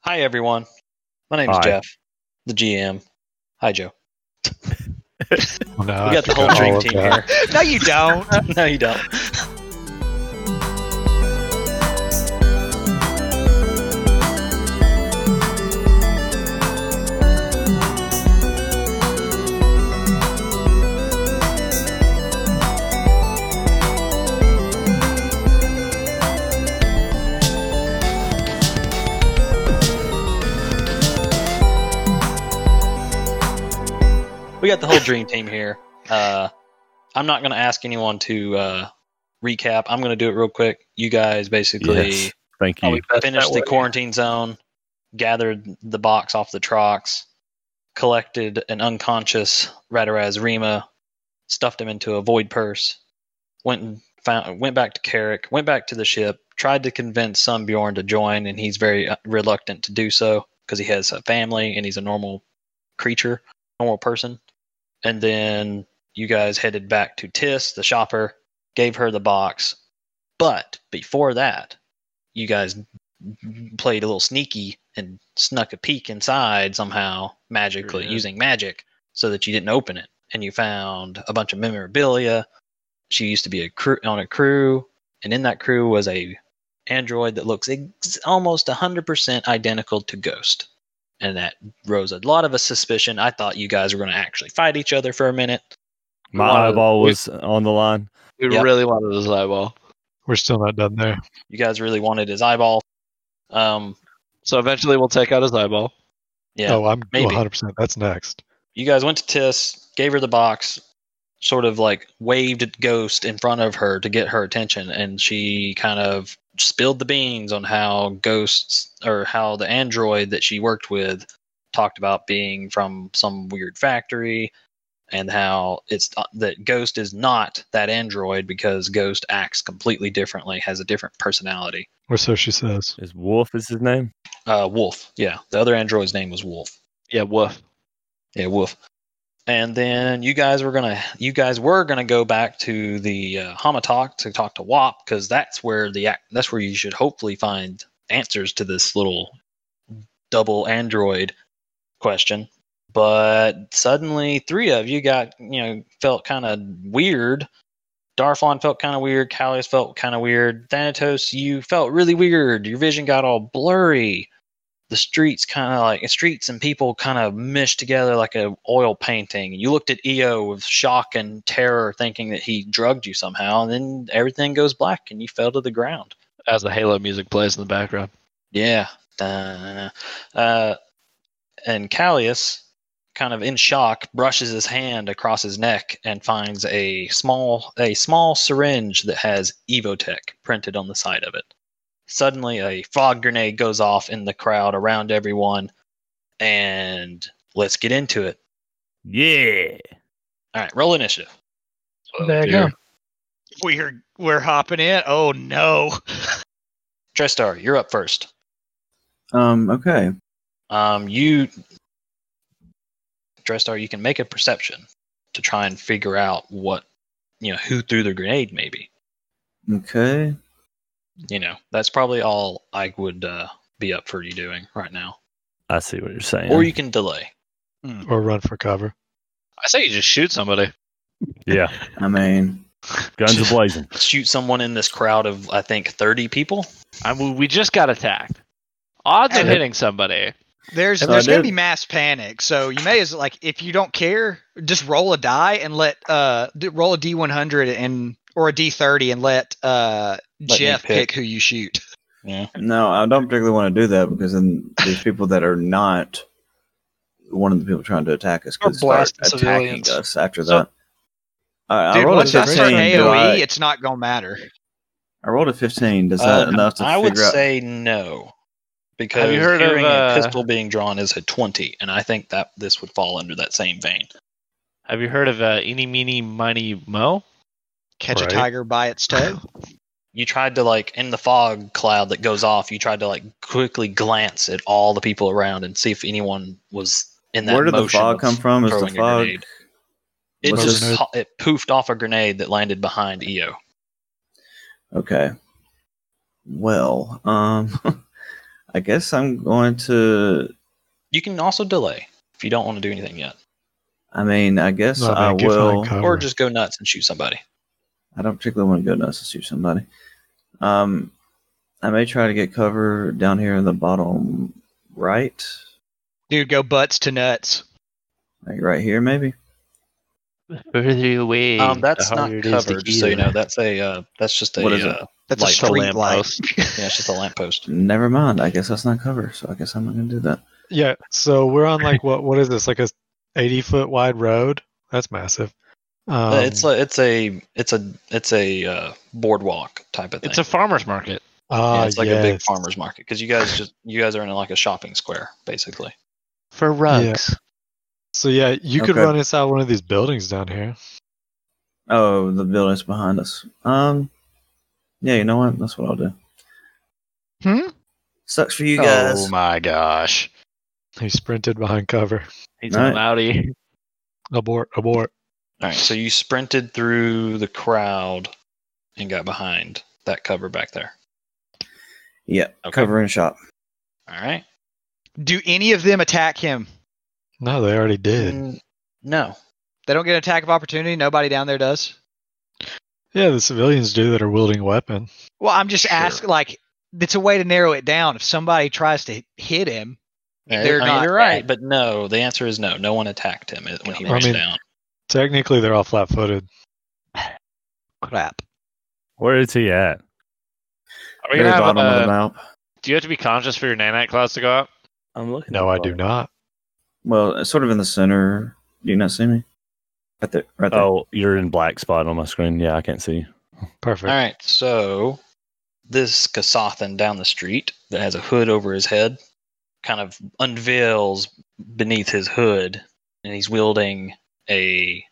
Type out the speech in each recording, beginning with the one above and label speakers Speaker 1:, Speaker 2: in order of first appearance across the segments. Speaker 1: Hi, everyone. My name's
Speaker 2: Hi.
Speaker 1: Jeff, the GM. Hi, Joe.
Speaker 3: Oh, no,
Speaker 1: we
Speaker 3: I
Speaker 1: got the whole
Speaker 3: forgot all
Speaker 1: dream
Speaker 3: of
Speaker 1: team
Speaker 3: that.
Speaker 1: here.
Speaker 4: no, you don't.
Speaker 1: no, you don't. We got the whole dream team here. Uh, I'm not going to ask anyone to uh, recap. I'm going to do it real quick. You guys basically
Speaker 2: Yes. Thank
Speaker 4: Oh,
Speaker 2: you.
Speaker 4: we best
Speaker 1: finished
Speaker 4: that
Speaker 1: the
Speaker 4: way.
Speaker 1: quarantine zone, gathered the box off the trucks, collected an unconscious Rataraz Rima, stuffed him into a void purse, went and found, went back to Carrick, went back to the ship, tried to convince Sunbjorn to join, and he's very uh, reluctant to do so because he has a family and he's a normal creature, normal person. And then you guys headed back to Tis, the shopper, gave her the box. But before that, you guys played a little sneaky and snuck a peek inside somehow magically
Speaker 4: Sure did.
Speaker 1: using magic so that you didn't open it and you found a bunch of memorabilia she used to be a crew on a crew and in that crew was a android that looks ex- almost 100% identical to ghost and that rose a lot of a suspicion i thought you guys were going to actually fight each other for a minute
Speaker 2: My
Speaker 4: Wanted-
Speaker 2: eyeball was on the line.
Speaker 4: We
Speaker 1: Yep.
Speaker 4: really wanted his eyeball.
Speaker 3: We're still not done there.
Speaker 1: you guys really wanted his eyeball um
Speaker 4: So eventually we'll take out his eyeball.
Speaker 1: yeah
Speaker 3: oh, I'm
Speaker 1: maybe.
Speaker 3: 100%. That's next.
Speaker 1: you guys went to Tiss, gave her the box, sort of like waved at Ghost in front of her to get her attention, and she kind of spilled the beans on how ghosts or how the android that she worked with talked about being from some weird factory and how it's uh, that ghost is not that android because ghost acts completely differently has a different personality
Speaker 3: Or so she says.
Speaker 2: Is Wolf is his name?
Speaker 1: uh wolf yeah the other android's name was wolf
Speaker 4: Yeah, woof.
Speaker 1: Yeah, Wolf. And then you guys were gonna, you guys were gonna go back to the uh, Hamatalk to talk to Wop because that's where the ac- that's where you should hopefully find answers to this little double android question. But suddenly, three of you got you know felt kind of weird. Darflon felt kind of weird. Callias felt kind of weird. Thanatos, you felt really weird. Your vision got all blurry the streets kind of like streets and people kind of meshed together like a oil painting. You looked at EO with shock and terror, thinking that he drugged you somehow, and then everything goes black and you fell to the ground.
Speaker 4: As the Halo music plays in the background.
Speaker 1: Yeah. Uh, uh, and Callias, kind of in shock, brushes his hand across his neck and finds a small a small syringe that has Evotech printed on the side of it. Suddenly, a fog grenade goes off in the crowd around everyone, and let's get into it.
Speaker 2: Yeah.
Speaker 1: All right, roll initiative.
Speaker 5: Oh,
Speaker 3: There you go.
Speaker 5: We're we're hopping in. Oh no.
Speaker 1: Trestar, you're up first.
Speaker 6: Um, okay.
Speaker 1: Um, you, Drestar, you can make a perception to try and figure out what, you know, who threw the grenade. Maybe
Speaker 6: Okay.
Speaker 1: you know that's probably all I would uh, be up for you doing right now.
Speaker 2: I see what you're saying.
Speaker 1: Or you can delay.
Speaker 3: Or run for cover.
Speaker 4: I say you just shoot somebody.
Speaker 2: yeah,
Speaker 6: I mean,
Speaker 2: guns are blazing.
Speaker 1: Shoot someone in this crowd of I think thirty people.
Speaker 4: I mean, we just got attacked. Odds of
Speaker 5: And-
Speaker 4: hitting somebody.
Speaker 5: There's
Speaker 6: So
Speaker 5: there's
Speaker 6: I
Speaker 5: gonna
Speaker 6: did-
Speaker 5: be mass panic. So you may as like if you don't care, just roll a die and let uh d- roll a D one hundred and or a D thirty and let uh
Speaker 1: me
Speaker 5: Jeff
Speaker 1: pick.
Speaker 5: pick. who you shoot.
Speaker 1: Yeah.
Speaker 6: no, I don't particularly want to do that because then there's people that are not one of the people trying to attack us
Speaker 4: Or
Speaker 6: could start
Speaker 4: blast the
Speaker 6: attacking
Speaker 4: civilians.
Speaker 6: us after
Speaker 4: So-
Speaker 6: that. I, I
Speaker 5: Dude,
Speaker 6: rolled a
Speaker 5: once I start
Speaker 6: 15. Do
Speaker 5: AOE,
Speaker 1: E?
Speaker 6: I,
Speaker 5: E? it's not gonna matter.
Speaker 6: I rolled a 15. Does that
Speaker 1: Um,
Speaker 6: enough to
Speaker 1: I
Speaker 6: figure
Speaker 1: would
Speaker 6: out?
Speaker 1: say no, because
Speaker 4: Have you heard of,
Speaker 1: hearing
Speaker 4: uh,
Speaker 1: a pistol being drawn is a twenty, and I think that this would fall under that same vein.
Speaker 4: Have you heard of uh, Eeny, Meeny, Miny, Mo?
Speaker 5: Catch
Speaker 3: Right.
Speaker 5: a tiger by its toe.
Speaker 1: you tried to like in the fog cloud that goes off you tried to like quickly glance at all the people around and see if anyone was in that
Speaker 6: Where did the
Speaker 1: motion
Speaker 6: fog
Speaker 1: of
Speaker 6: come from? Is the
Speaker 1: throwing a
Speaker 6: fog?
Speaker 1: grenade. it
Speaker 6: Was
Speaker 1: just
Speaker 3: it-
Speaker 1: ho- it poofed off a grenade that landed behind E eo
Speaker 6: Okay. Well, um, I guess I'm going to.
Speaker 1: You can also delay if you don't want to do anything yet,
Speaker 6: I mean, I guess
Speaker 3: No,
Speaker 6: I
Speaker 3: man, get behind
Speaker 6: will.
Speaker 4: Oh.
Speaker 3: cover.
Speaker 1: or just go nuts and shoot somebody.
Speaker 6: I don't particularly want to go nuts and shoot somebody. Um, I may try to get cover down here in the bottom right,
Speaker 5: Dude, go butts to nuts.
Speaker 6: like right here, maybe.
Speaker 4: Further away.
Speaker 1: Um, that's
Speaker 4: the E
Speaker 1: not
Speaker 4: harder it is to
Speaker 1: covered, so you
Speaker 4: hear.
Speaker 1: know that's a uh, that's just a
Speaker 6: What is it?
Speaker 1: uh,
Speaker 5: That's
Speaker 1: Light
Speaker 5: a
Speaker 1: to
Speaker 5: street light.
Speaker 4: lamppost.
Speaker 1: yeah, it's just a lamppost.
Speaker 6: Never mind. I guess that's not cover, so I guess I'm not gonna do that.
Speaker 3: Yeah, so we're on like what what is this? Like a 80 foot wide road? That's massive. Um,
Speaker 1: Uh, it's a it's a it's a it's a uh, boardwalk type of thing.
Speaker 4: It's a farmer's market.
Speaker 3: ah,
Speaker 1: yeah, it's like a big
Speaker 3: yes.
Speaker 1: farmers market because you guys just you guys are in like a shopping square basically.
Speaker 4: For rugs.
Speaker 3: So yeah, you could
Speaker 6: Okay.
Speaker 3: run inside one of these buildings down here.
Speaker 6: Oh, the building's behind us. Um, yeah, you know what? That's what I'll do.
Speaker 5: Hmm?
Speaker 6: Sucks for you guys.
Speaker 4: Oh my gosh.
Speaker 3: He sprinted behind cover.
Speaker 4: He's
Speaker 6: All right.
Speaker 4: rowdy.
Speaker 3: Abort, abort.
Speaker 1: All right, so you sprinted through the crowd and got behind that cover back there.
Speaker 6: yeah,
Speaker 1: Okay.
Speaker 6: cover and shop.
Speaker 1: All right.
Speaker 5: Do any of them attack him?
Speaker 3: No, they already did.
Speaker 1: Mm, No,
Speaker 5: They don't get an attack of opportunity. Nobody down there does.
Speaker 3: Yeah, the civilians do that are wielding a weapon.
Speaker 5: Well, I'm just
Speaker 1: Sure.
Speaker 5: asking. Like, it's a way to narrow it down. If somebody tries to hit him, They're
Speaker 1: I mean,
Speaker 5: not
Speaker 1: you're right,
Speaker 5: bad.
Speaker 1: but no. The answer is no. No one attacked him eh, when he
Speaker 3: I
Speaker 1: reached
Speaker 3: mean-
Speaker 1: down.
Speaker 3: Technically, they're all flat footed.
Speaker 5: crap.
Speaker 2: Where is he at?
Speaker 4: Are we
Speaker 6: Very
Speaker 4: gonna have uh,
Speaker 6: bottom of the
Speaker 4: a,
Speaker 6: map.
Speaker 4: do you have to be conscious for your nanite clouds to go up?
Speaker 2: I'm looking.
Speaker 3: No, I do not.
Speaker 6: Well, it's sort of in the center. Do you not see me? Right there. Right there.
Speaker 2: Oh, you're in black spot on my screen. Yeah, I can't see.
Speaker 3: Perfect.
Speaker 1: All right, so this Kasathan down the street that has a hood over his head kind of unveils beneath his hood, and he's wielding a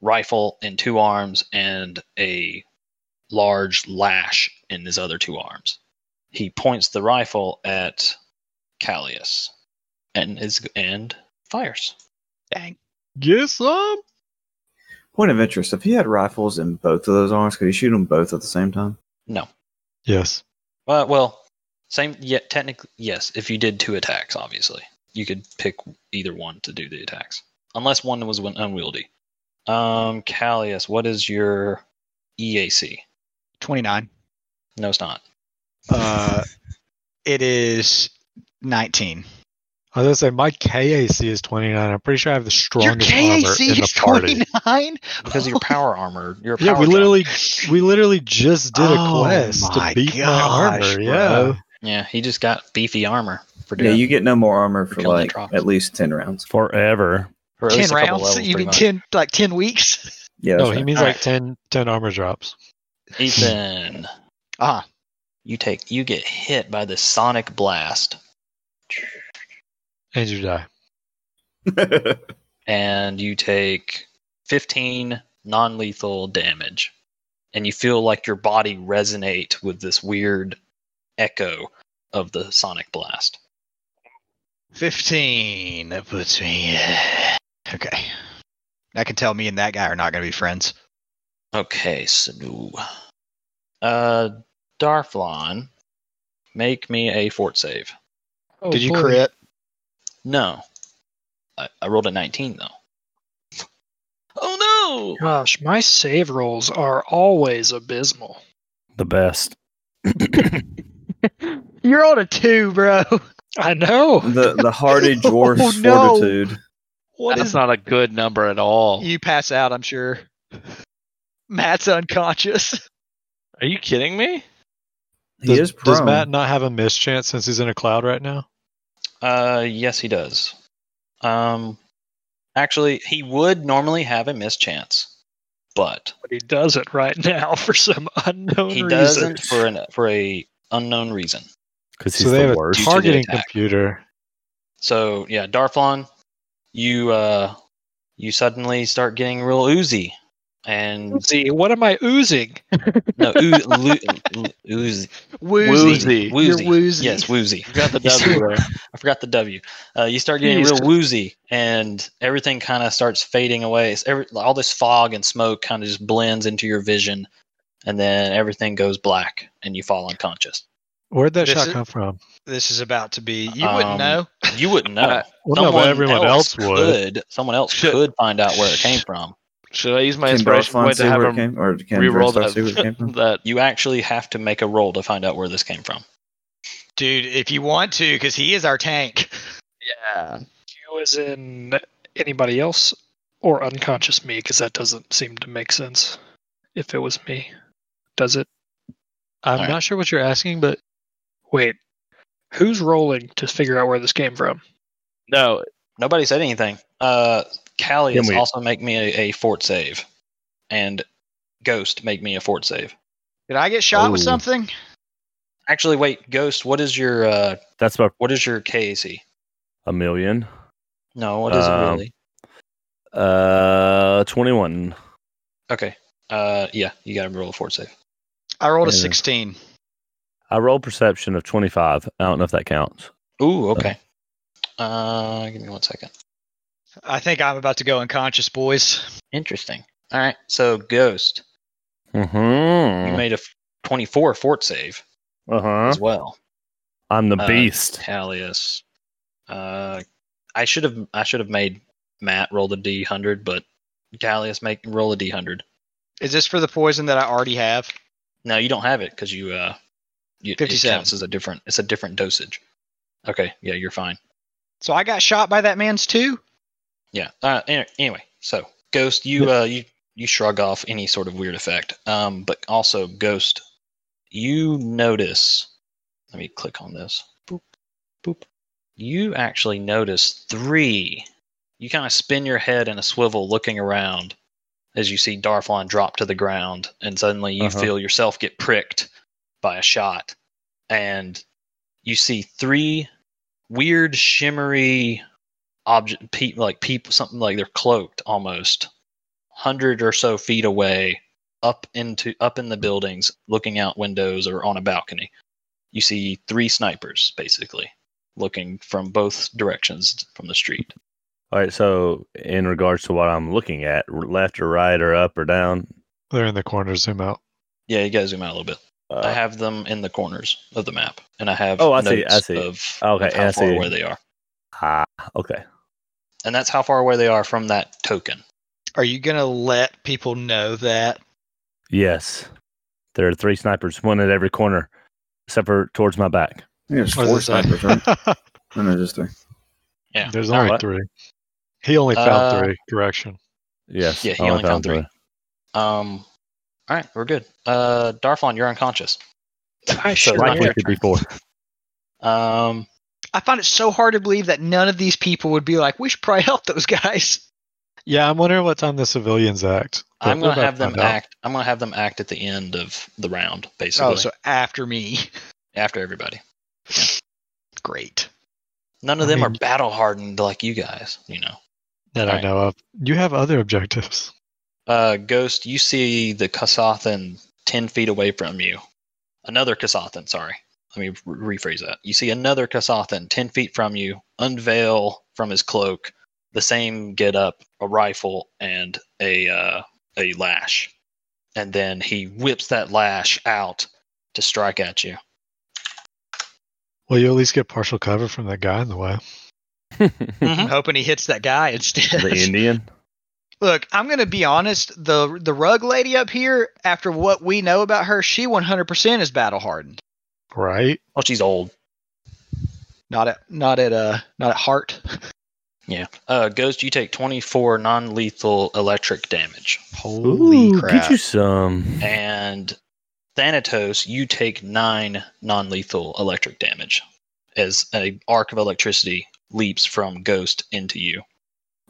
Speaker 1: rifle in two arms and a large lash in his other two arms. He points the rifle at Callias and is and fires.
Speaker 5: Dang.
Speaker 3: Yes, um.
Speaker 6: Point of interest: If he had rifles in both of those arms, could he shoot them both at the same time?
Speaker 1: No.
Speaker 3: Yes.
Speaker 1: Uh, well, same. Yeah, technically, yes. If you did two attacks, obviously, you could pick either one to do the attacks, unless one was un- unwieldy. Um, Callius, what is your EAC?
Speaker 5: Twenty nine.
Speaker 1: No, it's not.
Speaker 5: Uh, it is nineteen.
Speaker 3: I was gonna say my KAC is 29. I'm pretty sure I have the
Speaker 5: Your
Speaker 3: strongest armor in
Speaker 5: KAC
Speaker 3: the
Speaker 5: is
Speaker 3: party.
Speaker 5: twenty nine.
Speaker 1: Because of your power armor. Your power
Speaker 3: Yeah, we
Speaker 1: jump.
Speaker 3: literally we literally just did a
Speaker 5: Oh
Speaker 3: quest to
Speaker 5: my
Speaker 3: beat
Speaker 5: gosh,
Speaker 3: my armor.
Speaker 5: bro.
Speaker 3: Yeah.
Speaker 1: Yeah, he just got beefy armor for
Speaker 6: Yeah,
Speaker 1: doing.
Speaker 6: you get no more armor for
Speaker 1: Become the
Speaker 6: like
Speaker 1: drops.
Speaker 6: at least ten rounds.
Speaker 2: Forever.
Speaker 1: for at
Speaker 5: Ten
Speaker 1: least a couple
Speaker 5: rounds.
Speaker 1: levels,
Speaker 5: You
Speaker 1: pretty
Speaker 5: mean
Speaker 1: much.
Speaker 5: ten? Like ten weeks?
Speaker 6: Yeah,
Speaker 3: No,
Speaker 6: that's
Speaker 3: he
Speaker 6: right.
Speaker 3: means
Speaker 5: All
Speaker 3: like
Speaker 5: right.
Speaker 3: ten ten 10 armor drops.
Speaker 1: Ethan,
Speaker 5: Ah,
Speaker 1: you take you get hit by the sonic blast,
Speaker 3: And you die.
Speaker 1: and you take 15 non lethal damage. And you feel like your body resonate with this weird echo of the sonic blast.
Speaker 5: 15. That puts me. uh, Okay. That can tell me and that guy are not going to be friends.
Speaker 1: Okay, Sanu. Uh, Darflon, make me a fort save.
Speaker 7: Oh,
Speaker 5: Did you crit?
Speaker 1: No. I, I rolled a 19, though. Oh no!
Speaker 7: Gosh, my save rolls are always abysmal.
Speaker 2: The best.
Speaker 5: You're on a two, bro.
Speaker 7: I know.
Speaker 6: the the hardy dwarf's
Speaker 5: Oh, no.
Speaker 6: fortitude.
Speaker 5: What
Speaker 4: That's
Speaker 5: is?
Speaker 4: not a good number at all.
Speaker 5: You pass out, I'm sure. Matt's unconscious.
Speaker 4: Are you kidding me?
Speaker 6: He
Speaker 3: Does,
Speaker 6: is prone.
Speaker 3: does Matt not have a mischance since he's in a cloud right now?
Speaker 1: Uh, yes, he does. Um, actually, he would normally have a missed chance, but
Speaker 7: But he does it right now for some unknown
Speaker 1: he
Speaker 7: reason.
Speaker 1: doesn't for an for a unknown reason.
Speaker 2: Because he's
Speaker 3: So they
Speaker 2: the
Speaker 3: have
Speaker 2: worst.
Speaker 3: a
Speaker 1: Due to the
Speaker 3: targeting
Speaker 1: attack.
Speaker 3: computer.
Speaker 1: So yeah, Darflon, you uh, you suddenly start getting real oozy, and
Speaker 7: See, what am I oozing?
Speaker 1: no oo- loo- loo- oozy,
Speaker 5: Woozy.
Speaker 4: Woozy.
Speaker 1: woozy,
Speaker 5: You're woozy.
Speaker 1: yes, woozy.
Speaker 4: You got the
Speaker 1: You
Speaker 4: W there.
Speaker 1: I forgot the W. Uh, you start getting
Speaker 7: Jesus.
Speaker 1: real woozy, and everything kind of starts fading away. It's every, all this fog and smoke kind of just blends into your vision, and then everything goes black, and you fall unconscious.
Speaker 3: Where'd that
Speaker 5: This
Speaker 3: shot
Speaker 5: is-
Speaker 3: come from?
Speaker 5: This is about to be. You wouldn't
Speaker 1: Um,
Speaker 5: know.
Speaker 1: You wouldn't know.
Speaker 3: Well, no, but everyone else, would.
Speaker 1: Could, someone else
Speaker 4: Shit.
Speaker 1: could find out where it came from.
Speaker 4: Should I use my
Speaker 6: Can
Speaker 4: inspiration
Speaker 6: Bellefonte
Speaker 4: point to
Speaker 6: see
Speaker 4: have
Speaker 6: where it
Speaker 4: him
Speaker 6: came- or can
Speaker 4: reroll
Speaker 6: Bellefonte see where it came
Speaker 4: that?
Speaker 6: from?
Speaker 4: that
Speaker 1: You actually have to make a roll to find out where this came from.
Speaker 5: Dude, if you want to, because he is our tank.
Speaker 4: yeah.
Speaker 7: You as in anybody else or unconscious me, because that doesn't seem to make sense if it was me. Does it?
Speaker 3: I'm
Speaker 1: Alright.
Speaker 3: not sure what you're asking, but
Speaker 7: Wait. Who's rolling to figure out where this came from?
Speaker 4: No.
Speaker 1: Nobody said anything. Uh, Callie
Speaker 2: Can
Speaker 1: is
Speaker 2: we-
Speaker 1: also make me a, a fort save, and Ghost make me a fort save.
Speaker 5: Did I get shot with
Speaker 2: Oh.
Speaker 5: something?
Speaker 1: Actually, wait, Ghost, what is your uh,
Speaker 2: That's about
Speaker 1: what is your KAC?
Speaker 2: a million.
Speaker 1: No, what is it
Speaker 2: Um,
Speaker 1: really?
Speaker 2: Uh, 21.
Speaker 1: Okay. Uh, yeah, you got to roll a fort save.
Speaker 5: I rolled a
Speaker 2: Yeah.
Speaker 5: 16.
Speaker 2: I rolled perception of 25. I don't know if that counts.
Speaker 1: Ooh, okay. Uh, give me one second.
Speaker 5: I think I'm about to go unconscious, boys.
Speaker 1: Interesting. All right, so Ghost, you
Speaker 3: Mm.
Speaker 2: Mm-hmm.
Speaker 1: made a f- 24 fort save
Speaker 2: Uh-huh.
Speaker 1: as well.
Speaker 2: I'm the
Speaker 1: Uh,
Speaker 2: beast.
Speaker 1: Talius. Uh, I should have I should have made Matt roll the D hundred, but Talius make roll a D hundred.
Speaker 5: Is this for the poison that I already have?
Speaker 1: No, you don't have it because you uh, you, it
Speaker 5: 57.
Speaker 1: counts as a different. It's a different dosage. Okay, yeah, you're fine.
Speaker 5: So I got shot by that man's too?
Speaker 1: Yeah. Uh, an- anyway, so Ghost, you uh, you you shrug off any sort of weird effect. Um, but also Ghost, you notice. Let me click on this. Boop, boop. You actually notice three. You kind of spin your head in a swivel, looking around as you see Darflon drop to the ground, and suddenly you
Speaker 2: Uh-huh.
Speaker 1: feel yourself get pricked by a shot, and you see three weird shimmery object pe- like people something like they're cloaked almost 100 or so feet away up into up in the buildings looking out windows or on a balcony you see three snipers basically looking from both directions from the street
Speaker 2: All right, so in regards to what I'm looking at, r- left or right or up or down,
Speaker 3: they're in the corner. Zoom out.
Speaker 1: yeah you gotta zoom out a little bit
Speaker 2: uh,
Speaker 1: i have them in the corners of the map and i have
Speaker 2: Oh, I see, I
Speaker 1: notes
Speaker 2: see.
Speaker 1: of,
Speaker 2: Okay,
Speaker 1: of how far
Speaker 2: I see.
Speaker 1: away they are
Speaker 2: ah, okay.
Speaker 1: and that's how far away they are from that token
Speaker 5: Are you going to let people know that?
Speaker 2: Yes, there are three snipers, one at every corner, except for towards my back.
Speaker 6: I think there's
Speaker 3: What
Speaker 6: four
Speaker 3: does it say?
Speaker 6: snipers, right? No, no, just three.
Speaker 1: yeah
Speaker 3: There's
Speaker 1: All
Speaker 3: only
Speaker 1: right.
Speaker 3: three. He only found
Speaker 1: Uh,
Speaker 3: three. Correction.
Speaker 2: Yes,
Speaker 1: Yeah, he
Speaker 2: I
Speaker 1: only found three.
Speaker 2: the-
Speaker 1: um all right we're good uh darflon you're unconscious
Speaker 7: I
Speaker 1: So
Speaker 7: sure
Speaker 1: Right
Speaker 2: Like we
Speaker 1: here.
Speaker 7: am.
Speaker 2: did before.
Speaker 1: um
Speaker 5: I find it so hard to believe that none of these people would be like, we should probably help those guys.
Speaker 3: Yeah, I'm wondering what time the civilians act. but
Speaker 1: I'm
Speaker 3: we're
Speaker 1: gonna
Speaker 3: about
Speaker 1: have
Speaker 3: to
Speaker 1: them
Speaker 3: find out.
Speaker 1: act. I'm gonna have them act at the end of the round, basically,
Speaker 5: Oh, so after me.
Speaker 1: after everybody.
Speaker 5: Great.
Speaker 1: None of
Speaker 3: I
Speaker 1: them are
Speaker 3: mean-
Speaker 1: battle hardened like you guys, you know.
Speaker 3: that I
Speaker 1: Alright.
Speaker 3: know of. You have other objectives.
Speaker 1: Uh, Ghost, you see the Kasathan ten feet away from you. Another Kasathan, sorry. Let me re- rephrase that. You see another Kasathan ten feet from you, unveil from his cloak the same get up, a rifle and a uh, a lash, and then he whips that lash out to strike at you.
Speaker 3: Well, you at least get partial cover from that guy in the way.
Speaker 2: the
Speaker 5: I'm hoping he hits that guy instead.
Speaker 2: Indian.
Speaker 5: Look, I'm gonna be honest. the The rug lady up here, after what we know about her, she 100% is battle hardened.
Speaker 3: Right?
Speaker 1: Well, Oh, she's old.
Speaker 5: Not at not at uh not at heart.
Speaker 1: Yeah. Uh, Ghost, you take 24 non lethal electric damage.
Speaker 5: Holy
Speaker 2: Ooh,
Speaker 5: crap!
Speaker 2: Get you some.
Speaker 1: And Thanatos, you take nine non lethal electric damage as a arc of electricity leaps from Ghost into you.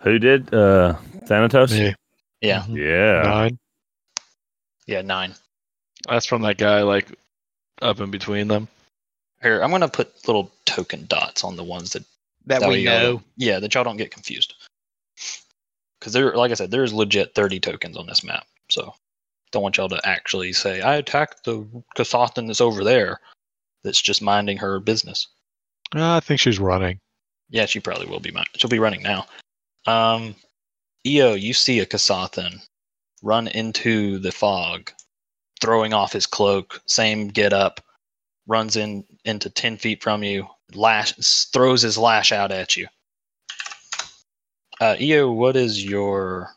Speaker 2: Who did uh, Thanatos?
Speaker 3: Me.
Speaker 1: Yeah.
Speaker 3: Mhm.
Speaker 2: Yeah.
Speaker 3: Nine.
Speaker 1: Yeah, nine.
Speaker 4: That's from that guy like up in between them.
Speaker 1: Here, I'm going to put little token dots on the ones that,
Speaker 5: that, we
Speaker 1: y'all
Speaker 5: know.
Speaker 1: don't- Yeah, that y'all don't get confused. Because there, like I said, there's legit 30 tokens on this map. So don't want y'all to actually say, I attacked the Kasathan that's over there that's just minding her business.
Speaker 3: Uh, I think she's running.
Speaker 1: Yeah, she probably will be. Mine. She'll be running now. Um, Eo, you see a Kasathan run into the fog, throwing off his cloak. Same get up, runs in into ten feet from you, lash throws his lash out at you. Uh, EO, what is your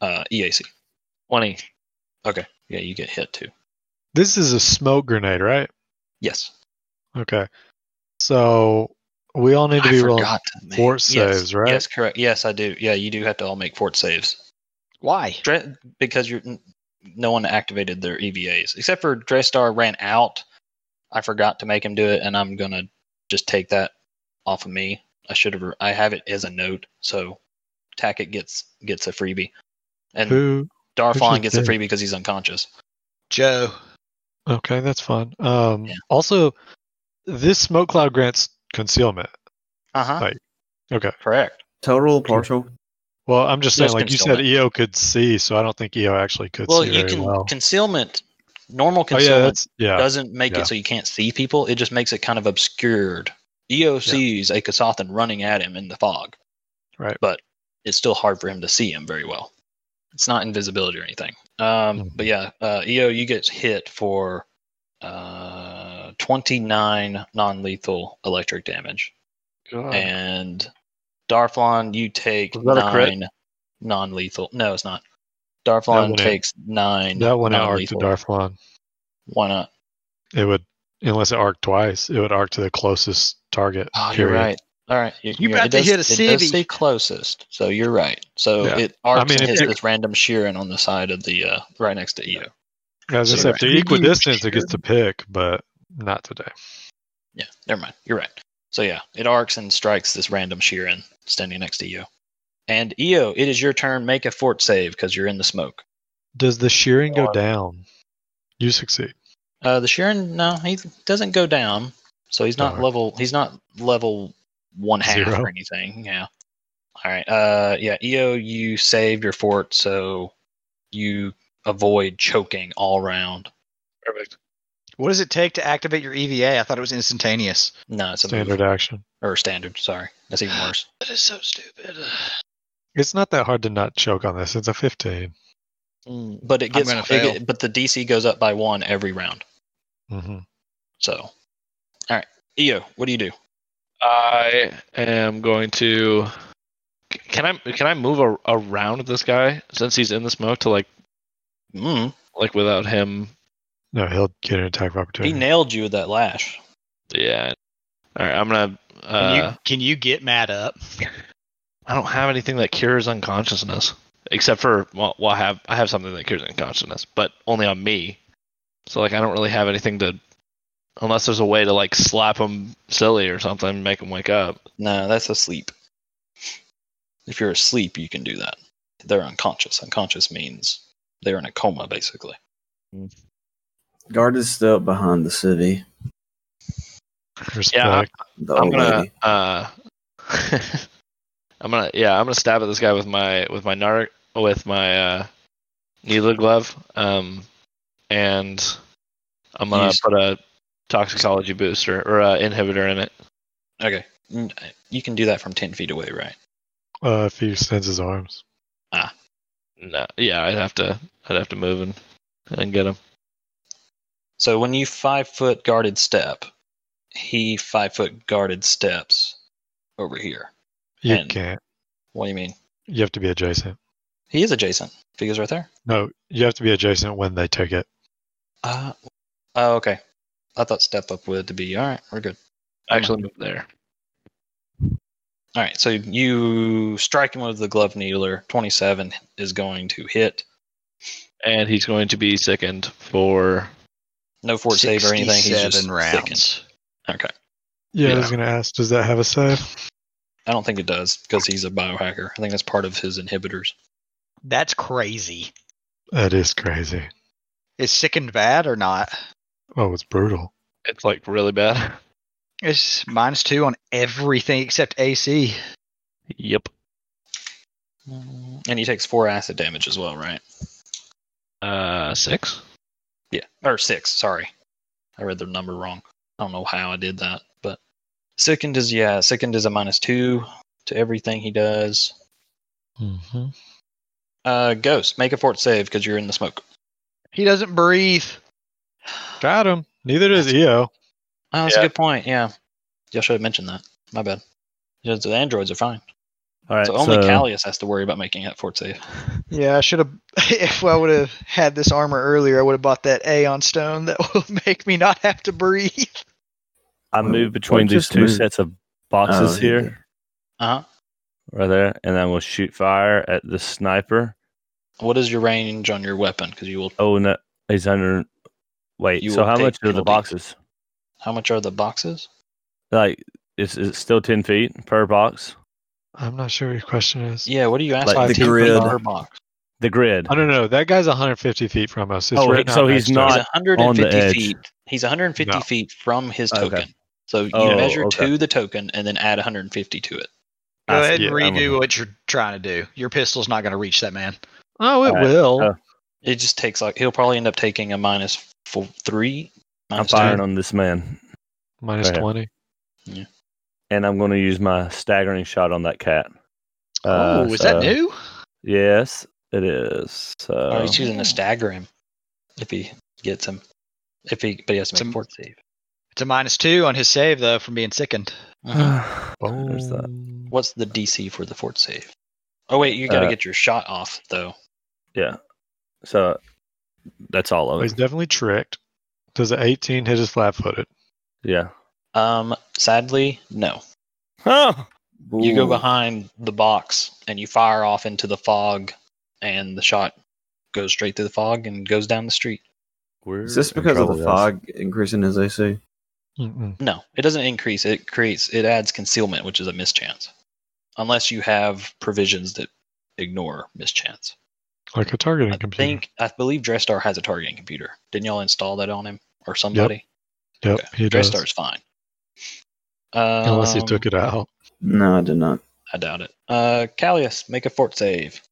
Speaker 1: uh, EAC? Twenty. E. Okay, yeah, you get hit too.
Speaker 3: This is a smoke grenade, right?
Speaker 1: Yes.
Speaker 3: Okay. So we all need to
Speaker 1: I
Speaker 3: be rolling.
Speaker 1: forgot to make-
Speaker 3: fort
Speaker 1: yes,
Speaker 3: saves, right?
Speaker 1: Yes, correct. Yes, I do. Yeah, you do have to all make fort saves.
Speaker 5: Why?
Speaker 1: Dre- because you're n- no one activated their EVAs except for Drestar ran out. I forgot to make him do it, and I'm gonna just take that off of me. I should have. I have it as a note, so Tackett gets gets a freebie, and
Speaker 3: Who?
Speaker 1: Darflon
Speaker 3: should
Speaker 1: gets a
Speaker 3: do
Speaker 1: freebie because he's unconscious.
Speaker 5: Joe.
Speaker 3: Okay, that's fun. Um,
Speaker 1: Yeah.
Speaker 3: Also, this smoke cloud grants concealment.
Speaker 1: Uh huh.
Speaker 3: Right. Okay.
Speaker 1: Correct.
Speaker 6: Total, partial.
Speaker 3: Well, I'm just saying,
Speaker 1: Yes,
Speaker 3: like you said,
Speaker 1: concealment.
Speaker 3: EO could see, so I don't think EO actually could
Speaker 1: Well,
Speaker 3: see
Speaker 1: you
Speaker 3: very
Speaker 1: can
Speaker 3: well.
Speaker 1: concealment. Normal
Speaker 3: oh yeah,
Speaker 1: concealment
Speaker 3: that's yeah.
Speaker 1: doesn't make
Speaker 3: yeah.
Speaker 1: it so you can't see people. It just makes it kind of obscured. E EO sees a Kasathan running at him in the fog.
Speaker 3: Right.
Speaker 1: But it's still hard for him to see him very well. It's not invisibility or anything. Um,
Speaker 3: Mhm.
Speaker 1: But yeah, uh, EO, you get hit for uh, 29 non lethal electric damage.
Speaker 7: God.
Speaker 1: And Darflon, you take
Speaker 4: Was that a crit?
Speaker 1: nine non lethal. No, it's not.
Speaker 3: That
Speaker 1: Darflon
Speaker 3: went out.
Speaker 1: takes nine.
Speaker 3: That one out arc to
Speaker 1: non-lethal.
Speaker 3: Darth One.
Speaker 1: Why not?
Speaker 3: It would, unless it arced twice, it would arc to the closest target.
Speaker 1: Oh, you're
Speaker 3: period.
Speaker 1: right. All right, you're,
Speaker 5: You
Speaker 1: you're-
Speaker 5: about
Speaker 1: it
Speaker 5: to
Speaker 1: does-
Speaker 5: hit a
Speaker 1: It does
Speaker 5: civvy.
Speaker 1: say closest, so you're right. So
Speaker 3: Yeah.
Speaker 1: it arcs
Speaker 3: I mean,
Speaker 1: and
Speaker 3: if
Speaker 1: hits
Speaker 3: you-
Speaker 1: this random Sheeran on the side of the uh, right next to you.
Speaker 3: I was
Speaker 1: So
Speaker 3: gonna say,
Speaker 1: you're
Speaker 3: if they're
Speaker 6: right.
Speaker 3: equidistant, it gets to pick, but not today.
Speaker 1: Yeah, never mind. You're right. So yeah, it arcs and strikes this random Sheeran standing next to you. And Eo, it is your turn. Make a fort save because you're in the smoke.
Speaker 3: Does the shearing go down? You succeed.
Speaker 1: Uh, the Sheeran, no, he doesn't go down. So he's not
Speaker 5: Oh.
Speaker 3: Darn.
Speaker 1: level. He's not level one half
Speaker 3: Zero.
Speaker 1: or anything. Yeah. All right. Uh, yeah. Eo, you saved your fort, so you avoid choking all round.
Speaker 7: Perfect.
Speaker 5: What does it take to activate your EVA? I thought it was instantaneous.
Speaker 1: No, it's a
Speaker 3: Standard
Speaker 1: standard
Speaker 3: action.
Speaker 1: or standard. Sorry, that's even worse.
Speaker 7: That is so stupid.
Speaker 3: It's not that hard to not choke on this. It's a 15.
Speaker 1: But it
Speaker 5: I'm
Speaker 1: gets.
Speaker 5: gonna
Speaker 1: It
Speaker 5: fail.
Speaker 1: get- but the DC goes up by one every round.
Speaker 3: hmm
Speaker 1: So, all right, Eo, what do you do?
Speaker 4: I am going to. Can I can I move a, around this guy since he's in the smoke to like
Speaker 1: Mm,
Speaker 4: like without him?
Speaker 3: No, he'll get an attack of
Speaker 1: he
Speaker 3: opportunity.
Speaker 1: nailed you with that lash.
Speaker 4: Yeah. All right. I'm gonna.
Speaker 5: Can,
Speaker 4: Uh,
Speaker 5: you, can you get mad up?
Speaker 4: I don't have anything that cures unconsciousness except for well, well, I have I have something that cures unconsciousness, but only on me. So like I don't really have anything to, unless there's a way to like slap him silly or something, make him wake up.
Speaker 1: No, that's asleep. If you're asleep, you can do that. They're unconscious. Unconscious means they're in a coma, basically.
Speaker 6: Guard is still behind the city.
Speaker 4: Yeah,
Speaker 3: Respect.
Speaker 6: The
Speaker 4: I'm
Speaker 6: old
Speaker 4: gonna
Speaker 6: lady.
Speaker 4: uh, I'm gonna yeah, I'm gonna stab at this guy with my with my nar with my uh, needler glove. Um, and I'm gonna
Speaker 1: Use-
Speaker 4: put a toxicology booster or uh, inhibitor in it.
Speaker 1: Okay, N- you can do that from ten feet away, right?
Speaker 3: Uh, if he extends his arms.
Speaker 4: No, yeah, I'd have to I'd have to move and and get him.
Speaker 1: So when you five foot guarded step, he five foot guarded steps over here.
Speaker 3: You
Speaker 1: And-
Speaker 3: can't.
Speaker 1: What do you mean?
Speaker 3: You have to be adjacent.
Speaker 1: He is adjacent. If he goes right there.
Speaker 3: No, you have to be adjacent when they take it.
Speaker 1: Uh, oh, okay. I thought step up would to be all right. We're good.
Speaker 4: Actually, move there.
Speaker 1: All right, so you strike him with the glove needler. Twenty-seven is going to hit.
Speaker 4: And he's going to be sickened for.
Speaker 1: No fort save or anything. He's just
Speaker 5: 67
Speaker 1: sickened. Okay,
Speaker 3: Yeah, I
Speaker 4: Yeah.
Speaker 3: was going to ask, does that have a save?
Speaker 1: I don't think it does because he's a biohacker. I think that's part of his inhibitors.
Speaker 5: That's crazy.
Speaker 3: That is crazy.
Speaker 5: Is sickened bad or not?
Speaker 3: Oh, it's brutal.
Speaker 4: It's like really bad.
Speaker 5: It's minus two on everything except AC.
Speaker 4: Yep.
Speaker 1: And he takes four acid damage as well, right?
Speaker 4: Uh, six.
Speaker 1: Yeah, or six. Sorry, I read the number wrong. I don't know how I did that, but sickened is yeah, sickened is a minus two to everything he does.
Speaker 3: Mm-hmm.
Speaker 1: Uh, ghost, make a fort save because you're in the smoke.
Speaker 5: He doesn't breathe.
Speaker 3: Got him. Neither does E EO.
Speaker 1: Oh, that's
Speaker 4: Yeah.
Speaker 1: a good point. Yeah. Y'all should have mentioned that. My bad. Yeah, so the androids are fine.
Speaker 2: All right.
Speaker 1: so only
Speaker 2: so-
Speaker 1: Callius has to worry about making that fort safe.
Speaker 5: Yeah, I should have. If I would have had this armor earlier, I would have bought that A on stone that will make me not have to breathe.
Speaker 2: I
Speaker 6: Well,
Speaker 2: move between
Speaker 6: what
Speaker 2: these
Speaker 6: just
Speaker 2: two
Speaker 6: moved?
Speaker 2: sets of boxes
Speaker 6: Oh,
Speaker 2: here,
Speaker 1: Uh
Speaker 2: right there, and then we'll shoot fire at the sniper.
Speaker 1: huh. What is your range on your weapon? Because you will.
Speaker 2: Oh no, he's under. Wait,
Speaker 1: You
Speaker 2: so
Speaker 1: will
Speaker 2: how
Speaker 1: take
Speaker 2: much are the
Speaker 1: penalty.
Speaker 2: boxes?
Speaker 1: How much are the boxes?
Speaker 2: Like, is is it still ten feet per box?
Speaker 3: I'm not sure what your question is.
Speaker 1: Yeah. What are you asking?
Speaker 2: Like
Speaker 6: the
Speaker 1: 10 feet
Speaker 6: grid.
Speaker 1: per box.
Speaker 2: The grid.
Speaker 3: E I don't know. That guy's 150 feet from us. It's
Speaker 2: Oh,
Speaker 3: right
Speaker 2: he- so
Speaker 3: now
Speaker 2: he's
Speaker 3: next to
Speaker 2: not-
Speaker 3: us.
Speaker 1: He's 150
Speaker 2: edge.
Speaker 1: feet. He's 150
Speaker 3: No.
Speaker 1: feet from his
Speaker 2: Okay.
Speaker 1: token. So you
Speaker 2: Oh,
Speaker 1: measure
Speaker 2: okay.
Speaker 1: to the token and then add 150 to it.
Speaker 5: Go ahead and
Speaker 2: Yeah, I'm
Speaker 5: redo
Speaker 2: with-
Speaker 5: what you're trying to do. Your pistol's not going to reach that man.
Speaker 3: Oh, it
Speaker 2: Alright,
Speaker 3: will.
Speaker 2: so-
Speaker 1: It just takes like he'll probably end up taking a minus four, three.
Speaker 2: I'm
Speaker 1: Minus
Speaker 2: firing
Speaker 1: two.
Speaker 2: on this man,
Speaker 3: Minus
Speaker 2: go ahead.
Speaker 3: 20.
Speaker 2: and I'm going to use my staggering shot on that cat.
Speaker 5: Oh,
Speaker 2: Uh,
Speaker 5: is
Speaker 2: so-
Speaker 5: that new?
Speaker 2: Yes, it is. So
Speaker 1: Or Oh, he's using to stagger him if he gets him. If he, but he has to
Speaker 5: Some-
Speaker 1: make a fort save.
Speaker 5: It's a minus two on his save though from being sickened.
Speaker 2: Uh-huh. Mm-hmm. Oh, there's that.
Speaker 3: Boom.
Speaker 1: What's the DC for the fort save? Oh wait, you got to
Speaker 2: Uh,
Speaker 1: get your shot off though.
Speaker 2: So that's all
Speaker 3: Well,
Speaker 2: of
Speaker 3: Oh, he's
Speaker 2: it.
Speaker 3: definitely tricked. Does an 18 hit his flat footed?
Speaker 2: Yeah.
Speaker 1: Um, sadly, no.
Speaker 2: Oh,
Speaker 1: You
Speaker 6: Ooh.
Speaker 1: go behind the box and you fire off into the fog, and the shot goes straight through the fog and goes down the street.
Speaker 2: we're
Speaker 6: Is this
Speaker 2: in
Speaker 6: because of
Speaker 2: trouble,
Speaker 6: the
Speaker 2: guys.
Speaker 6: fog increasing his AC?
Speaker 3: Mm-mm.
Speaker 1: No, it doesn't increase. It creates. It adds concealment, which is a mischance, unless you have provisions that ignore mischance.
Speaker 3: Like a targeting
Speaker 1: I
Speaker 3: computer.
Speaker 1: think I believe Drestar has a targeting computer. Didn't y'all install that on him or somebody?
Speaker 3: yep,
Speaker 1: okay.
Speaker 3: he does.
Speaker 1: Drestar's fine.
Speaker 3: Unless he
Speaker 1: Um,
Speaker 3: took it out.
Speaker 6: No, I did not.
Speaker 1: I doubt it. Uh, Callius, make a fort save.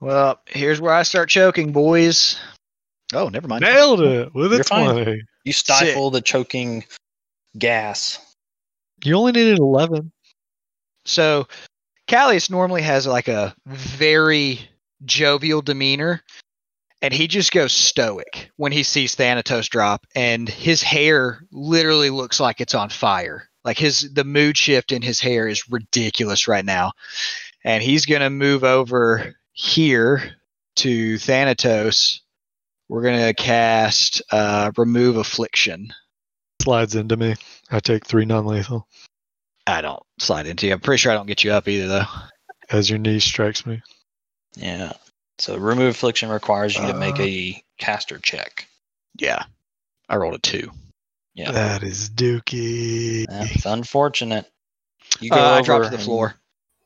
Speaker 5: Well, here's where I start choking, boys. Oh, never mind.
Speaker 3: Nailed it with a
Speaker 1: You're fine.
Speaker 3: 20.
Speaker 1: You stifle the choking gas.
Speaker 3: You only needed 11.
Speaker 5: So, Callius normally has like a very jovial demeanor, and he just goes stoic when he sees Thanatos drop, and his hair literally looks like it's on fire. Like his the mood shift in his hair is ridiculous right now, and he's gonna move over here to Thanatos. We're gonna cast uh, remove affliction.
Speaker 3: Slides into me. I take three non lethal
Speaker 5: I don't slide into you. I'm pretty sure I don't get you up either though.
Speaker 3: as your knee strikes me.
Speaker 1: Yeah. So remove affliction requires you to make
Speaker 3: Uh.
Speaker 1: a caster check.
Speaker 5: Yeah, I rolled a two.
Speaker 1: Yeah.
Speaker 5: Uh.
Speaker 3: That is dookie.
Speaker 1: That's unfortunate. You go
Speaker 5: Uh,
Speaker 1: over
Speaker 5: I dropped to the
Speaker 1: and
Speaker 5: floor.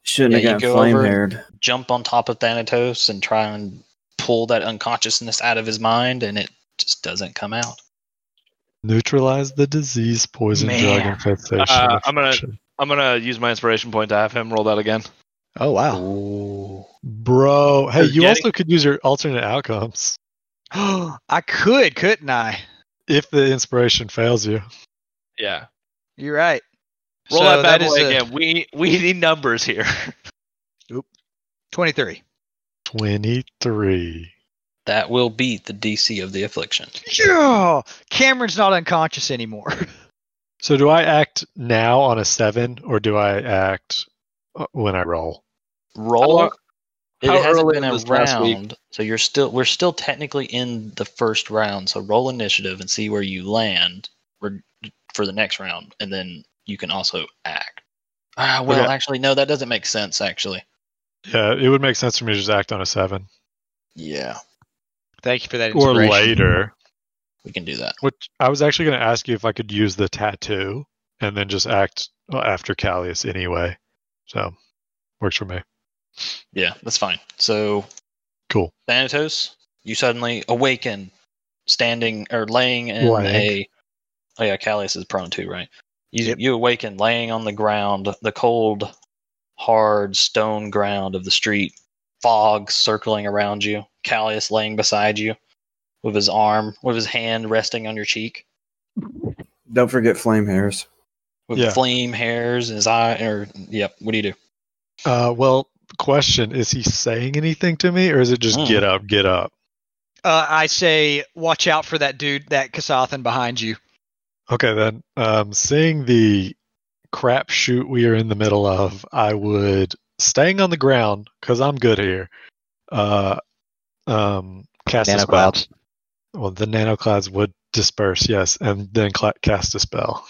Speaker 6: Shouldn't
Speaker 1: Yeah, you
Speaker 6: have gotten
Speaker 1: go
Speaker 6: flame
Speaker 1: over-
Speaker 6: haired.
Speaker 1: Jump on top of Thanatos and try and pull that unconsciousness out of his mind, and it just doesn't come out.
Speaker 3: Neutralize the disease, poison, drug
Speaker 5: Man.
Speaker 3: infestation.
Speaker 4: Uh, I'm gonna-
Speaker 3: affliction.
Speaker 4: I'm gonna use my inspiration point to have him roll that again.
Speaker 5: Oh wow! Oh.
Speaker 1: Ooh.
Speaker 3: Bro, hey, you
Speaker 4: Forgetting-
Speaker 3: also could use your alternate outcomes
Speaker 5: I could, couldn't I?
Speaker 3: if the inspiration fails you.
Speaker 4: Yeah.
Speaker 5: You're right.
Speaker 4: Roll
Speaker 5: So
Speaker 4: that bad
Speaker 5: is
Speaker 4: boy
Speaker 5: a
Speaker 4: again. We we need numbers here.
Speaker 5: Twenty-three.
Speaker 3: 23.
Speaker 1: That will beat the DC of the affliction.
Speaker 5: Yeah, Cameron's not unconscious anymore.
Speaker 3: So do I act now on a seven, or do I act uh, when I roll?
Speaker 1: Roll.
Speaker 4: How-
Speaker 1: it
Speaker 4: how
Speaker 1: hasn't
Speaker 4: early
Speaker 1: been
Speaker 4: in
Speaker 1: a
Speaker 4: this last week?
Speaker 1: round, so you're still we're still technically in the first round. So roll initiative and see where you land for, for the next round, and then you can also act. Ah, well,
Speaker 3: Okay.
Speaker 1: actually, no, that doesn't make sense. Actually,
Speaker 3: Yeah, it would make sense for me to just act on a seven
Speaker 1: yeah,
Speaker 5: Thank you for that.
Speaker 3: or
Speaker 5: inspiration.
Speaker 3: later.
Speaker 1: we can do that.
Speaker 3: Which I was actually going to ask you if I could use the tattoo and then just act after Callius anyway. So works for me.
Speaker 1: Yeah, that's fine. So
Speaker 3: Cool.
Speaker 1: Thanatos, you suddenly awaken, standing or laying in
Speaker 3: Laying.
Speaker 1: a. Oh yeah, Callius is prone too, right? You
Speaker 5: Yep.
Speaker 1: you awaken, laying on the ground, the cold, hard stone ground of the street, fog circling around you. Callius laying beside you, with his arm, with his hand resting on your cheek,
Speaker 6: Don't forget flame hairs.
Speaker 1: with
Speaker 3: Yeah.
Speaker 1: flame hairs in his eye. Or yep, what do you do?
Speaker 3: Uh, well, question is he saying anything to me or is it just
Speaker 1: Mm.
Speaker 3: get up, get up?
Speaker 5: Uh, I say, watch out for that dude, that Kasathan behind you.
Speaker 3: Okay, then. Um, seeing the crapshoot we are in the middle of, I would staying on the ground because I'm good here. Uh, um, cast a spell.
Speaker 4: Nanoclouds.
Speaker 3: Well, the nanoclouds would disperse, yes, and then cla cast a spell.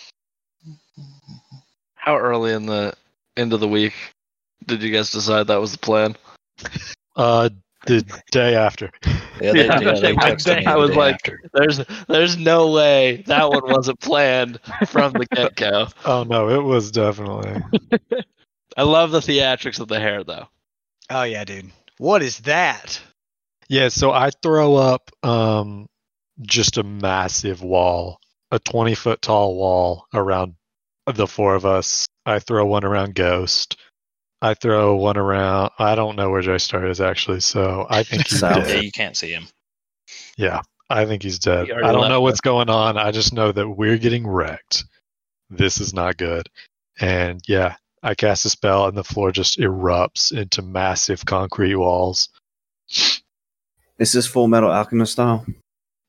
Speaker 4: How early in the end of the week did you guys decide that was the plan?
Speaker 3: Uh, the day after.
Speaker 1: Yeah, they,
Speaker 4: Yeah.
Speaker 1: yeah, they
Speaker 4: I
Speaker 1: texted me.
Speaker 4: think I
Speaker 1: the
Speaker 4: was
Speaker 1: day
Speaker 4: like-
Speaker 1: after.
Speaker 4: There's there's no way that one wasn't planned from the get go.
Speaker 3: Oh no, it was definitely.
Speaker 4: I love the theatrics of the hair though.
Speaker 5: Oh yeah, dude. What is that?
Speaker 3: Yeah, so I throw up um just a massive wall, a 20 foot tall wall around the four of us. I throw one around Ghost. I throw one around. I don't know where J Star is actually, so I think he's
Speaker 4: oh.
Speaker 6: South.
Speaker 1: yeah,
Speaker 3: dead.
Speaker 1: you can't see him.
Speaker 3: Yeah, I think he's dead.
Speaker 4: He already
Speaker 3: I don't know
Speaker 4: left
Speaker 3: what's going on. I just know that we're getting wrecked. This is not good. And yeah, I cast a spell, and the floor just erupts into massive concrete walls.
Speaker 6: Is this Full Metal Alchemist style?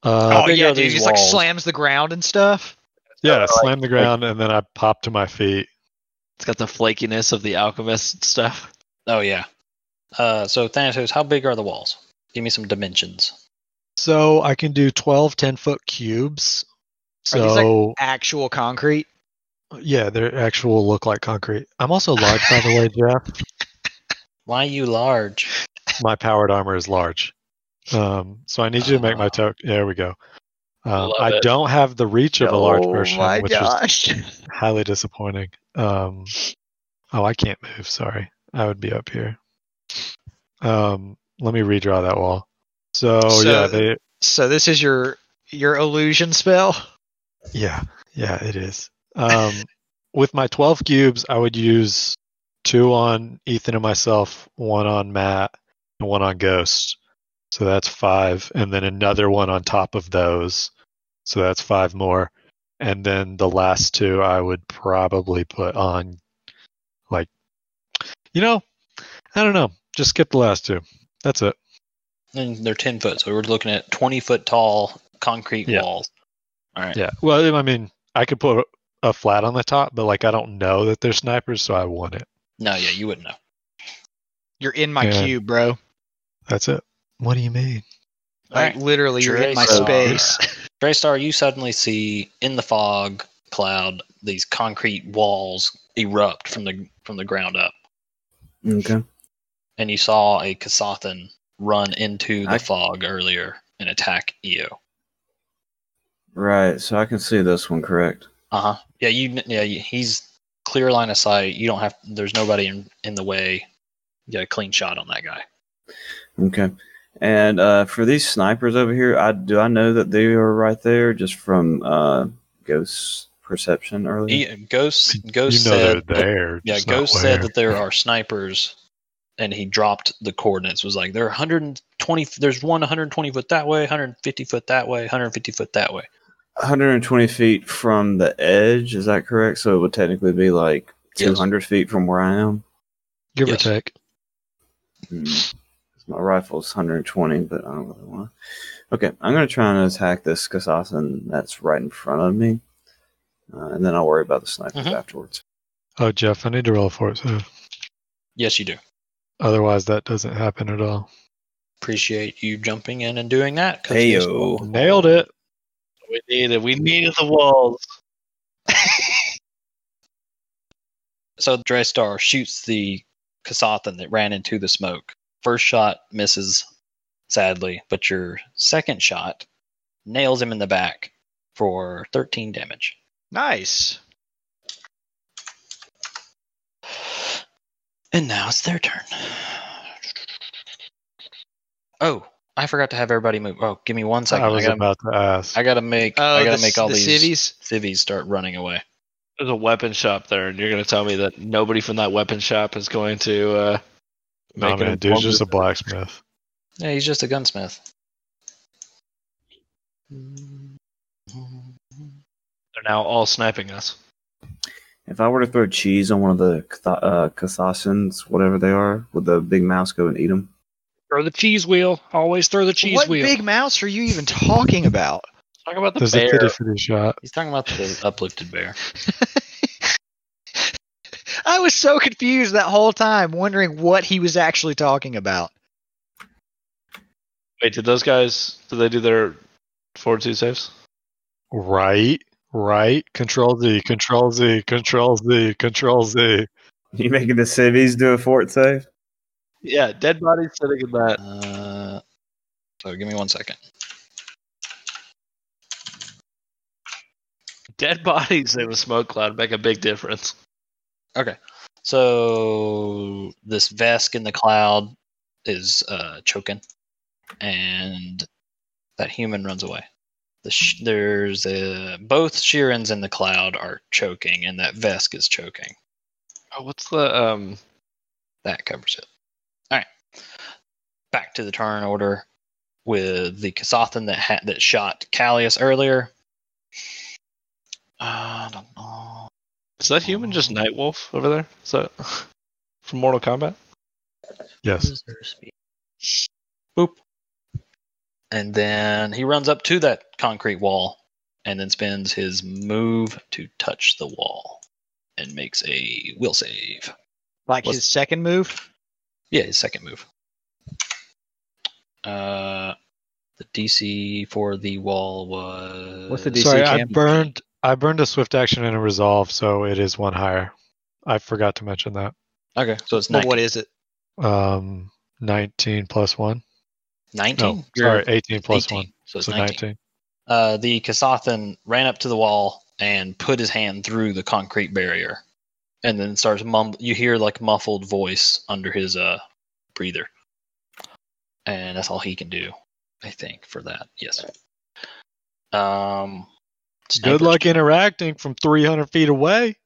Speaker 3: Uh,
Speaker 5: oh
Speaker 1: big are
Speaker 5: yeah, dude. He
Speaker 1: these
Speaker 5: just like
Speaker 1: walls?
Speaker 5: slams the ground and stuff.
Speaker 3: Yeah, I slammed the ground and then I popped to my feet.
Speaker 4: It's got the flakiness of the alchemist stuff.
Speaker 1: Oh yeah. Uh, so Thanatos, how big are the walls? Give me some dimensions.
Speaker 3: So I can do 12 10 foot cubes.
Speaker 5: Are these, like,
Speaker 3: So,
Speaker 5: Actual concrete.
Speaker 3: yeah, they're actual look like concrete. I'm also large, by the way, Jeff.
Speaker 1: Why you large?
Speaker 3: My powered armor is large. Um, so I need you to make my token. There we go. Um,
Speaker 4: Ah. Love
Speaker 3: I
Speaker 4: it.
Speaker 3: don't have the reach of a large person,
Speaker 5: Oh my
Speaker 3: which
Speaker 5: gosh.
Speaker 3: is highly disappointing. Um, oh, I can't move. Sorry. I would be up here. Um, let me redraw that wall. So,
Speaker 5: So-
Speaker 3: yeah, they,
Speaker 5: so this is your your illusion spell.
Speaker 3: Yeah, yeah, it is. Um, with my 12 cubes, I would use two on Ethan and myself, one on Matt, and one on Ghost. So that's five. And then another one on top of those. So that's five more. And then the last two I would probably put on, like, you know, I don't know. Just skip the last two. That's it.
Speaker 1: And they're ten foot, so we're looking at twenty foot tall concrete
Speaker 3: Yeah.
Speaker 1: walls. All right.
Speaker 3: Yeah. Well, I mean, I could put a flat on the top, but like, I don't know that they're snipers, so I want it.
Speaker 1: No, yeah, you wouldn't know.
Speaker 5: You're in my
Speaker 3: Yeah.
Speaker 5: cube, bro.
Speaker 3: That's it. What do you mean?
Speaker 5: Like
Speaker 1: Alright.
Speaker 5: literally, you're in my
Speaker 1: Tracer.
Speaker 5: space.
Speaker 1: Draystar, you suddenly see in the fog cloud these concrete walls erupt from the from the ground up,
Speaker 6: Okay.
Speaker 1: and you saw a Kasathan run into the
Speaker 6: I-
Speaker 1: fog earlier and attack Io.
Speaker 6: Right, so I can see this one, correct?
Speaker 1: Uh huh. Yeah, you. Yeah, you- he's clear line of sight. You don't have. There's nobody in in the way. You got a clean shot on that guy.
Speaker 6: Okay. And uh, for these snipers over here, I do I know that they are right there just from uh, ghost perception earlier.
Speaker 1: He, Ghost. Ghost
Speaker 3: you know
Speaker 1: said. that-
Speaker 3: they're there.
Speaker 1: yeah,
Speaker 3: just not
Speaker 1: Ghost
Speaker 3: where.
Speaker 1: said that there are snipers, and he dropped the coordinates. Was like there are 120. f- There's one 120 foot that way, 150 foot that way, 150 foot that way.
Speaker 6: 120 feet from the edge, is that correct? So it would technically be like
Speaker 1: Yes.
Speaker 6: 200 feet from where I am.
Speaker 3: give
Speaker 1: Yes.
Speaker 3: or take.
Speaker 6: Hmm. 'Cause My rifle's 120, but I don't really want to. Okay, I'm going to try and attack this Kasasan that's right in front of me. Uh, and then I'll worry about the snipers
Speaker 1: Mhm.
Speaker 6: afterwards.
Speaker 3: Oh, Jeff, I need to roll for it. So
Speaker 1: Yes, you do.
Speaker 3: otherwise, that doesn't happen at all.
Speaker 1: Appreciate you jumping in and doing that. 'cause
Speaker 6: Hey,
Speaker 1: this-
Speaker 6: yo.
Speaker 3: Nailed it.
Speaker 4: We needed we needed the walls.
Speaker 1: So Draystar shoots the Kasathan that ran into the smoke. First shot misses, sadly, but your second shot nails him in the back for 13 damage.
Speaker 5: Nice.
Speaker 1: And now it's their turn. Oh, I forgot to have everybody move. Oh, give me one second.
Speaker 3: I
Speaker 1: I,
Speaker 3: was
Speaker 1: gotta,
Speaker 3: about to ask.
Speaker 1: I gotta make.
Speaker 5: Oh,
Speaker 1: I gotta
Speaker 5: the,
Speaker 1: make all
Speaker 5: the
Speaker 1: these
Speaker 5: cities.
Speaker 1: civvies start running away.
Speaker 4: There's a weapon shop there, and you're gonna tell me that nobody from that weapon shop is going to uh
Speaker 3: Nah,
Speaker 4: make
Speaker 3: man,
Speaker 4: an
Speaker 3: dude's
Speaker 4: informed
Speaker 3: just a blacksmith.
Speaker 1: Yeah, he's just a gunsmith. Mm-hmm.
Speaker 4: They're now all sniping us.
Speaker 6: If I were to throw cheese on one of the Katha- uh, Kasasans, whatever they are, would the big mouse go and eat them?
Speaker 7: Throw the cheese wheel. Always throw the cheese
Speaker 5: what
Speaker 7: wheel.
Speaker 5: big mouse are you even talking about?
Speaker 4: Talk about the
Speaker 3: There's a
Speaker 4: bear.
Speaker 3: fitty fitty shot.
Speaker 1: He's talking about the uplifted bear.
Speaker 5: I was so confused that whole time, wondering what he was actually talking about.
Speaker 4: Wait, did those guys? Did they do their forward two saves?
Speaker 3: Right, right. Control Z, Control Z, Control Z, Control Z.
Speaker 6: You making the civies do a fort save?
Speaker 4: Yeah, dead bodies sitting in that.
Speaker 1: Uh, so give me one second.
Speaker 4: Dead bodies in a smoke cloud make a big difference.
Speaker 1: So this Vesk in the cloud is uh, choking, and that human runs away. The sh- there's a, both Sheerans in the cloud are choking, and that Vesk is choking.
Speaker 4: Oh, what's the um?
Speaker 1: That covers it. All right, back to the turn order with the Kasathan that ha- that shot Callius earlier. Uh, I don't know.
Speaker 4: Is that human just Nightwolf over there? Is that from Mortal Kombat?
Speaker 3: Yes.
Speaker 1: Boop. And then he runs up to that concrete wall and then spends his move to touch the wall and makes a will save.
Speaker 5: Like
Speaker 1: What's-
Speaker 5: his second move.
Speaker 1: Yeah, his second move. Uh, the DC for the wall was.
Speaker 2: What's the DC,
Speaker 3: Sorry, I
Speaker 2: champ?
Speaker 3: burned. I burned a swift action and a resolve, so it is one higher. I forgot to mention that.
Speaker 1: Okay, so it's
Speaker 5: Well,
Speaker 1: 19.
Speaker 5: what is it?
Speaker 3: Um, nineteen plus one.
Speaker 1: 19?
Speaker 3: No, Oh, sorry,
Speaker 1: You're
Speaker 3: eighteen plus
Speaker 1: 18,
Speaker 3: one.
Speaker 1: So it's
Speaker 3: So
Speaker 1: 19.
Speaker 3: nineteen.
Speaker 1: Uh, the Kasathan ran up to the wall and put his hand through the concrete barrier, and then starts mumble. You hear like muffled voice under his uh breather, and that's all he can do, I think, for that. Yes. Um.
Speaker 3: Good
Speaker 1: Sniper's-
Speaker 3: luck interacting from three hundred feet away.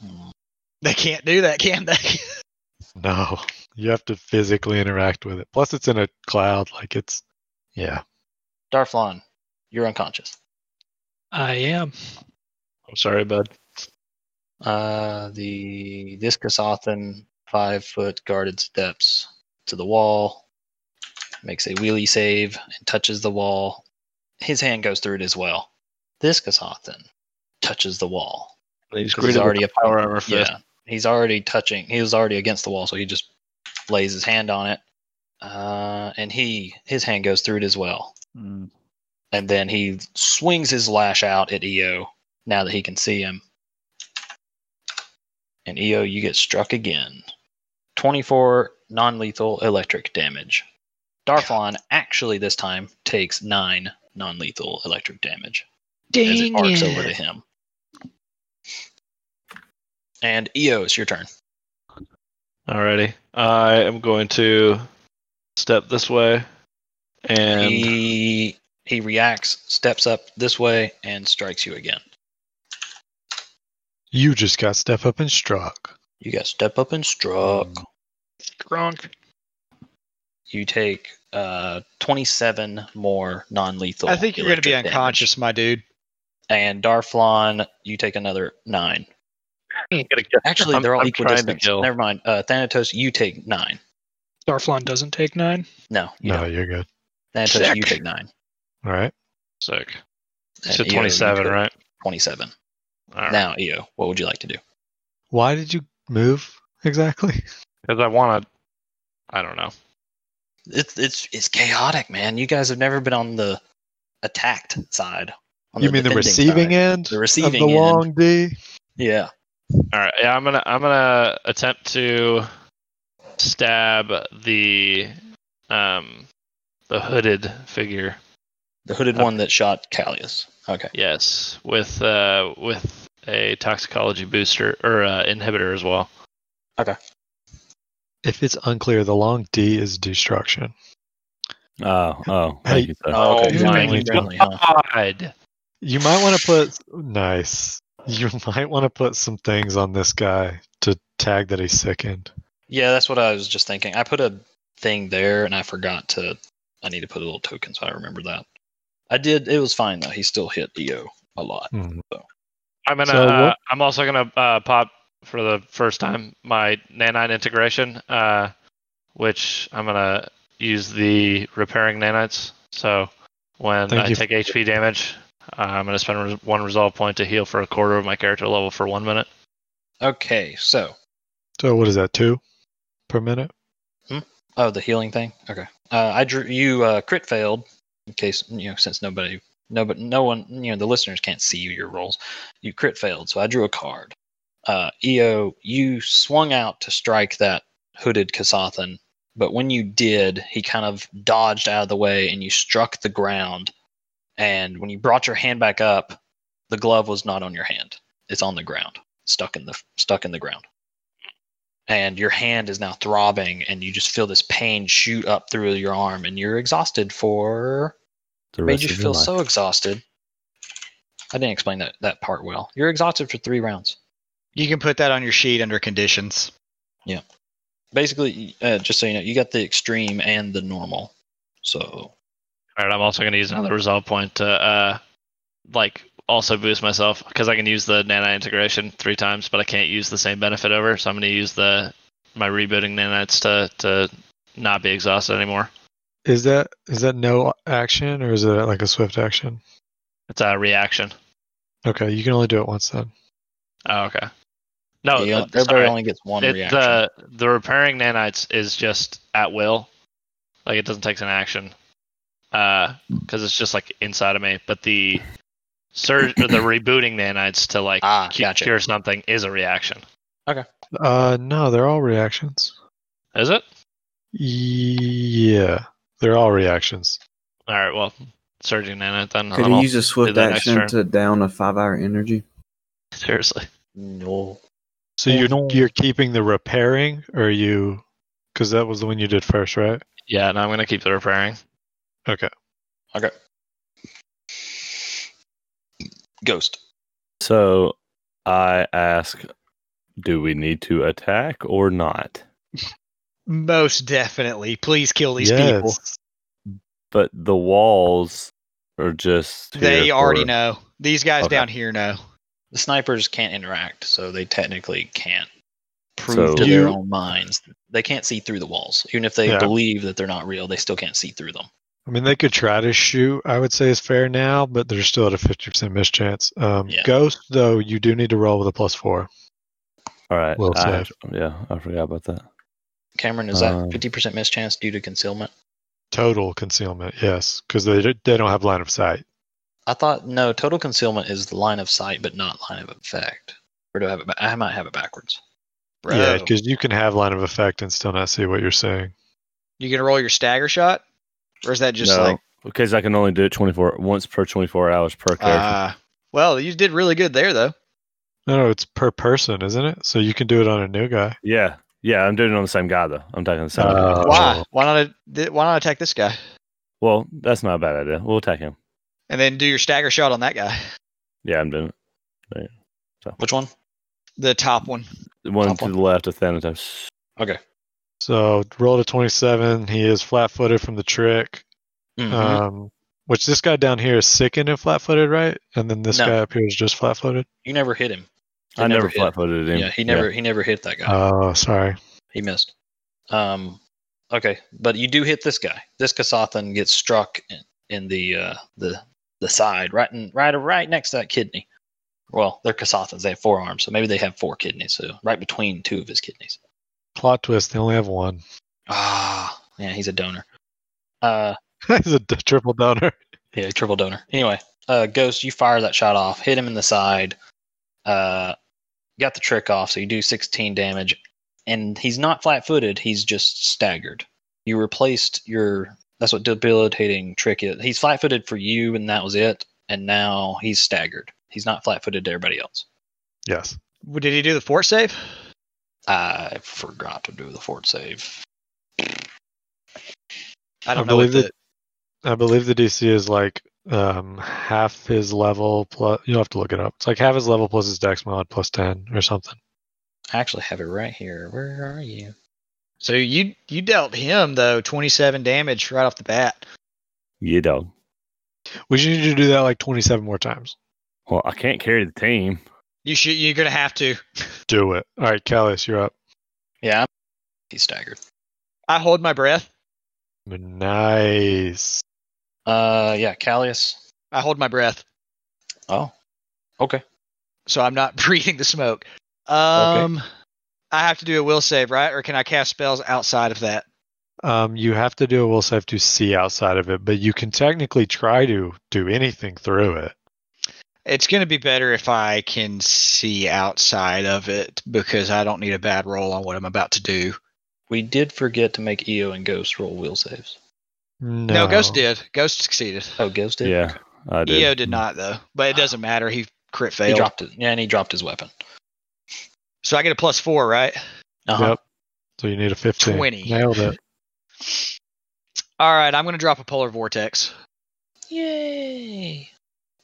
Speaker 1: Hmm.
Speaker 5: They can't do that, can they?
Speaker 3: No, you have to physically interact with it. Plus, it's in a cloud. Like it's, yeah.
Speaker 1: Darflon, you're unconscious.
Speaker 7: I am.
Speaker 4: I'm sorry, bud.
Speaker 1: Uh, the this Kasathan five foot guarded steps to the wall, makes a wheelie save and touches the wall. His hand goes through it as well. This Kasathan touches the wall. 'Cause he's
Speaker 4: He's greeted with
Speaker 1: already
Speaker 4: a
Speaker 1: a-
Speaker 4: power armor fist.
Speaker 1: Yeah, he's already touching. He was already against the wall, so he just lays his hand on it. Uh, and he his hand goes through it as well.
Speaker 2: Mm.
Speaker 1: And then he swings his lash out at EO now that he can see him. And EO, you get struck again. 24 non lethal electric damage. Darflon actually this time takes 9 non lethal electric damage as it arcs over to him. And EO, it's your turn.
Speaker 4: Alrighty. I am going to step this way and
Speaker 1: he he reacts, steps up this way, and strikes you again.
Speaker 3: You just got step up and struck.
Speaker 1: You got step up and struck.
Speaker 3: Mm,
Speaker 7: Gronk.
Speaker 1: you take uh 27 more non-lethal.
Speaker 5: I think you're going to be
Speaker 1: electric damage.
Speaker 5: unconscious, my dude.
Speaker 1: And Darflon, you take another nine.
Speaker 4: I'm gonna get-
Speaker 1: Actually,
Speaker 4: I'm-
Speaker 1: they're all
Speaker 4: I'm
Speaker 1: equal
Speaker 4: trying to
Speaker 1: distance.
Speaker 4: kill.
Speaker 1: Never mind. Uh, Thanatos, you take nine.
Speaker 7: Darflon doesn't take nine.
Speaker 1: No, you
Speaker 3: no,
Speaker 1: don't.
Speaker 3: you're good.
Speaker 1: Thanatos,
Speaker 4: Sick.
Speaker 1: you take nine.
Speaker 3: All right.
Speaker 4: Sick.
Speaker 1: And Io,
Speaker 4: So
Speaker 1: Uh, you
Speaker 4: 27,
Speaker 1: take
Speaker 4: right?
Speaker 1: 27.
Speaker 4: All right.
Speaker 1: Now, Eo, what would you like to do?
Speaker 3: Why did you move exactly?
Speaker 4: Because I want to. I don't know.
Speaker 1: It's it's it's chaotic, man. You guys have never been on the attacked side. on
Speaker 3: You mean the
Speaker 1: defending
Speaker 3: receiving
Speaker 1: side.
Speaker 3: end
Speaker 1: The
Speaker 3: of the
Speaker 1: receiving end.
Speaker 3: long D?
Speaker 1: Yeah.
Speaker 4: All right. Yeah, I'm gonna. I'm gonna attempt to stab the um the hooded figure.
Speaker 1: The hooded
Speaker 4: Okay.
Speaker 1: one that shot Callius. Okay.
Speaker 4: Yes, with uh with a toxicology booster or uh, inhibitor as well.
Speaker 3: If it's unclear, the long D is destruction.
Speaker 2: Oh, oh.
Speaker 3: Hey,
Speaker 2: thank you, sir.
Speaker 1: Oh, okay.
Speaker 3: my
Speaker 1: Friendly,
Speaker 3: God.
Speaker 1: friendly, huh?
Speaker 4: God.
Speaker 3: You might want to put nice. You might want to put some things on this guy to tag that he's sickened.
Speaker 1: Yeah, that's what I was just thinking. I put a thing there and I forgot to. I need to put a little token so I remember that. I did. It was fine though. He still hit EO a lot.
Speaker 3: Hmm.
Speaker 4: I'm gonna.
Speaker 3: So
Speaker 4: uh,
Speaker 3: what-
Speaker 4: I'm also gonna uh, pop for the first time my nanite integration, uh, which I'm gonna use the repairing nanites. So when
Speaker 3: Thank
Speaker 4: I
Speaker 3: you.
Speaker 4: take HP damage, uh, I'm going to spend res- one resolve point to heal for a quarter of my character level for one minute.
Speaker 1: Okay, so
Speaker 3: So what is that? Two per minute.
Speaker 1: oh, the healing thing. Okay, uh, I drew you uh, crit failed in case you know since nobody, no, but no one, you know, the listeners can't see your rolls. You crit failed, so I drew a card. Uh, Eo, you swung out to strike that hooded Kasathan, but when you did, he kind of dodged out of the way and you struck the ground. And when you brought your hand back up, the glove was not on your hand; it's on the ground, stuck in the stuck in the ground and your hand is now throbbing and you just feel this pain shoot up through your arm and you're exhausted for
Speaker 2: The
Speaker 1: made
Speaker 2: rest
Speaker 1: you
Speaker 2: of your
Speaker 1: feel
Speaker 2: life.
Speaker 1: so exhausted i didn't explain that, that part well you're exhausted for three rounds
Speaker 5: You can put that on your sheet under conditions.
Speaker 1: basically uh, just so you know you got the extreme and the normal so
Speaker 4: All right, I'm also going to use another resolve point to, uh, like, also boost myself because I can use the nana integration three times, but I can't use the same benefit over. So I'm going to use the my rebooting nanites to to not be exhausted anymore.
Speaker 3: Is that is that no action or is it like a swift action?
Speaker 4: It's a reaction.
Speaker 3: Okay, you can only do it once then.
Speaker 4: Oh, okay. No,
Speaker 1: you-
Speaker 4: uh,
Speaker 1: everybody
Speaker 4: sorry.
Speaker 1: only gets one
Speaker 4: It-
Speaker 1: reaction
Speaker 4: the the repairing nanites is just at will, like it doesn't take an action, because it's just like inside of me. But the surge, the rebooting nanites to like
Speaker 1: ah
Speaker 4: cu-
Speaker 1: gotcha
Speaker 4: cure something is a reaction.
Speaker 3: Uh, no, they're all reactions.
Speaker 4: Is it?
Speaker 3: Yeah, they're all reactions.
Speaker 4: All right. Well, surging nanite then.
Speaker 6: Could
Speaker 4: I'm
Speaker 6: you
Speaker 4: all-
Speaker 6: use a swift
Speaker 4: that next
Speaker 6: action
Speaker 4: turn.
Speaker 6: to down a five hour energy?
Speaker 4: seriously?
Speaker 1: no
Speaker 3: So
Speaker 1: Oh,
Speaker 3: you're
Speaker 1: no.
Speaker 3: you're keeping the repairing, or you? Because that was the one you did first, right?
Speaker 4: Yeah. And I'm gonna keep the repairing.
Speaker 3: Okay.
Speaker 1: okay ghost
Speaker 2: So I ask, do we need to attack or not?
Speaker 5: Most definitely. Please kill these people.
Speaker 3: yes.
Speaker 2: But the walls are just.
Speaker 5: They
Speaker 2: here
Speaker 5: already
Speaker 2: for-
Speaker 5: know. These guys
Speaker 2: Okay.
Speaker 5: down here know.
Speaker 1: the snipers can't interact, so they technically can't prove
Speaker 2: So-
Speaker 1: to their
Speaker 3: You-
Speaker 1: own minds. They can't see through the walls, even if they
Speaker 3: Yeah.
Speaker 1: believe that they're not real. They still can't see through them.
Speaker 3: I mean, they could try to shoot. I would say is fair now, but they're still at a fifty percent miss chance. Um,
Speaker 1: Yeah.
Speaker 3: Ghost though, you do need to roll with a plus four.
Speaker 2: All right.
Speaker 3: Will
Speaker 2: I have- yeah, I forgot about that.
Speaker 1: Cameron, is that
Speaker 2: Um,
Speaker 1: fifty percent miss chance due to concealment?
Speaker 3: Total concealment, yes, because they d- they don't have line of sight.
Speaker 1: I thought no. Total concealment is the line of sight, but not line of effect. Or do I have it? Ba- I might have it backwards.
Speaker 3: Yeah,
Speaker 5: Bro.
Speaker 3: because you can have line of effect and still not see what you're saying.
Speaker 5: You gonna roll your stagger shot? Or is that just
Speaker 2: No,
Speaker 5: like
Speaker 2: because I can only do it 24 once per 24 hours per character.
Speaker 5: uh, well, you did really good there though.
Speaker 3: No, no, it's per person, isn't it? So you can do it on a new guy.
Speaker 2: yeah. Yeah, I'm doing it on the same guy though. I'm taking the same. guy.
Speaker 3: Oh.
Speaker 5: Why? Why not th- why not attack this guy?
Speaker 2: Well, that's not a bad idea. We'll attack him.
Speaker 5: And then do your stagger shot on that guy.
Speaker 2: Yeah, I'm doing it.
Speaker 1: Which one?
Speaker 5: The top one.
Speaker 2: The One
Speaker 1: Top
Speaker 2: to
Speaker 1: one.
Speaker 2: the left of Thanatos.
Speaker 3: So roll to 27. He is flat footed from the trick,
Speaker 1: Mhm.
Speaker 3: um, which this guy down here is sickened and flat footed, right? And then this
Speaker 1: No.
Speaker 3: guy up here is just flat footed.
Speaker 1: you never hit him. You
Speaker 2: I never
Speaker 1: hit
Speaker 2: flat footed him.
Speaker 1: Yeah, he never he never hit that guy.
Speaker 3: Oh, sorry.
Speaker 1: He missed. Um, okay, but you do hit this guy. This Kasathan gets struck in, in the uh, the the side, right in, right right next to that kidney. Well, they're Kasathans. They have four arms, so maybe they have four kidneys. So right between two of his kidneys.
Speaker 3: Plot twist. They only have one.
Speaker 1: Ah, yeah, he's a donor. Uh,
Speaker 3: He's a d- triple downer.
Speaker 1: yeah, triple donor. Anyway, uh, Ghost, you fire that shot off, hit him in the side. Uh, got the trick off, so you do 16 damage, and he's not flat-footed. He's just staggered. You replaced your. That's what debilitating trick is. He's flat-footed for you, and that was it. And now he's staggered. He's not flat-footed to everybody else.
Speaker 3: Yes.
Speaker 5: W- Did he do the force save?
Speaker 1: I forgot to do the fort save.
Speaker 5: I don't know.
Speaker 3: believe
Speaker 5: what
Speaker 3: that. I believe the DC is like um, half his level plus. You'll have to look it up. It's like half his level plus his dex mod plus 10 or something.
Speaker 1: I actually have it right here. Where are you?
Speaker 5: So you you dealt him though 27 damage right off the bat.
Speaker 2: You dog.
Speaker 3: We should need to do that like 27 more times.
Speaker 2: Well, I can't carry the team.
Speaker 5: You should you're gonna have to.
Speaker 3: Do it. All right, Callius, you're up.
Speaker 1: Yeah, he's staggered.
Speaker 5: I hold my breath.
Speaker 3: Nice.
Speaker 1: Uh, yeah, Callius.
Speaker 5: I hold my breath.
Speaker 1: Oh, okay.
Speaker 5: so I'm not breathing the smoke. Um, I have to do a will save, right? Or can I cast spells outside of that?
Speaker 3: Um, you have to do a will save to see outside of it, but you can technically try to do anything through it.
Speaker 5: It's going to be better if I can see outside of it because I don't need a bad roll on what I'm about to do.
Speaker 1: We did forget to make EO and Ghost roll will saves.
Speaker 3: No,
Speaker 5: No, Ghost did. Ghost succeeded.
Speaker 1: Oh, Ghost did.
Speaker 2: Yeah, I did.
Speaker 5: EO E did not though, but it doesn't matter. He crit
Speaker 1: He
Speaker 5: failed.
Speaker 1: dropped it. Yeah, and he dropped his weapon.
Speaker 5: So I get a plus four, right?
Speaker 1: Uh-huh.
Speaker 3: Yep. So you need a 15.
Speaker 5: 20.
Speaker 3: Nailed it.
Speaker 5: All right, I'm going to drop a polar vortex.
Speaker 1: Yay!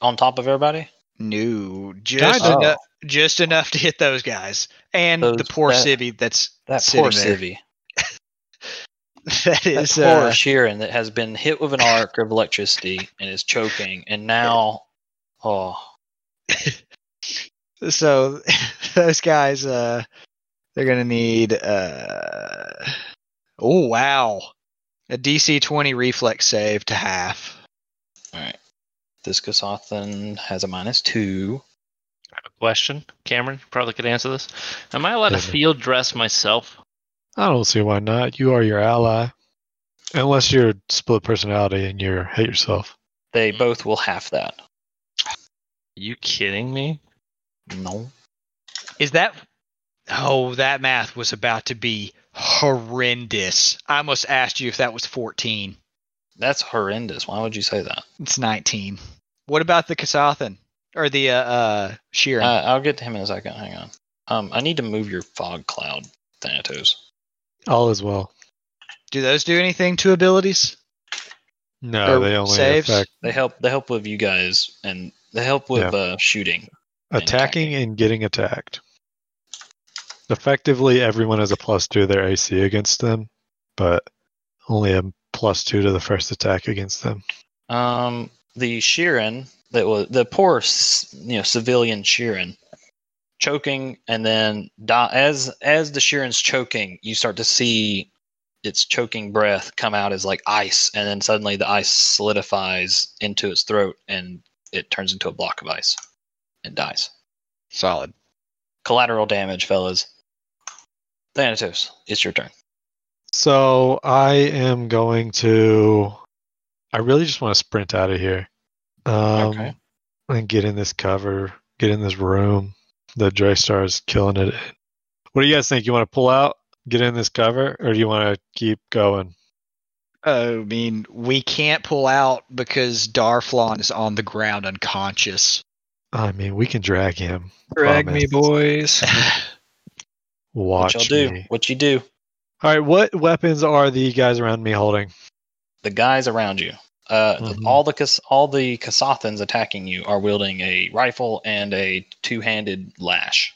Speaker 1: On top of everybody.
Speaker 5: No, just
Speaker 1: Kinda.
Speaker 5: enough, just enough to hit those guys and the
Speaker 1: Those-
Speaker 5: poor
Speaker 1: that-
Speaker 5: civvy. That's
Speaker 1: That
Speaker 5: sitting
Speaker 1: poor
Speaker 5: there.
Speaker 1: civvy.
Speaker 5: That
Speaker 1: That
Speaker 5: is
Speaker 1: poor
Speaker 5: uh,
Speaker 1: Sheeran that has been hit with an arc of electricity and is choking, and now, oh,
Speaker 5: so those guys uh they're gonna need uh oh wow a dc 20 reflex save to half
Speaker 1: this Kasathan has a minus two.
Speaker 4: Question, Cameron, you probably could answer this. Am I allowed to
Speaker 3: Definitely.
Speaker 4: field dress myself?
Speaker 3: I don't see why not. You are your ally. Unless you're split personality and you are hate yourself.
Speaker 1: They both will half that.
Speaker 4: you kidding me?
Speaker 1: No.
Speaker 5: is that oh that math was about to be horrendous i almost asked you if that was 14
Speaker 1: That's horrendous. Why would you say that?
Speaker 5: it's 19 what about the kasathan or the uh uh sheeran
Speaker 1: Uh, I'll get to him in a second. Hang on. Um, I need to move your fog cloud, Thanatos.
Speaker 3: All is well.
Speaker 5: do those do anything to abilities
Speaker 3: No,
Speaker 5: Or
Speaker 3: they only
Speaker 5: saves?
Speaker 3: affect
Speaker 1: They help. They help with you guys, and they help with
Speaker 3: Yeah.
Speaker 1: uh, shooting.
Speaker 3: attacking and getting attacked. Effectively, everyone has a plus two to their AC against them, but only a plus two to the first attack against them.
Speaker 1: Um, the Sheeran that was the poor, s- you know, civilian Sheeran, choking, and then die, as as the Sheeran's choking, you start to see its choking breath come out as like ice, and then suddenly the ice solidifies into its throat, and it turns into a block of ice, and dies.
Speaker 5: solid
Speaker 1: Collateral damage, fellas. Thanatos, it's your turn.
Speaker 3: So I am going to. I really just want to sprint out of here. Um,
Speaker 1: Okay.
Speaker 3: And get in this cover, get in this room. The Draystar is killing it. What do you guys think? You want to pull out, get in this cover, or do you want to keep going?
Speaker 5: I mean, we can't pull out because Darflon is on the ground unconscious.
Speaker 3: I mean, we can drag him.
Speaker 7: Drag
Speaker 3: Promise.
Speaker 7: me, boys.
Speaker 3: Watch
Speaker 1: what y'all do?
Speaker 3: me.
Speaker 1: What you do?
Speaker 3: All right, what weapons are the guys around me holding?
Speaker 1: the guys around you, uh,
Speaker 3: Mhm.
Speaker 1: all the Kas- all the Kasathans attacking you are wielding a rifle and a two-handed lash.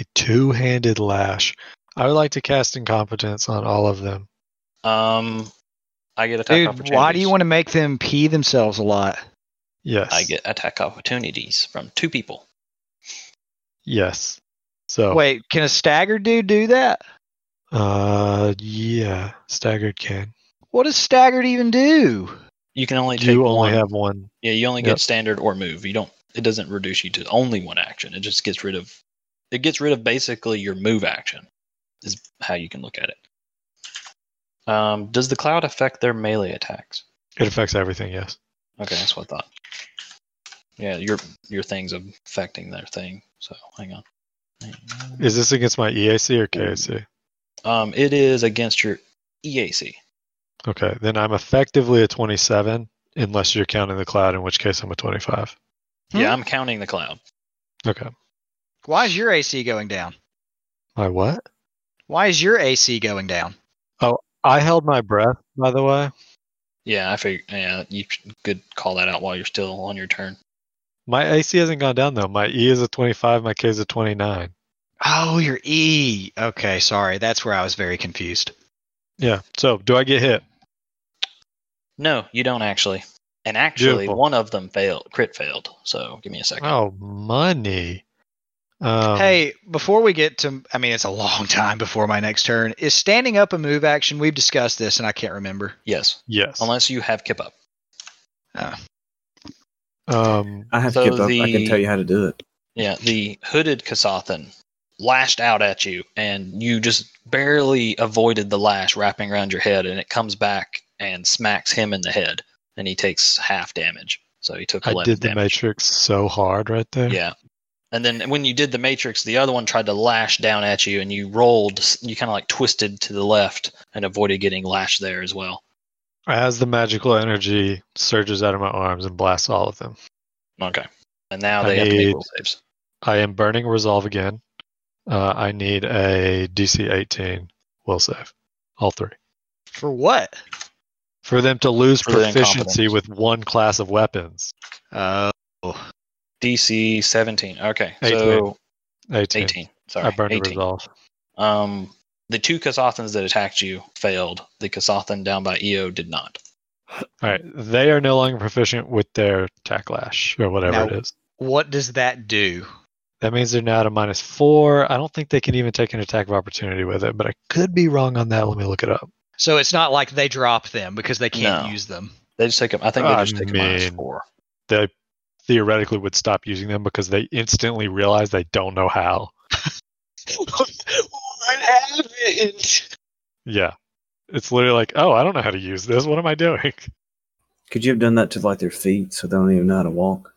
Speaker 3: A two-handed lash. I would like to cast incompetence on all of them.
Speaker 1: Um, I get attack
Speaker 5: Dude,
Speaker 1: opportunities.
Speaker 5: why do you want to make them pee themselves a lot?
Speaker 3: Yes.
Speaker 1: I get attack opportunities from two people.
Speaker 3: Yes.
Speaker 1: Oh.
Speaker 3: So
Speaker 5: Wait, can a staggered dude do that?
Speaker 3: Uh, yeah, staggered can.
Speaker 5: What does staggered even do?
Speaker 1: You can only take
Speaker 3: You
Speaker 1: one.
Speaker 3: only have one.
Speaker 1: yeah, you only get
Speaker 3: Yep.
Speaker 1: standard or move. You don't. It doesn't reduce you to only one action. It just gets rid of. It gets rid of basically your move action. Is how you can look at it. Um, does the cloud affect their melee attacks?
Speaker 3: It affects everything. Yes.
Speaker 1: Okay, that's what I thought. Yeah, your your thing's affecting their thing. So hang on.
Speaker 3: Is this against my EAC or KAC?
Speaker 1: Um, it is against your E EAC.
Speaker 3: Okay, then I'm effectively a 27, unless you're counting the cloud, in which case I'm a 25.
Speaker 1: Yeah, I'm counting the cloud.
Speaker 3: Okay.
Speaker 5: Why is your AC going down?
Speaker 3: My what?
Speaker 5: Why is your AC going down?
Speaker 3: I held my breath, by the way.
Speaker 1: Yeah, I figured. Yeah, you could call that out while you're still on your turn.
Speaker 3: My AC hasn't gone down though. My E is a 25, my K is a 29.
Speaker 5: Oh, your E. Okay, sorry. That's where I was very confused.
Speaker 3: Yeah. So do I get hit?
Speaker 1: No, you don't actually. And actually,
Speaker 3: Beautiful.
Speaker 1: one of them failed. Crit failed. So give me a second.
Speaker 3: Oh, money. Um,
Speaker 5: hey, before we get to, I mean, it's a long time before my next turn. Is standing up a move action? We've discussed this and I can't remember.
Speaker 1: Yes,
Speaker 3: Yes.
Speaker 1: unless you have Kip up.
Speaker 3: Um,
Speaker 6: I have
Speaker 1: So
Speaker 6: to give up. I can
Speaker 1: the-
Speaker 6: tell you how to do it.
Speaker 1: Yeah, the hooded Kasathan lashed out at you, and you just barely avoided the lash wrapping around your head, and it comes back and smacks him in the head, and he takes half damage. So he took
Speaker 3: I
Speaker 1: 11
Speaker 3: did the
Speaker 1: damage.
Speaker 3: Matrix so hard right there.
Speaker 1: Yeah. And then when you did the Matrix, the other one tried to lash down at you, and you rolled, you kind of like twisted to the left and avoided getting lashed there as well.
Speaker 3: As the magical energy surges out of my arms and blasts all of them.
Speaker 1: Okay. And now
Speaker 3: I
Speaker 1: they have to make
Speaker 3: need-
Speaker 1: will saves.
Speaker 3: I am burning resolve again. Uh, I need a DC 18 will save. All three.
Speaker 5: For what?
Speaker 3: For them to lose
Speaker 1: For their
Speaker 3: proficiency
Speaker 1: incompetence.
Speaker 3: with one class of weapons.
Speaker 1: Oh.
Speaker 5: Uh,
Speaker 1: DC 17. Okay. So
Speaker 3: 18.
Speaker 1: 18. Sorry.
Speaker 3: I burned a
Speaker 1: 18.
Speaker 3: resolve.
Speaker 1: Um, the two Kasathans that attacked you failed. The Kasathan down by EO did not.
Speaker 3: All right. They are no longer proficient with their tacklash or whatever
Speaker 5: Now-
Speaker 3: it is.
Speaker 5: what does that do?
Speaker 3: That means they're now at a minus four. I don't think they can even take an attack of opportunity with it, but I could be wrong on that. Let me look it up.
Speaker 5: So it's not like they drop them because they can't
Speaker 1: No.
Speaker 5: use them.
Speaker 1: They just take them. I think they
Speaker 3: I
Speaker 1: just take a minus
Speaker 3: mean-
Speaker 1: four.
Speaker 3: They theoretically would stop using them because they instantly realize they don't know how.
Speaker 5: what happened?
Speaker 3: Yeah. It's literally like, oh, I don't know how to use this. What am I doing?
Speaker 6: Could you have done that to like their feet so they don't even know how to walk?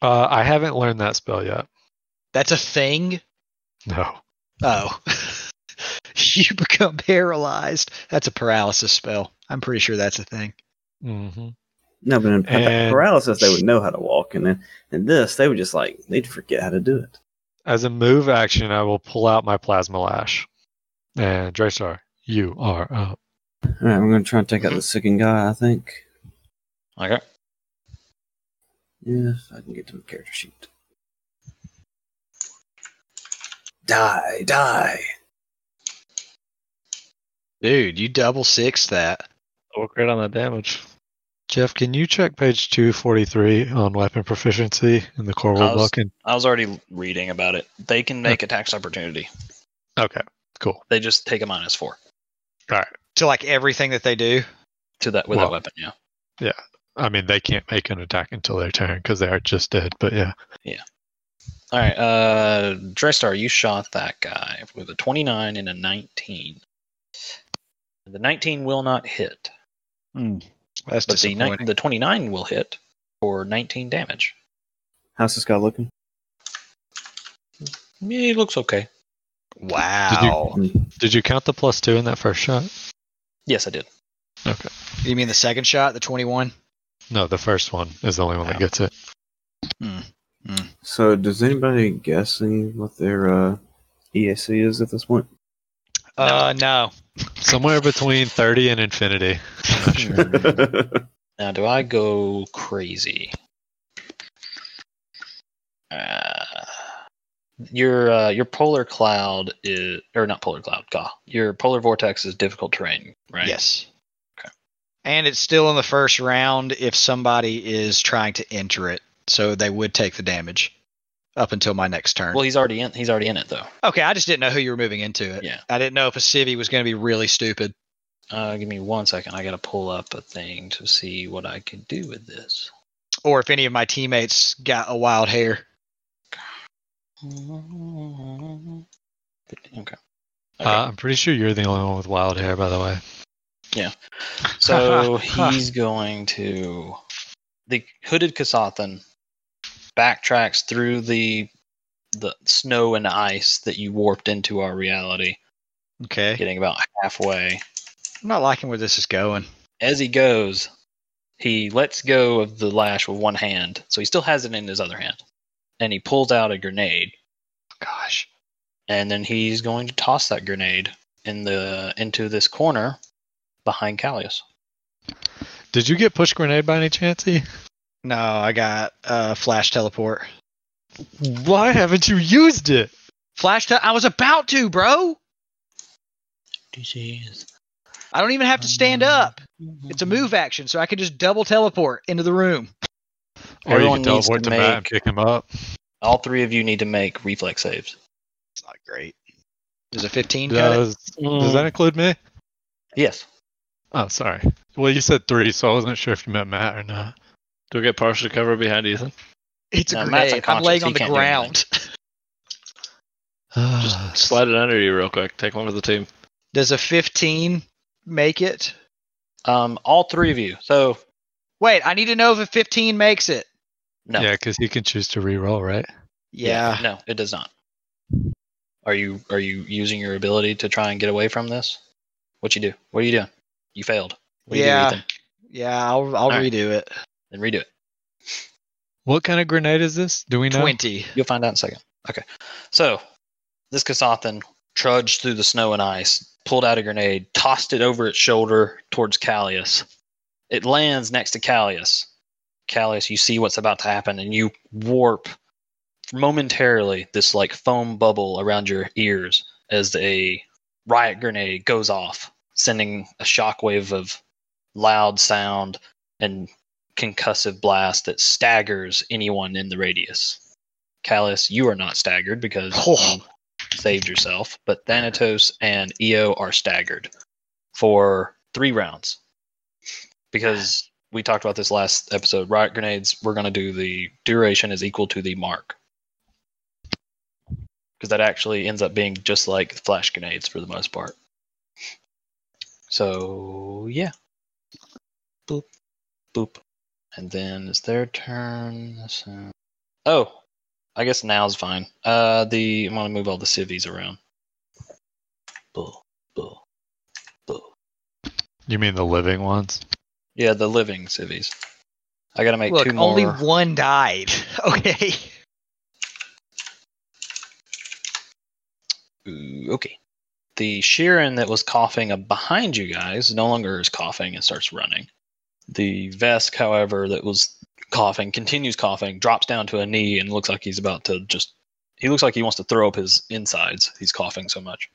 Speaker 3: Uh, I haven't learned that spell yet.
Speaker 5: That's a thing.
Speaker 3: No.
Speaker 5: Oh. you become paralyzed. That's a paralysis spell. I'm pretty sure that's a thing.
Speaker 3: Mm-hmm.
Speaker 6: No, but in pa-
Speaker 3: And-
Speaker 6: paralysis, they would know how to walk, and then in this, they would just like they'd forget how to do it.
Speaker 3: As a move action, I will pull out my plasma lash. And Draystar, you are up.
Speaker 6: All right, I'm gonna try and take out the sickened guy. I think.
Speaker 1: Okay.
Speaker 6: Yes, I can get to the character sheet. Die, die.
Speaker 5: Dude, you double six that.
Speaker 4: We're great on that damage.
Speaker 3: Jeff, can you check page 243 on weapon proficiency in the core
Speaker 1: I
Speaker 3: rule
Speaker 1: was-
Speaker 3: book? And,
Speaker 1: I was already reading about it. They can make a tax opportunity.
Speaker 3: okay, cool.
Speaker 1: They just take a minus four
Speaker 5: To like everything that they do.
Speaker 1: to that with
Speaker 3: Well-
Speaker 1: that weapon. Yeah.
Speaker 3: I mean, they can't make an attack until their turn because they are just dead, but yeah.
Speaker 1: All right. Uh, Drestar, you shot that guy with a 29 and a 19. The 19 will not hit,
Speaker 5: That's
Speaker 1: but the,
Speaker 5: disappointing.
Speaker 1: ni- the 29 will hit for 19 damage.
Speaker 6: How's this guy looking?
Speaker 1: Yeah, he looks okay.
Speaker 5: wow.
Speaker 6: Hmm.
Speaker 3: Did you count the plus two in that first shot?
Speaker 1: Yes, I did.
Speaker 3: Okay.
Speaker 5: You, mean the second shot, the 21?
Speaker 3: No, the first one is the only one that gets it.
Speaker 6: So, does anybody guessing what their uh, EAC is at this point?
Speaker 5: Uh, no.
Speaker 3: Somewhere between 30 and infinity. I'm not sure.
Speaker 1: Now, do I go crazy? Uh, your uh, your polar cloud is, or not polar cloud, God, your polar vortex is difficult terrain, right?
Speaker 5: Yes.
Speaker 1: Okay.
Speaker 5: And it's still in the first round if somebody is trying to enter it, so they would take the damage up until my next turn.
Speaker 1: Well, he's already in. He's already in it though.
Speaker 5: okay, I just didn't know who you were moving into it.
Speaker 1: Yeah.
Speaker 5: I didn't know if a civvy was going to be really stupid.
Speaker 1: Uh, give me one second. I gotta pull up a thing to see what I can do with this.
Speaker 5: or if any of my teammates got a wild hair.
Speaker 1: Okay.
Speaker 3: Uh, I'm pretty sure you're the only one with wild hair, by the way.
Speaker 1: So he's going to the hooded Kasathan backtracks through the the snow and ice that you warped into our reality,
Speaker 5: Okay.
Speaker 1: getting about halfway.
Speaker 5: I'm not liking where this is going.
Speaker 1: As he goes, he lets go of the lash with one hand, so he still has it in his other hand, and he pulls out a grenade,
Speaker 5: Gosh.
Speaker 1: and then he's going to toss that grenade in the into this corner behind Callius.
Speaker 3: Did you get push grenade by any chance? E?
Speaker 5: No, I got uh, flash teleport.
Speaker 3: Why haven't you used it?
Speaker 5: Flash te- I was about to, bro.
Speaker 1: DC is
Speaker 5: I don't even have to
Speaker 1: Mm.
Speaker 5: stand up. It's a move action, so I can just double teleport into the room.
Speaker 3: Or you
Speaker 1: Everyone
Speaker 3: can
Speaker 1: needs
Speaker 3: teleport
Speaker 1: to
Speaker 3: to Matt and
Speaker 1: make-
Speaker 3: pick him up.
Speaker 1: All three of you need to make reflex saves.
Speaker 5: It's not great. Does a 15 cut it?
Speaker 3: Does, does that include me?
Speaker 1: Yes.
Speaker 3: Oh, sorry. Well, you said three, so I wasn't sure if you meant Matt or not.
Speaker 4: Do I get partial cover behind Ethan?
Speaker 5: It's
Speaker 1: No,
Speaker 5: a
Speaker 1: Matt's
Speaker 5: grenade. I'm
Speaker 1: unconscious.
Speaker 5: laying on
Speaker 1: He
Speaker 5: the
Speaker 1: can't do
Speaker 5: ground.
Speaker 4: Just slide it under you real quick. Take one for the team.
Speaker 5: Does a 15 make it?
Speaker 1: Um, all three of you. So
Speaker 5: Wait, I need to know if a 15 makes it.
Speaker 1: no,
Speaker 3: Yeah, because he can choose to re-roll, right?
Speaker 5: Yeah.
Speaker 1: no, it does not. Are you are you using your ability to try and get away from this? What you do? What are you doing? You failed. What do
Speaker 5: Yeah.
Speaker 1: you do, Ethan?
Speaker 5: Yeah, I'll I'll
Speaker 1: All right.
Speaker 5: redo it.
Speaker 1: Then redo it.
Speaker 3: What kind of grenade is this? Do we know?
Speaker 5: 20.
Speaker 1: You'll find out in a second. Okay. So this Kasathan trudged through the snow and ice, pulled out a grenade, tossed it over its shoulder towards Callius. It lands next to Callius. Callius, you see what's about to happen, and you warp momentarily this like foam bubble around your ears as a riot grenade goes off, sending a shockwave of loud sound and concussive blast that staggers anyone in the radius. Callus, you are not staggered because
Speaker 5: Oh.
Speaker 1: you saved yourself, but Thanatos and Io are staggered for three rounds. Because we talked about this last episode, riot grenades, we're going to do the duration is equal to the mark. Because that actually ends up being just like flash grenades for the most part. So, yeah. Boop, boop. And then it's their turn. So... Oh, I guess now's fine. Uh, the I'm gonna move all the civvies around. Bull, bull, bull.
Speaker 3: You mean the living ones?
Speaker 1: Yeah, the living civvies. I gotta make
Speaker 5: Look,
Speaker 1: two more.
Speaker 5: only one died. Okay.
Speaker 1: Ooh, okay. The Sheeran that was coughing up behind you guys no longer is coughing and starts running. The Vesk, however, that was coughing continues coughing, drops down to a knee, and looks like he's about to just. He looks like he wants to throw up his insides. He's coughing so much.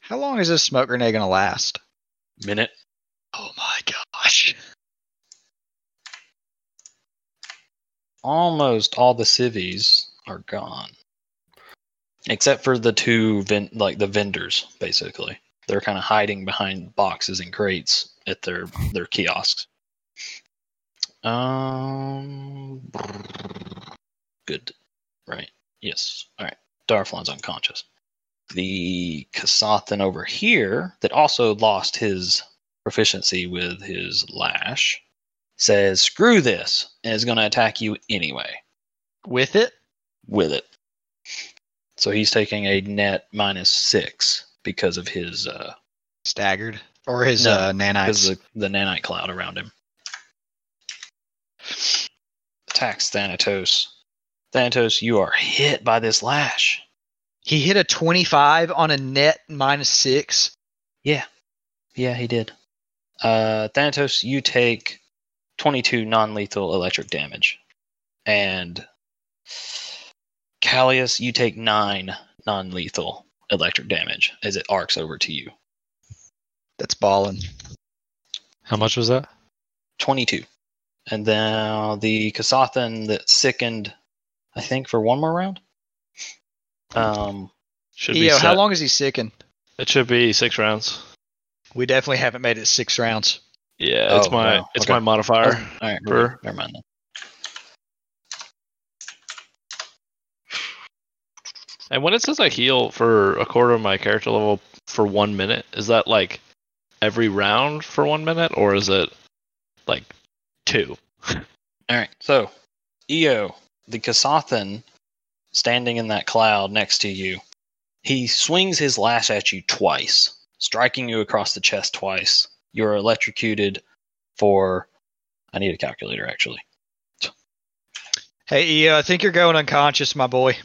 Speaker 5: How long is this smoke grenade going to last?
Speaker 1: Minute.
Speaker 5: Oh my gosh.
Speaker 1: almost all the civvies are gone, except for the two ven- like the vendors. Basically, they're kind of hiding behind boxes and crates at their their kiosks. Um, good, right? Yes. All right. Darflon's unconscious. The Kasathan over here that also lost his proficiency with his lash says screw this and is going to attack you anyway
Speaker 5: With it?
Speaker 1: with it so he's taking a net minus six because of his uh
Speaker 5: Staggered. Or his
Speaker 1: No,
Speaker 5: uh,
Speaker 1: because
Speaker 5: nanites.
Speaker 1: the, the nanite cloud around him attacks thanatos thanatos you are hit by this lash
Speaker 5: He hit a 25 on a net minus six.
Speaker 1: yeah he did uh thanatos you take 22 non-lethal electric damage and Callius, you take nine non-lethal electric damage as it arcs over to you.
Speaker 5: That's balling.
Speaker 3: How much was that?
Speaker 1: Twenty-two, and then the Kasathan that sickened, I think, for one more round. Um,
Speaker 4: Should be
Speaker 5: Eo,
Speaker 4: set.
Speaker 5: E how long is he sicking?
Speaker 4: It should be six rounds.
Speaker 5: We definitely haven't made it six rounds.
Speaker 4: Yeah,
Speaker 1: Oh,
Speaker 4: it's my
Speaker 1: wow.
Speaker 4: it's
Speaker 1: Okay.
Speaker 4: my
Speaker 1: oh, all
Speaker 4: modifier.
Speaker 1: right,
Speaker 4: Burr.
Speaker 1: never mind then.
Speaker 4: And when it says I heal for a quarter of my character level for one minute, is that like every round for one minute, or is it like two?
Speaker 1: All right, so Eo, the Kasathan, standing in that cloud next to you, he swings his lash at you twice, striking you across the chest twice. You're electrocuted for. I need a calculator actually.
Speaker 5: Hey, Eo, I think you're going unconscious, my boy.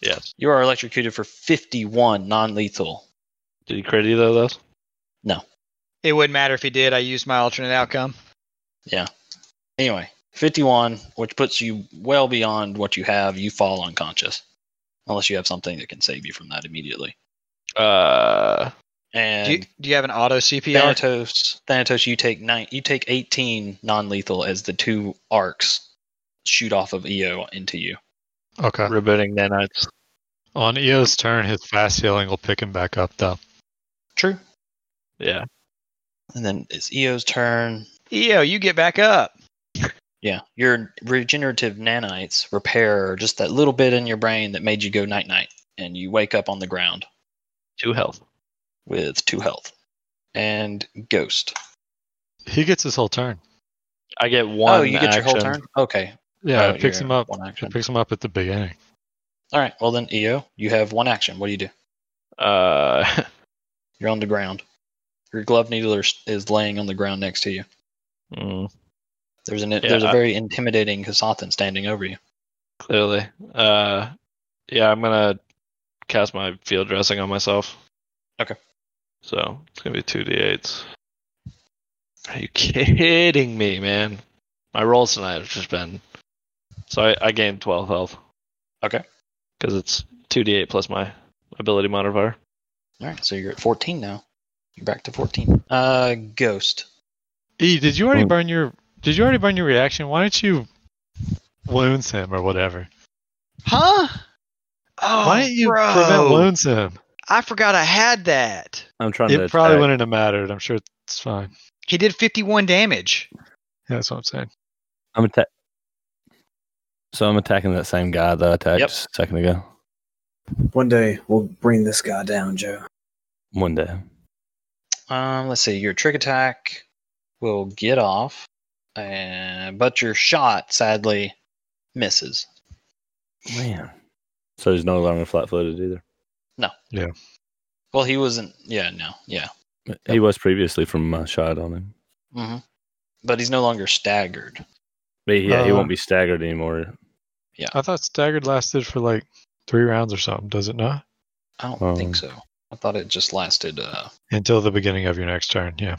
Speaker 4: Yes.
Speaker 1: You are electrocuted for 51 non lethal.
Speaker 4: Did you crit either of those?
Speaker 5: It wouldn't matter if he did. I used my alternate outcome.
Speaker 1: Anyway, 51, which puts you well beyond what you have. You fall unconscious, unless you have something that can save you from that immediately.
Speaker 4: Uh,
Speaker 1: And
Speaker 5: Do you, do you have an auto CPR?
Speaker 1: Thanatos, Thanatos, you take nine, you take eighteen non-lethal as the two arcs shoot off of Io into you.
Speaker 3: Okay.
Speaker 4: rebooting nanites.
Speaker 3: On Eo's turn, his fast healing will pick him back up, though.
Speaker 1: True.
Speaker 4: Yeah.
Speaker 1: And then it's Io's turn.
Speaker 5: Eo, you get back up.
Speaker 1: Yeah, your regenerative nanites repair just that little bit in your brain that made you go night night, and you wake up on the ground
Speaker 4: Two health.
Speaker 1: with two health and ghost.
Speaker 3: He gets his whole turn.
Speaker 4: I get one.
Speaker 1: oh, you get your whole
Speaker 4: action.
Speaker 1: turn. Okay,
Speaker 3: Yeah,
Speaker 1: Oh,
Speaker 3: it picks
Speaker 1: you're
Speaker 3: him up.
Speaker 1: One
Speaker 3: It
Speaker 1: action.
Speaker 3: picks him up at the beginning.
Speaker 1: All right. Well then, EO, you have one action. What do you do?
Speaker 4: Uh,
Speaker 1: You're on the ground. Your glove needler is- is laying on the ground next to you.
Speaker 4: mm,
Speaker 1: There's an there's a
Speaker 4: I-
Speaker 1: very intimidating Kasathan standing over you.
Speaker 4: clearly. Uh, yeah, I'm gonna cast my field dressing on myself.
Speaker 1: Okay.
Speaker 4: So it's gonna be two d8s. Are you kidding me, man? My rolls tonight have just been. So I, I gained 12 health.
Speaker 1: Okay.
Speaker 4: Because it's two d8 plus my ability modifier.
Speaker 1: All right. So you're at 14 now. You're back to 14. Uh, ghost.
Speaker 3: E, did you already
Speaker 2: Hmm.
Speaker 3: burn your? Did you already burn your reaction? Why don't you wounds him or whatever?
Speaker 5: Huh? Oh,
Speaker 3: Why don't you
Speaker 5: bro.
Speaker 3: prevent wounds him?
Speaker 5: I forgot I had that.
Speaker 2: I'm trying to.
Speaker 3: It probably
Speaker 2: attack.
Speaker 3: wouldn't have mattered. I'm sure it's fine.
Speaker 5: He did 51 damage.
Speaker 3: Yeah, that's what I'm saying.
Speaker 2: I'm atta- So I'm attacking that same guy that I attacked
Speaker 1: Yep.
Speaker 2: a second ago.
Speaker 6: One day we'll bring this guy down, Joe.
Speaker 2: One day.
Speaker 1: Um, let's see. Your trick attack will get off, and but your shot sadly misses.
Speaker 2: Man. So he's no longer flat footed either.
Speaker 1: Well, he wasn't. Yeah. No. Yeah.
Speaker 2: He was previously from my shot on him.
Speaker 1: hmm But he's no longer staggered.
Speaker 2: But yeah, he
Speaker 3: Uh,
Speaker 2: won't be staggered anymore.
Speaker 3: I thought staggered lasted for like three rounds or something. Does it not?
Speaker 1: I don't
Speaker 2: Um.
Speaker 1: think so. I thought it just lasted. Uh,
Speaker 3: Until the beginning of your next turn. Yeah.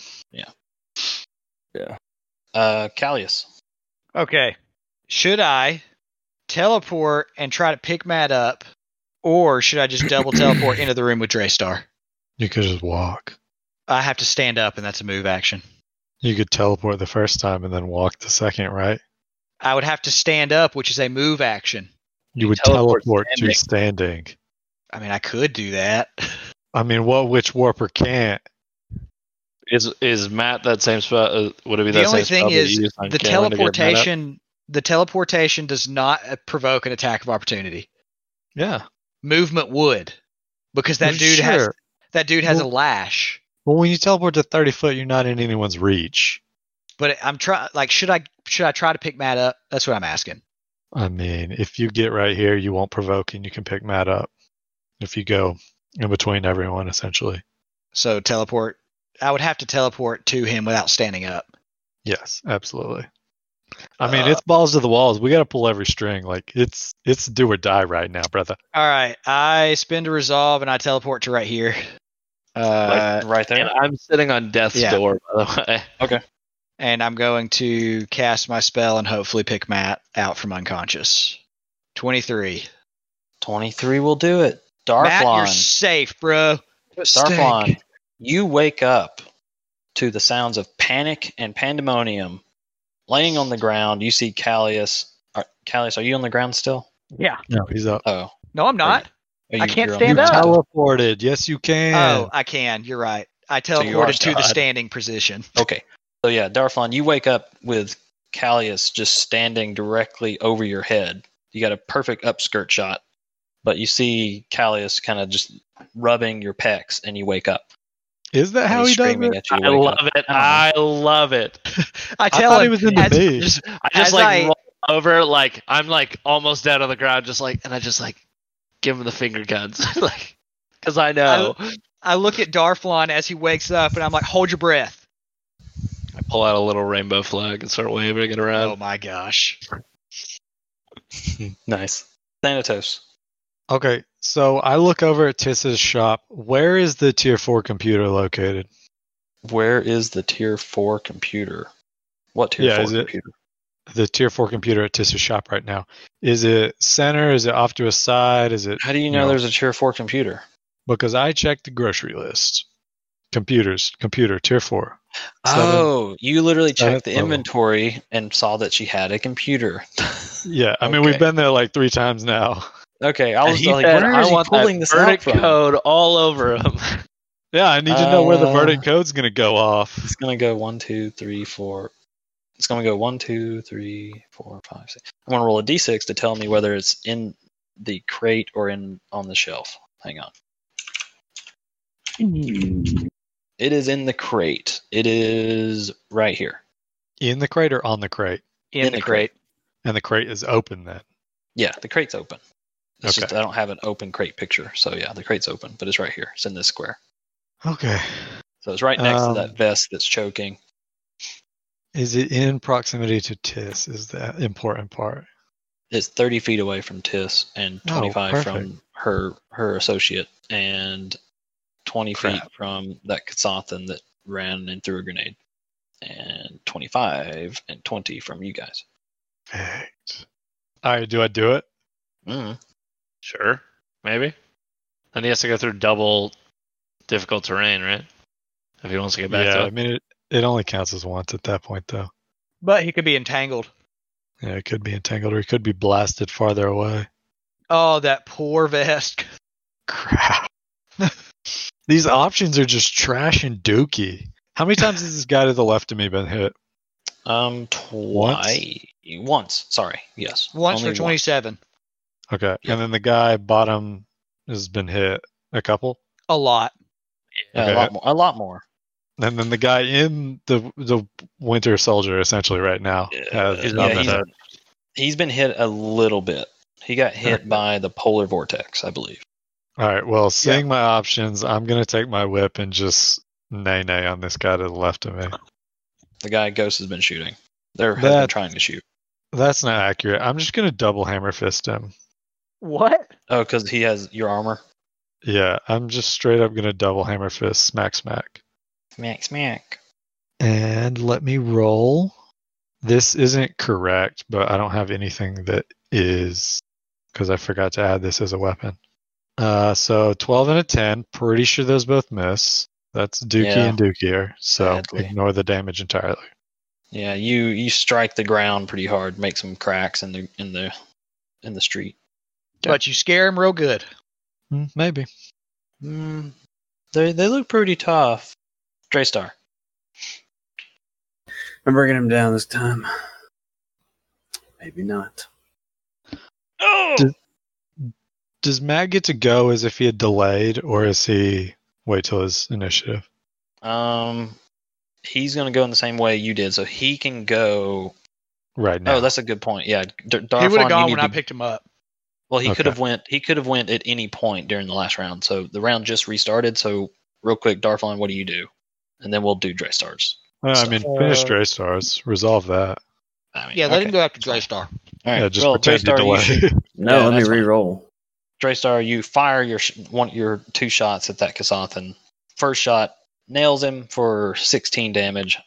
Speaker 1: uh, Callius.
Speaker 5: Okay. Should I teleport and try to pick Matt up, or should I just double teleport into the room with Draystar?
Speaker 3: You could just walk.
Speaker 5: I have to stand up, and that's a move action.
Speaker 3: You could teleport the first time and then walk the second, right?
Speaker 5: I would have to stand up, which is a move action.
Speaker 3: You would
Speaker 4: teleport
Speaker 3: teleport, to standing.
Speaker 5: I mean, I could do that.
Speaker 3: I mean, what witch warper can't?
Speaker 4: Is is Matt that same spot? Uh, would it be
Speaker 5: The
Speaker 4: that
Speaker 5: only
Speaker 4: same spell
Speaker 5: thing
Speaker 4: that
Speaker 5: is
Speaker 4: you used on
Speaker 5: the
Speaker 3: uh,
Speaker 4: Cameron to get Matt up?
Speaker 5: teleportation. The teleportation does not uh, provoke an attack of opportunity.
Speaker 3: Yeah.
Speaker 5: Movement would, because that dude has
Speaker 3: Sure.
Speaker 5: that dude has
Speaker 3: Well-
Speaker 5: a lash.
Speaker 3: Well, when you teleport to 30 foot, you're not in anyone's reach.
Speaker 5: But I'm trying. Like, should I should I try to pick Matt up? That's what I'm asking.
Speaker 3: I mean, if you get right here, you won't provoke and you can pick Matt up. If you go in between everyone, essentially.
Speaker 5: So teleport. I would have to teleport to him without standing up.
Speaker 3: Yes, absolutely. I mean,
Speaker 5: Uh,
Speaker 3: it's balls to the walls. We got to pull every string. Like it's it's do or die right now, brother.
Speaker 5: All right, I spend a resolve and I teleport to right here. Uh,
Speaker 1: Right, right there.
Speaker 4: And I'm sitting on death's
Speaker 5: Yeah.
Speaker 4: door, by the way.
Speaker 5: and I'm going to cast my spell and hopefully pick Matt out from unconscious. Twenty-three.
Speaker 1: 23 will do it. Darflon.
Speaker 5: Matt, you're safe, bro.
Speaker 1: Darflon, you wake up to the sounds of panic and pandemonium. Laying on the ground, you see Callius. Are, Callius, are you on the ground still?
Speaker 3: No, he's up.
Speaker 1: Oh,
Speaker 5: No, I'm not.
Speaker 1: Are
Speaker 5: I can't
Speaker 1: you're on
Speaker 5: stand
Speaker 1: the
Speaker 5: up.
Speaker 1: ground still?
Speaker 3: Teleported. Yes, you can.
Speaker 5: Oh, I can. You're right. I
Speaker 1: So you are
Speaker 5: teleported to the
Speaker 1: shot.
Speaker 5: standing position.
Speaker 1: Okay, so yeah, Darflon, you wake up with Callius just standing directly over your head. You got a perfect upskirt shot, but you see Callius kind of just rubbing your pecs, and you wake up.
Speaker 3: Is that
Speaker 1: And
Speaker 3: how
Speaker 1: he's
Speaker 3: he does
Speaker 1: screaming
Speaker 3: it?
Speaker 1: at you.
Speaker 4: I
Speaker 1: to wake up.
Speaker 4: love it. I love it.
Speaker 5: I
Speaker 3: I
Speaker 5: tell
Speaker 3: thought
Speaker 5: him
Speaker 3: he was in the
Speaker 5: as-
Speaker 3: base.
Speaker 4: Just, I
Speaker 5: As
Speaker 4: just like
Speaker 5: I-
Speaker 4: roll over, like I'm like almost dead on the ground, just like, and I just like give him the finger guns, like, because I know. I,
Speaker 5: I look at Darflon as he wakes up, and I'm like, "Hold your breath."
Speaker 4: pull out a little rainbow flag and start waving it around.
Speaker 5: oh my gosh!
Speaker 1: Nice. Thanatos.
Speaker 3: Okay, so I look over at Tiss's shop. Where is the tier four computer located?
Speaker 1: Where is the tier four computer? What tier
Speaker 3: Yeah,
Speaker 1: four
Speaker 3: is it-
Speaker 1: computer?
Speaker 3: The tier four computer at Tiss's shop right now. Is it center? Is it off to a side? Is it
Speaker 1: How do you know
Speaker 3: No.
Speaker 1: there's a tier four computer?
Speaker 3: because I checked the grocery list. Computers, computer, tier four.
Speaker 1: Oh, you literally
Speaker 3: seventh
Speaker 1: checked the
Speaker 3: level.
Speaker 1: inventory and saw that she had a computer.
Speaker 3: Yeah, I mean we've
Speaker 1: Okay.
Speaker 3: been there like three times now.
Speaker 1: okay, I
Speaker 4: And
Speaker 1: was
Speaker 4: he
Speaker 1: like,
Speaker 4: said,
Speaker 1: where
Speaker 4: Oh, "I
Speaker 1: is he
Speaker 4: want that
Speaker 1: pulling this out
Speaker 4: verdict
Speaker 1: from?
Speaker 4: code all over him.
Speaker 3: Yeah, I need to know where the
Speaker 1: Uh,
Speaker 3: verdict code's gonna go off.
Speaker 1: It's gonna go one, two, three, four. It's going to go one, two, three, four, five, six. I'm going to roll a d6 to tell me whether it's in the crate or in on the shelf. Hang on.
Speaker 3: Hmm.
Speaker 1: It is in the crate. It is right here.
Speaker 3: In the crate or on the crate?
Speaker 5: in, the crate.
Speaker 3: And the crate is open then.
Speaker 1: Yeah, the crate's open. It's
Speaker 3: Okay.
Speaker 1: just I don't have an open crate picture. So yeah, the crate's open, but it's right here. It's in this square.
Speaker 3: Okay.
Speaker 1: So it's right next
Speaker 3: Um,
Speaker 1: to that vest that's choking.
Speaker 3: Is it in proximity to Tis? Is the important part?
Speaker 1: It's 30 feet away from Tiss and
Speaker 3: Oh,
Speaker 1: 25
Speaker 3: perfect.
Speaker 1: from her her associate and 20 feet
Speaker 3: Crap.
Speaker 1: from that Katsathan that ran and threw a grenade. And 25 and 20 from you guys.
Speaker 3: Perfect. All right, do I do it?
Speaker 4: Hmm.
Speaker 1: Mm.
Speaker 4: Sure. Maybe. Then he has to go through double difficult terrain, right? If he wants to get back
Speaker 3: yeah,
Speaker 4: to
Speaker 3: I
Speaker 4: it.
Speaker 3: mean, it, it only counts as once at that point, though.
Speaker 5: But he could be entangled.
Speaker 3: Yeah, it could be entangled or it could be blasted farther away.
Speaker 5: Oh, that poor vest.
Speaker 3: Crap. These options are just trash and dookie. How many times has this guy to the left of me been hit?
Speaker 1: Um, twice. Once. Sorry. Yes.
Speaker 5: Once
Speaker 1: Only
Speaker 5: for 27.
Speaker 3: Okay. And then the guy bottom has been hit a couple.
Speaker 5: A lot.
Speaker 1: Yeah,
Speaker 3: Okay.
Speaker 1: a lot more. A lot more.
Speaker 3: And then the guy in the the Winter Soldier essentially right now has
Speaker 1: Yeah,
Speaker 3: not
Speaker 1: he's-
Speaker 3: been hit.
Speaker 1: He's been hit a little bit. He got hit by the polar vortex, I believe.
Speaker 3: All right. Well, seeing my options, I'm gonna take my whip and just nay nay on this guy to the left of me.
Speaker 1: The guy Ghost has been shooting. There has been
Speaker 3: That's-
Speaker 1: trying to shoot.
Speaker 3: That's not accurate. I'm just gonna double hammer fist him.
Speaker 5: What?
Speaker 1: Oh, because he has your armor.
Speaker 3: Yeah, I'm just straight up gonna double hammer fist smack smack.
Speaker 1: Smack, smack.
Speaker 3: And let me roll. This isn't correct, but I don't have anything that is because I forgot to add this as a weapon. Uh, so 12 and a 10. Pretty sure those both miss. That's Dookie
Speaker 1: Yeah.
Speaker 3: and Dookier. So
Speaker 1: Sadly.
Speaker 3: ignore the damage entirely.
Speaker 1: Yeah, you you strike the ground pretty hard, make some cracks in the in the in the street.
Speaker 5: But you scare him real good.
Speaker 3: Hmm, maybe.
Speaker 1: Mm, they they look pretty tough. Draystar.
Speaker 6: I'm bringing him down this time. Maybe not.
Speaker 7: Oh,
Speaker 3: Did- Does Matt get to go as if he had delayed, or is he wait till his initiative?
Speaker 1: Um, he's gonna go in the same way you did, so he can go.
Speaker 3: Right now.
Speaker 1: Oh, that's a good point. Yeah, D-
Speaker 5: he
Speaker 1: Darfon,
Speaker 5: would have
Speaker 1: you
Speaker 5: gone
Speaker 1: need
Speaker 5: when
Speaker 1: to
Speaker 5: I picked him up.
Speaker 1: Well, he could
Speaker 3: Okay.
Speaker 1: have went. He could have went at any point during the last round. So the round just restarted. So real quick, Darflon, what do you do? And then we'll do Dre stars.
Speaker 3: Well, Uh, I mean,
Speaker 1: uh,
Speaker 3: finish Dray Stars. Resolve that.
Speaker 1: I mean,
Speaker 5: Yeah, let him
Speaker 1: okay.
Speaker 5: go after Draystar.
Speaker 1: All right.
Speaker 3: Yeah, just
Speaker 1: well,
Speaker 3: pretend you
Speaker 1: Draystar, you shoot-
Speaker 3: delayed.
Speaker 6: No,
Speaker 1: Yeah,
Speaker 6: let me
Speaker 1: that's fine.
Speaker 6: re-roll.
Speaker 1: Draystar, you fire your sh- one your two shots at that Kasathan. First shot nails him for 16 damage.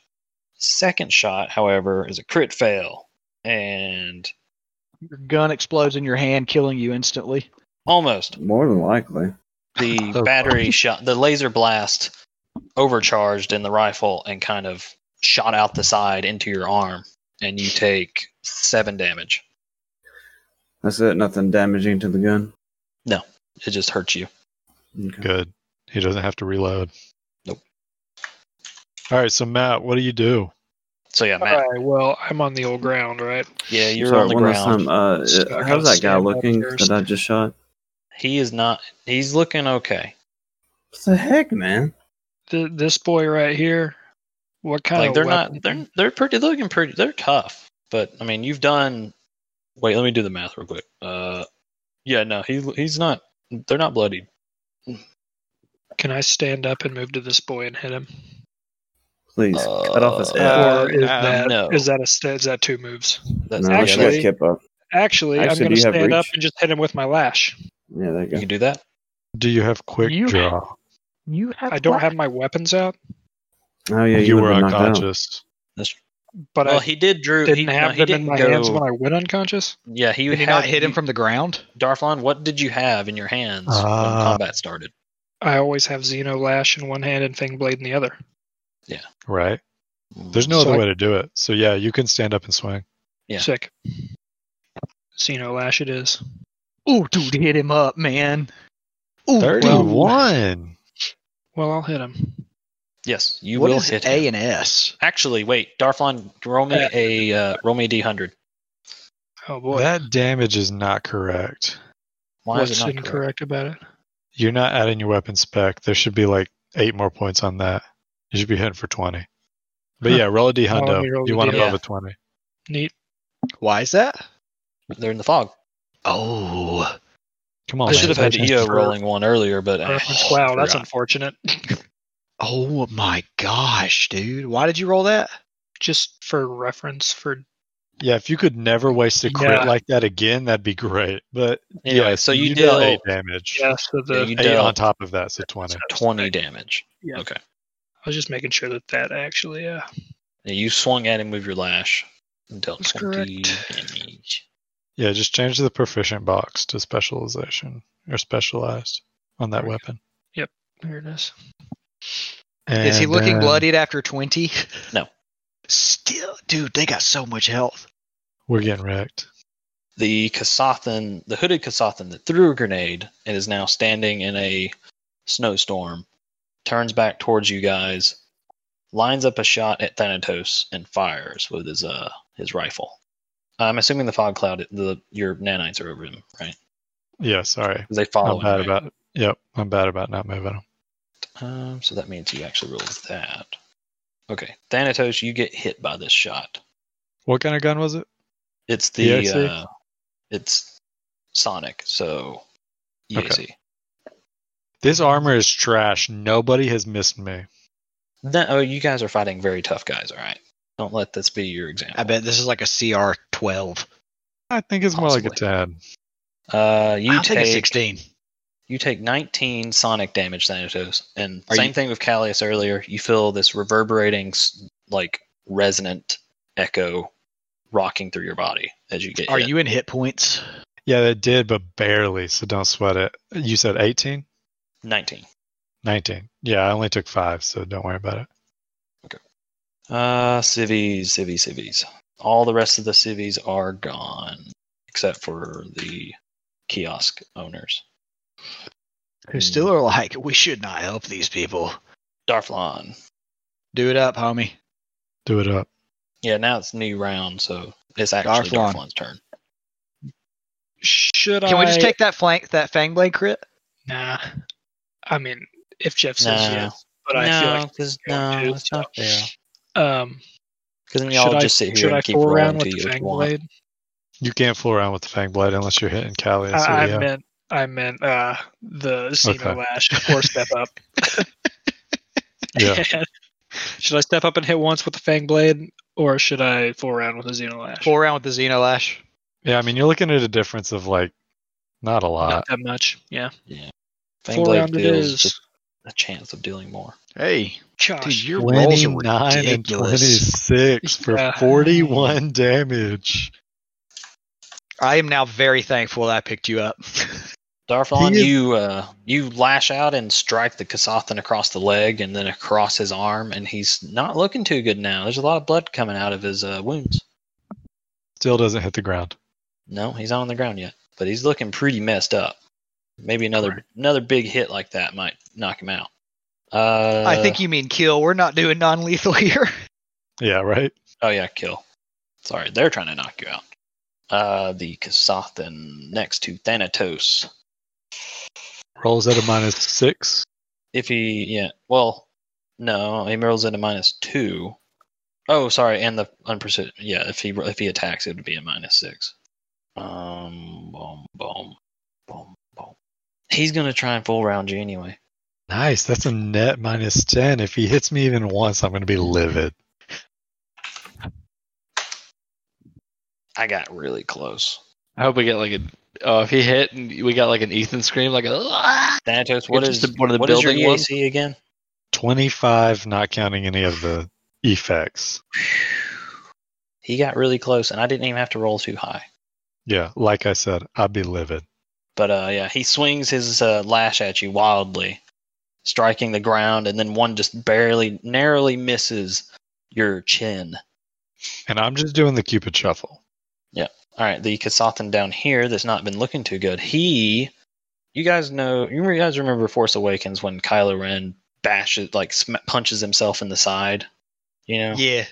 Speaker 1: Second shot, however, is a crit fail and
Speaker 5: Your gun explodes in your hand, killing you instantly.
Speaker 1: almost
Speaker 6: More than likely.
Speaker 1: the
Speaker 3: Oh,
Speaker 1: battery shot the laser blast overcharged in the rifle and kind of shot out the side into your arm and you take seven damage
Speaker 6: That's it. Nothing damaging to the gun.
Speaker 1: it just hurts you
Speaker 6: Okay.
Speaker 3: Good. He doesn't have to reload.
Speaker 1: Nope.
Speaker 3: All right, so Matt, what do you do?
Speaker 1: so yeah
Speaker 7: all
Speaker 1: Matt,
Speaker 7: right. Well, I'm on the old ground, right?
Speaker 1: yeah you're
Speaker 6: Sorry,
Speaker 1: on the
Speaker 6: one last
Speaker 1: ground
Speaker 6: time. Uh,
Speaker 7: So I
Speaker 6: how's that
Speaker 7: gotta
Speaker 6: guy
Speaker 7: stand up
Speaker 6: looking
Speaker 7: first.
Speaker 6: that I just shot?
Speaker 1: he is not he's looking okay
Speaker 6: What the heck, man?
Speaker 7: Th- this boy right here. What kind
Speaker 1: like
Speaker 7: of
Speaker 1: they're
Speaker 7: weapon?
Speaker 1: not they're they're pretty they're looking pretty they're tough but i mean you've done wait let me do the math real quick uh yeah no he he's not they're not bloodied
Speaker 7: Can I stand up and move to this boy and hit him?
Speaker 6: Please cut off his
Speaker 1: Uh,
Speaker 6: head.
Speaker 7: or is
Speaker 3: uh,
Speaker 7: that is
Speaker 1: no.
Speaker 7: that a st- is that two moves?
Speaker 1: that's
Speaker 6: no,
Speaker 1: yeah,
Speaker 6: actually,
Speaker 7: actually-
Speaker 1: that's-
Speaker 6: Kip up.
Speaker 7: Actually, I'm
Speaker 6: Actually,
Speaker 7: going
Speaker 6: do
Speaker 7: to
Speaker 6: you have
Speaker 7: stand up
Speaker 6: reach?
Speaker 7: and just hit him with my lash.
Speaker 6: Yeah, there
Speaker 1: you
Speaker 6: you
Speaker 1: can
Speaker 6: go.
Speaker 1: do that
Speaker 3: Do you have quick
Speaker 5: You-
Speaker 3: draw?
Speaker 5: You have
Speaker 7: I don't have my weapons out,
Speaker 6: Oh yeah, you,
Speaker 3: you were
Speaker 6: would've been knocked out.
Speaker 3: unconscious.
Speaker 7: but
Speaker 1: well
Speaker 7: I
Speaker 1: he did drew
Speaker 7: didn't
Speaker 1: he, no,
Speaker 7: have
Speaker 1: he
Speaker 7: them in
Speaker 1: didn't
Speaker 7: my
Speaker 1: go,
Speaker 7: hands when I went unconscious.
Speaker 1: Yeah, he
Speaker 5: Did
Speaker 1: would
Speaker 5: you not hit him from the ground?
Speaker 1: Darflon. What did you have in your hands when
Speaker 5: Uh,
Speaker 3: Ah.
Speaker 1: combat started?
Speaker 7: I always have Xeno Lash in one hand and Fang Blade in the other.
Speaker 3: Right. There's no
Speaker 7: So
Speaker 3: other
Speaker 7: I-
Speaker 3: way to do it. So yeah, you can stand up and swing.
Speaker 1: Yeah.
Speaker 7: Sick. Xeno Lash it is.
Speaker 5: Ooh, dude, hit him up, man. Ooh, dude.
Speaker 3: Thirty-one.
Speaker 7: Well, I'll hit him.
Speaker 1: Yes, you
Speaker 5: What
Speaker 1: will
Speaker 5: is
Speaker 1: hit
Speaker 5: A
Speaker 1: him.
Speaker 5: and S?
Speaker 1: Actually, wait, Darflon, roll me a uh, roll me a d100.
Speaker 7: Oh boy,
Speaker 3: That damage is not correct.
Speaker 1: Why
Speaker 7: what's
Speaker 1: is it not
Speaker 7: incorrect
Speaker 1: correct?
Speaker 7: about it?
Speaker 3: You're not adding your weapon spec. There should be like eight more points on that. You should be hitting for 20. But
Speaker 7: Huh.
Speaker 3: yeah, roll a D
Speaker 7: Oh, let
Speaker 3: hundo.
Speaker 7: me roll
Speaker 3: you
Speaker 7: the
Speaker 3: want
Speaker 7: D.
Speaker 3: above
Speaker 1: Yeah.
Speaker 3: a 20.
Speaker 7: Neat.
Speaker 5: Why is that?
Speaker 1: They're in the fog.
Speaker 5: Oh,
Speaker 3: Come on,
Speaker 1: I should have had
Speaker 3: man.
Speaker 1: EO rolling one earlier, but
Speaker 7: Uh,
Speaker 1: uh,
Speaker 7: wow, that's
Speaker 5: forgot.
Speaker 7: unfortunate.
Speaker 5: oh my gosh, dude! Why did you roll that?
Speaker 7: Just for reference, for
Speaker 3: Yeah, if you could never waste a crit
Speaker 7: Yeah.
Speaker 3: like that again, that'd be great. But
Speaker 1: anyway,
Speaker 3: yeah,
Speaker 1: so you,
Speaker 3: you
Speaker 1: deal
Speaker 3: deal eight damage.
Speaker 7: yeah, so the
Speaker 1: Yeah, you
Speaker 3: eight
Speaker 1: dealt
Speaker 3: on top of that, so 20.
Speaker 1: 20 damage.
Speaker 7: Yeah.
Speaker 1: Okay.
Speaker 7: I was just making sure that that actually, uh,
Speaker 1: And you swung at him with your lash and dealt
Speaker 7: That's
Speaker 1: 20
Speaker 7: correct.
Speaker 1: damage.
Speaker 3: Yeah, just change the proficient box to specialization or specialized on that weapon.
Speaker 7: here it is.
Speaker 5: Is he
Speaker 3: And
Speaker 5: looking
Speaker 3: then-
Speaker 5: bloodied after twenty?
Speaker 1: No.
Speaker 5: Still, dude, they got so much health.
Speaker 3: We're getting wrecked.
Speaker 1: The Kasathan, the hooded Kasathan that threw a grenade and is now standing in a snowstorm, turns back towards you guys, lines up a shot at Thanatos, and fires with his uh his rifle. I'm assuming the fog cloud, the your nanites are over him, right?
Speaker 3: Yeah, sorry.
Speaker 1: 'Cause they follow
Speaker 3: I'm
Speaker 1: him.
Speaker 3: bad
Speaker 1: right?
Speaker 3: about Yep, I'm bad about not moving them.
Speaker 1: Um, so that means you actually rolled that. Okay, Thanatos, you get hit by this shot.
Speaker 3: What kind of gun was it?
Speaker 1: It's the
Speaker 3: EAC?
Speaker 1: uh, it's Sonic, so EAC.
Speaker 3: This armor is trash. Nobody has missed me.
Speaker 1: No, oh, you guys are fighting very tough guys. All right, don't let this be your example.
Speaker 5: I bet this is like a CR twelve.
Speaker 3: I think it's more like a
Speaker 1: Possibly.
Speaker 3: 10.
Speaker 1: Uh, you
Speaker 5: I'll take a
Speaker 1: take
Speaker 5: sixteen.
Speaker 1: you take 19 sonic damage, Thanatos, and
Speaker 5: Are
Speaker 1: same
Speaker 5: you-
Speaker 1: thing with Callius earlier. You feel this reverberating, s- like resonant echo, rocking through your body as you get.
Speaker 5: Are
Speaker 1: hit.
Speaker 5: you in hit points?
Speaker 3: Yeah, it did, but barely, so don't sweat it. You said 18?
Speaker 1: 19?
Speaker 3: 19. Yeah, I only took five, so don't worry about it.
Speaker 1: Uh, civies, civies, civies. All the rest of the civies are gone, except for the kiosk owners.
Speaker 5: Who still
Speaker 1: Hmm.
Speaker 5: are like, we should not help these people.
Speaker 1: Darflon.
Speaker 5: Do it up, homie.
Speaker 3: Do it up.
Speaker 1: Yeah, now it's new round, so it's actually
Speaker 5: Darflon.
Speaker 1: Darflon's turn.
Speaker 7: Should I?
Speaker 5: Can we just take that flank, that Fangblade crit?
Speaker 7: Nah. I mean, if Jeff says
Speaker 1: Nah.
Speaker 7: yes, but I feel like
Speaker 1: because
Speaker 7: you want to, so-
Speaker 1: fair.
Speaker 7: um,
Speaker 1: Because then
Speaker 7: should
Speaker 1: y'all
Speaker 7: I
Speaker 1: just sit here
Speaker 7: should
Speaker 1: and
Speaker 7: I
Speaker 1: keep
Speaker 7: fool around
Speaker 1: rolling
Speaker 7: with
Speaker 1: to
Speaker 7: the
Speaker 1: you if
Speaker 7: fang
Speaker 1: you want.
Speaker 7: blade?
Speaker 3: You can't fool around with the Fang Blade unless you're hitting Callie. so
Speaker 7: I, I
Speaker 3: yeah.
Speaker 7: meant I meant uh the
Speaker 3: Okay.
Speaker 7: Xeno Lash or step up.
Speaker 3: Yeah.
Speaker 7: should I step up and hit once with the Fang Blade, or should I fool around with the Xeno
Speaker 3: Uh,
Speaker 7: Lash?
Speaker 5: Four around with the Xenolash.
Speaker 3: yeah, I mean, you're looking at a difference of like not a lot.
Speaker 7: Not that much. Yeah.
Speaker 1: Fang
Speaker 7: Four
Speaker 1: blade
Speaker 7: round it
Speaker 1: deals
Speaker 7: is.
Speaker 1: just a chance of dealing more.
Speaker 5: Hey, dude,
Speaker 7: Gosh.
Speaker 5: your rolls are
Speaker 3: 29 and
Speaker 5: ridiculous.
Speaker 3: 26 for
Speaker 7: Yeah.
Speaker 3: 41 damage.
Speaker 5: I am now very thankful that I picked you up.
Speaker 1: Darflon,
Speaker 3: He is-
Speaker 1: you uh, you lash out and strike the Kasathan across the leg and then across his arm, and he's not looking too good now. There's a lot of blood coming out of his uh, wounds.
Speaker 3: Still doesn't hit the ground.
Speaker 1: No, he's not on the ground yet, but he's looking pretty messed up. Maybe another another big hit like that might knock him out. Uh,
Speaker 5: I think you mean kill. We're not doing non-lethal here.
Speaker 3: Yeah, right?
Speaker 1: Oh yeah, kill. Sorry, they're trying to knock you out. Uh, the Kasathan next to Thanatos.
Speaker 3: Rolls at a minus six.
Speaker 1: If he, yeah, well, no, he rolls at a minus two. Oh, sorry, and the unprecision. Yeah, if he if he attacks, it would be a minus six. Um, boom, boom, boom, boom. He's gonna try and fool round you anyway.
Speaker 3: Nice. That's a net minus 10. If he hits me even once, I'm going to be livid.
Speaker 1: I got really close.
Speaker 4: I hope we get like a. Oh, if he hit and we got like an Ethan scream, like a. "Ah!"
Speaker 1: Thanatos, what
Speaker 4: It's
Speaker 1: is
Speaker 4: just the- one of the
Speaker 1: what is your
Speaker 4: building ones?
Speaker 1: EAC again?
Speaker 3: 25, not counting any of the effects.
Speaker 1: He got really close, and I didn't even have to roll too high.
Speaker 3: Yeah, like I said, I'd be livid.
Speaker 1: But uh, yeah, he swings his uh, lash at you wildly, striking the ground, and then one just barely, narrowly misses your chin.
Speaker 3: And I'm just doing the Cupid shuffle.
Speaker 1: All right, the Kasathan down here that's not been looking too good. He, you guys know, you guys remember Force Awakens when Kylo Ren bashes, like sm- punches himself in the side. You know,
Speaker 5: Yeah.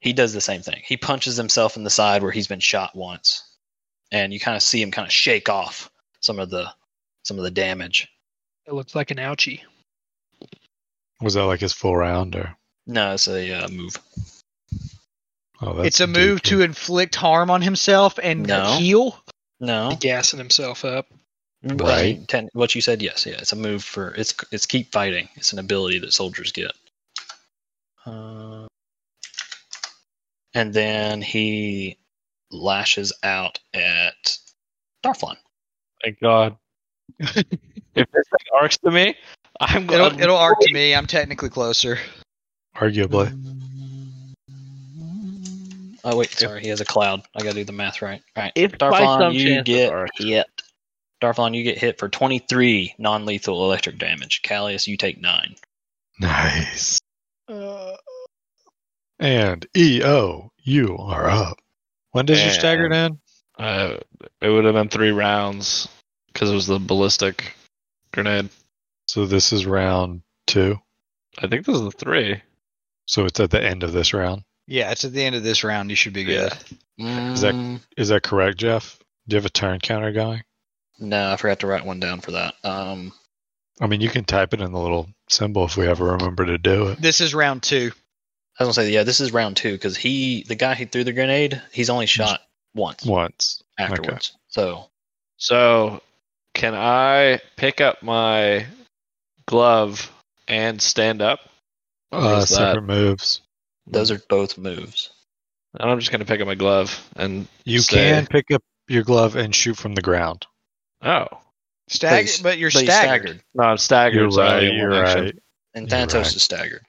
Speaker 1: he does the same thing. He punches himself in the side where he's been shot once, and you kind of see him kind of shake off some of the some of the damage.
Speaker 7: It looks like an ouchie.
Speaker 3: Was that like his full round or?
Speaker 1: No, it's a uh, move.
Speaker 3: Oh,
Speaker 5: it's a move to inflict harm on himself and
Speaker 1: No.
Speaker 5: heal.
Speaker 1: No,
Speaker 7: Gassing himself up.
Speaker 1: right? Ten, what you said, yes, yeah. It's a move for it's it's keep fighting. It's an ability that soldiers get. Uh, and then he lashes out at Darflon.
Speaker 4: Thank God. if this thing arcs to me, I'm going.
Speaker 5: It'll it'll arc to me. I'm technically closer.
Speaker 3: Arguably.
Speaker 1: Oh wait, sorry, he has a cloud. I gotta do the math right. All right,
Speaker 4: If by some
Speaker 1: Darflon, you
Speaker 4: chance it
Speaker 1: get
Speaker 4: arcs.
Speaker 1: hit. Darflon, you get hit for 23 non-lethal electric damage. Callius, you take nine.
Speaker 3: Nice. and EO, you are up. When does your stagger end?
Speaker 4: Uh, it would have been three rounds because it was the ballistic grenade.
Speaker 3: So this is round two.
Speaker 4: I think this is the three.
Speaker 3: So it's at the end of this round.
Speaker 5: Yeah, it's at the end of this round. You should be good.
Speaker 3: that-
Speaker 1: Mm,
Speaker 3: Is that correct, Jeff? Do you have a turn counter going?
Speaker 1: No, I forgot to write one down for that. Um,
Speaker 3: I mean, you can type it in the little symbol if we ever remember to do it.
Speaker 5: This is round two.
Speaker 1: I was gonna say, yeah, this is round two because he, the guy who threw the grenade, he's only shot once
Speaker 3: Once.
Speaker 1: afterwards. So
Speaker 4: So, can I pick up my glove and stand up? Or
Speaker 3: Uh,
Speaker 4: is that-
Speaker 3: separate moves.
Speaker 1: those are both moves.
Speaker 4: And I'm just gonna pick up my glove and
Speaker 3: You
Speaker 4: Say-
Speaker 3: can pick up your glove and shoot from the ground.
Speaker 4: oh
Speaker 5: Stagger,
Speaker 1: he's-
Speaker 5: but you're
Speaker 1: but he's
Speaker 5: staggered.
Speaker 4: no, I'm staggered. so I only
Speaker 3: You're
Speaker 4: action.
Speaker 3: right.
Speaker 1: and
Speaker 3: You're
Speaker 1: Thanatos
Speaker 3: right.
Speaker 1: is staggered.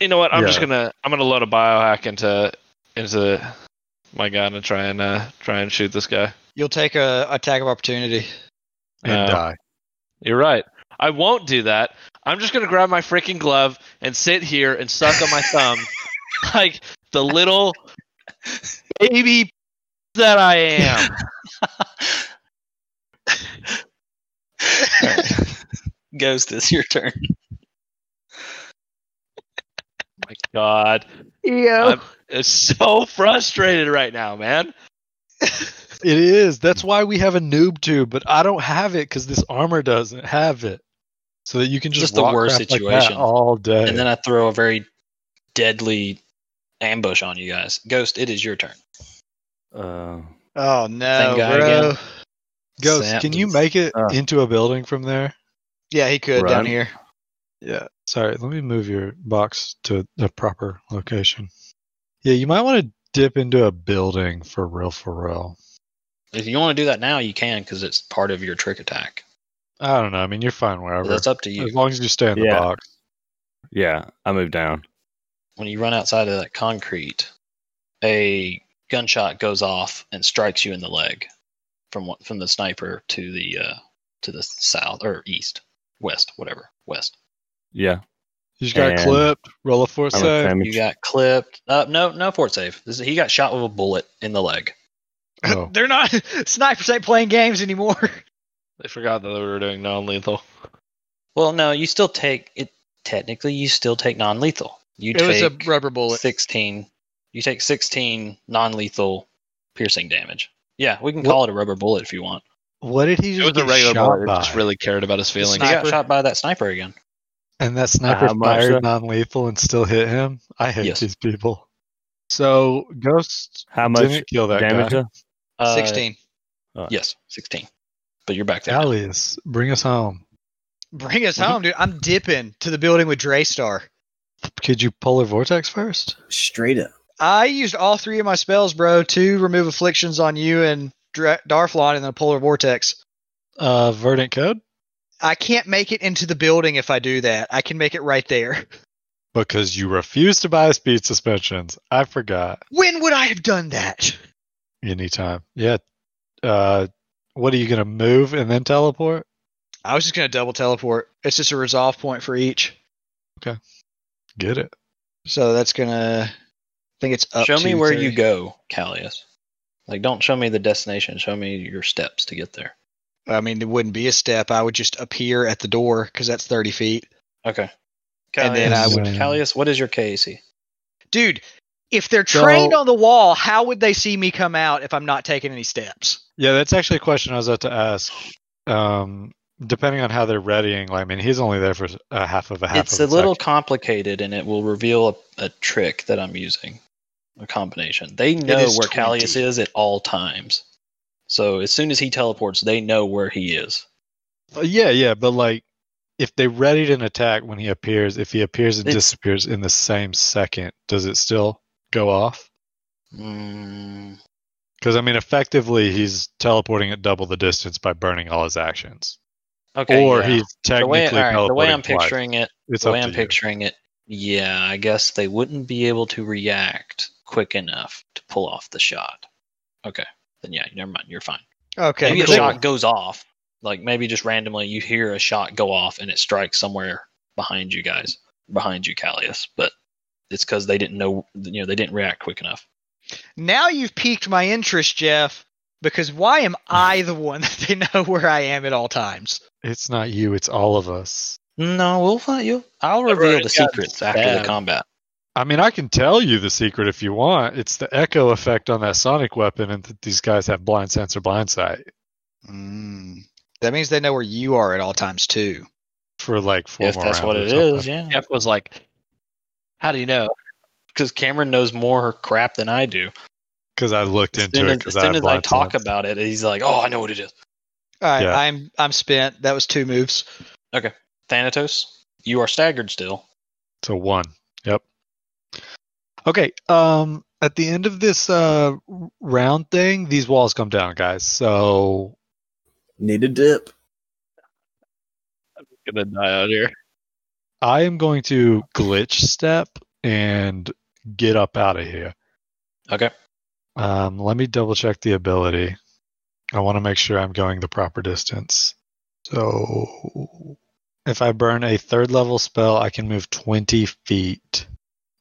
Speaker 4: You know what? I'm just
Speaker 3: Yeah.
Speaker 4: gonna I'm gonna load a biohack into into my gun and try and uh, try and shoot this guy.
Speaker 5: You'll take a attack of opportunity.
Speaker 3: And
Speaker 4: Uh,
Speaker 3: die.
Speaker 4: You're right. I won't do that. I'm just gonna grab my freaking glove and sit here and suck on my thumb like the little baby that I am.
Speaker 1: Ghost, it's your turn.
Speaker 4: Oh my God,
Speaker 5: Yeah.
Speaker 4: I'm uh, so frustrated right now, man.
Speaker 3: It is. That's why we have a noob tube, but I don't have it because this armor doesn't have it. So that you can just,
Speaker 1: Just the
Speaker 3: rock
Speaker 1: worst
Speaker 3: crap like that
Speaker 1: situation.
Speaker 3: all day.
Speaker 1: And then I throw a very deadly ambush on you guys. Ghost, it is your turn.
Speaker 2: Uh,
Speaker 5: Oh no,
Speaker 1: Same guy
Speaker 5: bro.
Speaker 1: again.
Speaker 3: Ghost,
Speaker 1: Snap
Speaker 3: can you
Speaker 1: these-
Speaker 3: make it
Speaker 2: Uh.
Speaker 3: into a building from there?
Speaker 5: Yeah, he could
Speaker 2: Run.
Speaker 5: down here.
Speaker 3: Yeah. Sorry, let me move your box to the proper location. Yeah, you might want to dip into a building for real, for real.
Speaker 1: If you want to do that now, you can because it's part of your trick attack.
Speaker 3: I don't know. I mean, you're fine wherever.
Speaker 1: But that's up to you.
Speaker 3: as long as you stay in the
Speaker 2: Yeah.
Speaker 3: box.
Speaker 2: yeah, I moved down.
Speaker 1: when you run outside of that concrete, a gunshot goes off and strikes you in the leg from what from the sniper to the uh, to the south or east, west, whatever, west.
Speaker 2: Yeah,
Speaker 3: You just got
Speaker 2: And-
Speaker 3: clipped. Roll a force
Speaker 2: how much
Speaker 3: save.
Speaker 2: damage?
Speaker 1: You got clipped. Uh, no, no fort save. This is, he got shot with a bullet in the leg.
Speaker 3: Oh,
Speaker 5: They're not snipers ain't playing games anymore.
Speaker 4: They forgot that we were doing non-lethal.
Speaker 1: Well, no, you still take it. Technically, you still take non-lethal. You
Speaker 5: It
Speaker 1: take
Speaker 5: was a rubber bullet.
Speaker 1: sixteen. You take sixteen non-lethal piercing damage. Yeah, we can call it a rubber bullet if you want.
Speaker 3: what did he
Speaker 4: It
Speaker 3: just
Speaker 4: was a
Speaker 3: get
Speaker 4: regular
Speaker 3: shot
Speaker 4: bullet.
Speaker 3: by?
Speaker 4: It just really cared about his
Speaker 1: He
Speaker 4: feelings.
Speaker 1: got
Speaker 5: Sniper?
Speaker 1: shot by that sniper again.
Speaker 3: And that sniper
Speaker 2: How Uh, much
Speaker 3: fired
Speaker 2: that-
Speaker 3: non-lethal and still hit him. I hate
Speaker 1: Yes.
Speaker 3: these people. So Ghost
Speaker 2: How much
Speaker 3: didn't kill that
Speaker 2: damage?
Speaker 3: guy.
Speaker 2: though?
Speaker 1: Uh,
Speaker 5: Sixteen.
Speaker 1: Yes, 16. But you're back there. now.
Speaker 3: Alias, bring us home.
Speaker 5: Bring us
Speaker 1: Mm-hmm.
Speaker 5: home, dude. I'm dipping to the building with Draystar.
Speaker 3: Could you polar vortex first?
Speaker 6: Straight up.
Speaker 5: I used all three of my spells, bro, to remove afflictions on you and Dra- Darflon and the Polar Vortex.
Speaker 3: Uh, verdant code
Speaker 5: I can't make it into the building if I do that. I can make it right there.
Speaker 3: because you refuse to buy speed suspensions. I forgot.
Speaker 5: When would I have done that?
Speaker 3: Anytime. Yeah. Uh, what are you gonna move and then teleport?
Speaker 5: I was just gonna double teleport. It's just a resolve point for each.
Speaker 3: Get it.
Speaker 5: So that's gonna. I think it's up.
Speaker 1: show me
Speaker 5: to
Speaker 1: where
Speaker 5: 30.
Speaker 1: you go, Callius. Like, don't show me the destination. Show me your steps to get there.
Speaker 5: I mean, it wouldn't be a step. I would just appear at the door because that's thirty feet.
Speaker 1: Okay.
Speaker 5: And then I
Speaker 1: Callias,
Speaker 3: would-
Speaker 1: Callias, what is your KAC?
Speaker 5: Dude, if they're
Speaker 3: So-
Speaker 5: trained on the wall, how would they see me come out if I'm not taking any steps?
Speaker 3: Yeah, that's actually a question I was about to ask. Um, depending on how they're readying, like, I mean, he's only there for a half of a half.
Speaker 1: It's a
Speaker 3: of
Speaker 1: little
Speaker 3: second.
Speaker 1: complicated, and it will reveal a, a trick that I'm using, a combination. They know
Speaker 5: is
Speaker 1: where Callias
Speaker 5: 20.
Speaker 1: is at all times. So as soon as he teleports, they know where he is.
Speaker 3: Uh, yeah, yeah, but like, if they readied an attack when he appears, if he appears and
Speaker 1: It's-
Speaker 3: disappears in the same second, does it still go off?
Speaker 1: Mm,
Speaker 3: Because I mean, effectively, he's teleporting at double the distance by burning all his actions,
Speaker 1: okay.
Speaker 3: or
Speaker 1: yeah.
Speaker 3: he's
Speaker 1: the
Speaker 3: technically
Speaker 1: way, all right, the
Speaker 3: teleporting
Speaker 1: way I'm
Speaker 3: twice.
Speaker 1: picturing it,
Speaker 3: It's
Speaker 1: the
Speaker 3: up
Speaker 1: way
Speaker 3: to
Speaker 1: I'm
Speaker 3: you.
Speaker 1: picturing it, yeah, I guess they wouldn't be able to react quick enough to pull off the shot. Okay, then yeah, never mind. You're fine.
Speaker 5: Okay.
Speaker 1: maybe
Speaker 5: cool.
Speaker 1: a shot goes off. Like maybe just randomly you hear a shot go off and it strikes somewhere behind you guys, behind you, Callius. But it's because they didn't know, you know, they didn't react quick enough.
Speaker 5: Now you've piqued my interest, Jeff, because why am I the one that they know where I am at all times?
Speaker 3: It's not you; it's all of us.
Speaker 1: No, we'll find you. I'll reveal
Speaker 4: already
Speaker 1: the
Speaker 4: got
Speaker 1: secrets after the
Speaker 4: stabbed.
Speaker 1: combat.
Speaker 3: I mean, I can tell you the secret if you want. It's the echo effect on that sonic weapon, and that these guys have blind sense or blind sight
Speaker 5: Mm. That means they know where you are at all times too.
Speaker 3: for like four
Speaker 1: if
Speaker 3: more
Speaker 1: that's what it
Speaker 3: rounds or
Speaker 1: is,
Speaker 3: something.
Speaker 1: yeah.
Speaker 4: Jeff was like, "How do you know?"
Speaker 1: Because Cameron knows more crap than I do.
Speaker 3: Because I looked
Speaker 1: As
Speaker 3: into
Speaker 1: soon
Speaker 3: it.
Speaker 1: as,
Speaker 3: 'cause
Speaker 1: as, soon
Speaker 3: I,
Speaker 1: as I
Speaker 3: had blind
Speaker 1: talk
Speaker 3: sense.
Speaker 1: about it, he's like, "Oh, I know what it is."
Speaker 5: All right,
Speaker 3: Yeah.
Speaker 5: I'm I'm spent. That was two moves.
Speaker 1: Thanatos, you are staggered still.
Speaker 3: to one. Yep. Okay. Um. At the end of this uh r- round thing, these walls come down, guys. So
Speaker 6: Need a dip.
Speaker 4: Gonna die out here.
Speaker 3: I am going to glitch step and get up out of here.
Speaker 1: Okay.
Speaker 3: Um, let me double check the ability. I want to make sure I'm going the proper distance. So if I burn a third level spell, I can move 20 feet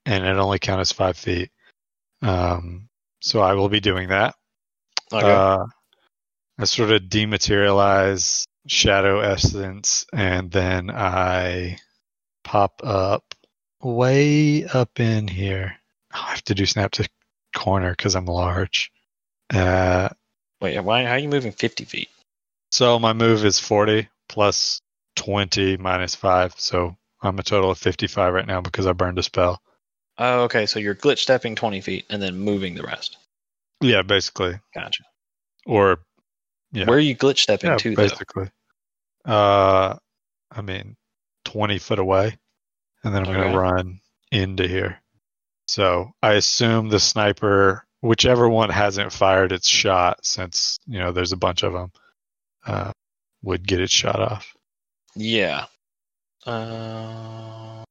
Speaker 3: and it only counts as five feet. Um, so I will be doing that.
Speaker 1: Okay.
Speaker 3: Uh, I sort of dematerialize shadow essence, and then I pop up way up in here. Oh, I have to do snap to corner because I'm large. Uh,
Speaker 1: Wait, why? How are you moving fifty feet?
Speaker 3: so my move is 40 plus 20 minus 5. So I'm a total of 55 right now because I burned a spell.
Speaker 1: Oh, okay. So you're glitch stepping twenty feet and then moving the rest.
Speaker 3: Yeah, basically.
Speaker 1: Gotcha.
Speaker 3: Or Yeah.
Speaker 1: Where are you glitch stepping
Speaker 3: yeah,
Speaker 1: to, though?
Speaker 3: basically. Uh, I mean, 20 foot away, and then I'm going
Speaker 1: Okay.
Speaker 3: to run into here. So I assume the sniper, whichever one hasn't fired its shot, since you know there's a bunch of them, uh, would get its shot off.
Speaker 1: Yeah. Uh,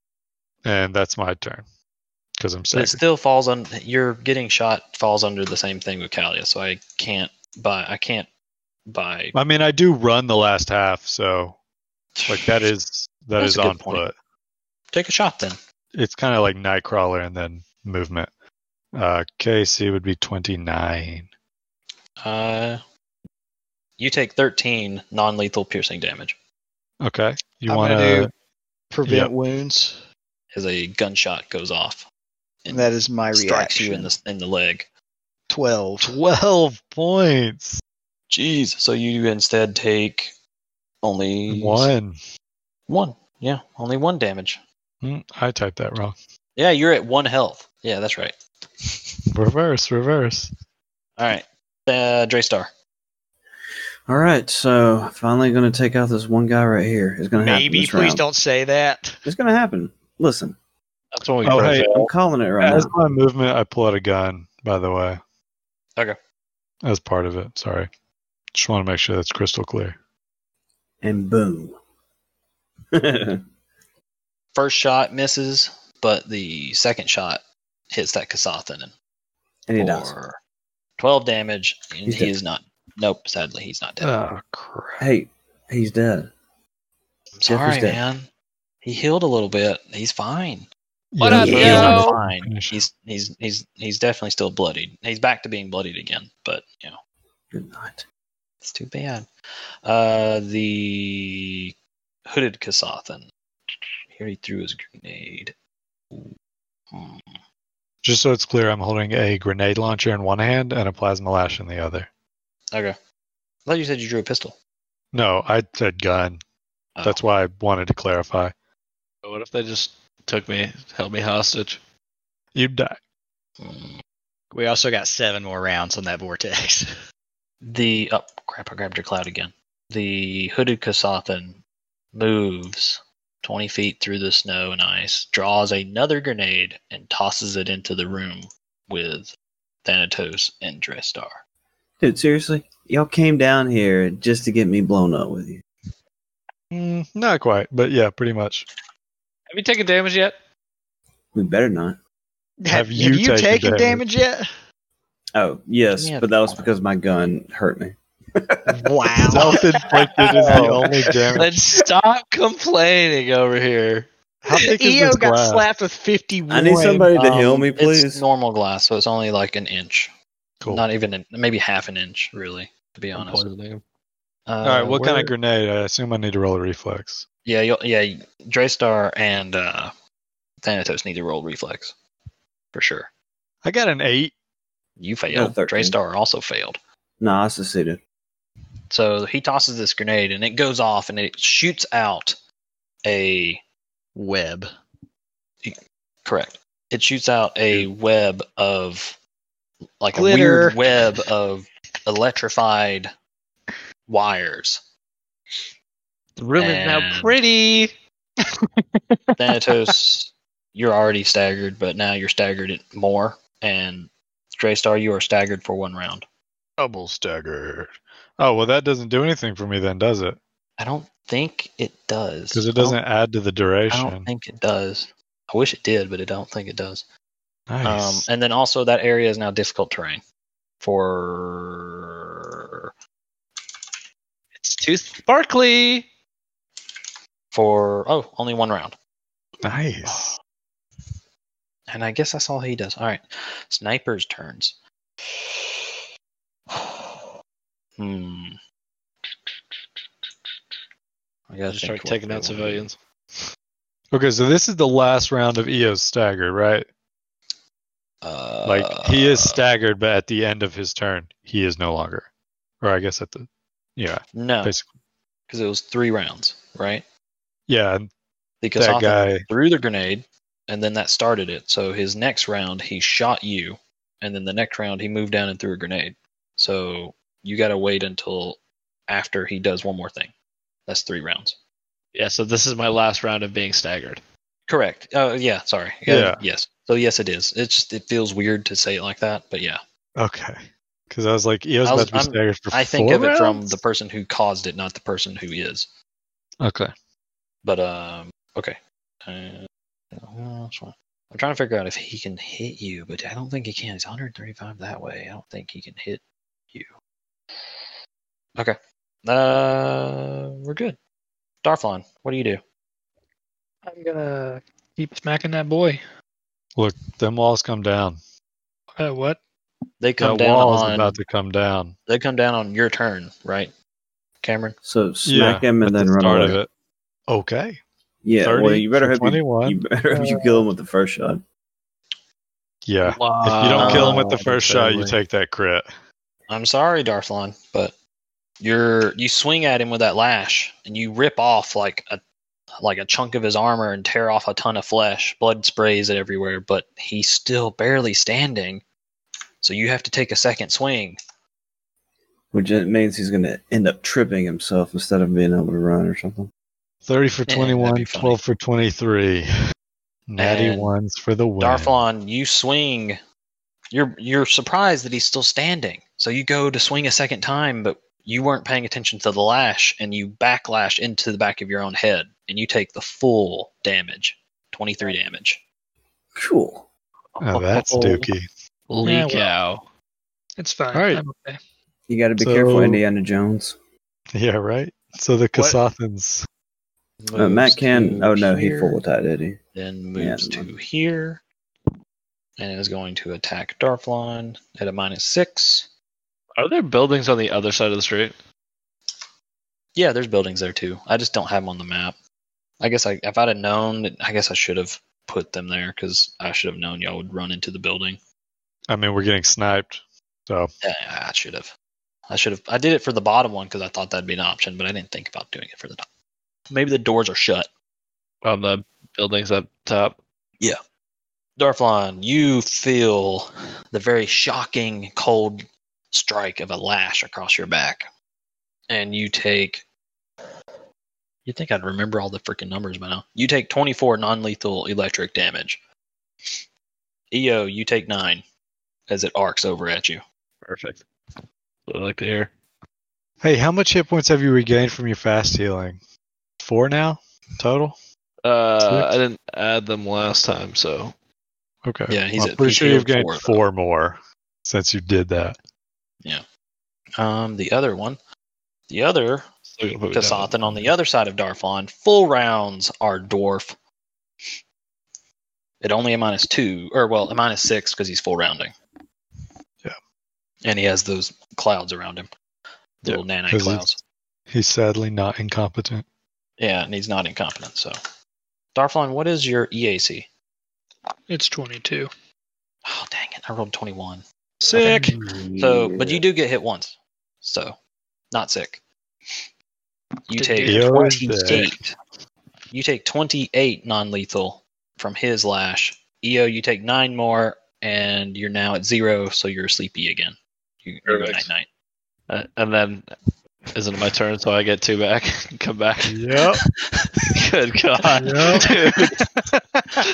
Speaker 3: And that's my turn because I'm
Speaker 1: but it
Speaker 3: second.
Speaker 1: still falls on. Your getting shot falls under the same thing with Kalia, so I can't buy. I can't buy.
Speaker 3: I mean, I do run the last half, so like that is that
Speaker 1: That's
Speaker 3: is
Speaker 1: a good
Speaker 3: on
Speaker 1: point.
Speaker 3: foot.
Speaker 1: Take a shot then.
Speaker 3: It's kind of like Nightcrawler and then movement. Uh, KC would be 29.
Speaker 1: Uh, you take thirteen non-lethal piercing damage
Speaker 3: Okay. You
Speaker 5: I'm
Speaker 3: want
Speaker 5: gonna
Speaker 3: to?
Speaker 5: do prevent
Speaker 3: Yep.
Speaker 5: wounds.
Speaker 1: as a gunshot goes off
Speaker 5: And that is my
Speaker 1: strikes you in
Speaker 5: reaction.
Speaker 1: the in the leg.
Speaker 5: twelve.
Speaker 3: 12 points.
Speaker 1: Jeez. So you instead take only
Speaker 3: One.
Speaker 1: One. Yeah, only one damage.
Speaker 3: Hmm, I typed that wrong.
Speaker 1: Yeah, you're at one health. Yeah, that's right.
Speaker 3: Reverse, reverse.
Speaker 1: All right. Uh, Draystar.
Speaker 6: All right, so finally going to take out this one guy right here. It's going to happen.
Speaker 5: Maybe
Speaker 6: this
Speaker 5: please
Speaker 6: round.
Speaker 5: don't say that.
Speaker 6: It's going to happen. Listen,
Speaker 4: That's when we.
Speaker 3: Oh,
Speaker 4: broke
Speaker 3: hey.
Speaker 4: it.
Speaker 6: I'm calling it right
Speaker 3: As
Speaker 6: now.
Speaker 3: my movement, I pull out a gun, by the way.
Speaker 1: Okay.
Speaker 3: As part of it. Sorry. Just want to make sure that's crystal clear.
Speaker 6: And boom.
Speaker 1: First shot misses, but the second shot hits that Kasathan
Speaker 6: And he dies.
Speaker 1: for 12 damage, and
Speaker 6: He's
Speaker 1: he
Speaker 6: dead.
Speaker 1: is not. Nope, sadly, he's not dead.
Speaker 3: Oh, crap.
Speaker 6: Hey, he's dead.
Speaker 1: I'm sorry,
Speaker 6: Jeffrey's dead.
Speaker 1: man. He healed a little bit. He's fine.
Speaker 3: What
Speaker 5: up,
Speaker 1: He
Speaker 5: Yeah.
Speaker 1: healed.
Speaker 5: No.
Speaker 1: He's fine. He's he's he's he's definitely still bloodied. He's back to being bloodied again, but you know.
Speaker 6: Good night.
Speaker 1: It's too bad. Uh, the hooded Kasathan. He already threw his grenade. Hmm.
Speaker 3: Just so it's clear, I'm holding a grenade launcher in one hand and a plasma lash in the other.
Speaker 1: Okay. I thought you said you drew a pistol.
Speaker 3: No, I said gun.
Speaker 1: Oh.
Speaker 3: That's why I wanted to clarify.
Speaker 4: But What if they just took me, held me hostage?
Speaker 3: You'd die.
Speaker 1: Hmm.
Speaker 5: We also got seven more rounds on that vortex.
Speaker 1: The oh crap! I grabbed your cloud again. The hooded Kasathan moves twenty feet through the snow and ice, draws another grenade, and tosses it into the room with Thanatos and Drestar.
Speaker 6: Dude, seriously? Y'all came down here just to get me blown up with you.
Speaker 3: Mm, not quite, but yeah, pretty much.
Speaker 4: Have you taken damage yet?
Speaker 6: We better not.
Speaker 3: Have you taken damage?
Speaker 5: yet?
Speaker 6: Oh, yes,
Speaker 1: Give me a
Speaker 6: but that was
Speaker 1: dollar.
Speaker 6: because my gun hurt me.
Speaker 5: Wow.
Speaker 3: Self-inflicted is the only damage.
Speaker 4: Then stop complaining over here.
Speaker 3: How thick is
Speaker 5: EO
Speaker 3: this
Speaker 5: E got
Speaker 3: glass?
Speaker 5: slapped with 51.
Speaker 6: I need somebody to
Speaker 1: Um,
Speaker 6: heal me,
Speaker 1: It's
Speaker 6: please.
Speaker 1: normal glass, so it's only like an inch.
Speaker 3: Cool.
Speaker 1: Not even an, maybe half an inch, really, to be honest. Uh,
Speaker 3: All right, what kind
Speaker 1: where-
Speaker 3: of grenade? I assume I need to roll a reflex.
Speaker 1: Yeah, you'll, yeah. Draystar and uh, Thanatos need to roll reflex for sure.
Speaker 3: I got an eight.
Speaker 1: You failed.
Speaker 6: 13.
Speaker 1: Draystar also failed.
Speaker 6: Nah, I succeeded.
Speaker 1: So he tosses this grenade and it goes off and it shoots out a
Speaker 5: Web.
Speaker 1: correct. It shoots out a web of like
Speaker 5: Glitter.
Speaker 1: a weird web of electrified wires.
Speaker 4: The room is now
Speaker 1: And-
Speaker 4: pretty.
Speaker 1: Thanatos, you're already staggered, but now you're staggered more. And Draystar, you are staggered for one round.
Speaker 3: Double stagger. Oh well, that doesn't do anything for me then, does it?
Speaker 1: I don't think it does.
Speaker 3: Because it
Speaker 1: I don't-
Speaker 3: doesn't add to the
Speaker 1: I
Speaker 3: duration.
Speaker 1: don't think it does. I wish it did, but I don't think it does. Um,
Speaker 3: nice.
Speaker 1: and then also that area is now difficult terrain for
Speaker 4: It's too sparkly.
Speaker 1: for oh only one round.
Speaker 3: nice.
Speaker 1: And I guess that's all he does. All right, snipers turns. Hmm. I gotta
Speaker 4: Just
Speaker 1: think
Speaker 4: start
Speaker 1: what
Speaker 4: taking
Speaker 1: they
Speaker 4: out
Speaker 1: wanna do.
Speaker 4: civilians.
Speaker 3: Okay, so this is the last round of EO's stagger, right?
Speaker 1: Uh,
Speaker 3: Like he is staggered, but at the end of his turn, he is no longer. Or I guess at the yeah,
Speaker 1: no,
Speaker 3: basically
Speaker 1: because it was three rounds, right?
Speaker 3: yeah. and
Speaker 1: Because
Speaker 3: That
Speaker 1: often
Speaker 3: guy.
Speaker 1: threw the grenade, and then that started it. So his next round, he shot you, and then the next round, he moved down and threw a grenade. So you got to wait until after he does one more thing. That's three rounds.
Speaker 4: Yeah, so this is my last round of being staggered.
Speaker 1: Correct. Oh yeah, sorry.
Speaker 3: Yeah.
Speaker 1: Yes. So yes, it is. It's just it feels weird to say it like that, but yeah,
Speaker 3: Okay. Because I was like, EO's
Speaker 1: I was-
Speaker 3: about to be
Speaker 1: I'm-
Speaker 3: staggered for
Speaker 1: I think
Speaker 3: four
Speaker 1: of it from
Speaker 3: rounds?
Speaker 1: the person who caused it, not the person who is.
Speaker 3: Okay.
Speaker 1: But um, okay. Uh, well, that's fine. I'm trying to figure out if he can hit you, but I don't think he can. He's 135 that way. I don't think he can hit you. Okay. Uh, we're good. Darflon, what do you do?
Speaker 7: I'm gonna keep smacking that boy.
Speaker 3: Look, them walls come down.
Speaker 7: Uh, what?
Speaker 1: They come
Speaker 3: that
Speaker 1: down
Speaker 3: wall
Speaker 1: on
Speaker 3: is about to come down.
Speaker 1: they come down on your turn, right, Cameron?
Speaker 6: So smack him
Speaker 3: at
Speaker 6: and
Speaker 3: the
Speaker 6: then run
Speaker 3: start
Speaker 6: away.
Speaker 3: of it. Okay.
Speaker 6: Yeah,
Speaker 3: 30
Speaker 6: well, you better
Speaker 3: for
Speaker 6: hope you,
Speaker 3: 21.
Speaker 6: you better hope you kill him with the first shot.
Speaker 3: Yeah. if you
Speaker 6: Ah,
Speaker 3: don't kill him with the
Speaker 4: Wow.
Speaker 3: first shot, you
Speaker 4: Totally.
Speaker 3: take that crit.
Speaker 1: I'm sorry, Darflon, but you're you swing at him with that lash and you rip off like a like a chunk of his armor and tear off a ton of flesh. Blood sprays it everywhere, but he's still barely standing. So you have to take a second swing.
Speaker 6: Which it means he's gonna end up tripping himself instead of being able to run or something.
Speaker 3: 30 for
Speaker 1: be
Speaker 3: 21,
Speaker 1: funny.
Speaker 3: 12 for 23. Natty
Speaker 1: And
Speaker 3: ones for the win.
Speaker 1: Darflon, you swing. You're you're surprised that he's still standing. So you go to swing a second time, but you weren't paying attention to the lash and you backlash into the back of your own head and you take the full damage. 23 damage.
Speaker 6: Cool.
Speaker 3: Oh, that's dookie.
Speaker 4: Lee
Speaker 7: well.
Speaker 4: cow.
Speaker 7: It's fine.
Speaker 3: All right.
Speaker 7: I'm okay.
Speaker 6: You gotta be
Speaker 3: So-
Speaker 6: careful, Indiana Jones.
Speaker 3: Yeah, right? So the Kasathans.
Speaker 6: Uh, Matt can.
Speaker 1: to
Speaker 6: Oh no, he
Speaker 1: here,
Speaker 6: full attack, did he?
Speaker 1: Then
Speaker 6: Yeah,
Speaker 1: moves
Speaker 6: never
Speaker 1: to here, and is going to attack Darflon at a minus six.
Speaker 4: Are there buildings on the other side of the street?
Speaker 1: Yeah, there's buildings there too. I just don't have them on the map. I guess I, if I'd have known, I guess I should have put them there because I should have known y'all would run into the building.
Speaker 3: I mean, we're getting sniped. So
Speaker 1: Yeah, I should have. I should have. I did it for the bottom one because I thought that'd be an option, but I didn't think about doing it for the top. Maybe the doors are shut.
Speaker 4: on the buildings up top.
Speaker 1: Darflon, you feel the very shocking cold strike of a lash across your back. And you take. You think I'd remember all the freaking numbers by now. You take 24 non lethal electric damage. EO, you take 9 as it arcs over at you.
Speaker 4: Perfect. That's What I like to hear.
Speaker 3: hey, how much hit points have you regained from your fast healing? Four now total.
Speaker 4: Uh,
Speaker 3: Six.
Speaker 4: I didn't add them last time, so
Speaker 3: Okay.
Speaker 1: Yeah, he's
Speaker 3: Well,
Speaker 1: at-
Speaker 3: I'm pretty
Speaker 1: he's
Speaker 3: sure you've
Speaker 1: healed
Speaker 3: gained
Speaker 1: four,
Speaker 3: four,
Speaker 1: though.
Speaker 3: more since you did that.
Speaker 1: Um, the other one. The other
Speaker 4: still gonna put me down.
Speaker 1: Kasathan on the other side of Darflon. Full rounds are dwarf. At only a minus two, or well, a minus six because he's full rounding.
Speaker 3: Yeah.
Speaker 1: And he has those clouds around him, the
Speaker 3: Yeah,
Speaker 1: little nanite
Speaker 3: 'cause it's-
Speaker 1: clouds.
Speaker 3: He's sadly not incompetent.
Speaker 1: Yeah, and he's not incompetent. So, Darflon, what is your E EAC?
Speaker 7: It's 22.
Speaker 1: Oh dang it! I rolled twenty-one.
Speaker 7: Sick.
Speaker 1: So, but you do get hit once, so not sick. You
Speaker 7: Did
Speaker 1: take
Speaker 7: you-
Speaker 3: Yo, is
Speaker 1: twenty-eight. You take twenty-eight non-lethal from his lash. Eo, you take nine more, and you're now at zero, so you're sleepy again. You, you go night
Speaker 4: Perfect.
Speaker 1: night.
Speaker 4: Uh, and then is it my turn? So I get two back. Come back.
Speaker 3: Yep.
Speaker 4: Good God, dude.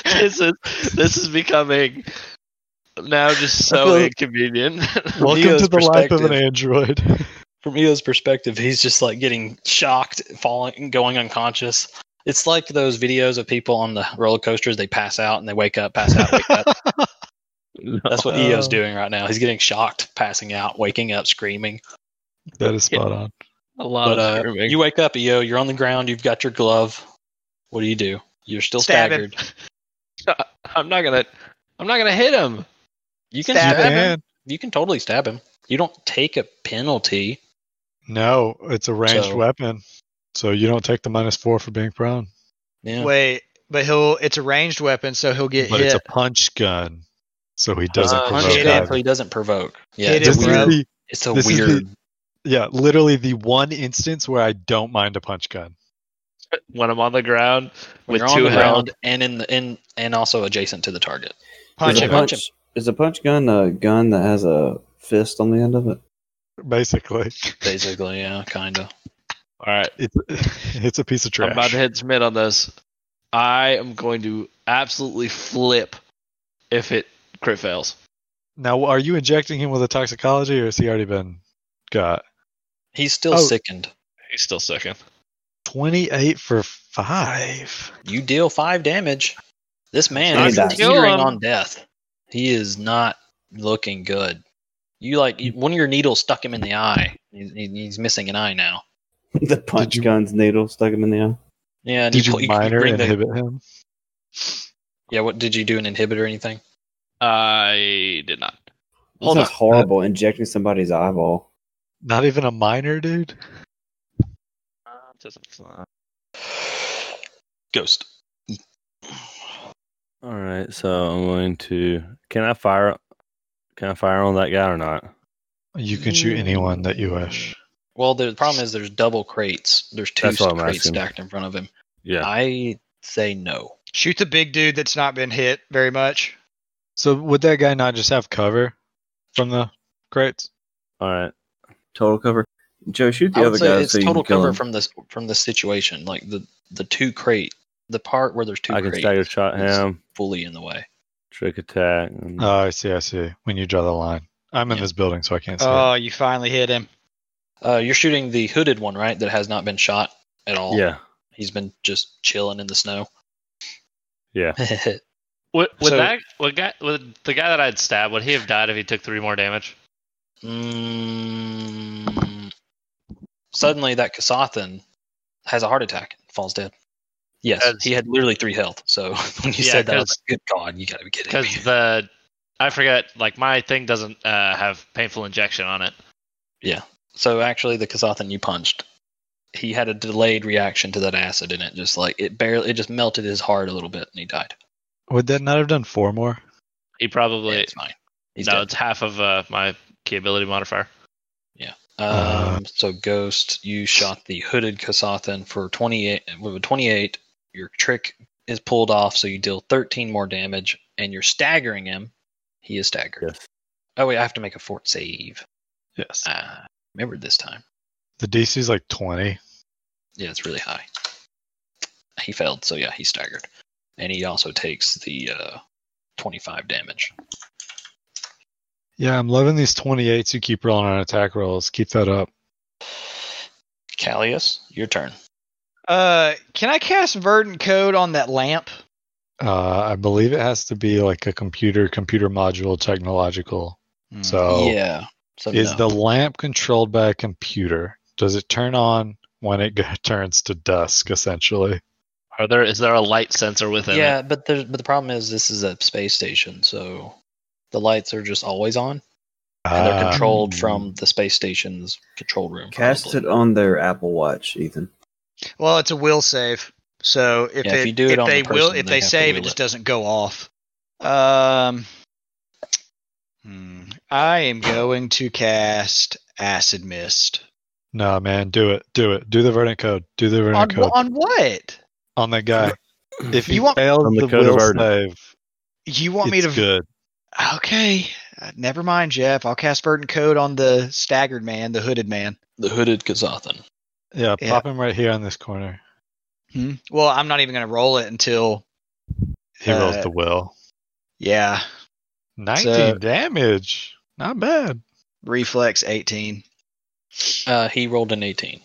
Speaker 4: this is this is becoming now just so
Speaker 3: feel-
Speaker 4: inconvenient.
Speaker 3: Welcome
Speaker 1: Leo's
Speaker 3: to the life of an
Speaker 1: perspective.
Speaker 3: android.
Speaker 1: From Eo's perspective, he's just like getting shocked, falling, going unconscious. It's like those videos of people on the roller coasters. They pass out and they wake up, pass out, wake up. That's what Eo's doing right now. He's getting shocked, passing out, waking up, screaming.
Speaker 3: that is spot on.
Speaker 4: a lot
Speaker 1: But
Speaker 4: of
Speaker 1: uh,
Speaker 4: screaming.
Speaker 1: you wake up, EO. You're on the ground. You've got your glove. What do you do? You're still
Speaker 5: Stab him.
Speaker 1: staggered.
Speaker 4: I'm not gonna. I'm not gonna hit him.
Speaker 1: You can
Speaker 5: Stab
Speaker 1: stab,
Speaker 5: him.
Speaker 1: him. You can totally stab him. You don't take a penalty.
Speaker 3: No, it's a ranged
Speaker 1: So-
Speaker 3: weapon. So you don't take the minus four for being prone.
Speaker 1: Yeah.
Speaker 5: Wait, but he'll it's a ranged weapon, so he'll get
Speaker 3: But
Speaker 5: hit.
Speaker 3: it's a punch gun. So he doesn't
Speaker 4: Uh,
Speaker 1: Punch
Speaker 3: provoke
Speaker 5: hit
Speaker 1: him,
Speaker 5: it.
Speaker 3: either.
Speaker 1: so he doesn't provoke. Yeah,
Speaker 5: Hit
Speaker 1: it's
Speaker 3: This
Speaker 1: a
Speaker 5: him,
Speaker 3: is
Speaker 5: bro.
Speaker 1: weird.
Speaker 3: the,
Speaker 1: It's a
Speaker 3: this is the-
Speaker 1: weird.
Speaker 3: yeah, literally the one instance where I don't mind a punch gun.
Speaker 4: When I'm on the ground
Speaker 1: when
Speaker 4: with
Speaker 1: you're on
Speaker 4: two
Speaker 1: the
Speaker 4: rounds.
Speaker 1: ground and in the in and also adjacent to the target.
Speaker 5: punch
Speaker 6: is
Speaker 5: him.
Speaker 6: A punch, Is a punch gun a gun that has a fist on the end of it?
Speaker 3: Basically,
Speaker 1: Basically, yeah, kind of.
Speaker 4: All right,
Speaker 3: it's it's a piece of trash.
Speaker 4: I'm about to hit Schmidt on this. I am going to absolutely flip if it crit fails.
Speaker 3: Now, are you injecting him with a toxicology, or has he already been got
Speaker 1: He's still
Speaker 3: Oh.
Speaker 1: sickened.
Speaker 4: He's still second.
Speaker 3: twenty-eight for five?
Speaker 1: You deal five damage. This man
Speaker 6: Nice.
Speaker 1: is
Speaker 6: Nice.
Speaker 1: teetering
Speaker 4: Kill him.
Speaker 1: on death. He is not looking good. You like you- one of your needles stuck him in the eye. He's, he's missing an eye now.
Speaker 6: the punch
Speaker 3: you-
Speaker 6: gun's needle stuck him in the eye.
Speaker 1: Yeah. and
Speaker 3: Did
Speaker 1: pull-
Speaker 3: you minor
Speaker 1: bring the-
Speaker 3: inhibit him?
Speaker 1: yeah. What did you do? An inhibit or anything?
Speaker 4: I did not.
Speaker 6: This is horrible. injecting somebody's eyeball.
Speaker 3: Not even a minor, dude.
Speaker 1: Ghost.
Speaker 2: All right, so I'm going to. Can I fire? Can I fire on that guy or not?
Speaker 3: You can shoot
Speaker 1: Mm.
Speaker 3: anyone that you wish.
Speaker 1: Well, the problem is there's double crates. There's two
Speaker 2: That's what I'm
Speaker 1: crates
Speaker 2: asking.
Speaker 1: stacked in front of him.
Speaker 2: Yeah.
Speaker 1: I say no.
Speaker 5: Shoot the big dude that's not been hit very much.
Speaker 3: So would that guy not just have cover from the crates?
Speaker 2: All right.
Speaker 6: Total cover. Joe, shoot the
Speaker 1: I
Speaker 6: other
Speaker 1: would say
Speaker 6: guy.
Speaker 1: it's
Speaker 6: so you
Speaker 1: total
Speaker 6: can kill
Speaker 1: cover
Speaker 6: him.
Speaker 1: from this from the situation. Like the the two crate, the part where there's two
Speaker 2: I can
Speaker 1: crates
Speaker 2: stagger shot
Speaker 1: is
Speaker 2: him.
Speaker 1: fully in the way.
Speaker 2: Trick attack. And
Speaker 3: Oh, I see. I see. When you draw the line, I'm
Speaker 1: Mm.
Speaker 3: in
Speaker 1: Yeah.
Speaker 3: this building, so I can't see.
Speaker 5: Oh, you finally hit him.
Speaker 1: Uh, you're shooting the hooded one, right? That has not been shot at all.
Speaker 2: yeah.
Speaker 1: He's been just chilling in the snow.
Speaker 2: Yeah.
Speaker 4: Would, would
Speaker 5: So-
Speaker 4: that would guy would the guy that I'd stabbed would he have died if he took three more damage?
Speaker 1: mm, suddenly, that Kasathan has a heart attack and falls dead. Yes,
Speaker 4: As-
Speaker 1: he had literally three health. So when you
Speaker 4: Yeah,
Speaker 1: said that, I was
Speaker 4: 'cause-
Speaker 1: like, good God, you gotta be kidding me.
Speaker 4: Because the I forget like my thing doesn't uh, have painful injection on it.
Speaker 1: So actually, the Kasathan you punched he had a delayed reaction to that acid, and it just like it barely it just melted his heart a little bit, and he died.
Speaker 3: Would that not have done four more?
Speaker 4: He
Speaker 1: Yeah,
Speaker 4: probably
Speaker 1: it's fine. He's
Speaker 4: no,
Speaker 1: dead.
Speaker 4: it's half of uh, my key ability modifier.
Speaker 3: Uh.
Speaker 1: Um, so Ghost, you shot the hooded Kasathan for 28 with a 28. Your trick is pulled off, so you deal 13 more damage, and you're staggering him. He is staggered.
Speaker 2: Yes.
Speaker 1: Oh wait, I have to make a fort save.
Speaker 3: Yes.
Speaker 1: Ah, remember this time.
Speaker 3: The DC's like 20.
Speaker 1: Yeah, it's really high. He failed, so yeah, he's staggered, and he also takes the uh, 25 damage.
Speaker 3: Yeah, I'm loving these 28s you keep rolling on attack rolls. Keep that up.
Speaker 1: Callius, your turn.
Speaker 5: Uh, can I cast Verdant Code on that lamp?
Speaker 3: Uh, I believe it has to be like a computer, computer module, technological. Hmm. So
Speaker 1: Mm. yeah. So
Speaker 3: Oh. is
Speaker 1: no.
Speaker 3: the lamp controlled by a computer? Does it turn on when it go- turns to dusk, essentially?
Speaker 4: Are there is there a light sensor within
Speaker 1: yeah,
Speaker 4: it?
Speaker 1: but the but the problem is this is a space station, so the lights are just always on, and they're
Speaker 3: Ah,
Speaker 1: controlled from the space station's control room.
Speaker 6: Cast
Speaker 1: probably.
Speaker 6: it on their Apple Watch, Ethan.
Speaker 5: Well, it's a will save. So if,
Speaker 1: Yeah, if
Speaker 5: it,
Speaker 1: you do it
Speaker 5: if
Speaker 1: on
Speaker 5: they
Speaker 1: the person,
Speaker 5: will, if
Speaker 1: they
Speaker 5: they
Speaker 1: have to
Speaker 5: save, it
Speaker 1: will
Speaker 5: just
Speaker 1: it.
Speaker 5: doesn't go off. Um, hmm, I am going to cast Acid Mist.
Speaker 3: no, man, do it, do it, do the verdant code, do the verdant
Speaker 5: On,
Speaker 3: code
Speaker 5: wh- on what?
Speaker 3: on that guy. If he
Speaker 5: You want-
Speaker 3: fails
Speaker 2: On the
Speaker 3: the,
Speaker 2: code of
Speaker 3: will
Speaker 2: verdant.
Speaker 3: save,
Speaker 5: You want me
Speaker 3: it's
Speaker 5: to?
Speaker 3: good.
Speaker 5: Okay, Uh, never mind, Jeff. I'll cast Verdant Code on the staggered man, the hooded man.
Speaker 1: the hooded Kazathan.
Speaker 3: Yeah,
Speaker 5: Yeah.
Speaker 3: pop him right here on this corner.
Speaker 5: Hmm? Well, I'm not even going to roll it until
Speaker 3: He rolls
Speaker 5: Uh,
Speaker 3: the will.
Speaker 5: yeah,
Speaker 3: 90
Speaker 5: so-
Speaker 3: damage. Not bad.
Speaker 5: reflex 18.
Speaker 1: Uh, he rolled an eighteen.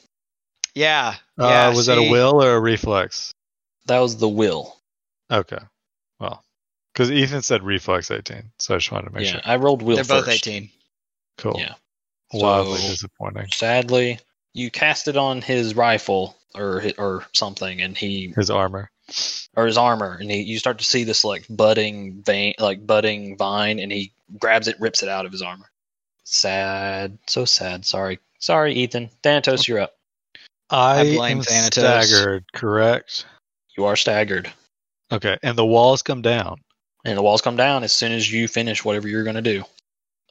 Speaker 5: Yeah,
Speaker 3: uh,
Speaker 5: yeah,
Speaker 3: was that a
Speaker 5: see?
Speaker 3: will or a reflex?
Speaker 1: That was the will.
Speaker 3: Okay. Well, because Ethan said reflex 18, so I just wanted to make
Speaker 1: yeah,
Speaker 3: sure.
Speaker 1: I rolled will
Speaker 5: They're
Speaker 1: first.
Speaker 5: both 18.
Speaker 3: Cool.
Speaker 1: Yeah.
Speaker 3: Wildly
Speaker 1: So-
Speaker 3: disappointing.
Speaker 1: Sadly, you cast it on his rifle or hi- or something, and he
Speaker 3: His armor.
Speaker 1: or his armor, and he, you start to see this like budding vein, like budding vine, and he grabs it, rips it out of his armor. Sad, so sad. Sorry, sorry, Ethan. Thanatos, you're up.
Speaker 3: I,
Speaker 5: blame
Speaker 3: am
Speaker 5: Thanatos.
Speaker 3: staggered, correct?
Speaker 1: You are staggered,
Speaker 3: Okay, and the walls come down.
Speaker 1: and the walls come down as soon as you finish whatever you're going to do.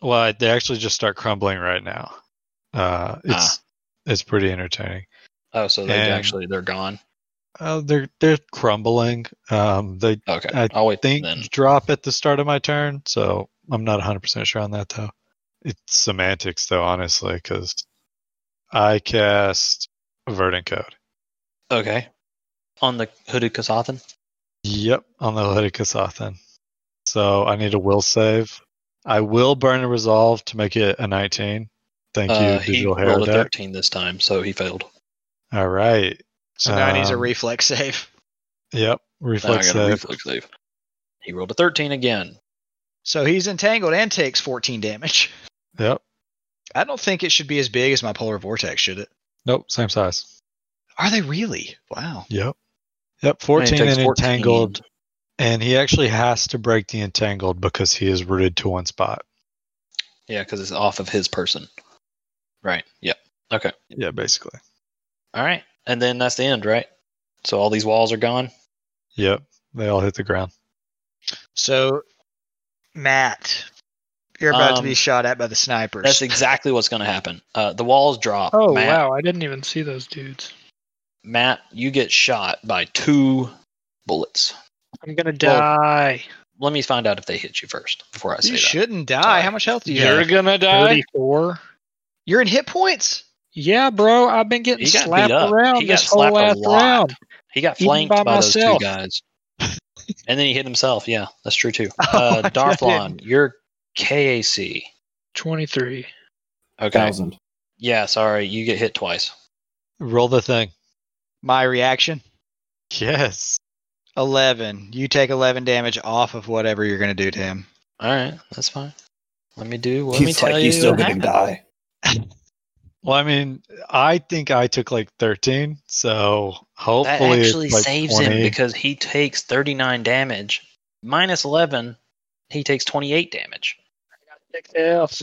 Speaker 3: Well, they actually just start crumbling right now.
Speaker 1: Ah.
Speaker 3: Uh, it's it's pretty entertaining.
Speaker 1: Oh, so they
Speaker 3: And-
Speaker 1: actually they're gone.
Speaker 3: Uh, they're they're crumbling. Um, they
Speaker 1: Okay,
Speaker 3: I
Speaker 1: I'll wait
Speaker 3: think
Speaker 1: then.
Speaker 3: drop at the start of my turn, so I'm not 100% sure on that though. It's semantics though, honestly, because I cast Verdant Code.
Speaker 1: Okay, on the hooded Kasathan.
Speaker 3: Yep, on the hooded Kasathan. So I need a will save. I will burn a resolve to make it a 19. Thank you,
Speaker 1: Uh, he
Speaker 3: digital hair
Speaker 1: rolled a
Speaker 3: deck.
Speaker 1: 13 this time, so he failed.
Speaker 3: All right.
Speaker 5: So now he needs a
Speaker 3: Um,
Speaker 5: reflex save.
Speaker 3: Yep.
Speaker 1: Now I
Speaker 3: Reflex
Speaker 1: got a
Speaker 3: save.
Speaker 1: reflex save. He rolled a 13 again.
Speaker 5: So he's entangled and takes 14 damage.
Speaker 3: Yep.
Speaker 5: I don't think it should be as big as my polar vortex, should it?
Speaker 3: Nope. Same size.
Speaker 5: Are they really? Wow.
Speaker 3: Yep. Yep.
Speaker 1: And he
Speaker 3: 14
Speaker 1: takes
Speaker 3: and entangled. And he actually has to break the entangled because he is rooted to one spot.
Speaker 1: Yeah, because it's off of his person. Right. Yep. Okay.
Speaker 3: Yeah, basically.
Speaker 1: All right. And then that's the end, right? So all these walls are gone.
Speaker 3: Yep. They all hit the ground.
Speaker 5: So, Matt, you're about to
Speaker 1: Um,
Speaker 5: be shot at by the snipers.
Speaker 1: That's exactly what's going to happen. Uh, the walls drop.
Speaker 7: Oh
Speaker 1: Matt,
Speaker 7: wow, I didn't even see those dudes.
Speaker 1: Matt, you get shot by two bullets.
Speaker 7: I'm gonna
Speaker 1: Well-
Speaker 7: die.
Speaker 1: Let me find out if they hit you first before I say
Speaker 5: you
Speaker 1: that.
Speaker 5: shouldn't die.
Speaker 1: Sorry.
Speaker 5: How much health do you
Speaker 4: You're
Speaker 5: have?
Speaker 4: gonna die.
Speaker 7: Thirty-four.
Speaker 5: You're in hit points?
Speaker 7: Yeah, bro, I've been getting
Speaker 1: He got beat
Speaker 7: slapped
Speaker 1: up.
Speaker 7: around
Speaker 1: He got
Speaker 7: this whole
Speaker 1: slapped a
Speaker 7: last
Speaker 1: lot.
Speaker 7: round.
Speaker 1: He got
Speaker 7: Even
Speaker 1: flanked
Speaker 7: by
Speaker 1: by, those two
Speaker 7: myself.
Speaker 1: guys. and then he hit himself. Yeah, that's true too.
Speaker 5: Oh
Speaker 1: uh,
Speaker 5: my God, I
Speaker 1: Darflon, you're KAC.
Speaker 7: Twenty-three.
Speaker 1: Okay.
Speaker 6: Thousand.
Speaker 1: Yeah, sorry. You get hit twice.
Speaker 3: Roll the thing.
Speaker 5: My reaction?
Speaker 3: Yes.
Speaker 5: 11. You take 11 damage off of whatever you're going to do to him.
Speaker 1: All right. That's fine. Let me do. Let me
Speaker 6: He's
Speaker 1: tell
Speaker 6: like,
Speaker 1: you.
Speaker 6: he's still
Speaker 1: what
Speaker 6: gonna
Speaker 1: happened.
Speaker 6: die.
Speaker 3: Well, I mean, I think I took like 13, so hopefully
Speaker 1: That actually
Speaker 3: it's like
Speaker 1: saves
Speaker 3: 20.
Speaker 1: him because he takes 39 damage. Minus 11, he takes 28 damage.
Speaker 7: Six health.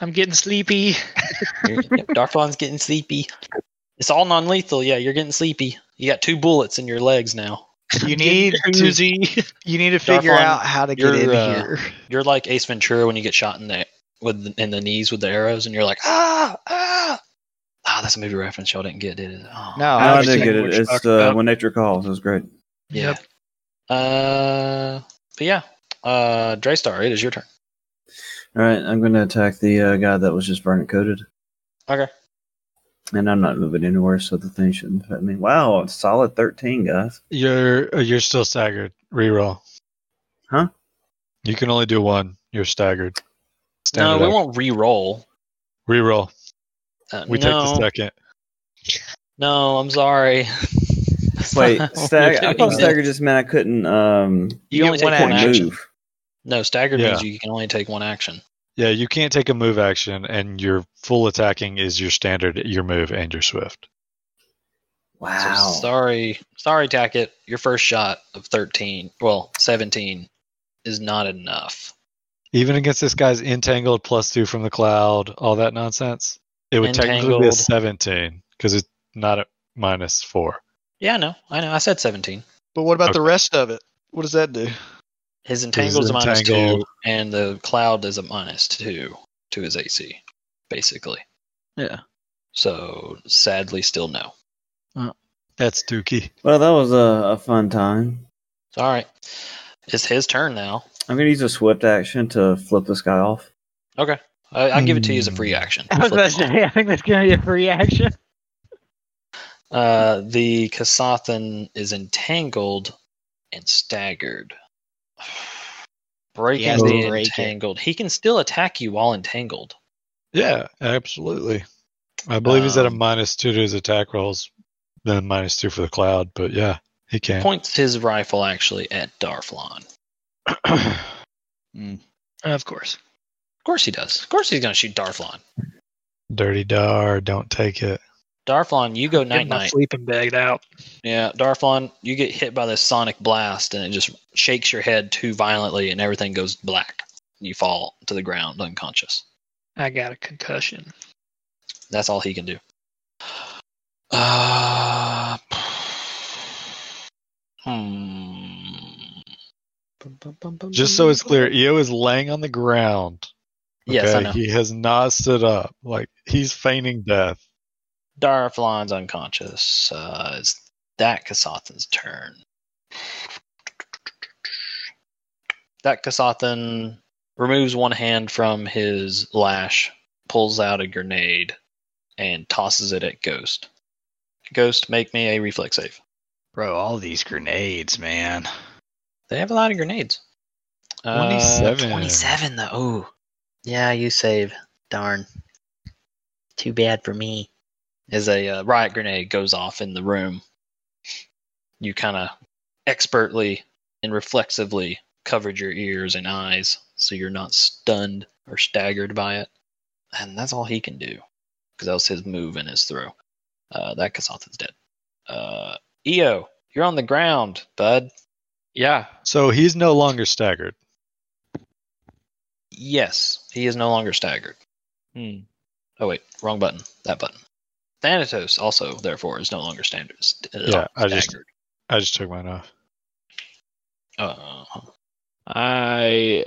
Speaker 7: I'm getting sleepy.
Speaker 1: You're- yep, Darflon's getting sleepy. It's all non-lethal. Yeah, you're getting sleepy. You got two bullets in your legs now.
Speaker 5: You need to
Speaker 7: Uh,
Speaker 4: Koozie.
Speaker 5: you need to figure
Speaker 1: Darfon,
Speaker 5: out how to get
Speaker 1: you're,
Speaker 5: in
Speaker 1: uh,
Speaker 5: here.
Speaker 1: You're like Ace Ventura when you get shot in the with the, in the knees with the arrows, and you're like ah ah. Ah, that's a movie reference y'all didn't get, did it? Oh.
Speaker 5: No,
Speaker 6: I
Speaker 5: I've
Speaker 6: did
Speaker 5: seen-
Speaker 6: get it.
Speaker 7: what you're
Speaker 6: It's
Speaker 7: talking
Speaker 6: uh,
Speaker 7: about.
Speaker 6: when nature calls. It was great.
Speaker 1: Yeah. Uh, but yeah. Uh, Draystar, it is your turn.
Speaker 6: All right, I'm going to attack the uh, guy that was just burnt coated.
Speaker 1: Okay.
Speaker 6: And I'm not moving anywhere, so the thing shouldn't affect me. Wow, it's solid 13, guys.
Speaker 3: You're uh, you're still staggered. Reroll.
Speaker 6: Huh?
Speaker 3: You can only do one. You're staggered.
Speaker 1: no,
Speaker 3: Stand
Speaker 1: we
Speaker 3: it up.
Speaker 1: won't re-roll.
Speaker 3: Reroll.
Speaker 1: Uh,
Speaker 3: We
Speaker 1: no,
Speaker 3: take the second.
Speaker 1: no, I'm sorry. That's
Speaker 6: Wait,
Speaker 1: not how
Speaker 6: stag-
Speaker 1: we're
Speaker 6: I
Speaker 1: doing
Speaker 6: thought
Speaker 1: this.
Speaker 6: stagger just meant I couldn't um
Speaker 1: You, only
Speaker 5: get
Speaker 1: take
Speaker 5: one
Speaker 1: one
Speaker 5: action.
Speaker 1: action.
Speaker 6: move.
Speaker 1: No, staggered
Speaker 3: Yeah.
Speaker 1: means you can only take one action.
Speaker 3: Yeah, you can't take a move action, and your full attacking is your standard, your move, and your swift.
Speaker 1: So
Speaker 6: Wow.
Speaker 1: sorry, sorry, Tackett. Your first shot of 13, well, 17, is not enough.
Speaker 3: Even against this guy's entangled plus two from the cloud, all that nonsense, it would technically be a
Speaker 1: Entangled.
Speaker 3: seventeen because it's not at minus four.
Speaker 1: Yeah, I know. I know. I said 17.
Speaker 5: but what about the
Speaker 3: Okay.
Speaker 5: rest of it? What does that do?
Speaker 1: His entangled is a minus two,
Speaker 3: entangled.
Speaker 1: and the cloud is a minus two to his AC, basically.
Speaker 5: Yeah.
Speaker 1: So sadly, still no.
Speaker 3: That's dookie.
Speaker 6: Well, that was a, a fun time.
Speaker 1: It's all right. It's his turn now.
Speaker 6: I'm going to use a swift action to flip this guy off.
Speaker 1: I, I give it to you as a free
Speaker 3: Hmm.
Speaker 1: action.
Speaker 8: I was about to say, I think that's going to be a free action.
Speaker 1: Uh, the Kasathan is entangled and staggered. Breaking
Speaker 5: has to
Speaker 1: the
Speaker 5: break it.
Speaker 1: entangled. He can still attack you while entangled.
Speaker 3: Yeah, absolutely. I believe he's at a
Speaker 1: Um,
Speaker 3: minus two to his attack rolls, then minus two for the cloud. But yeah, he can.
Speaker 1: Points his rifle actually at Darflon. Of
Speaker 7: Of course.
Speaker 1: course he does. Of course he's gonna shoot Darflon.
Speaker 3: Dirty dar, don't take it.
Speaker 1: Darflon, you go
Speaker 7: Get
Speaker 1: night
Speaker 7: my
Speaker 1: night.
Speaker 7: sleeping bag out.
Speaker 1: Yeah, Darflon, you get hit by this sonic blast and it just shakes your head too violently and everything goes black. You fall to the ground unconscious.
Speaker 7: I got a concussion.
Speaker 1: That's all he can do. Uh, hmm.
Speaker 3: Just so it's clear, Io is laying on the ground.
Speaker 1: Yes, I know.
Speaker 3: He has not stood up. Like he's feigning death.
Speaker 1: Darflon's unconscious. Uh, it's that Kasathan's turn. That Kasathan removes one hand from his lash, pulls out a grenade, and tosses it at Ghost. Ghost, make me a reflex save.
Speaker 5: Bro, all these grenades, man.
Speaker 1: They have a lot of grenades. Uh,
Speaker 3: 27.
Speaker 1: 27 though. Ooh. Yeah, you save. Darn. Too bad for me. As a uh, riot grenade goes off in the room, you kind of expertly and reflexively covered your ears and eyes so you're not stunned or staggered by it. And that's all he can do because that was his move and his throw. Uh, that Kasathan's dead. Uh, Eo, you're on the ground, bud.
Speaker 4: yeah.
Speaker 3: So he's no longer staggered.
Speaker 1: Yes, he is no longer staggered.
Speaker 4: Hmm.
Speaker 1: Oh wait, wrong button. That button. Thanatos also, therefore, is no longer standard. St- uh,
Speaker 3: Yeah, I just-
Speaker 1: staggered.
Speaker 3: I just took mine off.
Speaker 1: Uh,
Speaker 4: I.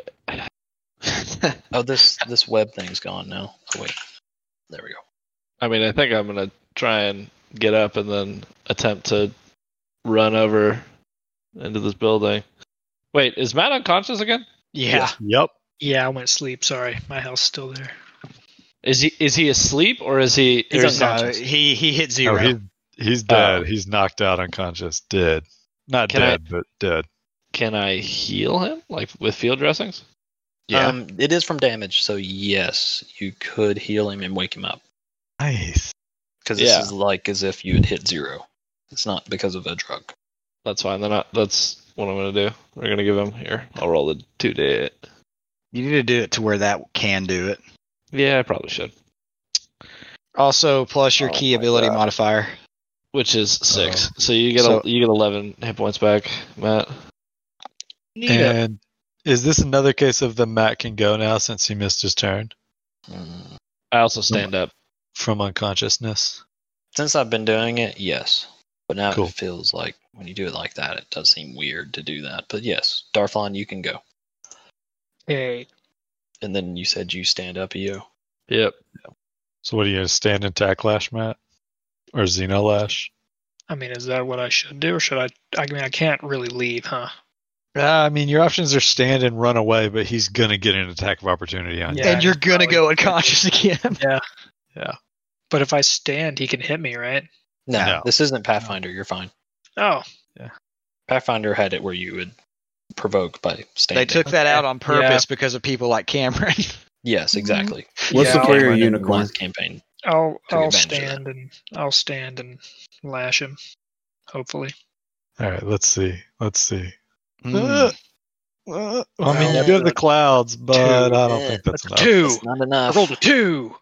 Speaker 1: oh, this this web thing's gone now. Oh wait, there we go.
Speaker 4: I mean, I think I'm gonna try and get up and then attempt to run over into this building. Wait, is Matt unconscious again?
Speaker 1: Ah,
Speaker 7: Yeah.
Speaker 3: Yep.
Speaker 7: Yeah, I went to sleep. Sorry. My house still there.
Speaker 4: Is he is he asleep or is he?
Speaker 1: He's
Speaker 4: or is he-
Speaker 1: unconscious.
Speaker 5: uh, he he hit
Speaker 3: No,
Speaker 5: zero.
Speaker 3: he's Oh, he's dead. he's knocked out unconscious. Dead. Not
Speaker 4: Can I-
Speaker 3: dead, but dead.
Speaker 4: Can I heal him like with field dressings?
Speaker 1: Um, it is from damage, so yes, you could heal him and wake him up
Speaker 3: Nice.
Speaker 1: because this
Speaker 4: Yeah.
Speaker 1: is like as if you had hit zero. It's not because of a drug.
Speaker 4: That's fine. Then I, that's what I'm gonna do. We're gonna give him here. I'll roll the two d
Speaker 5: You need to do it to where that can do it.
Speaker 4: Yeah, I probably should.
Speaker 5: Also, plus your
Speaker 4: Oh
Speaker 5: key
Speaker 4: my
Speaker 5: ability
Speaker 4: God.
Speaker 5: modifier.
Speaker 4: Which is six. Uh, So you get
Speaker 5: So-
Speaker 4: a, you get eleven hit points back, Matt.
Speaker 3: And is this another case of the Matt can go now since he missed his turn
Speaker 1: Mm.
Speaker 4: I also stand up.
Speaker 3: from unconsciousness?
Speaker 1: Since I've been doing it, yes. But now
Speaker 3: Cool.
Speaker 1: it feels like when you do it like that, it does seem weird to do that. But yes, Darflon, you can go.
Speaker 7: Yay.
Speaker 1: And then you said you stand up, E EO.
Speaker 4: Yep.
Speaker 3: So what are you gonna stand and tack lash, Matt? Or Xenolash?
Speaker 7: I mean, is that what I should do, or should I? I mean, I can't really leave, huh?
Speaker 3: Uh, I mean, your options are stand and run away, but he's gonna get an attack of opportunity on you.
Speaker 7: Yeah,
Speaker 5: and you're gonna
Speaker 7: probably-
Speaker 5: go unconscious again.
Speaker 7: But if I stand, he can hit me, right?
Speaker 1: No,
Speaker 3: No.
Speaker 1: this isn't Pathfinder. You're fine.
Speaker 7: Oh,
Speaker 1: Pathfinder had it where you would provoke by standing.
Speaker 5: they took that out on purpose
Speaker 7: Yeah.
Speaker 5: because of people like Cameron.
Speaker 1: yes, exactly.
Speaker 6: What's
Speaker 7: Yeah,
Speaker 6: the
Speaker 7: I'll
Speaker 6: player
Speaker 1: Cameron and
Speaker 6: unicorn?
Speaker 1: Glenn's campaign.
Speaker 7: I'll
Speaker 1: Took
Speaker 7: I'll
Speaker 1: advantage of that.
Speaker 7: stand and I'll stand and lash him. Hopefully,
Speaker 3: All right, let's see. Let's see. Hmm.
Speaker 4: Mm.
Speaker 3: Uh, uh, I mean, you go to the clouds, but I don't think that's enough.
Speaker 7: two.
Speaker 1: That's not
Speaker 7: I
Speaker 1: enough.
Speaker 7: rolled a two.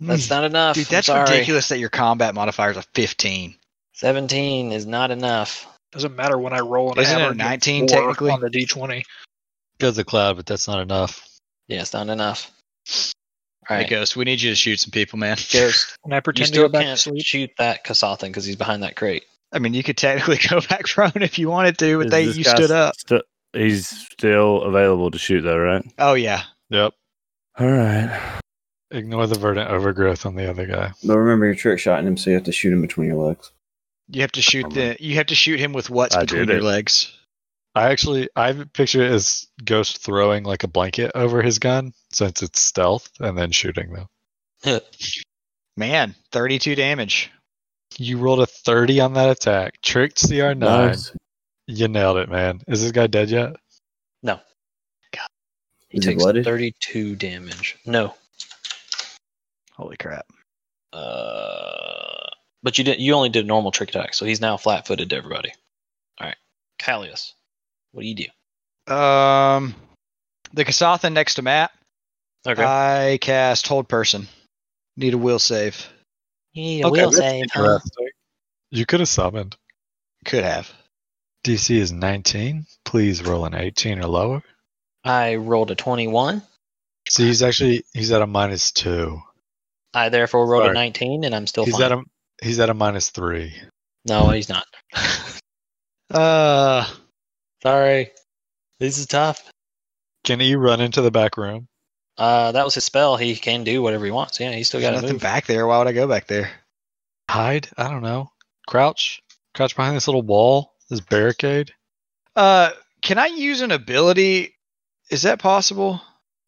Speaker 1: That's not enough.
Speaker 5: Dude,
Speaker 1: I'm
Speaker 5: that's
Speaker 1: sorry.
Speaker 5: ridiculous that your combat modifier is a 15.
Speaker 1: 17 is not enough.
Speaker 7: Doesn't matter when I roll an
Speaker 5: Isn't it a
Speaker 7: average of
Speaker 5: 19
Speaker 7: four
Speaker 5: technically?
Speaker 7: on the d20.
Speaker 3: Go to the cloud, but that's not enough.
Speaker 1: Yeah, it's not enough. All
Speaker 5: Hey,
Speaker 1: right.
Speaker 5: Ghost, we need you to shoot some people, man.
Speaker 1: Ghost,
Speaker 7: Can I
Speaker 1: you
Speaker 7: pretend to
Speaker 1: still
Speaker 7: go back to
Speaker 1: can't
Speaker 7: sleep?
Speaker 1: shoot that Kasathan because he's behind that crate.
Speaker 5: I mean, you could technically go back prone if you wanted to, but
Speaker 2: Is
Speaker 5: they
Speaker 2: this
Speaker 5: you
Speaker 2: guy
Speaker 5: stood up.
Speaker 2: sti- he's still available to shoot, though, right?
Speaker 5: Oh yeah,
Speaker 3: Yep.
Speaker 2: All right.
Speaker 3: Ignore the verdant overgrowth on the other guy.
Speaker 6: But remember, you're trick shotting him, so you have to shoot him between your legs.
Speaker 5: you have to shoot the you have to shoot him with what's
Speaker 2: I
Speaker 5: between
Speaker 2: did
Speaker 5: your
Speaker 2: it.
Speaker 5: legs.
Speaker 3: I actually I picture it as Ghost throwing like a blanket over his gun since it's stealth, and then shooting them.
Speaker 5: Man, 32 damage.
Speaker 3: You rolled a thirty on that attack, tricked CR nine. You nailed it, man. Is this guy dead yet?
Speaker 1: He
Speaker 6: Is he
Speaker 1: takes
Speaker 6: blooded?
Speaker 1: 32 damage. No.
Speaker 5: Holy crap!
Speaker 1: Uh, but you did. You only did normal trick attack, so he's now flat-footed to everybody. All right, Callius, what do you do?
Speaker 5: Um, the Kasathan next to Matt.
Speaker 1: Okay,
Speaker 5: I cast Hold Person. Need a will save.
Speaker 1: you need a will
Speaker 3: that's
Speaker 1: save. Huh?
Speaker 3: interesting. You could have summoned.
Speaker 5: Could have.
Speaker 3: DC is 19. Please roll an 18 or lower.
Speaker 1: I rolled a 21.
Speaker 3: So he's actually he's at a minus two.
Speaker 1: I therefore rolled
Speaker 3: Sorry.
Speaker 1: a 19, and I'm still
Speaker 3: he's
Speaker 1: fine.
Speaker 3: at a he's at a minus three.
Speaker 1: no, he's not.
Speaker 5: Uh,
Speaker 1: Sorry, this is tough.
Speaker 3: Can he run into the back room?
Speaker 1: Uh, that was his spell. He can do whatever he wants. Yeah, he's still
Speaker 5: there's
Speaker 1: got to
Speaker 5: nothing
Speaker 1: move.
Speaker 5: back there. Why would I go back there?
Speaker 3: Hide? I don't know. Crouch? Crouch behind this little wall? This barricade?
Speaker 5: Uh, can I use an ability? Is that possible?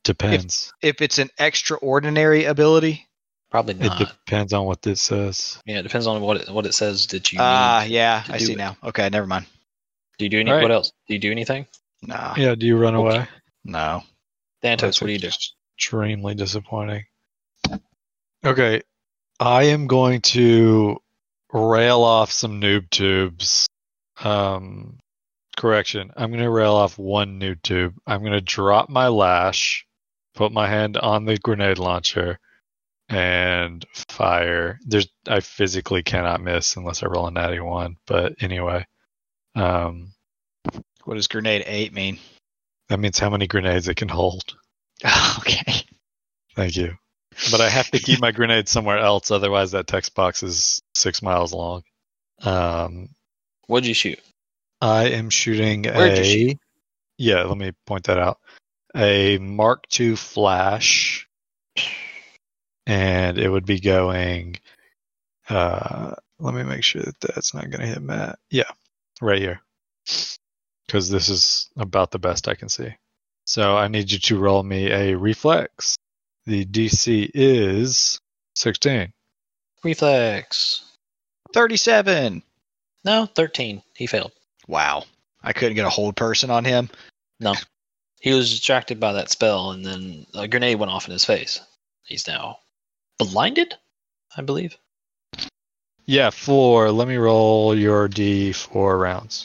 Speaker 3: Depends.
Speaker 5: If it's an extraordinary ability?
Speaker 1: Probably not.
Speaker 3: it depends on what this says.
Speaker 1: yeah, it depends on what it, what it says that you.
Speaker 5: Ah,
Speaker 1: need.
Speaker 5: yeah,
Speaker 1: to
Speaker 5: I
Speaker 1: do
Speaker 5: see
Speaker 1: it.
Speaker 5: now. Okay, never mind.
Speaker 1: Do you do any?
Speaker 3: Right.
Speaker 1: What else? Do you do anything?
Speaker 5: No,
Speaker 3: Yeah, do you run
Speaker 1: Okay.
Speaker 3: away?
Speaker 5: no.
Speaker 1: Thanatos, what do you do?
Speaker 3: Extremely disappointing. Okay. I am going to rail off some noob tubes. Um correction. I'm gonna rail off one noob tube. I'm gonna drop my lash, put my hand on the grenade launcher, and fire. There's I physically cannot miss unless I roll a natty one, but anyway. Um
Speaker 5: What does grenade eight mean?
Speaker 3: that means how many grenades it can hold.
Speaker 5: okay.
Speaker 3: Thank you. But I have to keep my grenade somewhere else, otherwise that text box is six miles long. Um,
Speaker 1: What'd you shoot?
Speaker 3: I am shooting
Speaker 1: Where'd you
Speaker 3: a
Speaker 1: shoot?
Speaker 3: yeah. Let me point that out. A Mark II flash, and it would be going. Uh, let me make sure that that's not going to hit Matt. Yeah, right here, because this is about the best I can see. So I need you to roll me a reflex. The DC is 16.
Speaker 1: Reflex.
Speaker 5: Thirty-seven.
Speaker 1: No, 13. He failed.
Speaker 5: Wow. I couldn't get a hold person on him.
Speaker 1: He was distracted by that spell, and then a grenade went off in his face. He's now blinded, I believe.
Speaker 3: Yeah, four. Let me roll your D4 rounds.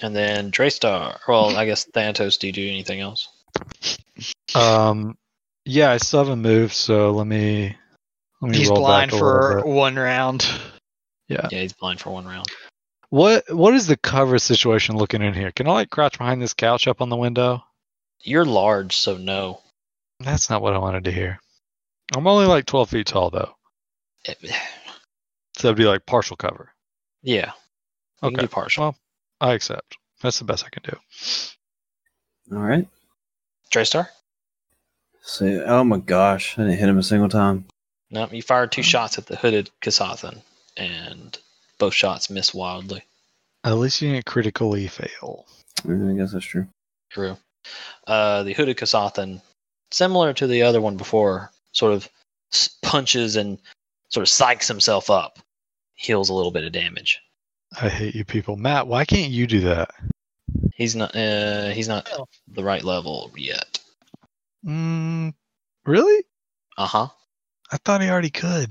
Speaker 1: And then Draystar. Well, I guess Thanatos, do you do anything else?
Speaker 3: Um, yeah, I still haven't moved, so let me let me
Speaker 5: He's
Speaker 3: roll
Speaker 5: blind
Speaker 3: back a little
Speaker 5: for
Speaker 3: bit.
Speaker 5: one round.
Speaker 3: Uh,
Speaker 1: Yeah, he's blind for one round.
Speaker 3: What what is the cover situation looking in here? Can I like crouch behind this couch up on the window?
Speaker 1: You're large, so no.
Speaker 3: That's not what I wanted to hear. I'm only like 12 feet tall though.
Speaker 1: It-
Speaker 3: So that'd be like partial cover.
Speaker 1: Eh, Yeah. You can
Speaker 3: Okay.
Speaker 1: do partial.
Speaker 3: Well, I accept. That's the best I can do.
Speaker 6: All right.
Speaker 1: Draystar?
Speaker 6: So, oh my gosh, I didn't hit him a single time.
Speaker 1: No, you fired
Speaker 3: Um,
Speaker 1: two shots at the hooded Kasathan, and both shots missed wildly.
Speaker 3: At least you didn't critically fail.
Speaker 6: Mm, I guess that's true.
Speaker 1: True. Uh, the hooded Kasathan, similar to the other one before, sort of s- punches and sort of psychs himself up, heals a little bit of damage.
Speaker 3: I hate you people. Matt, why can't you do that?
Speaker 1: He's not. Uh, he's not
Speaker 3: Oh.
Speaker 1: the right level yet.
Speaker 3: Mm, really?
Speaker 1: Uh huh.
Speaker 3: I thought he already could.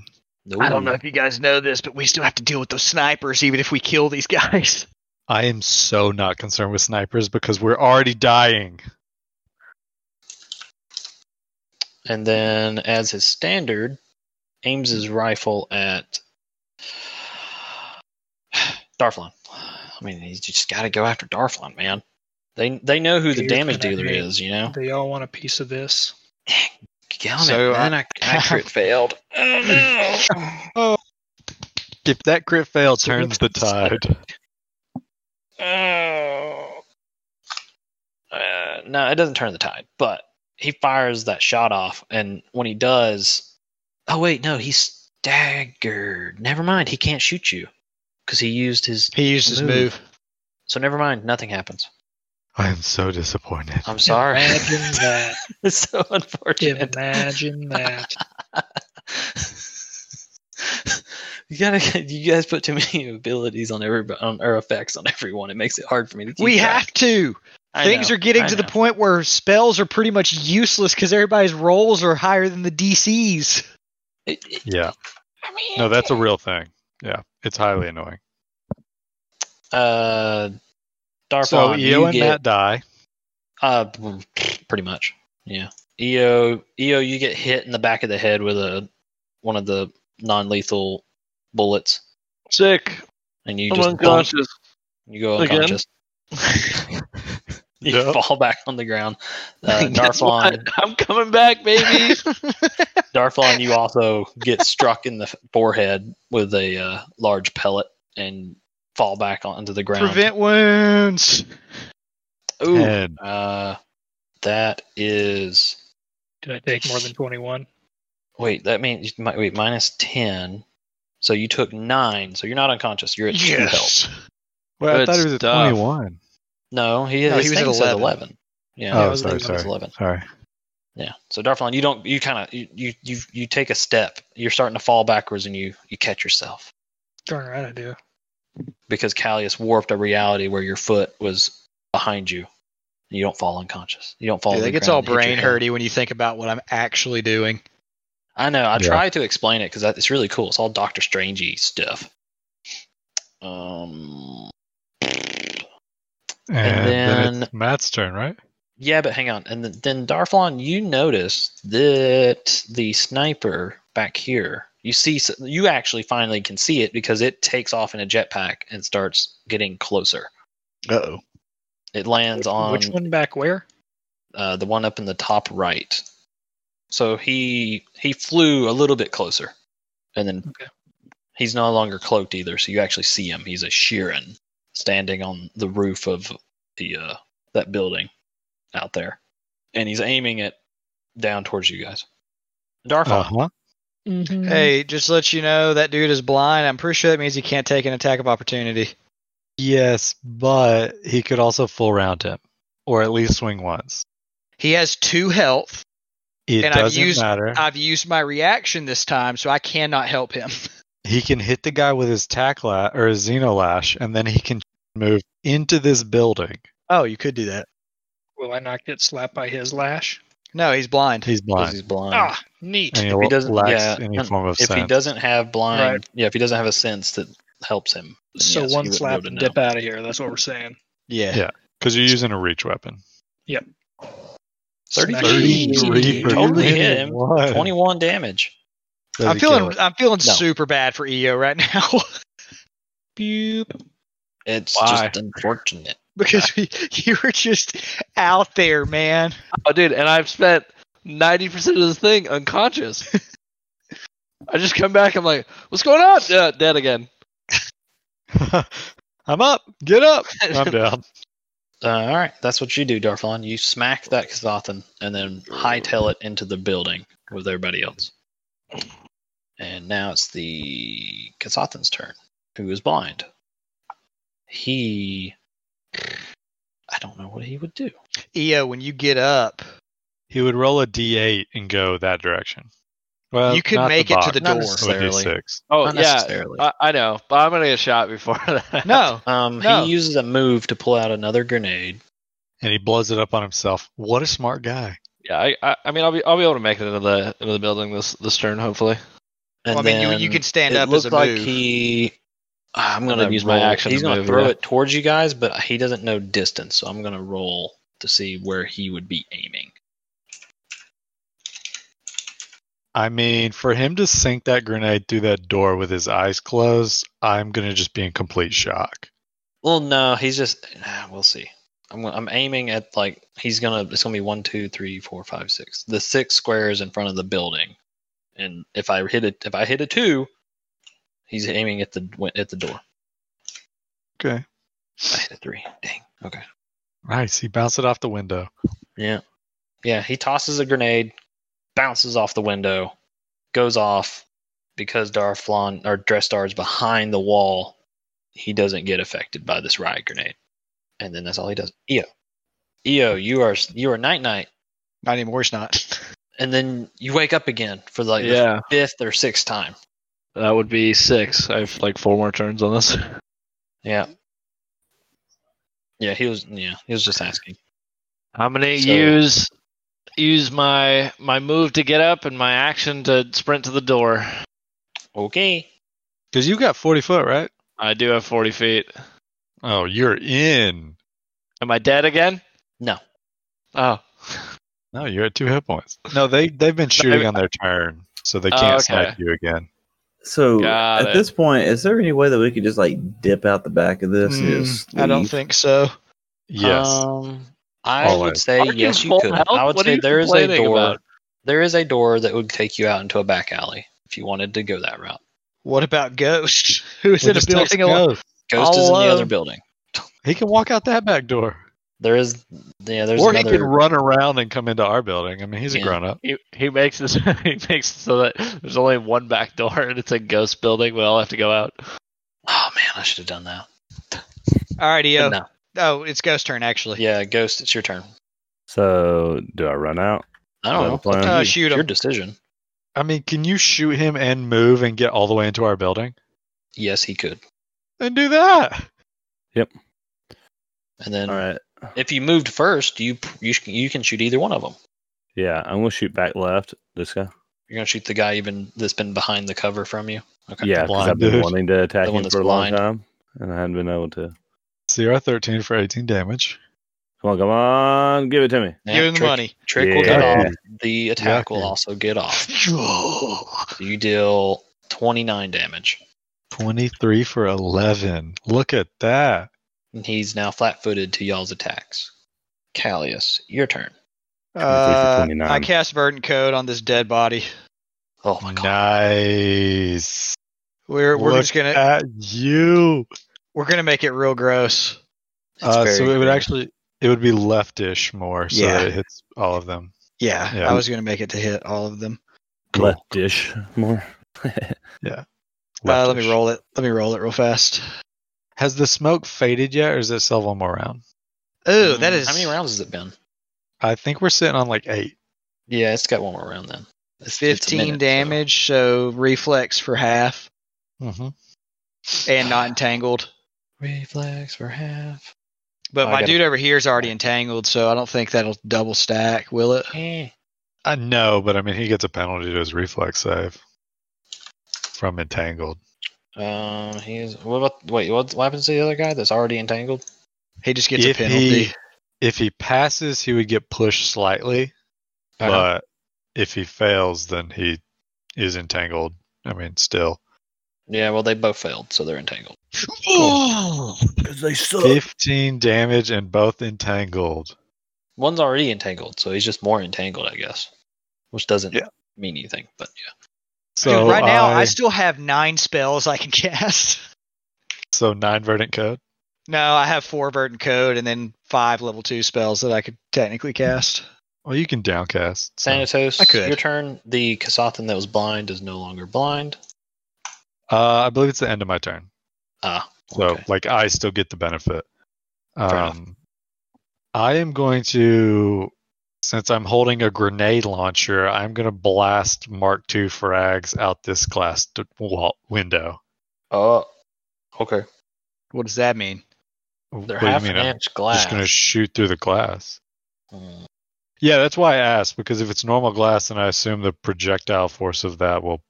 Speaker 5: I don't know if you guys know this, but we still have to deal with those snipers even if we kill these guys.
Speaker 3: I am so not concerned with snipers because we're already dying.
Speaker 1: And then, as his standard, aims his rifle at Darflon. I mean, he's just got to go after Darflon, man. They they know who the
Speaker 7: You're
Speaker 1: damage
Speaker 7: gonna
Speaker 1: dealer
Speaker 7: hate-
Speaker 1: is, you know.
Speaker 7: They all want a piece of this.
Speaker 1: Damn
Speaker 5: So
Speaker 1: it, man! I, I crit failed. Oh no!
Speaker 3: If that crit fail
Speaker 1: So we
Speaker 3: turns the tide.
Speaker 1: Oh. Uh, no, it doesn't turn the tide, but he fires that shot off, and when he does, oh wait, no, he's staggered. Never mind, he can't shoot you because he used his.
Speaker 5: He used his
Speaker 1: Move.
Speaker 5: move.
Speaker 1: So never mind, nothing happens.
Speaker 3: I am so disappointed.
Speaker 1: I'm sorry.
Speaker 7: Imagine that.
Speaker 1: it's so unfortunate.
Speaker 7: Imagine that.
Speaker 1: you gotta, you guys put too many abilities on every on or effects on everyone. It makes it hard for me to. Keep
Speaker 5: We have to. Things are getting to the point where spells are pretty much useless because everybody's rolls are higher than the DCs.
Speaker 3: Yeah.
Speaker 1: I mean,
Speaker 3: No, that's a real thing. Yeah. It's highly annoying.
Speaker 1: Uh, Darfon,
Speaker 3: So EO
Speaker 1: you
Speaker 3: and
Speaker 1: get
Speaker 3: Matt die.
Speaker 1: uh, pretty much, yeah. E EO, EO, you get hit in the back of the head with a one of the non-lethal bullets,
Speaker 4: Sick.
Speaker 1: and you
Speaker 4: I'm
Speaker 1: just bump,
Speaker 4: unconscious.
Speaker 1: you go
Speaker 4: Again?
Speaker 1: unconscious. you
Speaker 3: Yep.
Speaker 1: fall back on the ground. Uh,
Speaker 4: Guess what?
Speaker 1: Darfon,
Speaker 4: I'm coming back, baby.
Speaker 1: Darfon, you also get struck in the forehead with a uh, large pellet and fall back onto the ground.
Speaker 5: Prevent wounds.
Speaker 1: Ooh,
Speaker 3: And
Speaker 1: uh, that is
Speaker 7: Did I take more than 21?
Speaker 1: Wait, that means mi- wait minus ten. So you took nine. So you're not unconscious. You're at two health.
Speaker 5: Yes.
Speaker 3: well, I
Speaker 4: Good
Speaker 3: thought he was at
Speaker 4: stuff.
Speaker 3: 21.
Speaker 1: No, he,
Speaker 5: No,
Speaker 1: his
Speaker 5: he was
Speaker 1: thing
Speaker 5: at
Speaker 1: says
Speaker 5: 11.
Speaker 1: eleven. Yeah,
Speaker 3: Oh,
Speaker 1: his
Speaker 3: sorry,
Speaker 1: thing says
Speaker 3: sorry.
Speaker 1: eleven.
Speaker 3: Sorry.
Speaker 1: Yeah. So Darflon, you don't. You kind of you, you you you take a step. You're starting to fall backwards, and you you catch yourself
Speaker 7: Darn right I do.
Speaker 1: because Callius warped a reality where your foot was behind you. You don't fall unconscious. You don't fall.
Speaker 5: Dude,
Speaker 1: to
Speaker 5: that
Speaker 1: the
Speaker 5: gets
Speaker 1: ground and
Speaker 5: all
Speaker 1: hit your
Speaker 5: brain
Speaker 1: head.
Speaker 5: hurty when you think about what I'm actually doing.
Speaker 1: I know. I
Speaker 3: Yeah.
Speaker 1: try to explain it because it's really cool. It's all Doctor Strangey stuff. Um.
Speaker 3: And,
Speaker 1: then-
Speaker 3: then it's Matt's turn, right?
Speaker 1: Yeah, but hang on. And then, then Darflon, you notice that the sniper back here, you see, s- you actually finally can see it because it takes off in a jetpack and starts getting closer.
Speaker 5: Uh-oh.
Speaker 1: It lands on
Speaker 7: Which one back where?
Speaker 1: Uh, the one up in the top right. So he he flew a little bit closer, and then
Speaker 7: Okay.
Speaker 1: he's no longer cloaked either. So you actually see him. He's a Sheeran standing on the roof of the uh, that building out there, and he's aiming it down towards you guys. Darfon,
Speaker 3: Uh-huh.
Speaker 5: Hey, just to let you know that dude is blind. I'm pretty sure that means he can't take an attack of opportunity.
Speaker 3: Yes, but he could also full round him, or at least swing once.
Speaker 5: He has two health.
Speaker 3: It
Speaker 5: And I've
Speaker 3: doesn't
Speaker 5: used-
Speaker 3: matter.
Speaker 5: I've used my reaction this time, so I cannot help him.
Speaker 3: he can hit the guy with his tack la- or his xenolash, and then he can move into this building.
Speaker 5: Oh, you could do that.
Speaker 7: Will I not get slapped by his lash?
Speaker 5: No, he's blind.
Speaker 3: He's
Speaker 1: 'cause
Speaker 3: blind,
Speaker 1: he's blind.
Speaker 7: Ah, neat.
Speaker 3: and
Speaker 1: if he doesn't-
Speaker 3: lacks
Speaker 1: yeah,
Speaker 3: any
Speaker 1: and
Speaker 3: form of
Speaker 1: if
Speaker 3: sense.
Speaker 1: he doesn't have blind,
Speaker 7: Right.
Speaker 1: yeah, if he doesn't have a sense that helps him, then
Speaker 7: So
Speaker 1: yes, he
Speaker 7: one
Speaker 1: wouldn't be
Speaker 7: slap
Speaker 1: able to
Speaker 7: and
Speaker 1: know.
Speaker 7: dip out of here. That's what we're saying.
Speaker 5: Yeah.
Speaker 3: Yeah. because you're using a reach weapon.
Speaker 1: 33.
Speaker 7: Smack.
Speaker 1: Three for Totally hit him.
Speaker 3: What?
Speaker 1: 21 damage.
Speaker 3: Does
Speaker 5: I'm
Speaker 3: he kill
Speaker 5: feeling
Speaker 3: it?
Speaker 5: I'm feeling
Speaker 1: No.
Speaker 5: super bad for EO right now
Speaker 7: Boop.
Speaker 1: It's
Speaker 4: Why?
Speaker 1: just unfortunate.
Speaker 5: because we, you were just out there, man.
Speaker 4: oh, dude, and I've spent ninety percent of this thing unconscious. I just come back. I'm like, what's going on? Uh, dead again.
Speaker 3: I'm up. Get up. I'm down.
Speaker 1: Uh, all right, that's what you do, Darflon. You smack that Kazathan and then hightail it into the building with everybody else. And now it's the Kazathan's turn, who is blind. He. I don't know what he would do.
Speaker 5: Io, when you get up,
Speaker 3: He would roll a D8 and go that direction. Well,
Speaker 5: You could
Speaker 3: not
Speaker 5: make it to
Speaker 3: box.
Speaker 5: the
Speaker 3: Not
Speaker 5: door.
Speaker 3: necessarily. It would be six.
Speaker 4: Oh
Speaker 1: Not
Speaker 4: yeah,
Speaker 1: necessarily.
Speaker 5: Uh,
Speaker 4: I, I know, but I'm gonna get shot before that.
Speaker 5: no,
Speaker 1: Um,
Speaker 5: No.
Speaker 1: He uses a move to pull out another grenade.
Speaker 3: And he blows it up on himself. What a smart guy.
Speaker 4: Yeah, I, I, I mean, I'll be, I'll be able to make it into the, into the building this, this turn, hopefully.
Speaker 1: And
Speaker 5: Well, I mean, you,
Speaker 1: then
Speaker 5: you can stand
Speaker 1: it
Speaker 5: up as
Speaker 1: looked
Speaker 5: a
Speaker 1: like
Speaker 5: move.
Speaker 1: he. I'm gonna
Speaker 4: gonna use my
Speaker 1: roll-
Speaker 4: action
Speaker 1: He's
Speaker 4: to
Speaker 1: gonna
Speaker 4: move,
Speaker 1: throw
Speaker 4: yeah.
Speaker 1: it towards you guys, but he doesn't know distance, so I'm gonna roll to see where he would be aiming.
Speaker 3: I mean, for him to sink that grenade through that door with his eyes closed, I'm going to just be in complete shock.
Speaker 1: Well, no, he's just. ah, We'll see. I'm gonna- I'm aiming at like he's gonna. It's gonna be one, two, three, four, five, six. The six squares in front of the building, and if I hit it, if I hit a two, he's aiming at the at the door.
Speaker 3: Okay.
Speaker 1: I hit a three. Dang. Okay.
Speaker 3: Nice. He bounced it off the window.
Speaker 1: Yeah. Yeah, he tosses a grenade, bounces off the window, goes off. Because Darflon or Dresstar is behind the wall, he doesn't get affected by this riot grenade. And then that's all he does. Eo. Eo, you are you are night night.
Speaker 5: Not anymore. It's not.
Speaker 1: And then you wake up again for like
Speaker 4: yeah,
Speaker 1: the fifth or sixth time.
Speaker 4: that would be six. I have like four more turns on this.
Speaker 1: Yeah. Yeah, he was yeah, he was just asking.
Speaker 4: I'm gonna
Speaker 1: So-
Speaker 4: use, use my, my move to get up and my action to sprint to the door.
Speaker 1: Okay.
Speaker 3: Because you got 40 foot, right?
Speaker 4: I do have 40 feet.
Speaker 3: Oh, you're in.
Speaker 4: Am I dead again?
Speaker 1: No.
Speaker 4: Oh.
Speaker 3: No, you're at two hit points. No, they, they've been shooting
Speaker 4: I-
Speaker 3: on their turn, so they
Speaker 4: Oh,
Speaker 3: can't
Speaker 4: okay.
Speaker 3: snipe you again.
Speaker 6: So
Speaker 4: Got
Speaker 6: at
Speaker 4: it.
Speaker 6: this point, is there any way that we could just like dip out the back of this? and just
Speaker 5: Mm, I don't
Speaker 6: leave?
Speaker 5: think so.
Speaker 3: Yes.
Speaker 1: Um, I would
Speaker 3: Always.
Speaker 1: say
Speaker 4: Aren't you
Speaker 1: yes, you
Speaker 4: full
Speaker 1: could.
Speaker 4: health?
Speaker 1: I would
Speaker 4: What are
Speaker 1: say
Speaker 4: you
Speaker 1: there is a
Speaker 4: complaining
Speaker 1: door.
Speaker 4: about?
Speaker 1: There is a door that would take you out into a back alley if you wanted to go that route.
Speaker 5: What about Ghost? Who is
Speaker 3: We'll
Speaker 5: in a
Speaker 3: just text
Speaker 5: building alone?
Speaker 3: Ghost.
Speaker 1: Ghost is in
Speaker 5: All
Speaker 1: the other
Speaker 5: of-
Speaker 1: building.
Speaker 3: He can walk out that back door.
Speaker 1: There is, yeah. There's
Speaker 3: or
Speaker 1: another.
Speaker 3: he can run around and come into our building. I mean, he's
Speaker 1: Yeah.
Speaker 3: a grown up.
Speaker 4: He, he makes this. He makes it so that there's only one back door, and it's a ghost building. We all have to go out.
Speaker 1: Oh man, I should have done that.
Speaker 5: All right,
Speaker 1: But
Speaker 5: Io.
Speaker 1: No.
Speaker 5: Oh, it's Ghost turn actually.
Speaker 1: Yeah, Ghost, it's your turn.
Speaker 2: So do I run out?
Speaker 1: I don't
Speaker 2: Is that
Speaker 1: know.
Speaker 2: the plan?
Speaker 1: It's up to
Speaker 5: Uh,
Speaker 1: you.
Speaker 5: shoot
Speaker 1: It's Your
Speaker 5: him.
Speaker 1: decision.
Speaker 3: I mean, can you shoot him and move and get all the way into our building?
Speaker 1: Yes, he could.
Speaker 3: Then do that.
Speaker 1: And then,
Speaker 2: All right.
Speaker 1: if you moved first, you you sh- you can shoot either one of them.
Speaker 2: Yeah, I'm gonna shoot back left. This guy.
Speaker 1: You're gonna shoot the guy even that's been behind the cover from you. Okay.
Speaker 2: Yeah, because
Speaker 3: blind
Speaker 2: I've been
Speaker 3: dude.
Speaker 2: wanting to attack
Speaker 1: The one
Speaker 2: him
Speaker 1: that's
Speaker 2: for a
Speaker 1: blind.
Speaker 2: long time, and I hadn't been able to.
Speaker 3: CR 13 for 18 damage.
Speaker 2: Come on, come on, give it to me.
Speaker 1: Yeah,
Speaker 5: Give him the
Speaker 1: trick,
Speaker 5: money.
Speaker 1: Trick will get
Speaker 2: Yeah.
Speaker 1: off. The attack will
Speaker 3: Yucky.
Speaker 1: also get off. So you deal 29 damage.
Speaker 3: 23 for 11. Look at that.
Speaker 1: And he's now flat footed to y'all's attacks. Callius, your turn.
Speaker 5: Uh,
Speaker 2: 23 for
Speaker 5: I
Speaker 2: 29.
Speaker 5: cast Verdant Code on this dead body.
Speaker 1: Oh my god.
Speaker 3: Nice.
Speaker 5: We're we're
Speaker 3: Look
Speaker 5: just gonna
Speaker 3: at you.
Speaker 5: we're gonna make it real gross.
Speaker 1: It's
Speaker 3: Uh,
Speaker 1: very
Speaker 3: so it would
Speaker 1: good.
Speaker 3: actually it would be leftish more so
Speaker 5: Yeah.
Speaker 3: that it hits all of them.
Speaker 5: Yeah,
Speaker 3: Yeah.
Speaker 5: I was gonna make it to hit all of them.
Speaker 3: Cool.
Speaker 2: Left dish more.
Speaker 5: Uh, let me
Speaker 3: Leftish.
Speaker 5: roll it. Let me roll it real fast.
Speaker 3: Has the smoke faded yet or is it still one more round?
Speaker 5: Oh, that
Speaker 1: Mm,
Speaker 5: is
Speaker 1: How many rounds has it been?
Speaker 3: I think we're sitting on like 8.
Speaker 1: Yeah, it's got one more round then. It's, it's a
Speaker 5: fifteen
Speaker 1: minute, so-
Speaker 5: damage. So. reflex for half
Speaker 3: Mhm.
Speaker 5: and not entangled.
Speaker 1: Reflex for half.
Speaker 5: But
Speaker 1: I
Speaker 5: my
Speaker 1: gotta-
Speaker 5: dude over here is already entangled, so I don't think that'll double stack, will it?
Speaker 1: Eh.
Speaker 3: I know, but I mean he gets a penalty to his reflex save from entangled.
Speaker 1: Um, he's. What about. Wait, what, what happens to the other guy that's already entangled?
Speaker 5: He just gets
Speaker 3: If
Speaker 5: a penalty.
Speaker 3: he- If he passes, he would get pushed slightly,
Speaker 1: Uh-huh.
Speaker 3: but if he fails, then he is entangled. I mean, still
Speaker 1: Yeah, well, they both failed, so they're entangled.
Speaker 2: Because they suck.
Speaker 3: 15 damage and both entangled.
Speaker 1: One's already entangled, so he's just more entangled, I guess. Which doesn't
Speaker 3: Yeah.
Speaker 1: mean anything, but yeah.
Speaker 3: So
Speaker 5: Dude, right now I...
Speaker 3: I-
Speaker 5: still have nine spells I can cast.
Speaker 3: so nine verdant code.
Speaker 5: No, I have four verdant code and then five level two spells that I could technically cast.
Speaker 3: Well, you can downcast. so-
Speaker 1: Sanatos,
Speaker 5: I could.
Speaker 1: your turn. The Kasathan that was blind is no longer blind.
Speaker 3: Uh, I believe it's the end of my turn.
Speaker 1: Ah,
Speaker 3: So
Speaker 1: okay.
Speaker 3: like I still get the benefit.
Speaker 1: enough.
Speaker 3: Um, I am going to, since I'm holding a grenade launcher, I'm going to blast Mark II frags out this glass d- wall window.
Speaker 1: Oh, okay.
Speaker 5: What does that mean?
Speaker 1: They're
Speaker 3: What do you
Speaker 1: half
Speaker 3: mean?
Speaker 1: an
Speaker 3: I'm
Speaker 1: inch glass.
Speaker 3: Just going to shoot through the glass.
Speaker 1: Mm,
Speaker 3: Yeah, that's why I asked because if it's normal glass, then I assume the projectile force of that will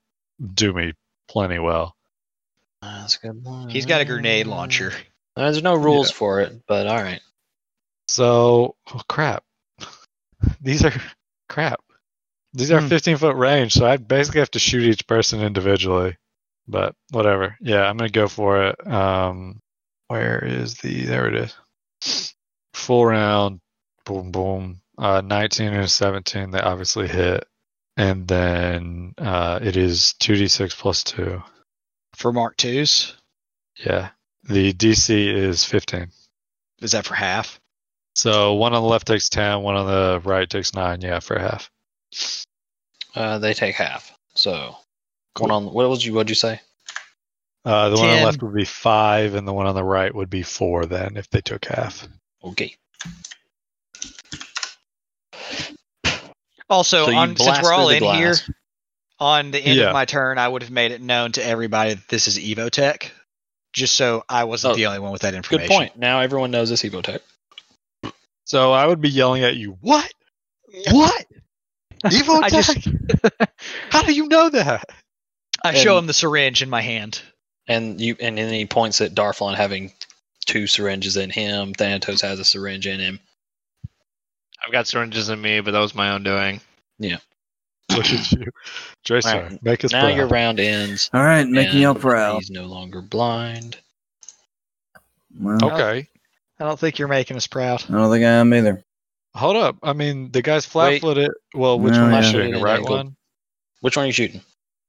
Speaker 3: do me plenty well.
Speaker 1: that's a good one.
Speaker 5: He's got a grenade launcher.
Speaker 1: Uh, There's no rules for it, but all right.
Speaker 3: So, oh crap. These are crap. These are
Speaker 7: Hmm.
Speaker 3: 15 foot range, so I basically have to shoot each person individually. But whatever. Yeah, I'm gonna go for it. Um, where is the? There it is. Full round. Boom, boom. Uh, 19 and 17. They obviously hit, and then uh, it is 2d6 plus two.
Speaker 5: For Mark twos?
Speaker 3: Yeah. The DC is 15.
Speaker 5: Is that for half?
Speaker 3: So one on the left takes 10, one on the right takes nine. Yeah, for half.
Speaker 1: Uh, they take half. So one on. What was you? What'd you say?
Speaker 3: Uh, the one on the
Speaker 5: 10.
Speaker 3: left would be five, and the one on the right would be four. Then, if they took half,
Speaker 1: Okay.
Speaker 5: Also,
Speaker 1: So you
Speaker 5: on, since
Speaker 1: blast
Speaker 5: we're all
Speaker 1: through
Speaker 5: in
Speaker 1: the
Speaker 5: here,
Speaker 1: glass.
Speaker 5: on the end
Speaker 3: Yeah.
Speaker 5: of my turn, I would have made it known to everybody that this is Evotech, just so I wasn't
Speaker 1: Oh,
Speaker 5: the only one with that
Speaker 1: Good
Speaker 5: information.
Speaker 1: point. Now everyone knows this Evotech.
Speaker 3: so I would be yelling at you. What? What? Evo
Speaker 8: I just-
Speaker 3: How do you know that?
Speaker 5: I show
Speaker 1: And-
Speaker 5: him the syringe in my hand.
Speaker 1: And you and then he points at Darflon having two syringes in him. Thanatos has a syringe in him.
Speaker 4: I've got syringes in me, but that was my own doing.
Speaker 3: Look at you, Dracer.
Speaker 1: Alright,
Speaker 3: Make us
Speaker 1: now
Speaker 3: proud.
Speaker 1: your round ends.
Speaker 6: All right, making
Speaker 1: and
Speaker 6: y'all proud.
Speaker 1: He's no longer blind.
Speaker 6: Well,
Speaker 3: Okay,
Speaker 5: I don't think you're making us proud.
Speaker 6: I don't think I am either.
Speaker 3: hold up. I mean, the guy's flat
Speaker 1: Wait.
Speaker 3: footed. Well, which
Speaker 6: No,
Speaker 3: one am I
Speaker 6: yeah.
Speaker 3: shooting? The right
Speaker 1: Angle.
Speaker 3: one.
Speaker 1: Which one are you shooting?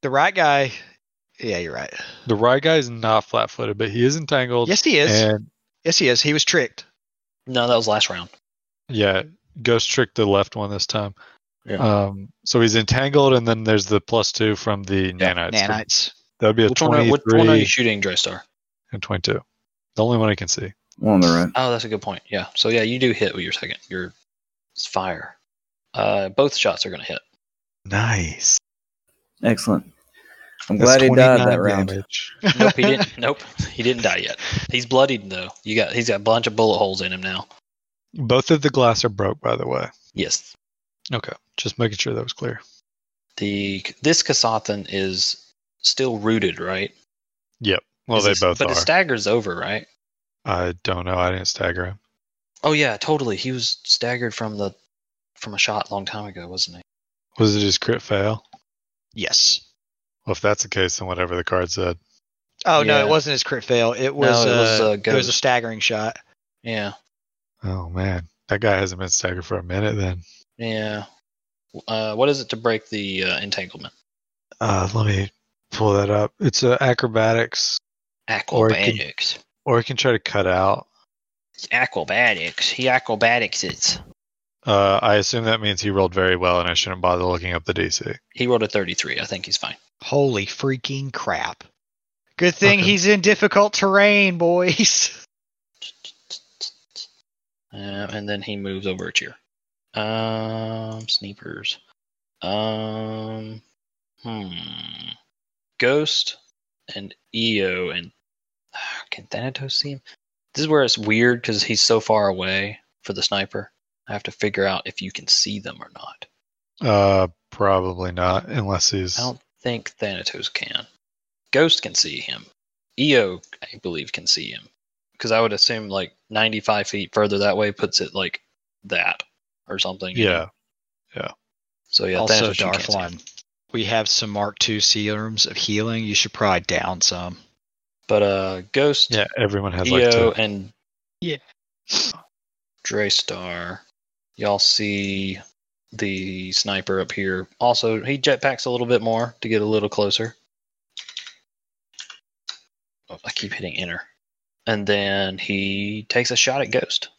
Speaker 5: The right guy. Yeah, you're right.
Speaker 3: The right guy is not flat footed, but he is entangled.
Speaker 5: Yes, he is.
Speaker 3: And
Speaker 5: Yes, he is. He was tricked.
Speaker 1: No, that was last round.
Speaker 3: yeah, Ghost tricked the left one this time.
Speaker 1: Yeah.
Speaker 3: Um, so he's entangled, and then there's the plus two from the nanites.
Speaker 5: Nanites.
Speaker 3: That would be a
Speaker 1: Which one, are, which one are you
Speaker 3: 23
Speaker 1: shooting, Draystar?
Speaker 3: and 22. The only one I can see.
Speaker 6: One on the right.
Speaker 1: Oh, that's a good point. Yeah. So yeah, you do hit with your second. Your it's fire. Uh, both shots are gonna hit.
Speaker 3: Nice.
Speaker 6: Excellent. I'm glad he died that round.
Speaker 1: Nope, he didn't. nope, he didn't die yet. He's bloodied though. You got he's got a bunch of bullet holes in him now.
Speaker 3: Both of the glass are broke, by the way.
Speaker 1: Yes,
Speaker 3: Okay. Just making sure that was clear.
Speaker 1: the this Kasathan is still rooted, right?
Speaker 3: Well,
Speaker 1: Is
Speaker 3: they
Speaker 1: it-
Speaker 3: both
Speaker 1: But
Speaker 3: are.
Speaker 1: it staggers over, right?
Speaker 3: I don't know. I didn't stagger him.
Speaker 1: Oh yeah, totally. He was staggered from the from a shot a long time ago, wasn't he?
Speaker 3: Was it his crit fail?
Speaker 5: Yes.
Speaker 3: Well, if that's the case, then whatever the card said.
Speaker 5: Oh no,
Speaker 1: Yeah.
Speaker 5: it wasn't his crit fail. It was,
Speaker 1: it was, uh,
Speaker 5: uh, it was a
Speaker 1: Ghost.
Speaker 5: staggering shot.
Speaker 1: Yeah,
Speaker 3: Oh, man. That guy hasn't been staggered for a minute then.
Speaker 1: yeah. Uh, what is it to break the uh, entanglement?
Speaker 3: Uh, let me pull that up. It's uh, acrobatics, Or it
Speaker 1: Acrobatics.
Speaker 3: or I can try to cut out.
Speaker 1: Acrobatics. He acrobatics it.
Speaker 3: Uh, I assume that means he rolled very well, and I shouldn't bother looking up the DC.
Speaker 1: He rolled a 33. I think he's fine.
Speaker 5: Holy freaking crap! Good thing
Speaker 3: Okay.
Speaker 5: he's in difficult terrain, boys.
Speaker 1: Uh, and then he moves over a cheer. Um, sneakers. Um, hmm. Ghost and Eo and ah, can Thanatos see him? This is where it's weird because he's so far away for the sniper. I have to figure out if you can see them or not.
Speaker 3: Uh, probably not, unless he's.
Speaker 1: I don't think Thanatos can. Ghost can see him. Eo, I believe, can see him. Because I would assume like 95 feet further that way puts it like that or something. you know?
Speaker 3: Yeah,
Speaker 1: So yeah,
Speaker 5: also,
Speaker 1: Thanatos, you can't see him.
Speaker 5: Darflon, we have some Mark II serums of healing. You should probably down some.
Speaker 1: But uh, Ghost,
Speaker 3: yeah. Everyone has like
Speaker 1: Eo,
Speaker 3: two.
Speaker 1: and
Speaker 7: Yeah.
Speaker 1: Draystar, y'all see the sniper up here. Also, he jetpacks a little bit more to get a little closer. Oh, I keep hitting enter. And then he takes a shot at Ghost.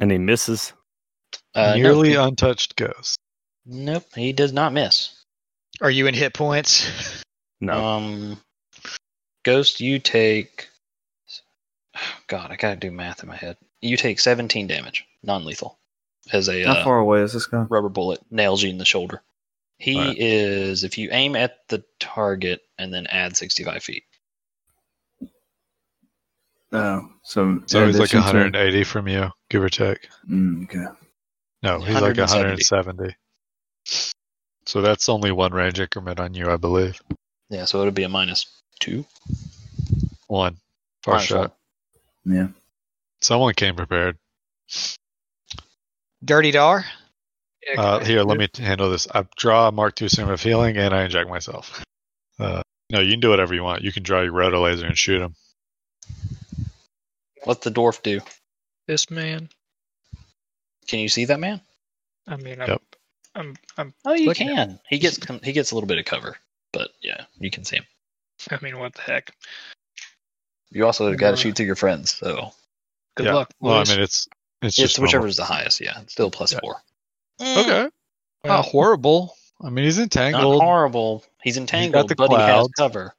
Speaker 2: and he misses.
Speaker 1: Uh, no,
Speaker 3: Nearly untouched ghost.
Speaker 1: nope, he does not miss.
Speaker 5: Are you in hit points?
Speaker 2: No,
Speaker 1: Um, Ghost, you take. God, I gotta do math in my head. You take 17 damage, non-lethal, as a
Speaker 6: How
Speaker 1: uh,
Speaker 6: far away is this guy?
Speaker 1: rubber bullet nails you in the shoulder. He
Speaker 6: Alright.
Speaker 1: is if you aim at the target and then add 65 feet.
Speaker 6: Oh, so
Speaker 3: So
Speaker 6: in
Speaker 3: he's like
Speaker 6: addition to-
Speaker 3: 180 from you, give or take.
Speaker 6: Mm, okay.
Speaker 3: No, he's like
Speaker 1: 170.
Speaker 3: 170. So that's only one range increment on you, I believe.
Speaker 1: Yeah, so it'll be a minus two.
Speaker 3: One far
Speaker 1: Minus
Speaker 3: shot.
Speaker 1: one.
Speaker 6: Yeah.
Speaker 3: Someone came prepared.
Speaker 5: Dirty Dar?
Speaker 7: Yeah,
Speaker 3: Uh,
Speaker 7: guys,
Speaker 3: here, let me handle this. I draw a Mark II Serum of Healing, and I inject myself. Uh, no, you can do whatever you want. You can draw your roto laser and shoot him.
Speaker 1: What's the dwarf do?
Speaker 7: This man.
Speaker 1: Can you see that man?
Speaker 7: I mean, I'm,
Speaker 3: Yep.
Speaker 7: I'm, I'm,
Speaker 1: Oh, you
Speaker 7: Looking at
Speaker 1: can. He gets he gets a little bit of cover, but yeah, you can see him.
Speaker 7: I mean, what the heck?
Speaker 1: You also got to
Speaker 7: Uh,
Speaker 1: shoot through your friends, so
Speaker 7: Good
Speaker 3: Yeah.
Speaker 7: luck.
Speaker 3: Well, I
Speaker 7: Louis.
Speaker 3: mean, it's it's
Speaker 1: it's
Speaker 3: just
Speaker 1: whichever Mm, is the highest. Yeah, it's still plus
Speaker 3: Yeah.
Speaker 1: four.
Speaker 3: normal. Okay,
Speaker 7: Oh,
Speaker 3: not horrible. I mean, he's
Speaker 1: Not
Speaker 3: entangled.
Speaker 1: horrible. He's entangled,
Speaker 3: the
Speaker 1: but he has
Speaker 3: clouds.
Speaker 1: cover.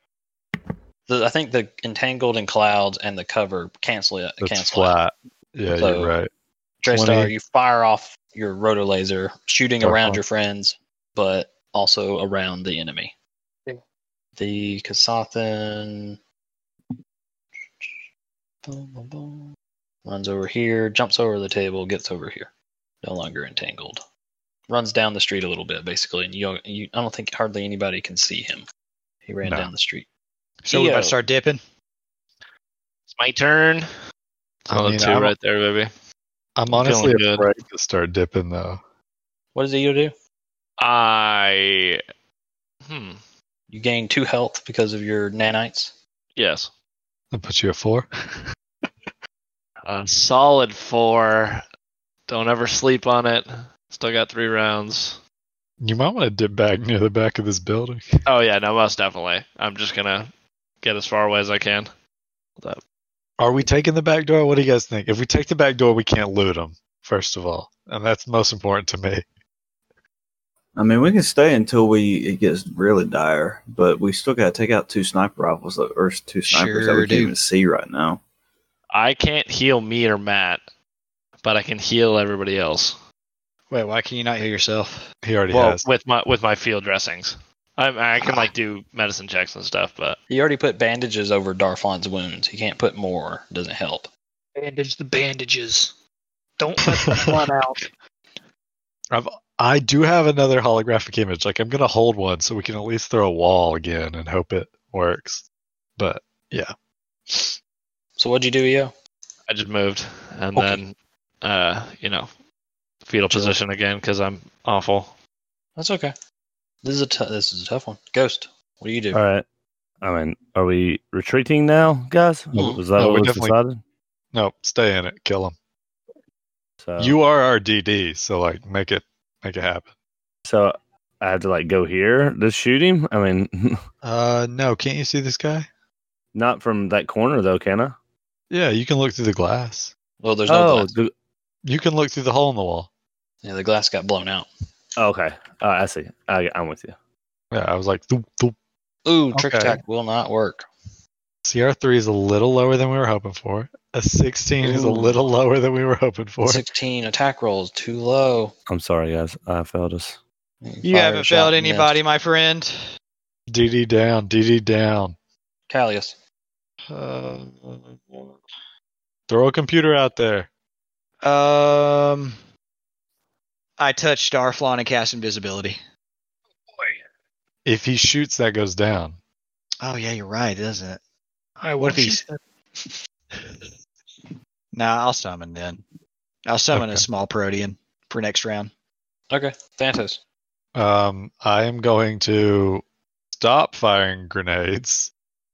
Speaker 1: The, I think the entangled and clouds and the cover cancel it.
Speaker 3: It's
Speaker 1: cancel out.
Speaker 3: flat. Yeah,
Speaker 1: So-
Speaker 3: you're right.
Speaker 1: Draystar,
Speaker 3: 20.
Speaker 1: you fire off your rotor laser, shooting
Speaker 3: Dark
Speaker 1: around
Speaker 3: Hunt.
Speaker 1: your friends, but also around the enemy.
Speaker 7: Yeah.
Speaker 1: The Kasathan Boom, boom, boom. runs over here, jumps over the table, gets over here. No longer entangled. Runs down the street a little bit, basically, and you, you I don't think hardly anybody can see him. He ran
Speaker 3: No.
Speaker 1: down the street.
Speaker 5: So we
Speaker 1: Theo.
Speaker 5: about to start dipping.
Speaker 4: It's my turn.
Speaker 3: I
Speaker 4: Another
Speaker 3: mean,
Speaker 4: two
Speaker 3: I'm-
Speaker 4: right there, baby.
Speaker 3: I'm honestly
Speaker 4: feeling good.
Speaker 3: afraid to start dipping though.
Speaker 1: What does Eo do?
Speaker 4: I. Hmm.
Speaker 1: You gain two health because of your nanites.
Speaker 4: Yes.
Speaker 3: I put you at four.
Speaker 4: A Uh, solid four. Don't ever sleep on it. Still got three rounds.
Speaker 3: You might want to dip back near the back of this building.
Speaker 4: Oh yeah, no, most definitely. I'm just gonna get as far away as I can.
Speaker 3: Are we taking the back door? What do you guys think? If we take the back door, we can't loot them. First of all, and that's most important to me.
Speaker 6: I mean, we can stay until we it gets really dire, but we still got to take out two sniper rifles that- or two snipers that
Speaker 5: Sure
Speaker 6: we
Speaker 5: do.
Speaker 6: can't even see right now.
Speaker 4: I can't heal me or Matt, but I can heal everybody else.
Speaker 5: Wait, why can you not heal yourself?
Speaker 3: He already
Speaker 4: well,
Speaker 3: has.
Speaker 4: with my with my field dressings, I, I can like do medicine checks and stuff. But
Speaker 1: He already put bandages over Darfon's wounds. He can't put more. Doesn't help.
Speaker 7: bandage the bandages. Don't let the blood out.
Speaker 3: I do have another holographic image. Like I'm gonna hold one so we can at least throw a wall again and hope it works. But
Speaker 1: So what'd you do, E Eo?
Speaker 4: I just moved, and
Speaker 1: Okay.
Speaker 4: then uh, you know, fetal
Speaker 1: Chill.
Speaker 4: position again because I'm awful.
Speaker 1: That's okay. This is a t- this is a tough one. Ghost, what do you do?
Speaker 2: all right. I mean, are we retreating now, guys?
Speaker 1: Mm-hmm. No.
Speaker 2: Was that
Speaker 3: No,
Speaker 2: what
Speaker 3: we
Speaker 2: was
Speaker 3: definitely-
Speaker 2: decided?
Speaker 3: no, stay in it. Kill him.
Speaker 2: So
Speaker 3: You are our DD, so like make it make it happen.
Speaker 2: so I had to like go here to shoot him. I mean,
Speaker 3: Uh, no, can't you see this guy?
Speaker 2: not from that corner though, can I?
Speaker 3: Yeah, you can look through the glass.
Speaker 1: Well, there's no
Speaker 2: oh,
Speaker 1: glass.
Speaker 2: do-
Speaker 3: You can look through the hole in the wall.
Speaker 1: Yeah, the glass got blown out.
Speaker 2: okay. Uh, I see. I, I'm with you.
Speaker 3: Yeah, I was like, thoop, thoop.
Speaker 1: Ooh, trick
Speaker 3: Okay.
Speaker 1: attack will not work.
Speaker 3: CR3 is a little lower than we were hoping for. A 16 is a
Speaker 1: Ooh.
Speaker 3: little lower than we were hoping for.
Speaker 1: Sixteen attack rolls too low.
Speaker 2: I'm sorry, guys. I failed us.
Speaker 5: You
Speaker 1: Fire
Speaker 5: haven't
Speaker 1: shot
Speaker 5: failed
Speaker 1: and missed.
Speaker 5: anybody, my friend.
Speaker 3: DD down, DD down.
Speaker 1: Callius,
Speaker 5: Uh,
Speaker 3: Throw a computer out there.
Speaker 5: um, I touched Starflon and cast invisibility.
Speaker 3: If he shoots, that goes down.
Speaker 5: Oh yeah, you're right, doesn't it?
Speaker 7: I
Speaker 5: What
Speaker 7: want
Speaker 5: if he's-
Speaker 7: you-
Speaker 5: Nah, I'll summon then. I'll summon a
Speaker 3: Okay.
Speaker 5: small protean for next round.
Speaker 1: okay, Thantos.
Speaker 3: Um, I am going to stop firing grenades,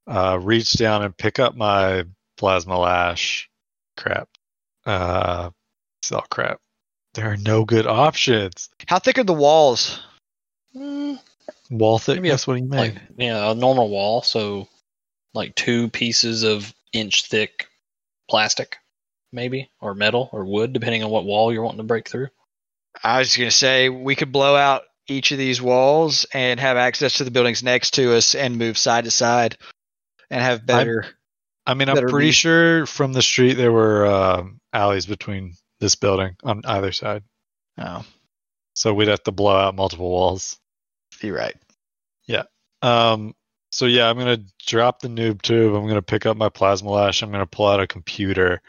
Speaker 3: uh, reach down and pick up my plasma lash. Crap. Uh, it's all crap. There are no good options.
Speaker 5: How thick are the walls?
Speaker 1: Mm,
Speaker 3: Wall thick.
Speaker 1: Maybe a-
Speaker 3: That's what he meant.
Speaker 1: like yeah, a normal wall, so like two pieces of inch thick plastic, maybe, or metal or wood, depending on what wall you're wanting to break through.
Speaker 5: I was going to say we could blow out each of these walls and have access to the buildings next to us and move side to side and have better.
Speaker 3: I mean, I'm
Speaker 5: better
Speaker 3: pretty
Speaker 5: read.
Speaker 3: sure from the street there were um, alleys between this building on either side,
Speaker 5: Oh,
Speaker 3: so we'd have to blow out multiple walls.
Speaker 5: you're right.
Speaker 3: Um, so yeah, I'm gonna drop the noob tube. I'm gonna pick up my plasma lash. I'm gonna pull out a computer,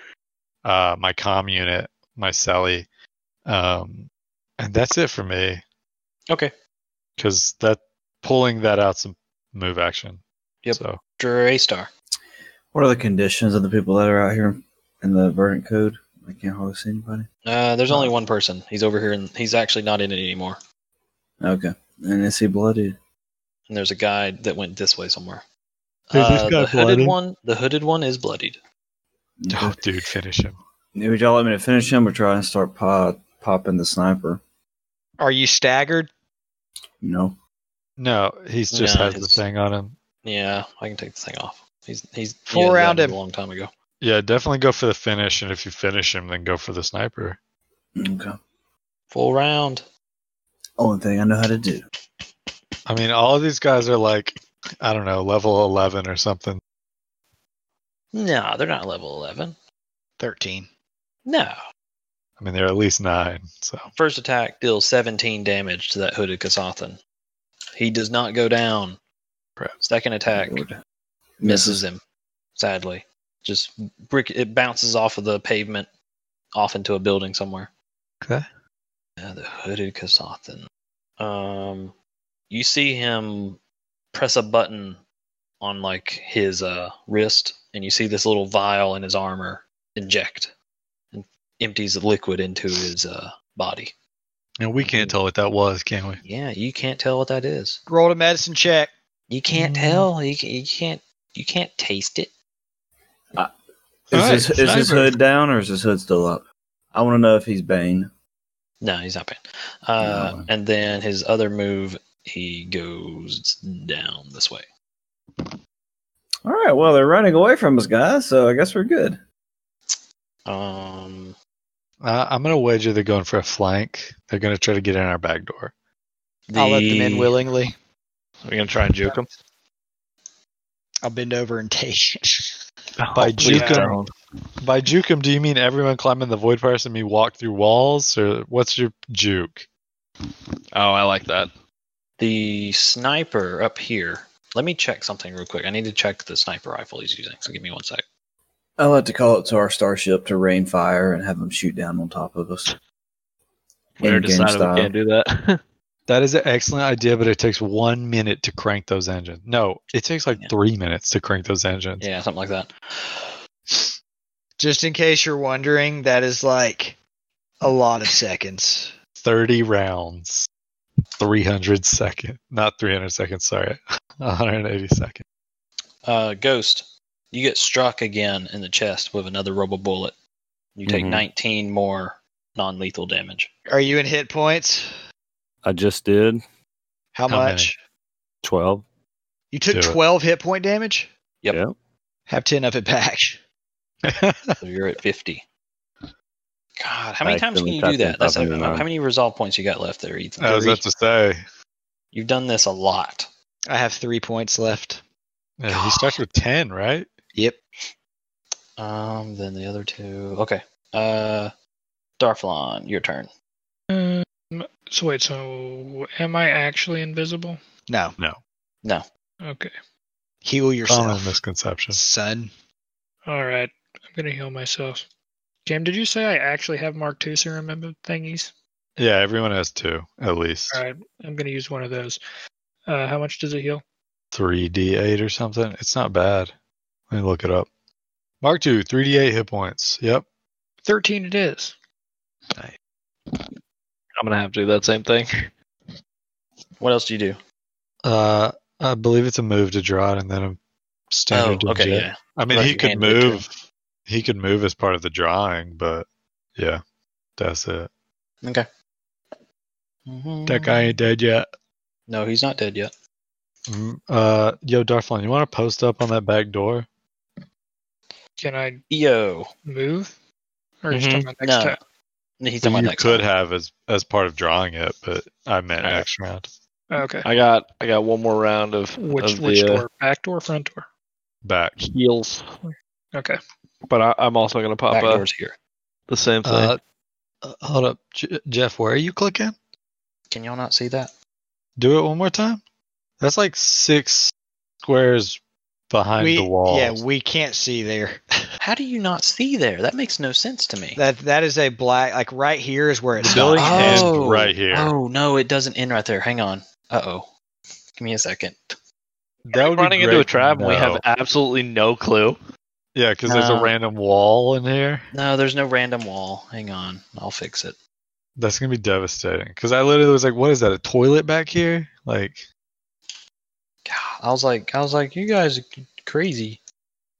Speaker 3: uh, my com unit, my celly, um, and that's it for me.
Speaker 1: Okay.
Speaker 3: Because that pulling that out's a move action.
Speaker 1: Yep.
Speaker 3: So
Speaker 1: After A star.
Speaker 6: What are the conditions of the people that are out here in the verdant code? I can't hardly see anybody.
Speaker 1: Uh, there's only one person. He's over here, and he's actually not in it anymore.
Speaker 6: Okay. And is he bloodied?
Speaker 1: And there's a guy that went this way somewhere.
Speaker 3: Is this
Speaker 1: Uh,
Speaker 3: guy
Speaker 1: the hooded
Speaker 3: bloodied?
Speaker 1: one, the hooded one is bloodied.
Speaker 3: oh, dude, finish him.
Speaker 6: Would y'all let me to finish him or try and start pop, popping the sniper?
Speaker 5: Are you staggered?
Speaker 6: No.
Speaker 3: No, he's just
Speaker 1: No,
Speaker 3: has the
Speaker 1: he's-
Speaker 3: thing on him.
Speaker 1: Yeah, I can take the thing off. He's he's he
Speaker 5: Full
Speaker 1: had
Speaker 5: round
Speaker 1: that
Speaker 5: him.
Speaker 1: a long time ago.
Speaker 3: Yeah, definitely go for the finish, and if you finish him, then go for the sniper.
Speaker 6: Okay.
Speaker 1: Full round.
Speaker 6: Only thing I know how to do.
Speaker 3: I mean, all of these guys are like, I don't know, level eleven or something.
Speaker 1: No, they're not level eleven.
Speaker 5: 13.
Speaker 1: No.
Speaker 3: I mean, they're at least nine. So
Speaker 1: First attack deals 17 damage to that hooded Kasathan. He does not go down.
Speaker 3: Crap.
Speaker 1: Second attack
Speaker 6: Lord.
Speaker 1: misses him, sadly. Just brick. It bounces off of the pavement, off into a building somewhere.
Speaker 3: Okay.
Speaker 1: Yeah, the hooded Kasathan. Um, you see him press a button on like his uh, wrist, and you see this little vial in his armor inject, and empties the liquid into his uh, body.
Speaker 3: And we can't tell what that was, can we?
Speaker 1: Yeah, you can't tell what that is.
Speaker 5: Roll a medicine check.
Speaker 1: You can't
Speaker 3: Mm.
Speaker 1: tell. You, ca- you can't. You can't taste it.
Speaker 6: Is,
Speaker 3: All
Speaker 6: his,
Speaker 3: right,
Speaker 6: is his
Speaker 3: sniper.
Speaker 6: hood down or is his hood still up? I want to know if he's Bane.
Speaker 1: No, he's not banned. Uh,
Speaker 6: No.
Speaker 1: And then his other move, he goes down this way.
Speaker 6: All right, well, they're running away from us, guys, so I guess we're good.
Speaker 1: Um,
Speaker 3: Uh, I'm gonna wager they're going for a flank. They're gonna try to get in our back door.
Speaker 5: I'll let them in
Speaker 1: the-
Speaker 5: willingly.
Speaker 4: We're gonna try and juke him.
Speaker 5: I'll bend over and take it.
Speaker 3: by
Speaker 4: please
Speaker 3: juke 'em- by juke 'em, do you mean everyone climbing the void forest and me walk through walls, or what's your juke?
Speaker 4: Oh, I like that.
Speaker 1: The sniper up here. Let me check something real quick. I need to check the sniper rifle he's using. So give me one sec.
Speaker 6: I'll have to call up to our starship to rain fire and have them shoot down on top of us.
Speaker 4: We already
Speaker 6: In-game
Speaker 4: decided
Speaker 6: style.
Speaker 4: we can't do that.
Speaker 3: That is an excellent idea, but it takes one minute to crank those engines. No, it takes like
Speaker 1: Yeah.
Speaker 3: three minutes to crank those engines.
Speaker 1: Yeah, something like that.
Speaker 5: Just in case you're wondering, that is like a lot of seconds.
Speaker 3: Thirty rounds, three hundred second, not three hundred seconds. Sorry, one hundred eighty seconds.
Speaker 1: Uh, Ghost, you get struck again in the chest with another robo bullet. You take
Speaker 2: Mhm.
Speaker 1: 19 more non-lethal damage.
Speaker 5: Are you in hit points?
Speaker 2: I just did
Speaker 5: How,
Speaker 3: How many?
Speaker 5: much?
Speaker 2: 12.
Speaker 5: You took
Speaker 3: Do it.
Speaker 5: 12 hit point damage?
Speaker 1: Yep.
Speaker 2: Yeah.
Speaker 5: Have 10 of it back.
Speaker 1: So you're at 50. God, how many
Speaker 2: I
Speaker 1: times can
Speaker 2: accidentally
Speaker 1: you
Speaker 2: tapped
Speaker 1: do that?
Speaker 2: into
Speaker 1: That's
Speaker 2: something
Speaker 1: how
Speaker 2: wrong.
Speaker 1: many resolve points you got left there, Ethan?
Speaker 3: I was
Speaker 1: Three?
Speaker 3: about to say.
Speaker 1: You've done this a lot.
Speaker 5: I have three points left.
Speaker 3: Yeah, he starts with ten, right?
Speaker 5: Yep.
Speaker 1: Um, then the other two. Okay. Uh, Darflon, your turn.
Speaker 7: Um, so wait, so am I actually invisible?
Speaker 5: No.
Speaker 7: Okay.
Speaker 3: Oh,
Speaker 5: Heal
Speaker 3: Common
Speaker 5: yourself,
Speaker 3: misconception.
Speaker 5: son.
Speaker 7: All right. I'm gonna heal myself. Cam, did you say I actually have Mark II serum em- thingies?
Speaker 3: Yeah, everyone has two at least.
Speaker 7: All right. I'm gonna use one of those. Uh, how much does it heal?
Speaker 3: Three D eight or something. It's not bad. Let me look it up. Mark two, three D eight hit points. Yep.
Speaker 7: Thirteen. It is.
Speaker 4: I'm gonna have to do that same thing.
Speaker 1: What else do you do?
Speaker 3: Uh, I believe it's a move to draw it, and then a
Speaker 1: Oh,
Speaker 3: standard.
Speaker 1: okay,
Speaker 3: jet.
Speaker 1: yeah.
Speaker 3: I mean,
Speaker 1: Right,
Speaker 3: he
Speaker 1: you
Speaker 3: could
Speaker 1: hand it to him.
Speaker 3: move. He could move as part of the drawing, but yeah, that's it.
Speaker 1: Okay.
Speaker 3: That guy ain't dead yet.
Speaker 1: Mm-hmm. No, he's not dead yet.
Speaker 3: Mm, Uh, yo, Darflon, you want to post up on that back door?
Speaker 7: Can I
Speaker 1: Yo.
Speaker 7: move? Or are you just
Speaker 4: Mhm.
Speaker 7: talking about next
Speaker 1: Mm-hmm. No.
Speaker 7: time?
Speaker 1: He's
Speaker 3: you
Speaker 1: on my next
Speaker 3: could
Speaker 1: one.
Speaker 3: have as as part of drawing it, but I meant
Speaker 4: Alright.
Speaker 3: next round.
Speaker 7: Oh, Okay.
Speaker 4: I got I got one more round of
Speaker 7: Which
Speaker 4: of
Speaker 7: which
Speaker 4: the, uh,
Speaker 7: door? Back door, front door?
Speaker 3: Back.
Speaker 4: heels,
Speaker 7: Okay.
Speaker 4: but I, I'm also gonna pop
Speaker 1: Back
Speaker 4: up
Speaker 1: door's here.
Speaker 4: the same thing.
Speaker 3: Uh, uh, hold up, J- Jeff. Where are you clicking?
Speaker 1: Can y'all not see that?
Speaker 3: Do it one more time. That's like six squares behind
Speaker 5: we,
Speaker 3: the wall.
Speaker 5: Yeah, we can't see there.
Speaker 1: How do you not see there? That makes no sense to me.
Speaker 5: That that is a black like right here is where
Speaker 3: the
Speaker 5: it's
Speaker 3: building
Speaker 1: stops.
Speaker 3: ends
Speaker 1: Oh.
Speaker 3: right here.
Speaker 1: Oh no, it doesn't end right there. Hang on. Uh oh. Give me a second.
Speaker 3: That would be
Speaker 4: running into
Speaker 3: great
Speaker 4: a
Speaker 3: to
Speaker 4: trap and we have
Speaker 3: know.
Speaker 4: absolutely no clue.
Speaker 3: yeah, because there's a
Speaker 1: Uh,
Speaker 3: random wall in here.
Speaker 1: No, there's no random wall. Hang on. I'll fix it.
Speaker 3: That's gonna be devastating. Because I literally was like, "What is that? A toilet back here?" Like,
Speaker 1: God, I was like I was like, you guys are c- crazy.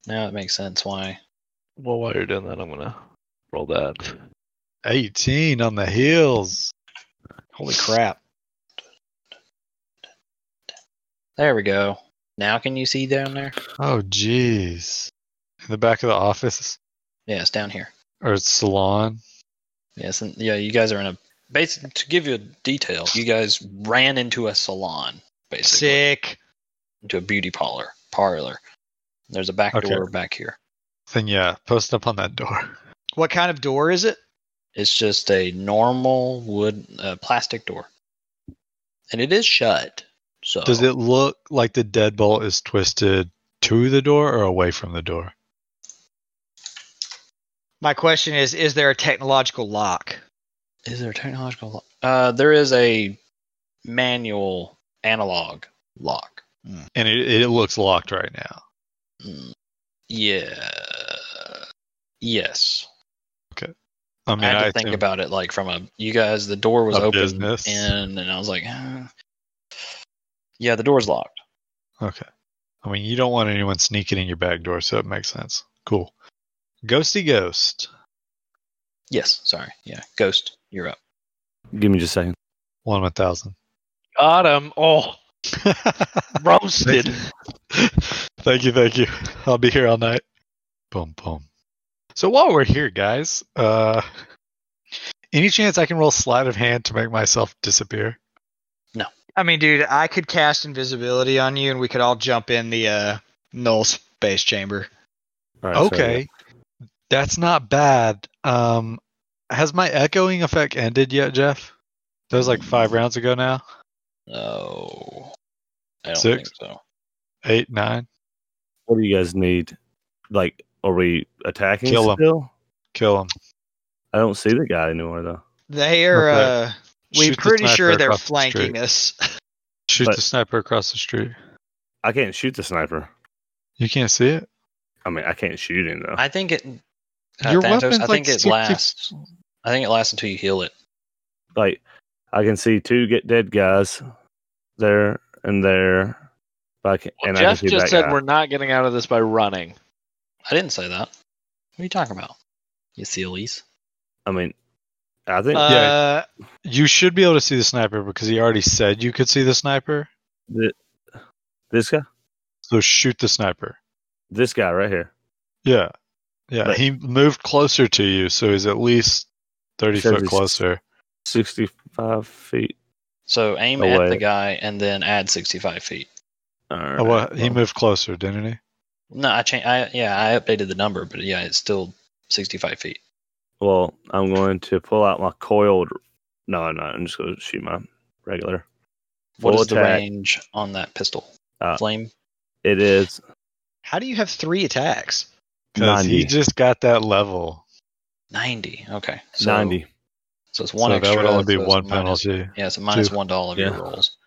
Speaker 1: Now it makes sense why.
Speaker 4: Well, while you're doing that, I'm gonna roll that.
Speaker 3: 18 on the heels.
Speaker 5: Holy crap.
Speaker 1: There we go. Now can you see down there?
Speaker 3: Oh, jeez. In the back of the office
Speaker 1: Yeah, it's down here.
Speaker 3: or salon.
Speaker 1: Yes, and yeah, you guys are in a basically to give you a detail, you guys ran into a salon, basically.
Speaker 5: Sick.
Speaker 1: Into a beauty parlor parlor. There's a back
Speaker 3: Okay.
Speaker 1: door back here.
Speaker 3: Then yeah, post up on that door.
Speaker 5: What kind of door is it?
Speaker 1: It's just a normal wood uh, plastic door, and it is shut. So
Speaker 3: Does it look like the deadbolt is twisted to the door or away from the door?
Speaker 5: My question is is there a technological lock?
Speaker 1: Is there a technological lock? Uh, there is a manual analog lock.
Speaker 3: And it, it looks locked right now.
Speaker 1: Mm, Yeah. Yes.
Speaker 3: I
Speaker 1: I,
Speaker 3: mean,
Speaker 1: had to
Speaker 3: I,
Speaker 1: think
Speaker 3: assume-
Speaker 1: about it like from a you guys the door was
Speaker 3: A
Speaker 1: open
Speaker 3: business.
Speaker 1: and and I was like, "Huh." yeah, the door's locked.
Speaker 3: Okay. I mean, you don't want anyone sneaking in your back door, so it makes sense. Cool. Ghosty ghost.
Speaker 1: Yes. Sorry. Yeah. Ghost, you're up.
Speaker 2: Give me just a second.
Speaker 3: One in a thousand.
Speaker 4: Got him. Oh, roasted.
Speaker 3: thank you, thank you. I'll be here all night. Boom, boom. So while we're here, guys, uh, any chance I can roll sleight of hand to make myself disappear?
Speaker 5: I mean, dude, I could cast invisibility on you and we could all jump in the uh null space chamber.
Speaker 2: All right, so,
Speaker 3: Okay, that's not bad. Um, has my echoing effect ended yet, Jeff? That was like five rounds ago now.
Speaker 1: Oh. I don't
Speaker 3: Six.
Speaker 1: think so.
Speaker 3: Eight, nine.
Speaker 2: what do you guys need? Like, are we attacking
Speaker 3: Kill 'em.
Speaker 2: still?
Speaker 3: Kill him.
Speaker 2: I don't see the guy anywhere though.
Speaker 5: They are
Speaker 3: Okay.
Speaker 5: uh we're
Speaker 3: Shoot the
Speaker 5: pretty sure
Speaker 3: sniper
Speaker 5: they're
Speaker 3: across the
Speaker 5: flanking
Speaker 3: street.
Speaker 5: us.
Speaker 3: Shoot
Speaker 2: But-
Speaker 3: the sniper across the street.
Speaker 2: I can't shoot the sniper.
Speaker 3: You can't see it.
Speaker 2: I mean, I can't shoot him though.
Speaker 1: I think it. uh,
Speaker 3: Your
Speaker 1: Thanatos,
Speaker 3: weapon's
Speaker 1: I
Speaker 3: like
Speaker 1: think it
Speaker 3: 60
Speaker 1: lasts. I think it lasts until you heal it.
Speaker 2: like, I can see two get dead guys there and there. But I can, and I
Speaker 4: Jeff
Speaker 2: can see
Speaker 4: just
Speaker 2: that
Speaker 4: said
Speaker 2: guy.
Speaker 4: we're not getting out of this by running.
Speaker 1: I didn't say that. What are you talking about? You see, Elise.
Speaker 2: I mean, I think
Speaker 5: Uh
Speaker 3: You should be able to see the sniper because he already said you could see the sniper.
Speaker 2: th- this guy,
Speaker 3: So shoot the sniper.
Speaker 2: this guy right here.
Speaker 3: Yeah. Yeah.
Speaker 2: But-
Speaker 3: he moved closer to you, so he's at least 30
Speaker 2: Says
Speaker 3: foot
Speaker 2: he's-
Speaker 3: closer.
Speaker 2: 65 feet.
Speaker 1: So aim
Speaker 2: Oh,
Speaker 1: at the
Speaker 2: wait.
Speaker 1: guy and then add 65 feet.
Speaker 2: All right.
Speaker 3: Oh, well, he
Speaker 2: well,
Speaker 3: moved closer, didn't he?
Speaker 1: No, I changed. I yeah, I updated the number, but yeah, it's still 65 feet.
Speaker 2: well, I'm going to pull out my coiled. No, no, I'm just going to shoot my regular.
Speaker 1: What
Speaker 2: Full
Speaker 1: is the
Speaker 2: attack.
Speaker 1: range on that pistol?
Speaker 2: Uh,
Speaker 1: Flame.
Speaker 2: It is
Speaker 5: How do you have three attacks?
Speaker 3: Because he
Speaker 2: 90.
Speaker 3: just got that level.
Speaker 1: 90. Okay. So,
Speaker 2: 90.
Speaker 1: So it's one
Speaker 3: so
Speaker 1: extra.
Speaker 3: that would only be
Speaker 1: so it's
Speaker 3: one
Speaker 1: minus-
Speaker 3: penalty.
Speaker 1: yeah, it's a minus
Speaker 3: Two.
Speaker 1: one to all of
Speaker 2: Yeah.
Speaker 1: your rolls.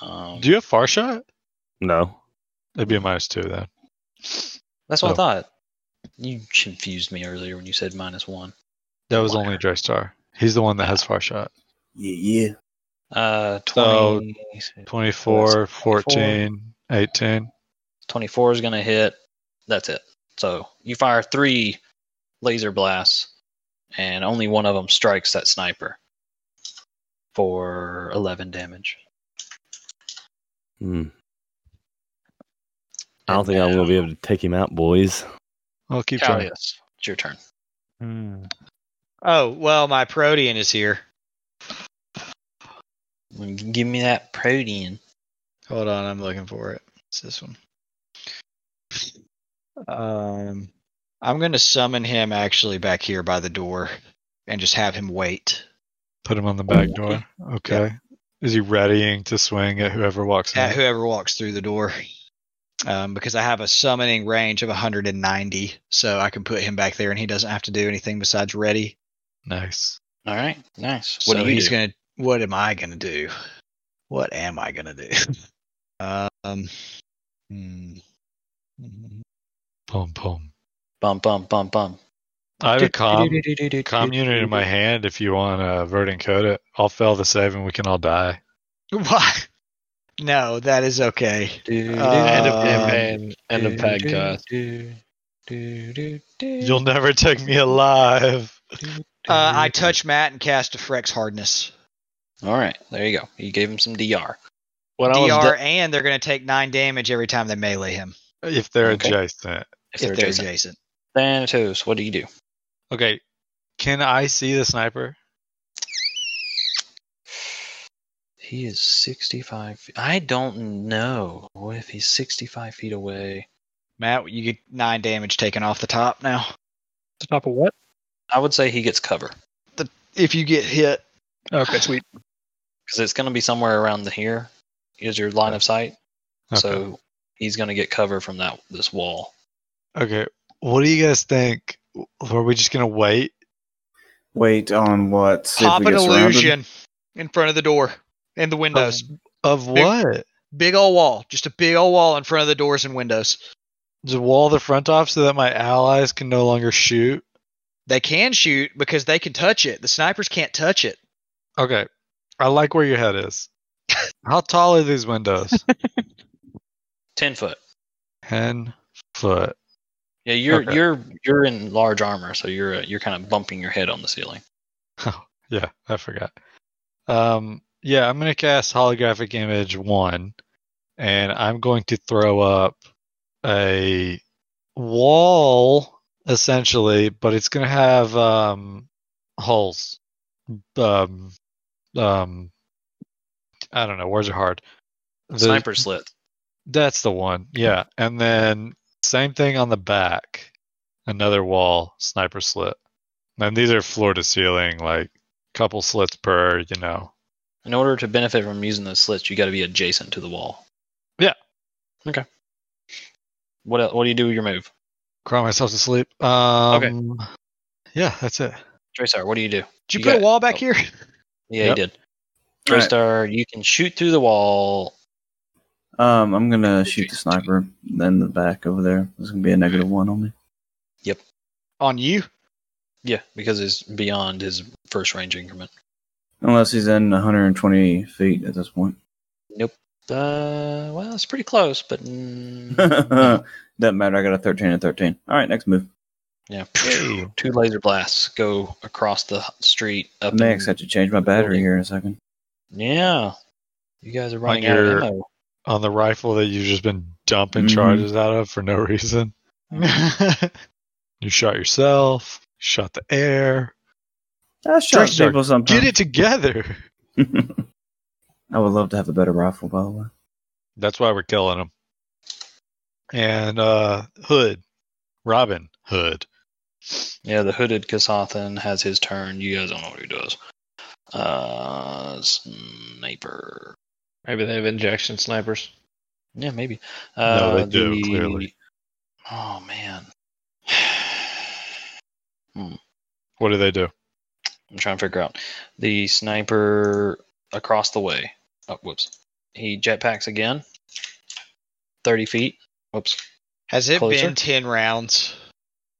Speaker 1: Um,
Speaker 3: Do you have far shot?
Speaker 2: No.
Speaker 3: It'd be a minus two then.
Speaker 1: that's what
Speaker 3: Oh.
Speaker 1: I thought. You confused me earlier when you said minus one.
Speaker 3: That was only Draystar. He's the one that has far shot.
Speaker 6: Yeah, yeah.
Speaker 1: Uh,
Speaker 3: So,
Speaker 1: 20,
Speaker 3: 24, 14, 18.
Speaker 1: 24 is going to hit. That's it. So you fire three laser blasts, and only one of them strikes that sniper. for 11 damage.
Speaker 2: Hmm. I don't think I'm going to be able to take him out, boys.
Speaker 3: I'll keep trying.
Speaker 1: Callius, it's your turn.
Speaker 8: Hmm.
Speaker 5: Oh, well, my Protean is here.
Speaker 1: Give me that protein.
Speaker 5: Hold on, I'm looking for it. It's this one. Um, I'm going to summon him actually back here by the door and just have him wait.
Speaker 3: Put him on the back door. Okay. Is he readying to swing at whoever walks in?
Speaker 5: at whoever walks through the door. Um, because I have a summoning range of 190, so I can put him back there, and he doesn't have to do anything besides ready.
Speaker 3: nice.
Speaker 1: All right, nice. What
Speaker 5: so
Speaker 1: do you
Speaker 5: he's
Speaker 1: do?
Speaker 5: gonna. What am I gonna do? What am I gonna do? um. hmm.
Speaker 3: Boom, boom.
Speaker 1: Bum bum bum bum.
Speaker 3: I have a com, com
Speaker 1: Commune
Speaker 3: unit in my hand if you want to vert encode it. I'll fail the save and we can all die.
Speaker 5: Why? No, that is okay.
Speaker 3: Uh,
Speaker 4: end of
Speaker 5: Um,
Speaker 4: campaign. End of podcast.
Speaker 3: You'll never take me alive.
Speaker 5: Uh, I touch Matt and cast a Frex Hardness
Speaker 1: All right, there you go. You gave him some DR.
Speaker 4: When I was
Speaker 5: DR,
Speaker 4: de-
Speaker 5: and they're gonna take nine damage every time they melee him
Speaker 3: If they're
Speaker 1: Okay.
Speaker 3: adjacent.
Speaker 1: If,
Speaker 5: if they're
Speaker 1: adjacent.
Speaker 5: adjacent.
Speaker 1: Thanatos, what do you do?
Speaker 3: Okay. Can I see the sniper?
Speaker 1: He is 65. fe- I don't know What if he's 65 feet away.
Speaker 5: Matt, you get nine damage taken off the top now.
Speaker 7: The top of what?
Speaker 1: I would say he gets cover
Speaker 5: If you get hit,
Speaker 7: Okay, sweet.
Speaker 1: because it's going to be somewhere around the here is your line of sight.
Speaker 3: Okay.
Speaker 1: So he's going to get cover from that this wall.
Speaker 3: Okay. What do you guys think? Are we just gonna wait?
Speaker 6: Wait on what? See if
Speaker 5: pop
Speaker 6: we
Speaker 5: an
Speaker 6: get surrounded?
Speaker 5: illusion in front of the door and the windows.
Speaker 3: Of what?
Speaker 5: Big old wall, just a big old wall in front of the doors and windows.
Speaker 3: To wall the front off so that my allies can no longer shoot.
Speaker 5: They can shoot because they can touch it. The snipers can't touch it.
Speaker 3: Okay. I like where your head is. How tall are these windows?
Speaker 1: 10 foot.
Speaker 3: Ten foot.
Speaker 1: Yeah, you're
Speaker 3: Okay.
Speaker 1: you're you're in large armor, so you're uh, you're kind of bumping your head on the ceiling.
Speaker 3: Yeah, I forgot. Um, yeah, I'm gonna cast holographic image one, and I'm going to throw up a wall essentially, but it's gonna have um holes. Um, um, I don't know. Words are hard. The-
Speaker 1: Sniper slit.
Speaker 3: That's the one. Yeah, and then same thing on the back. Another wall, sniper slit. And these are floor to ceiling, like couple slits per, you know.
Speaker 1: In order to benefit from using those slits, you got to be adjacent to the wall.
Speaker 3: Yeah.
Speaker 1: Okay. What el- what do you do with your move,
Speaker 3: Cry myself to sleep. Um, Yeah, that's it.
Speaker 1: Draystar? What do you do?
Speaker 5: Did you,
Speaker 1: You
Speaker 5: put
Speaker 1: got-
Speaker 5: a wall back here?
Speaker 1: Yeah,
Speaker 3: Yep.
Speaker 1: he did.
Speaker 6: Alright.
Speaker 1: Draystar, you can shoot through the wall.
Speaker 6: Um, I'm gonna shoot the sniper. Then the back over there. There's gonna be a negative one on me.
Speaker 5: On you?
Speaker 1: Yeah, because it's beyond his first range increment.
Speaker 6: Unless he's in 120 feet at this point.
Speaker 1: Uh, well, it's pretty close, but mm,
Speaker 6: Doesn't matter. I got a 13 and 13. All right, next move.
Speaker 1: yeah,
Speaker 3: Hey.
Speaker 1: two laser blasts go across the h- street up.
Speaker 6: I may actually
Speaker 1: in-
Speaker 6: have to change my battery here in a second.
Speaker 1: yeah, you guys are running
Speaker 3: On
Speaker 1: out of
Speaker 3: your-
Speaker 1: ammo.
Speaker 3: On the rifle that you've just been dumping
Speaker 6: Mhm.
Speaker 3: charges out of for no reason. you shot yourself, shot the air.
Speaker 6: I shot
Speaker 3: Trickster,
Speaker 6: people sometimes.
Speaker 3: Get it together.
Speaker 6: I would love to have a better rifle, by the way.
Speaker 3: That's why we're killing them. And uh Hood, Robin Hood.
Speaker 1: Yeah, the hooded Kasathan has his turn. You guys don't know what he does. Uh, sniper.
Speaker 4: maybe they have injection snipers.
Speaker 1: Yeah, maybe.
Speaker 3: No, they
Speaker 1: Uh,
Speaker 3: do,
Speaker 1: the-
Speaker 3: clearly.
Speaker 1: Oh man,
Speaker 3: What do they do?
Speaker 1: I'm trying to figure out the sniper across the way. Oh, whoops. He jetpacks again. Thirty feet. Whoops.
Speaker 5: Has it
Speaker 1: Closer?
Speaker 5: been 10 rounds?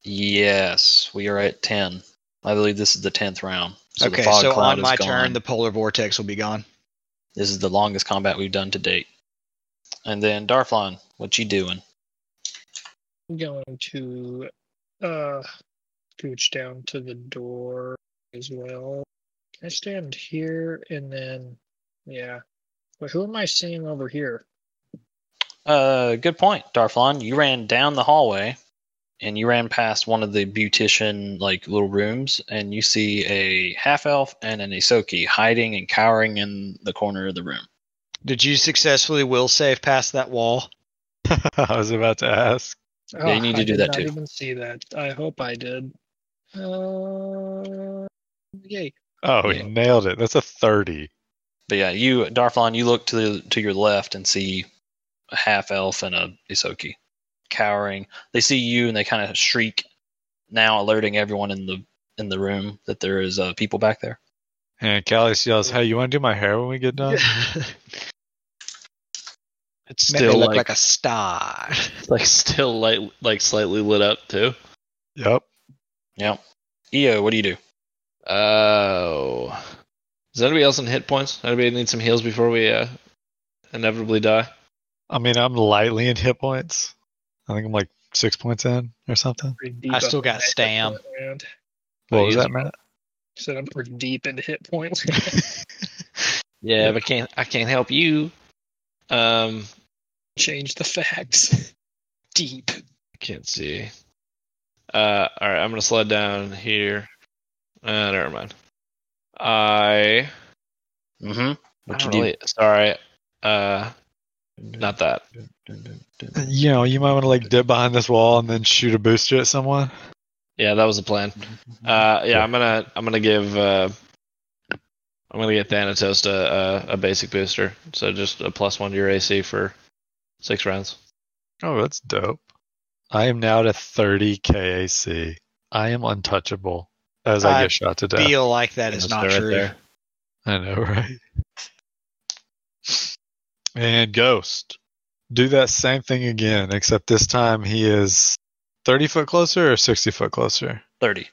Speaker 1: Yes, we are at ten. I believe this is the tenth round. So the
Speaker 5: okay,
Speaker 1: fog
Speaker 5: so
Speaker 1: cloud
Speaker 5: on
Speaker 1: is
Speaker 5: my
Speaker 1: gone.
Speaker 5: turn, the polar vortex will be gone.
Speaker 1: This is the longest combat we've done to date. And then Darflon, what you doing?
Speaker 7: I'm going to uh, gooch down to the door as well. Can I stand here and then, yeah. Wait, who am I seeing over here?
Speaker 1: Uh, good point, Darflon. You ran down the hallway, and you ran past one of the beautician like little rooms, and you see a half elf and an Isoki hiding and cowering in the corner of the room.
Speaker 5: Did you successfully will save past that wall?
Speaker 3: I was about to ask.
Speaker 1: Yeah, you need
Speaker 7: Ah,
Speaker 1: to
Speaker 7: I
Speaker 1: do
Speaker 7: did
Speaker 1: that
Speaker 7: not
Speaker 1: too.
Speaker 7: even see that. I hope I did. Uh, yay.
Speaker 3: Oh,
Speaker 1: Yeah.
Speaker 3: he nailed it. That's a 30.
Speaker 1: But yeah, you Darflon, you look to the, to your left and see a half elf and a Isoki cowering. They see you and they kind of shriek, now alerting everyone in the in the room that there is uh, people back there.
Speaker 3: And Callis yells, Hey, you want to do my hair when we get done?
Speaker 4: It's
Speaker 5: Make me
Speaker 4: still
Speaker 5: look
Speaker 4: like,
Speaker 5: like, a star.
Speaker 4: like still light like slightly lit up too.
Speaker 3: Yep.
Speaker 1: Yep. Eo, what do you do?
Speaker 4: Oh. Is anybody else in hit points? Anybody need some heals before we uh, inevitably die?
Speaker 3: I mean, I'm lightly in hit points. I think I'm like six points in or something.
Speaker 7: Pretty deep
Speaker 5: I
Speaker 7: up
Speaker 5: still
Speaker 7: in
Speaker 5: got
Speaker 7: hit
Speaker 5: stam.
Speaker 7: point.
Speaker 3: What was
Speaker 4: Please.
Speaker 3: that, Matt?
Speaker 7: Said I'm pretty deep into hit points.
Speaker 4: Yeah, but can't I can't help you. Um,
Speaker 7: Change the facts. Deep.
Speaker 4: I can't see. Uh, all right, I'm gonna slide down here. Uh, never mind. I
Speaker 1: Mm-hmm. What
Speaker 4: I
Speaker 1: you
Speaker 4: don't really- Sorry. Uh, not that.
Speaker 3: You know, you might want to like dip behind this wall and then shoot a booster at someone.
Speaker 4: Yeah, that was the plan.
Speaker 1: Mm-hmm.
Speaker 4: Uh, yeah, I'm gonna I'm gonna give uh, I'm gonna get Thanatos a, a a basic booster. So just a plus one to your AC for six rounds.
Speaker 3: Oh, that's dope. I am now to 30 KAC. I am untouchable as I,
Speaker 5: I
Speaker 3: get shot to death.
Speaker 5: Feel like that is
Speaker 4: That's
Speaker 5: not
Speaker 4: right
Speaker 5: true.
Speaker 4: there.
Speaker 3: I know, right? And Ghost. Do that same thing again, except this time he is 30 foot closer or 60 foot closer?
Speaker 1: 30.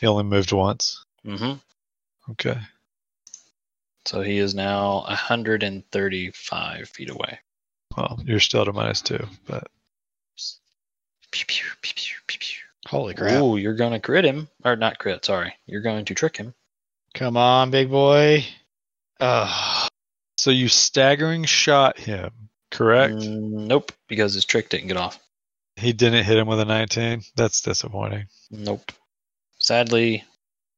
Speaker 3: He only moved once.
Speaker 1: Mm-hmm.
Speaker 3: Okay.
Speaker 1: So he is now 135 feet away.
Speaker 3: Well, you're still to minus two, but
Speaker 1: Pew, pew, pew, pew, pew, pew.
Speaker 5: Holy
Speaker 1: Ooh, you're going to crit him. Or not crit, sorry. You're going to trick him.
Speaker 5: Come on, big boy. Ugh.
Speaker 3: so you staggering shot him, correct?
Speaker 1: Mm, nope, because his trick didn't get off.
Speaker 3: He didn't hit him with a 19. That's disappointing.
Speaker 1: Nope. Sadly,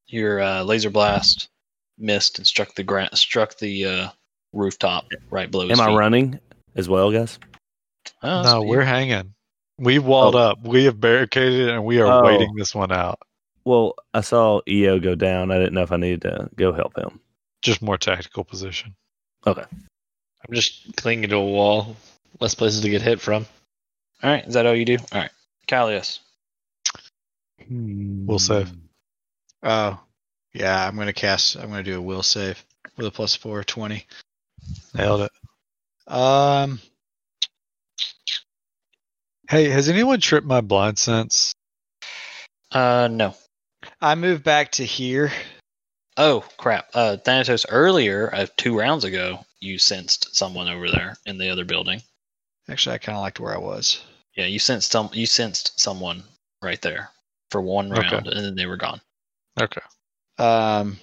Speaker 1: your uh, laser blast missed and struck the gra- struck the uh, rooftop right below his
Speaker 2: Am I
Speaker 1: feet.
Speaker 2: running as well, guys?
Speaker 1: Oh,
Speaker 3: no,
Speaker 1: so you-
Speaker 3: we're hanging. We walled
Speaker 5: Oh.
Speaker 3: up. We have barricaded and we are
Speaker 2: Oh.
Speaker 3: waiting this one out.
Speaker 2: Well, I saw EO go down. I didn't know if I needed to go help him.
Speaker 3: Just more tactical position.
Speaker 4: I'm just clinging to a wall. Less places to get hit from.
Speaker 1: All right, is that all you do? All right. Callius. Hmm.
Speaker 3: We'll save.
Speaker 5: Oh. Yeah, I'm going to cast. I'm going to do a will save with a plus four, 20.
Speaker 3: Nailed it.
Speaker 5: Um,
Speaker 3: Hey, has anyone tripped my blind sense?
Speaker 1: Uh, no.
Speaker 5: I move back to here.
Speaker 1: Oh, crap. Uh, Thanatos, earlier, uh, two rounds ago, you sensed someone over there in the other building.
Speaker 5: Actually, I kind of liked where I was.
Speaker 1: Yeah, you sensed some. You sensed someone right there for one
Speaker 3: Okay.
Speaker 1: round, and then they were gone.
Speaker 3: Okay.
Speaker 5: Um,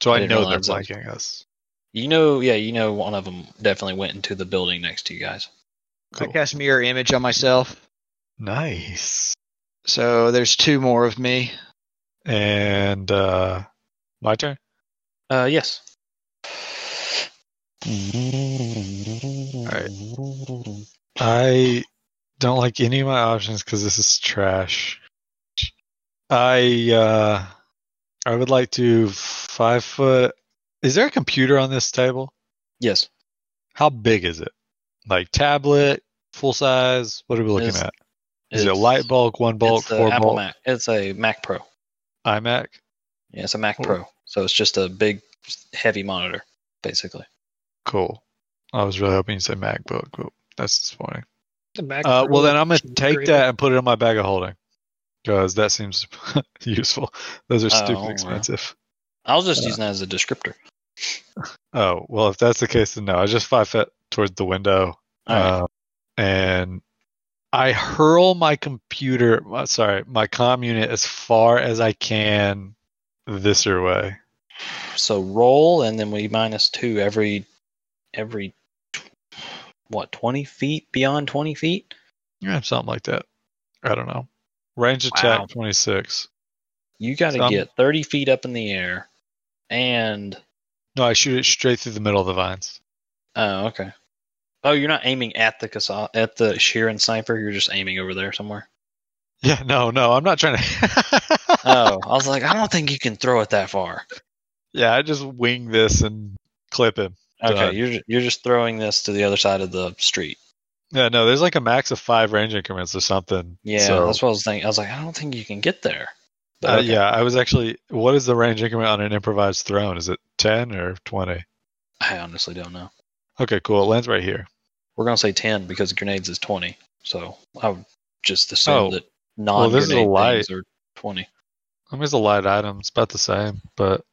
Speaker 3: So
Speaker 1: I
Speaker 3: I,
Speaker 1: didn't
Speaker 3: know they're
Speaker 1: realize that was-
Speaker 3: flanking us.
Speaker 1: You know, yeah, you know, one of them definitely went into the building next to you guys.
Speaker 5: I
Speaker 3: Cool.
Speaker 5: cast mirror image on myself.
Speaker 3: Nice.
Speaker 5: So there's two more of me.
Speaker 3: And uh my turn?
Speaker 1: Uh, yes.
Speaker 3: I don't like any of my options because this is trash. I uh I would like to five foot is there a computer on this table?
Speaker 1: Yes.
Speaker 3: How big is it? Like tablet, full size? What are we looking
Speaker 1: It's-
Speaker 3: at? Is it light bulk, one bulk,
Speaker 1: it's a
Speaker 3: four
Speaker 1: Apple
Speaker 3: bulk,
Speaker 1: Mac. It's a Mac Pro.
Speaker 3: iMac?
Speaker 1: Yeah, it's a Mac
Speaker 3: Oh.
Speaker 1: Pro. So it's just a big, heavy monitor, basically.
Speaker 3: Cool. I was really hoping you said MacBook, but that's disappointing.
Speaker 7: The Mac
Speaker 3: Uh, well,
Speaker 7: Pro
Speaker 3: then I'm gonna
Speaker 7: is
Speaker 3: take
Speaker 7: great.
Speaker 3: that and put it in my bag of holding because that seems useful. Those are stupid
Speaker 1: Oh, well.
Speaker 3: expensive.
Speaker 1: I was just
Speaker 3: Uh.
Speaker 1: using that as a descriptor.
Speaker 3: Oh well, if that's the case, then no. I just five foot towards the window,
Speaker 1: All right.
Speaker 3: uh, and I hurl my computer. uh, Sorry, my comm unit as far as I can this way.
Speaker 1: So roll, and then we minus two every every tw- what twenty feet beyond twenty feet.
Speaker 3: Yeah, something like that. I don't know. Range
Speaker 1: Wow.
Speaker 3: attack 26.
Speaker 1: You got to
Speaker 3: Some-
Speaker 1: get thirty feet up in the air, and
Speaker 3: No, I shoot it straight through the middle of the vines.
Speaker 1: oh okay. Oh, you're not aiming at the Kasa- at the Sheeran sniper. You're just aiming over there somewhere.
Speaker 3: Yeah, no, no, I'm not trying to.
Speaker 1: Oh, I was like, I don't think you can throw it that far.
Speaker 3: Yeah, I just wing this and clip him.
Speaker 1: Okay,
Speaker 3: Done.
Speaker 1: you're you're just throwing this to the other side of the street.
Speaker 3: Yeah, no, there's like a max of five range increments or something.
Speaker 1: Yeah,
Speaker 3: so,
Speaker 1: that's what I was thinking. I was like, I don't think you can get there. But
Speaker 3: uh,
Speaker 1: okay.
Speaker 3: yeah. I was actually, what is the range increment on an improvised throne? Is it 10 or 20?
Speaker 1: I honestly don't know.
Speaker 3: Okay, cool. It lands right here.
Speaker 1: We're gonna say ten because grenades is twenty. So I would just assume
Speaker 3: Oh.
Speaker 1: that
Speaker 3: Well,
Speaker 1: non
Speaker 3: this is a
Speaker 1: grenade
Speaker 3: light.
Speaker 1: things are twenty.
Speaker 3: I mean, it's a light item. It's about the same, but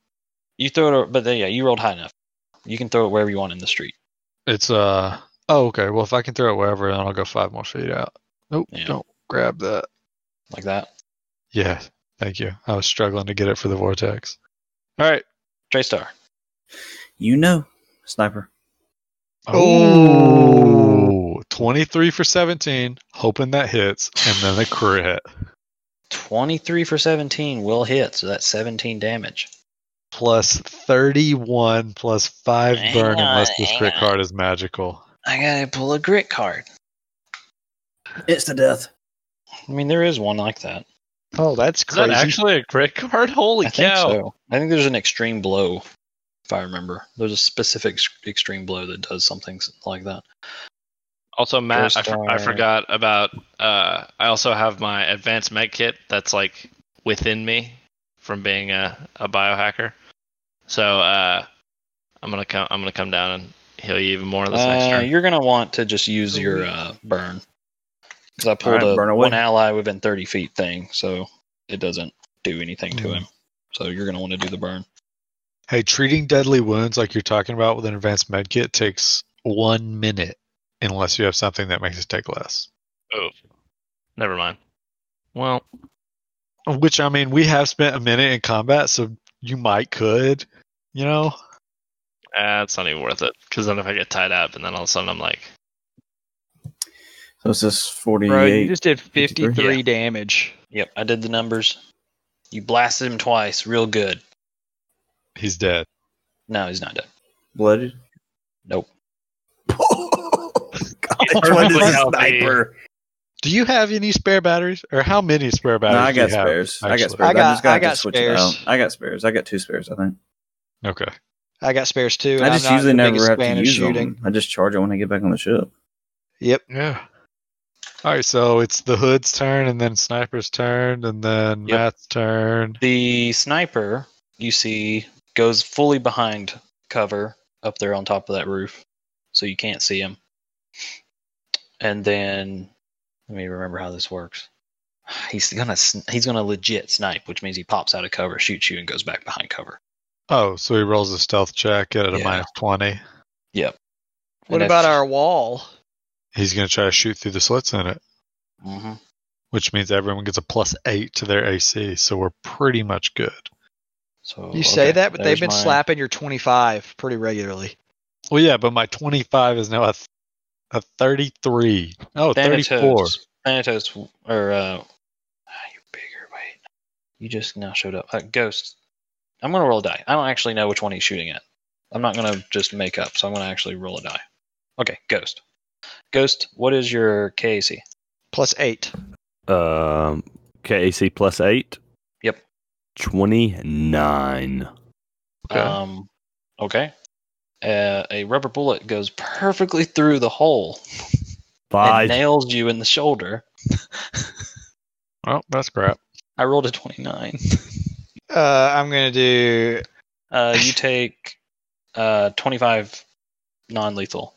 Speaker 1: You throw it, o- but then, yeah, you rolled high enough. You can throw it wherever you want in the street.
Speaker 3: it's uh. Oh, okay. Well, if I can throw it wherever, then I'll go five more feet out. Nope.
Speaker 1: Yeah.
Speaker 3: Don't grab that.
Speaker 1: like that.
Speaker 3: Yeah. Thank you. I was struggling to get it for the vortex. All right.
Speaker 1: J Star.
Speaker 6: You know, sniper.
Speaker 3: Oh, 23 for 17, hoping that hits, and then a crit.
Speaker 1: 23 for 17 will hit, so that's 17 damage.
Speaker 3: Plus 31, plus 5
Speaker 1: Hang
Speaker 3: burn, unless
Speaker 1: on,
Speaker 3: this
Speaker 1: hang
Speaker 3: crit
Speaker 1: on.
Speaker 3: card is magical.
Speaker 1: I gotta pull a grit card.
Speaker 6: It's the death.
Speaker 1: I mean, there is one like that.
Speaker 5: Oh, that's
Speaker 4: Is that
Speaker 5: crazy.
Speaker 4: actually a crit card? Holy
Speaker 1: I think
Speaker 4: cow!
Speaker 1: so. I think there's an extreme blow, if I remember. There's a specific s- extreme blow that does something s- like that.
Speaker 4: Also, Matt, I,
Speaker 1: First
Speaker 4: for- I
Speaker 1: time.
Speaker 4: forgot about. Uh, I also have my advanced med kit that's like within me from being a, a biohacker. So uh, I'm gonna come. I'm gonna come down and heal you even more this Oh, next
Speaker 1: Uh,
Speaker 4: turn.
Speaker 1: you're gonna want to just use your uh, burn because I pulled
Speaker 6: Alright,
Speaker 1: a
Speaker 6: burn away.
Speaker 1: one ally within 30 feet thing, so it doesn't do anything
Speaker 4: Hmm.
Speaker 1: to him. So you're gonna want to do the burn.
Speaker 3: Hey, treating deadly wounds like you're talking about with an advanced med kit takes one minute, unless you have something that makes it take less.
Speaker 4: Never mind. Well,
Speaker 3: Which, I mean, we have spent a minute in combat, so you might could, you know?
Speaker 4: uh, it's not even worth it because then if I get tied up and then all of a sudden I'm like,
Speaker 6: So it's just 48.
Speaker 5: Bro, you just did 53
Speaker 6: 53?
Speaker 5: damage.
Speaker 1: Yep, I did the numbers. You blasted him twice, real good.
Speaker 3: He's dead.
Speaker 1: No, he's not dead.
Speaker 6: blooded.
Speaker 1: Nope.
Speaker 6: God,
Speaker 4: Yeah,
Speaker 6: which one is
Speaker 4: perfectly
Speaker 6: a
Speaker 4: healthy.
Speaker 6: sniper?
Speaker 3: Do you have any spare batteries? Or how many spare
Speaker 6: No,
Speaker 3: batteries?
Speaker 6: I
Speaker 3: do you
Speaker 6: got
Speaker 3: have,
Speaker 6: spares. I got
Speaker 3: actually?
Speaker 6: spares.
Speaker 5: I got-
Speaker 6: just gotta
Speaker 5: I got
Speaker 6: switch it out.
Speaker 5: spares.
Speaker 6: I got spares. I got two spares, I think.
Speaker 3: Okay.
Speaker 5: I got spares too. and
Speaker 6: I
Speaker 5: I'm
Speaker 6: just
Speaker 5: not
Speaker 6: usually
Speaker 5: the
Speaker 6: never
Speaker 5: biggest
Speaker 6: have to
Speaker 5: fan of
Speaker 6: use
Speaker 5: shooting.
Speaker 6: them. I just charge it when I get back on the ship.
Speaker 5: Yep.
Speaker 3: Yeah. All right, so it's the hood's turn, and then sniper's turn, and then
Speaker 1: Yep.
Speaker 3: Matt's turn.
Speaker 1: The sniper you see goes fully behind cover up there on top of that roof, so you can't see him. And then let me remember how this works. He's gonna sn- he's gonna legit snipe, which means he pops out of cover, shoots you, and goes back behind cover.
Speaker 3: Oh, so he rolls a stealth check at a
Speaker 1: Yeah.
Speaker 3: minus twenty.
Speaker 5: What
Speaker 1: And if-
Speaker 5: about our wall?
Speaker 3: He's gonna try to shoot through the slits in it,
Speaker 1: Mhm.
Speaker 3: which means everyone gets a plus eight to their AC. So we're pretty much good.
Speaker 1: So
Speaker 6: Oh,
Speaker 5: You say
Speaker 1: okay,
Speaker 5: that, but they've
Speaker 1: there's
Speaker 5: been
Speaker 1: mine.
Speaker 5: slapping your 25 pretty regularly.
Speaker 3: Well, yeah, but my twenty-five is now a, th- a thirty-three. Oh,
Speaker 1: Thanatos.
Speaker 3: 34.
Speaker 1: Thanatos, or uh, ah, you're bigger. Wait, you just now showed up. Uh, Ghost. I'm gonna roll a die. I don't actually know which one he's shooting at. I'm not gonna just make up, so I'm gonna actually roll a die. Okay, Ghost. Ghost, what is your KAC?
Speaker 5: Plus eight.
Speaker 2: Um, KAC plus eight.
Speaker 1: Yep.
Speaker 2: Twenty nine.
Speaker 3: Okay.
Speaker 1: Um, okay. Uh, a rubber bullet goes perfectly through the hole and
Speaker 2: Five.
Speaker 1: nails you in the shoulder.
Speaker 3: Well, Oh, that's crap.
Speaker 1: I rolled a 29.
Speaker 5: Uh, I'm gonna do.
Speaker 1: Uh, you take uh 25 non-lethal.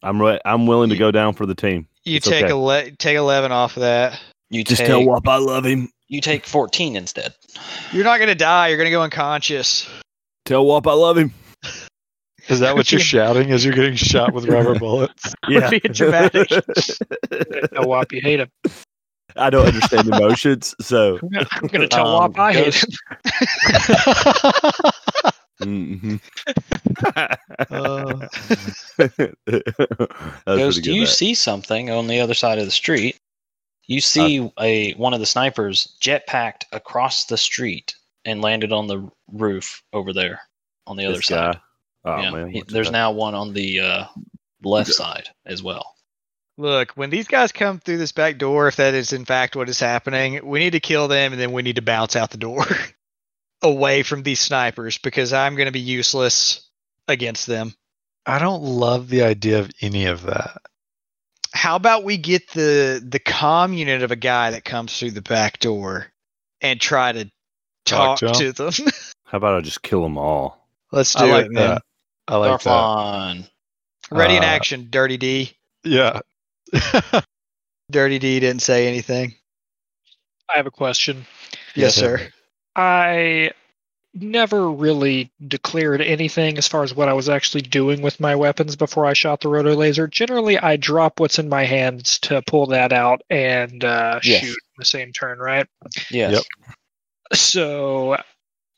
Speaker 2: I'm re- I'm willing to go down for the team.
Speaker 5: You
Speaker 2: It's
Speaker 5: take
Speaker 2: okay.
Speaker 5: ele- take 11 off of that.
Speaker 1: You
Speaker 2: Just
Speaker 1: take,
Speaker 2: tell Wop I love him.
Speaker 1: You take 14 instead.
Speaker 5: You're not gonna die. You're gonna go unconscious.
Speaker 2: Tell Wop I love him.
Speaker 3: Is that what you're shouting as you're getting shot with rubber bullets?
Speaker 8: Would be dramatic.
Speaker 7: No wop, you hate him.
Speaker 2: I don't understand emotions, so
Speaker 7: I'm gonna, I'm gonna tell
Speaker 2: Um,
Speaker 7: Wop I hate him.
Speaker 2: mhm.
Speaker 3: Uh,
Speaker 2: That was
Speaker 1: goes, do
Speaker 2: pretty good,
Speaker 1: you
Speaker 2: that.
Speaker 1: see something on the other side of the street? You see
Speaker 2: Uh,
Speaker 1: a one of the snipers jetpacked across the street and landed on the roof over there on the other
Speaker 2: This
Speaker 1: side.
Speaker 2: guy. Oh
Speaker 1: Yeah,
Speaker 2: man,
Speaker 1: he-
Speaker 2: what's
Speaker 1: there's
Speaker 2: that?
Speaker 1: now one on the uh, left side as well.
Speaker 5: Look, when these guys come through this back door, if that is in fact what is happening, we need to kill them and then we need to bounce out the door away from these snipers because I'm going to be useless against them.
Speaker 3: I don't love the idea of any of that.
Speaker 5: How about we get the the comm unit of a guy that comes through the back door and try to talk,
Speaker 3: Talk to
Speaker 5: to, them?
Speaker 2: How about I just kill them all?
Speaker 5: Let's do
Speaker 3: I like
Speaker 5: it, man.
Speaker 3: that. I like that.
Speaker 1: Darflon.
Speaker 5: Ready in
Speaker 3: Uh,
Speaker 5: action, Dirty D.
Speaker 3: Yeah.
Speaker 5: Dirty D didn't say anything.
Speaker 7: I have a question.
Speaker 3: Yes,
Speaker 5: Yes, sir.
Speaker 3: sir.
Speaker 7: I never really declared anything as far as what I was actually doing with my weapons before I shot the roto laser. Generally, I drop what's in my hands to pull that out and uh,
Speaker 1: Yes.
Speaker 7: shoot in the same turn, right?
Speaker 1: Yes.
Speaker 3: Yep.
Speaker 7: So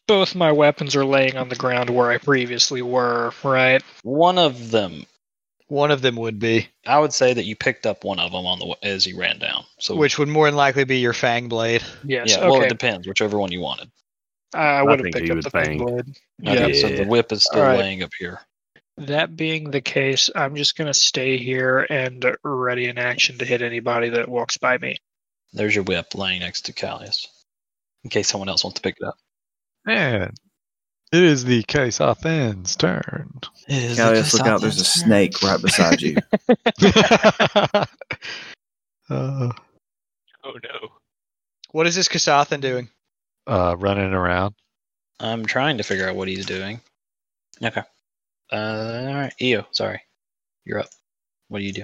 Speaker 7: both my weapons are laying on the ground where I previously were, right?
Speaker 1: One of them.
Speaker 5: One of them would be,
Speaker 1: I would say that you picked up one of them on the w- as you ran down. So
Speaker 5: which would more than likely be your Fang Blade.
Speaker 7: Yes.
Speaker 1: yeah,
Speaker 7: okay.
Speaker 1: well, it depends whichever one you wanted.
Speaker 7: I would have
Speaker 2: think
Speaker 7: picked
Speaker 2: he
Speaker 7: up
Speaker 2: would
Speaker 7: the big
Speaker 2: think.
Speaker 7: blade. Yeah.
Speaker 1: Okay, so the
Speaker 2: Yeah.
Speaker 1: whip is still
Speaker 7: All right.
Speaker 1: laying up here.
Speaker 7: That being the case, I'm just gonna stay here and ready in action to hit anybody that walks by me.
Speaker 1: There's your whip laying next to Callius, in case someone else wants to pick it up.
Speaker 3: Man, it is the case Athen's turn.
Speaker 6: Callius, look out! There's a snake right beside you.
Speaker 3: uh,
Speaker 4: Oh no.
Speaker 5: What is this Kasathan doing?
Speaker 3: uh, running around.
Speaker 1: I'm trying to figure out what he's doing. Okay. Uh, all right, Eo. Sorry, you're up. What do you do?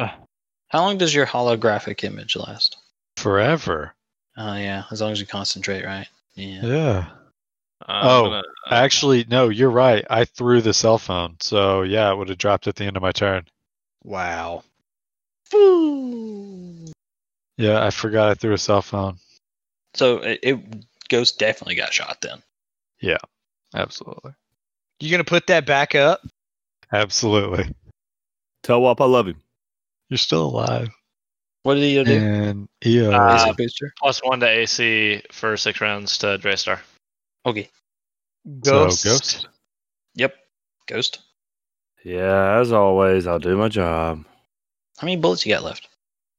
Speaker 8: Ah.
Speaker 1: How long does your holographic image last?
Speaker 3: Forever.
Speaker 1: Oh yeah, as long as you concentrate, right? Yeah.
Speaker 3: Yeah.
Speaker 4: uh, I'm
Speaker 3: Oh,
Speaker 4: gonna-
Speaker 3: Actually, no, you're right. I threw the cell phone. So, yeah, it would have dropped at the end of my turn.
Speaker 5: Wow.
Speaker 3: Yeah, I forgot I threw a cell phone.
Speaker 1: So it, it Ghost definitely got shot then.
Speaker 3: Absolutely.
Speaker 5: You gonna put that back up?
Speaker 3: Absolutely.
Speaker 2: Tell Wop I love him.
Speaker 3: You're still alive.
Speaker 1: What did Eo do?
Speaker 3: And EO.
Speaker 4: Uh,
Speaker 1: Basic booster.
Speaker 4: plus one to AC for six rounds to Draystar.
Speaker 1: Okay.
Speaker 5: Ghost.
Speaker 3: So, ghost.
Speaker 1: Yep. Ghost.
Speaker 2: Yeah, as always, I'll do my job.
Speaker 1: How many bullets you got left?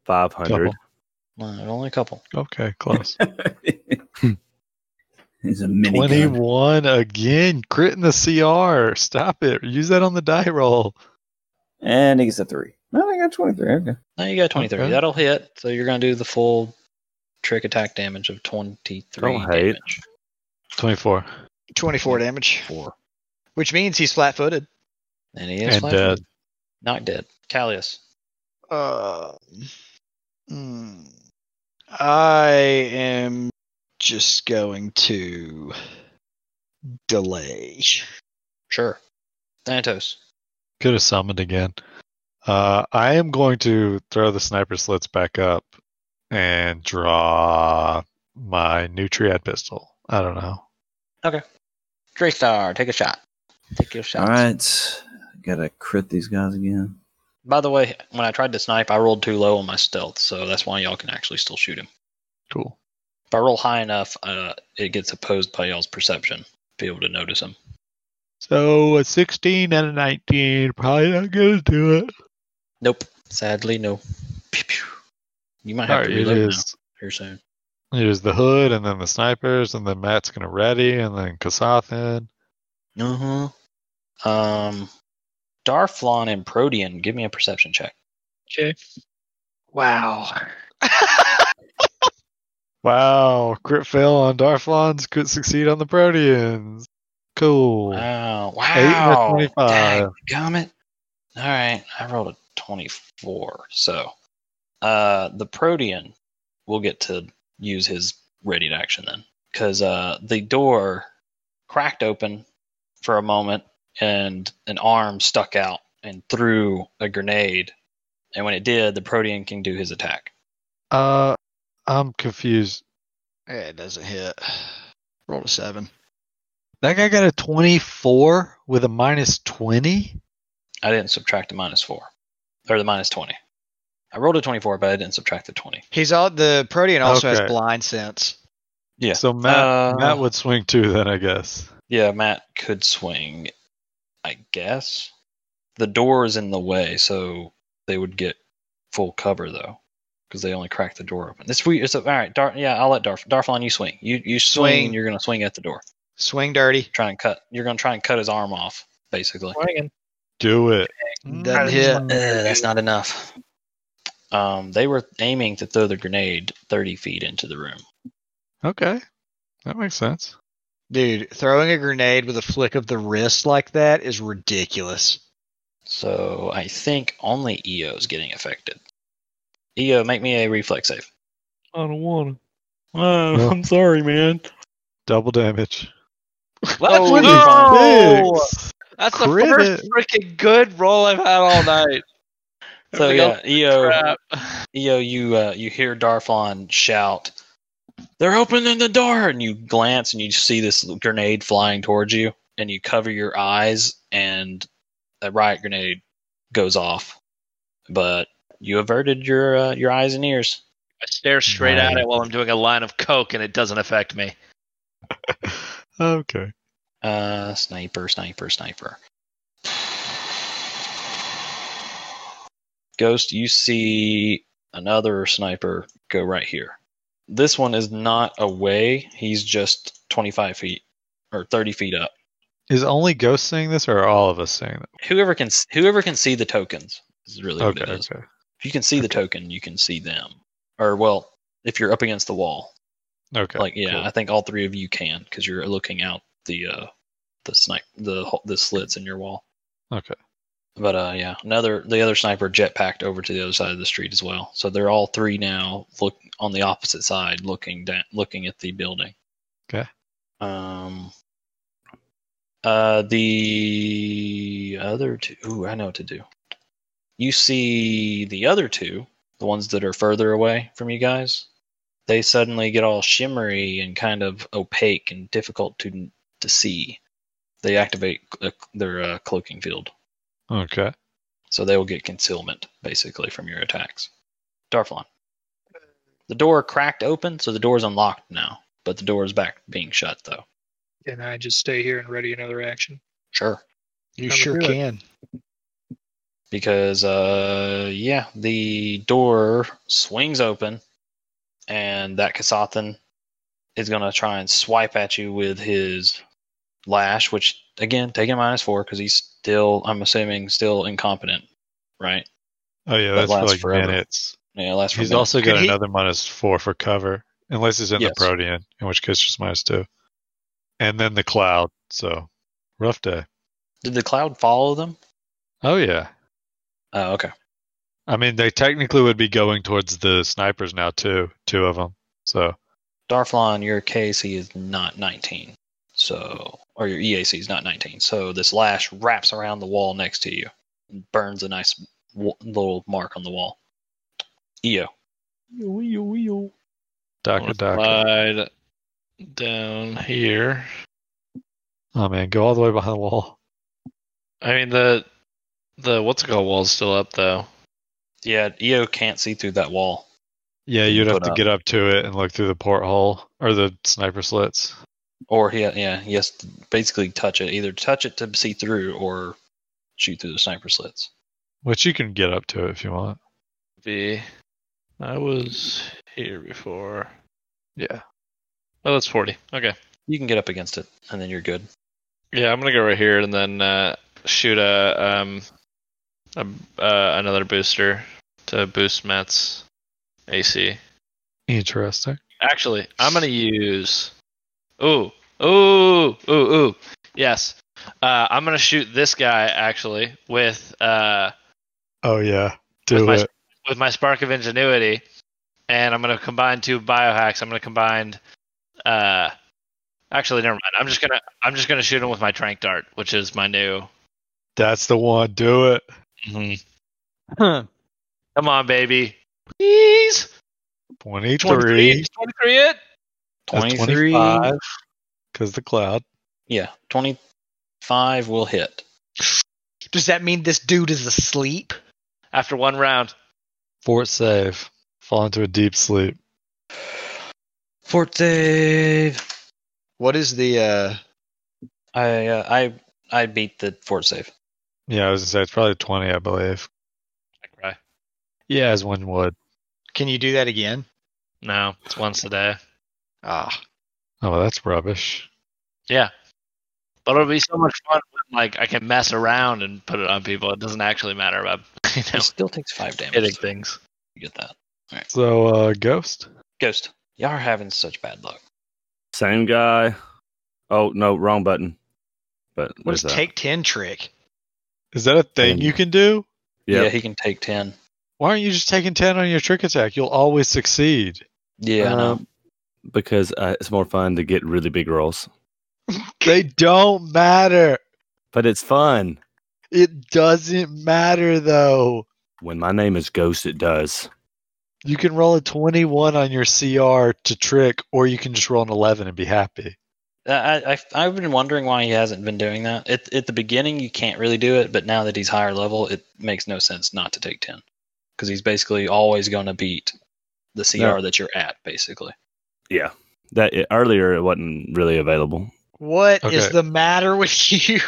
Speaker 2: Five hundred.
Speaker 3: Double.
Speaker 1: Uh, only a couple.
Speaker 3: Okay, close.
Speaker 6: He's a mini
Speaker 3: 21 again. Crit in the CR. Stop it. Use that on the die roll.
Speaker 6: and he gets a three. No, I got 23. Okay.
Speaker 1: No, you got 23.
Speaker 3: Okay.
Speaker 1: That'll hit. So you're going to do the full trick attack damage of 23
Speaker 2: Don't hate.
Speaker 1: damage.
Speaker 3: 24.
Speaker 5: Twenty-four damage,
Speaker 1: Four.
Speaker 5: which means he's flat-footed.
Speaker 1: And he is
Speaker 3: And
Speaker 1: flat
Speaker 3: dead.
Speaker 1: Not dead. Callius.
Speaker 5: Uh, hmm. I am just going to delay.
Speaker 1: Sure. Thanatos.
Speaker 3: Could have summoned again. Uh, I am going to throw the sniper slits back up and draw my new triad pistol. I don't know.
Speaker 1: Draystar, take a shot. Take your shot.
Speaker 6: All right. Gotta crit these guys again.
Speaker 1: By the way, when I tried to snipe, I rolled too low on my stealth, so that's why y'all can actually still shoot him.
Speaker 3: Cool.
Speaker 1: If I roll high enough, uh, it gets opposed by y'all's perception. Be able to notice him.
Speaker 3: So a 16 and a 19. Probably not going to do it.
Speaker 1: Nope. Sadly, no. Pew, pew. You might have
Speaker 3: All right,
Speaker 1: to
Speaker 3: it
Speaker 1: reload now
Speaker 3: is.
Speaker 1: here soon.
Speaker 3: It is the hood, and then the snipers, and then Matt's gonna ready, and then Kasathan.
Speaker 1: Uh huh. Um, Darflon and Protean, give me a perception check.
Speaker 7: Okay. Wow.
Speaker 3: Wow, crit fail on Darflons, could succeed on the Proteans. Cool.
Speaker 1: Wow!
Speaker 3: Eight and a
Speaker 1: Wow!
Speaker 3: 25.
Speaker 1: Gummit. All right, I rolled a twenty-four. So, uh, the Protean will get to use his ready to action then, because uh, the door cracked open for a moment, and an arm stuck out and threw a grenade. And when it did, the Protean can do his attack.
Speaker 3: Uh, I'm confused.
Speaker 5: Yeah, it doesn't hit. Roll a seven.
Speaker 3: That guy got a 24 with a minus 20?
Speaker 1: I didn't subtract the minus four or the minus 20. I rolled a 24, but I didn't subtract the 20.
Speaker 5: He's all the protean also
Speaker 3: Okay.
Speaker 5: has blind sense.
Speaker 1: Yeah.
Speaker 3: So Matt,
Speaker 1: Uh,
Speaker 3: Matt would swing too, then, I guess.
Speaker 1: Yeah, Matt could swing, I guess. The door is in the way, so they would get full cover though, because they only cracked the door open. It's we. It's all right. Dar, yeah, I'll let Darf. Darflon, you swing. You you swing.
Speaker 5: Swing.
Speaker 1: and You're gonna swing at the door.
Speaker 5: Swing dirty.
Speaker 1: Try and cut. You're gonna try and cut his arm off, basically.
Speaker 7: Swinging.
Speaker 3: Do it. Mm-hmm.
Speaker 5: Doesn't hit.
Speaker 1: Uh, that's not enough. Um, they were aiming to throw the grenade 30 feet into the room.
Speaker 3: Okay. That makes sense.
Speaker 5: Dude, throwing a grenade with a flick of the wrist like that is ridiculous.
Speaker 1: So I think only EO is getting affected. EO, make me a reflex save.
Speaker 7: I don't want to.
Speaker 3: Yeah.
Speaker 7: I'm sorry, man.
Speaker 3: Double damage.
Speaker 1: Oh,
Speaker 4: Let's
Speaker 3: Holy
Speaker 4: go!
Speaker 3: dicks.
Speaker 4: That's the
Speaker 3: Crit
Speaker 4: first
Speaker 3: it.
Speaker 4: freaking good roll I've had all night.
Speaker 1: So
Speaker 4: Everything
Speaker 1: yeah, E
Speaker 4: else is
Speaker 1: EO,
Speaker 4: crap.
Speaker 1: EO, you uh, you hear Darflon shout, "They're opening the door!" And you glance and you see this grenade flying towards you, and you cover your eyes, and a riot grenade goes off, but you averted your uh, your eyes and ears.
Speaker 4: I stare straight at it while I'm doing a line of coke, and it doesn't affect me.
Speaker 3: Okay.
Speaker 1: Uh, sniper, sniper, sniper. Ghost, you see another sniper go right here. This one is not away. He's just 25 feet or 30 feet up.
Speaker 3: Is only Ghost saying this or are all of us saying that?
Speaker 1: Whoever can whoever can see the tokens is really
Speaker 3: Okay,
Speaker 1: what it is.
Speaker 3: okay.
Speaker 1: If you can see the token, you can see them. Or well, if you're up against the wall,
Speaker 3: Okay.
Speaker 1: like yeah,
Speaker 3: cool.
Speaker 1: I think all three of you can because you're looking out the uh the snipe the ho- the slits in your wall.
Speaker 3: Okay.
Speaker 1: But uh, yeah, another the other sniper jetpacked over to the other side of the street as well. So they're all three now look on the opposite side, looking down, looking at the building.
Speaker 3: Okay.
Speaker 1: Um. Uh, the other two. Ooh, I know what to do. You see the other two, the ones that are further away from you guys. They suddenly get all shimmery and kind of opaque and difficult to to see. They activate uh, their uh, cloaking field.
Speaker 3: Okay.
Speaker 1: So they will get concealment, basically, from your attacks. Darflon. The door cracked open, so the door is unlocked now. But the door is back being shut, though.
Speaker 7: Can I just stay here and ready another action?
Speaker 1: Sure.
Speaker 5: You
Speaker 7: I'ma
Speaker 5: sure
Speaker 7: do it.
Speaker 5: can.
Speaker 1: Because, uh, yeah, the door swings open, and that Kasathan is going to try and swipe at you with his lash, which, again, take a minus four because he's still, I'm assuming, still incompetent, right?
Speaker 3: Oh, yeah,
Speaker 1: That
Speaker 3: that's for
Speaker 1: lasts
Speaker 3: like
Speaker 1: forever.
Speaker 3: minutes.
Speaker 1: Yeah, that's for
Speaker 3: He's
Speaker 1: minutes.
Speaker 3: also
Speaker 5: Could
Speaker 3: got
Speaker 5: he-
Speaker 3: another minus four for cover, unless he's in
Speaker 1: Yes.
Speaker 3: the Protean, in which case just minus two. And then the cloud, so rough day.
Speaker 1: Did the cloud follow them?
Speaker 3: Oh yeah,
Speaker 1: Oh, okay.
Speaker 3: I mean they technically would be going towards the snipers now too, two of them. So
Speaker 1: Darflon, your KC is not 19. So, or your EAC is not 19. So this lash wraps around the wall next to you and burns a nice w- little mark on the wall. E EO.
Speaker 7: Yo, yo, yo.
Speaker 3: Daka
Speaker 4: uh,
Speaker 3: Daka.
Speaker 4: Slide down here.
Speaker 3: Oh man, go all the way behind the wall.
Speaker 4: I mean the the what's it called wall's still up though.
Speaker 1: Yeah, EO can't see through that wall.
Speaker 3: Yeah,
Speaker 1: You
Speaker 3: you'd have
Speaker 1: put
Speaker 3: to
Speaker 1: up.
Speaker 3: get up to it and look through the porthole or the sniper slits.
Speaker 1: Or he, yeah, he has to basically touch it. Either touch it to see through or shoot through the sniper slits.
Speaker 3: Which you can get up to it if you want.
Speaker 4: B. I was here before.
Speaker 3: Yeah.
Speaker 4: Oh, that's forty. Okay.
Speaker 1: You can get up against it, and then you're good.
Speaker 4: Yeah, I'm gonna go right here and then uh, shoot a um a, uh, another booster to boost Matt's AC.
Speaker 3: Interesting.
Speaker 4: Actually, I'm gonna use. Ooh, ooh, ooh, ooh. Yes, uh, I'm gonna shoot this guy actually with uh
Speaker 3: Oh yeah,
Speaker 4: with
Speaker 3: do
Speaker 4: my,
Speaker 3: it.
Speaker 4: with my spark of ingenuity, and I'm gonna combine two biohacks. I'm gonna combine. Uh, actually, never mind. I'm just gonna I'm just gonna shoot him with my trank dart, which is my new.
Speaker 3: That's the one. Do it.
Speaker 4: Come on, baby. Please.
Speaker 3: 23.
Speaker 4: 23 it?
Speaker 3: That's
Speaker 1: 23.
Speaker 3: 25. Because the cloud.
Speaker 1: Yeah, 25 will hit.
Speaker 5: Does that mean this dude is asleep?
Speaker 4: After one round.
Speaker 3: Fort save. Fall into a deep sleep.
Speaker 1: Fort save.
Speaker 5: What is the uh
Speaker 1: I uh, I I beat the fort save.
Speaker 3: Yeah, I was going to say, it's probably 20, I believe.
Speaker 4: I cry.
Speaker 3: Yeah, as one would.
Speaker 5: can you do that again?
Speaker 4: No, it's once a day.
Speaker 5: Ah.
Speaker 3: Oh, that's rubbish.
Speaker 4: Yeah. But it'll be so much fun when like I can mess around and put it on people. It doesn't actually matter about you
Speaker 1: It
Speaker 4: know
Speaker 1: still takes five damage.
Speaker 4: hitting things.
Speaker 1: You get that.
Speaker 3: So, uh, Ghost?
Speaker 1: Ghost, y'all are having such bad luck.
Speaker 2: Same guy. Oh no, wrong button. But
Speaker 5: What is
Speaker 2: there's that.
Speaker 5: take ten trick?
Speaker 3: Is that a thing
Speaker 2: Um,
Speaker 3: you can do?
Speaker 2: Yeah.
Speaker 1: Yeah, he can take 10.
Speaker 3: Why aren't you just taking 10 on your trick attack? You'll always succeed.
Speaker 1: Yeah, I know.
Speaker 2: Um, because uh, it's more fun to get really big rolls.
Speaker 3: They don't matter.
Speaker 2: But it's fun.
Speaker 3: It doesn't matter, though.
Speaker 2: When my name is Ghost, it does.
Speaker 3: You can roll a 21 on your CR to trick, or you can just roll an 11 and be happy.
Speaker 1: I, I I've been wondering why he hasn't been doing that. At, at the beginning, you can't really do it, but now that he's higher level, it makes no sense not to take ten, because he's basically always going to beat the CR
Speaker 2: No.
Speaker 1: that you're at, basically.
Speaker 2: Yeah. That earlier it wasn't really available.
Speaker 5: What is
Speaker 3: Okay.
Speaker 5: the matter with you?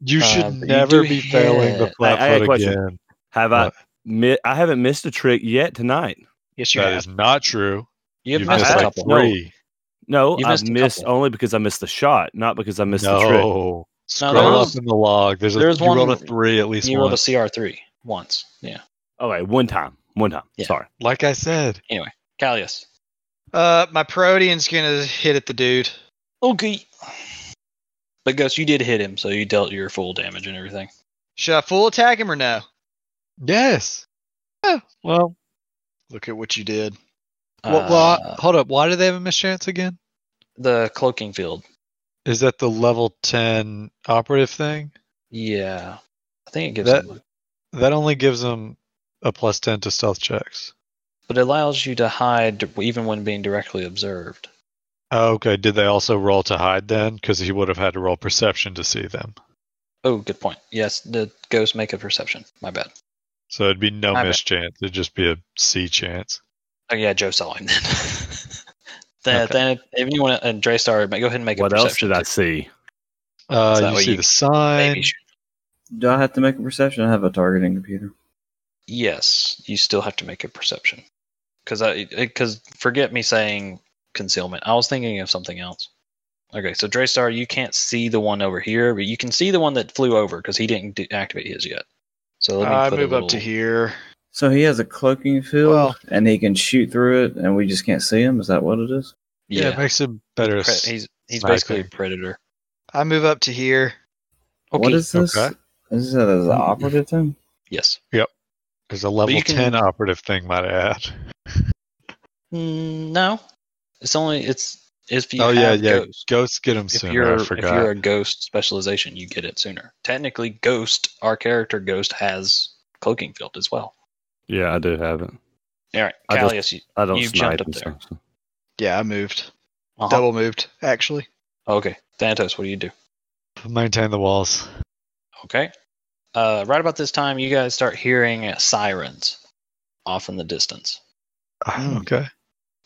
Speaker 3: You
Speaker 1: Uh,
Speaker 3: should
Speaker 1: but you
Speaker 3: never
Speaker 1: do
Speaker 3: be failing the
Speaker 1: hit.
Speaker 3: flat
Speaker 2: I- I had a
Speaker 3: foot
Speaker 2: question.
Speaker 3: again.
Speaker 2: Have I?
Speaker 3: What?
Speaker 2: Mi- I haven't missed a trick yet tonight.
Speaker 5: yes, you
Speaker 3: That
Speaker 5: have.
Speaker 3: is not true.
Speaker 1: You have
Speaker 3: You've
Speaker 1: missed
Speaker 2: missed
Speaker 1: a
Speaker 2: like
Speaker 1: couple.
Speaker 2: no.
Speaker 3: three.
Speaker 2: No,
Speaker 1: You
Speaker 2: I've
Speaker 1: missed
Speaker 2: missed,
Speaker 1: a couple.
Speaker 2: only because I missed the shot, not because I missed the trick.
Speaker 1: No,
Speaker 3: No. Scroll
Speaker 1: there
Speaker 3: up
Speaker 1: was,
Speaker 3: in the log. There's a,
Speaker 1: Uh-huh. there's
Speaker 3: you rolled a
Speaker 1: one-
Speaker 3: three at least
Speaker 1: you rolled a
Speaker 3: once.
Speaker 1: CR three once. Yeah,
Speaker 2: Okay, one time. One time.
Speaker 1: Yeah.
Speaker 2: Sorry.
Speaker 3: Like I said,
Speaker 1: Callius.
Speaker 5: Uh my Protean's gonna hit at the dude.
Speaker 1: Okay. But Ghost, you did hit him, so you dealt your full damage and everything.
Speaker 5: Should I full attack him or no?
Speaker 3: yes. Yeah, well,
Speaker 5: Look at what you did.
Speaker 3: what,
Speaker 1: Uh,
Speaker 3: well, hold up. Why do they have a mischance again?
Speaker 1: the cloaking field.
Speaker 3: Is that the level 10 operative thing?
Speaker 1: Yeah, I think it gives
Speaker 3: That-
Speaker 1: him-
Speaker 3: That only gives them a plus 10 to stealth checks.
Speaker 1: but it allows you to hide even when being directly observed.
Speaker 3: Oh, okay. Did they also roll to hide then? Because he would have had to roll perception to see them.
Speaker 1: Oh, good point. Yes, the ghosts make a perception. My bad.
Speaker 3: So it'd be no
Speaker 1: I bet.
Speaker 3: mischance. It'd just be a C chance.
Speaker 1: Oh yeah, Joe saw him then. then,
Speaker 3: Okay.
Speaker 1: then if you want to, and Dre started, go ahead and make a
Speaker 2: What else
Speaker 1: perception.
Speaker 2: did I see?
Speaker 3: Uh,
Speaker 1: Is that
Speaker 3: you
Speaker 1: what
Speaker 3: see
Speaker 1: you-
Speaker 3: the
Speaker 1: check.
Speaker 3: sign.
Speaker 1: Maybe shoot.
Speaker 6: Do I have to make a perception? I have a targeting computer.
Speaker 1: Yes, you still have to make a perception. Because I, because forget me saying concealment. I was thinking of something else. Okay, so Draystar, you can't see the one over here, but you can see the one that flew over because he didn't d- activate his yet. So let me
Speaker 5: I
Speaker 1: put a
Speaker 5: move up to
Speaker 1: little-
Speaker 5: here.
Speaker 6: So he has a cloaking field,
Speaker 5: Well-
Speaker 6: and he can shoot through it, and we just can't see him. Is that what it is?
Speaker 3: Yeah, it
Speaker 1: Yeah,
Speaker 3: makes him better.
Speaker 1: pre-
Speaker 3: s-
Speaker 1: he's he's
Speaker 3: sniper.
Speaker 1: basically a predator.
Speaker 5: I move up to here.
Speaker 6: What is this?
Speaker 3: Okay.
Speaker 6: Is that an operative thing?
Speaker 1: Yes.
Speaker 3: There's a level
Speaker 1: you can-
Speaker 3: 10 operative thing, might I add.
Speaker 1: Mm, no, it's only it's if you
Speaker 3: oh, yeah,
Speaker 1: have
Speaker 3: yeah.
Speaker 1: ghosts.
Speaker 3: Ghosts get him
Speaker 1: If
Speaker 3: sooner.
Speaker 1: you're
Speaker 3: I
Speaker 1: if
Speaker 3: forgot.
Speaker 1: you're a ghost specialization, you get it sooner. Technically, ghost our character ghost has cloaking field as well.
Speaker 2: Yeah, I do have it.
Speaker 1: All right,
Speaker 2: I just-
Speaker 1: Callius, you,
Speaker 2: I don't
Speaker 1: You've
Speaker 2: snipe
Speaker 1: jumped up
Speaker 2: and
Speaker 1: there.
Speaker 2: stuff.
Speaker 5: Yeah, I moved.
Speaker 1: uh-huh. Oh,
Speaker 5: Double moved, actually.
Speaker 1: Okay, Thanatos, what do you do?
Speaker 3: Maintain the walls.
Speaker 1: Okay, uh, right about this time, you guys start hearing sirens off in the distance. Hmm.
Speaker 3: Ah, Okay.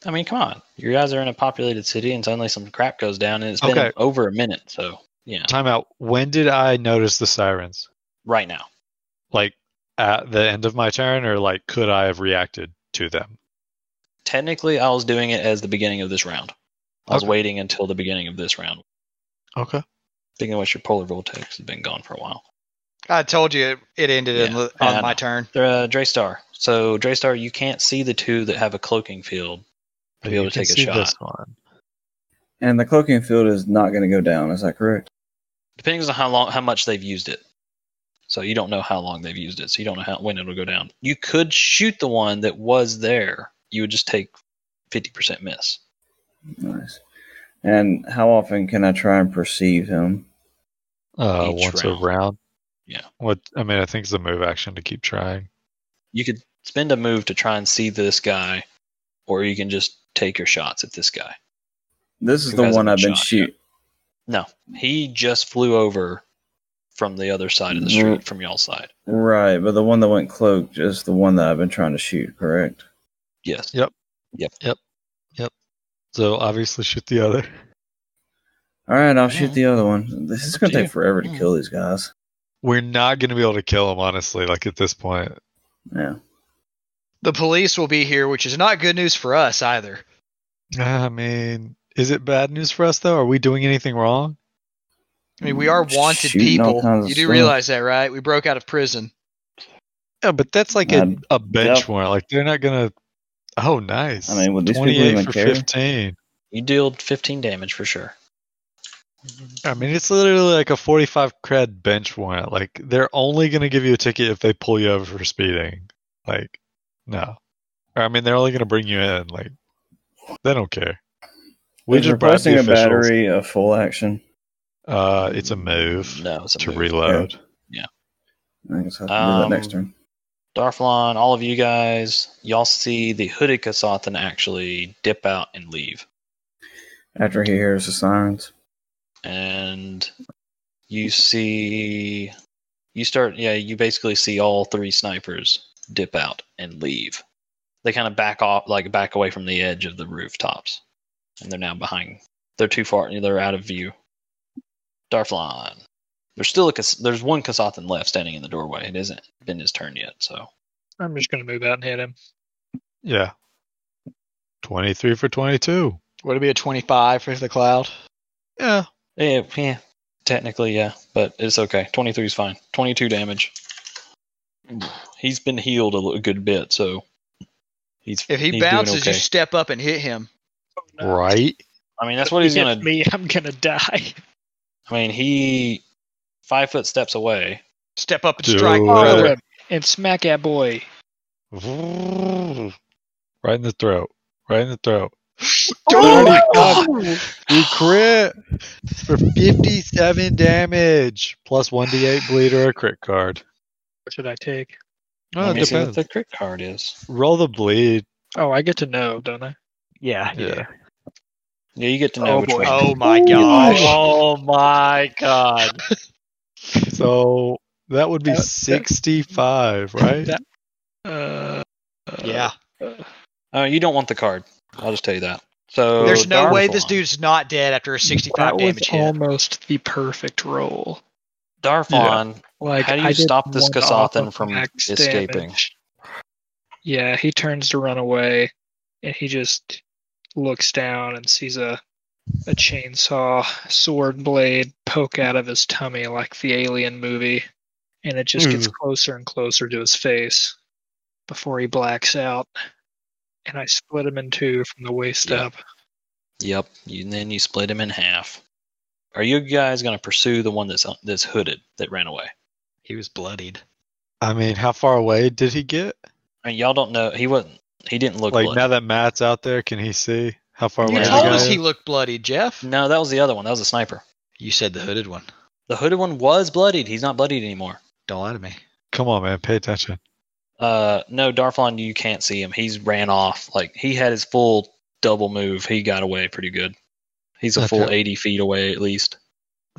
Speaker 1: I mean, come on, you guys are in a populated city, and suddenly some crap goes down, and it's been
Speaker 3: Okay.
Speaker 1: over a minute. So yeah,
Speaker 3: Time out. When did I notice the sirens?
Speaker 1: right now,
Speaker 3: Like at the end of my turn, or like could I have reacted to them?
Speaker 1: technically, I was doing it as the beginning of this round. I was
Speaker 3: Okay.
Speaker 1: waiting until the beginning of this round.
Speaker 3: Okay.
Speaker 1: Thinking of which your polar vortex has been gone for a while.
Speaker 5: I told you it, it ended in,
Speaker 1: Yeah,
Speaker 5: on
Speaker 1: I
Speaker 5: my
Speaker 1: know.
Speaker 5: turn.
Speaker 1: Uh, Draystar. So Draystar, you can't see the two that have a cloaking field to be able to take a shot.
Speaker 3: This one.
Speaker 6: And the cloaking field is not going to go down. Is that correct?
Speaker 1: depending on how long how much they've used it so you don't know how long they've used it so you don't know how when it'll go down you could shoot the one that was there you would just take 50% miss
Speaker 6: Nice. And how often can I try and perceive him?
Speaker 3: Uh,
Speaker 1: Each
Speaker 3: once
Speaker 1: round.
Speaker 3: a round.
Speaker 1: Yeah.
Speaker 3: What I mean, I think it's a move action to keep trying.
Speaker 1: you could spend a move to try and see this guy or you can just take your shots at this guy.
Speaker 6: This is
Speaker 1: Who
Speaker 6: the
Speaker 1: hasn't
Speaker 6: one
Speaker 1: been
Speaker 6: I've been
Speaker 1: shot yet?
Speaker 6: shooting.
Speaker 1: No, he just flew over from the other side of the street, from y'all side.
Speaker 6: Right, but the one that went cloaked is the one that I've been trying to shoot, correct?
Speaker 1: Yes.
Speaker 3: Yeah. So obviously shoot the other.
Speaker 6: All right, I'll shoot the other one. This is
Speaker 4: Up
Speaker 6: going
Speaker 4: to
Speaker 6: to
Speaker 4: you.
Speaker 6: take forever to
Speaker 5: Hmm.
Speaker 4: Mm.
Speaker 6: kill these guys.
Speaker 3: We're not going to be able to kill him, honestly. Like at this point,
Speaker 6: Yeah.
Speaker 5: The police will be here, which is not good news for us either.
Speaker 3: Ah, I mean, is it bad news for us though? Are we doing anything wrong?
Speaker 5: I mean, we are
Speaker 6: Mm,
Speaker 5: wanted
Speaker 6: shooting all
Speaker 5: people.
Speaker 6: kinds of
Speaker 5: You do
Speaker 6: stuff.
Speaker 5: realize that, right? We broke out of prison.
Speaker 3: Yeah, but that's like
Speaker 6: Uh,
Speaker 3: a, a bench
Speaker 6: yep.
Speaker 3: warrant. Like they're not going to. Oh, nice.
Speaker 6: I mean, would these people
Speaker 3: 28
Speaker 6: even
Speaker 3: for
Speaker 6: care?
Speaker 3: 15.
Speaker 1: You dealt 15 damage for sure.
Speaker 3: I mean, it's literally like a 45 cred bench warrant. Like, they're only going to give you a ticket if they pull you over for speeding. Like, no. Or, I mean, they're only going to bring you in. Like, they don't care. We
Speaker 6: Is
Speaker 3: just bribed
Speaker 6: requesting
Speaker 3: the
Speaker 6: a
Speaker 3: officials.
Speaker 6: battery of full action.
Speaker 3: Uh, it's a move
Speaker 1: No, it's a
Speaker 3: to
Speaker 1: move.
Speaker 3: reload.
Speaker 6: I guess I'll have to do
Speaker 1: Um,
Speaker 6: that
Speaker 5: Oh.
Speaker 6: next turn.
Speaker 1: Darflon, all of you guys, y'all see the hooded Kasathan actually dip out and leave.
Speaker 6: After he hears the sirens.
Speaker 1: and you see you start yeah you basically see all three snipers dip out and leave they kind of back off like back away from the edge of the rooftops and they're now behind they're too far they're out of view darflon there's still a Kas- there's one kasathan left standing in the doorway it hasn't been his turn yet so
Speaker 7: I'm just gonna move out and hit him.
Speaker 3: Yeah. 23 for 22.
Speaker 5: Would it be a 25 for the cloud?
Speaker 3: Yeah.
Speaker 1: yeah, Eh, yeah technically yeah but it's okay 23 is fine 22 damage he's been healed a li- good bit so he's he's
Speaker 5: If he
Speaker 1: doing
Speaker 5: bounces,
Speaker 1: okay.
Speaker 5: you step up and hit him.
Speaker 3: Right?
Speaker 1: I mean, that's what he's
Speaker 7: Hit
Speaker 1: gonna.
Speaker 7: me. I'm gonna die.
Speaker 1: I mean, he five foot steps away.
Speaker 5: Step up and
Speaker 3: Dude.
Speaker 5: strike,
Speaker 7: Follow
Speaker 5: brother.
Speaker 7: him and smack that boy.
Speaker 3: Right in the throat. Right in the throat.
Speaker 7: Oh
Speaker 3: Dirty
Speaker 7: my
Speaker 3: cock. You crit for 57 damage plus 1d8 bleed or a crit card.
Speaker 7: What should I take?
Speaker 3: No,
Speaker 1: Let
Speaker 3: it
Speaker 1: me see what
Speaker 3: depends.
Speaker 1: the crit card is.
Speaker 3: Roll the bleed.
Speaker 7: Oh, I get to know, don't I?
Speaker 8: Yeah.
Speaker 3: Yeah.
Speaker 1: Yeah, you get to know
Speaker 5: oh,
Speaker 1: which
Speaker 5: boy.
Speaker 1: one.
Speaker 5: oh my gosh.
Speaker 8: Oh my god.
Speaker 3: So that would be
Speaker 7: That- that-
Speaker 3: 65, right?
Speaker 7: That- Uh, uh,
Speaker 5: yeah.
Speaker 1: Uh, you don't want the card. I'll just tell you that. So
Speaker 5: There's no way
Speaker 1: Darflon-
Speaker 5: this dude's not dead after a 65
Speaker 7: that was
Speaker 5: damage hit.
Speaker 7: almost the perfect roll.
Speaker 1: Darflon.
Speaker 7: Like,
Speaker 1: How do you
Speaker 7: I did
Speaker 1: stop this
Speaker 7: one off
Speaker 1: Kasathan
Speaker 7: of
Speaker 1: from
Speaker 7: max
Speaker 1: escaping?
Speaker 7: damage. Yeah, he turns to run away, and he just looks down and sees a a chainsaw sword blade poke out of his tummy like the alien movie, and it just gets closer and closer to his face before he blacks out. And I split him in two from the waist
Speaker 1: Yeah.
Speaker 7: up.
Speaker 1: Yep. You, and then you split him in half. Are you guys gonna pursue the one that's that's hooded that ran away?
Speaker 5: He was bloodied.
Speaker 3: I mean, how far away did he get?
Speaker 1: I mean, y'all don't know. He wasn't. He didn't look
Speaker 3: Like,
Speaker 1: bloody.
Speaker 3: now that Matt's out there, can he see how far
Speaker 5: You
Speaker 3: away the
Speaker 5: told
Speaker 3: guy
Speaker 5: us he
Speaker 3: is?
Speaker 5: looked bloody, Jeff.
Speaker 1: no, that was the other one. That was a sniper.
Speaker 5: You said the hooded one.
Speaker 1: The hooded one was bloodied. He's not bloodied anymore.
Speaker 5: Don't lie to me.
Speaker 3: Come on, man. Pay attention.
Speaker 1: Uh, no, Darflon, you can't see him. He's ran off. Like he had his full double move. He got away pretty good. He's a full
Speaker 3: Okay.
Speaker 1: eighty feet away at least.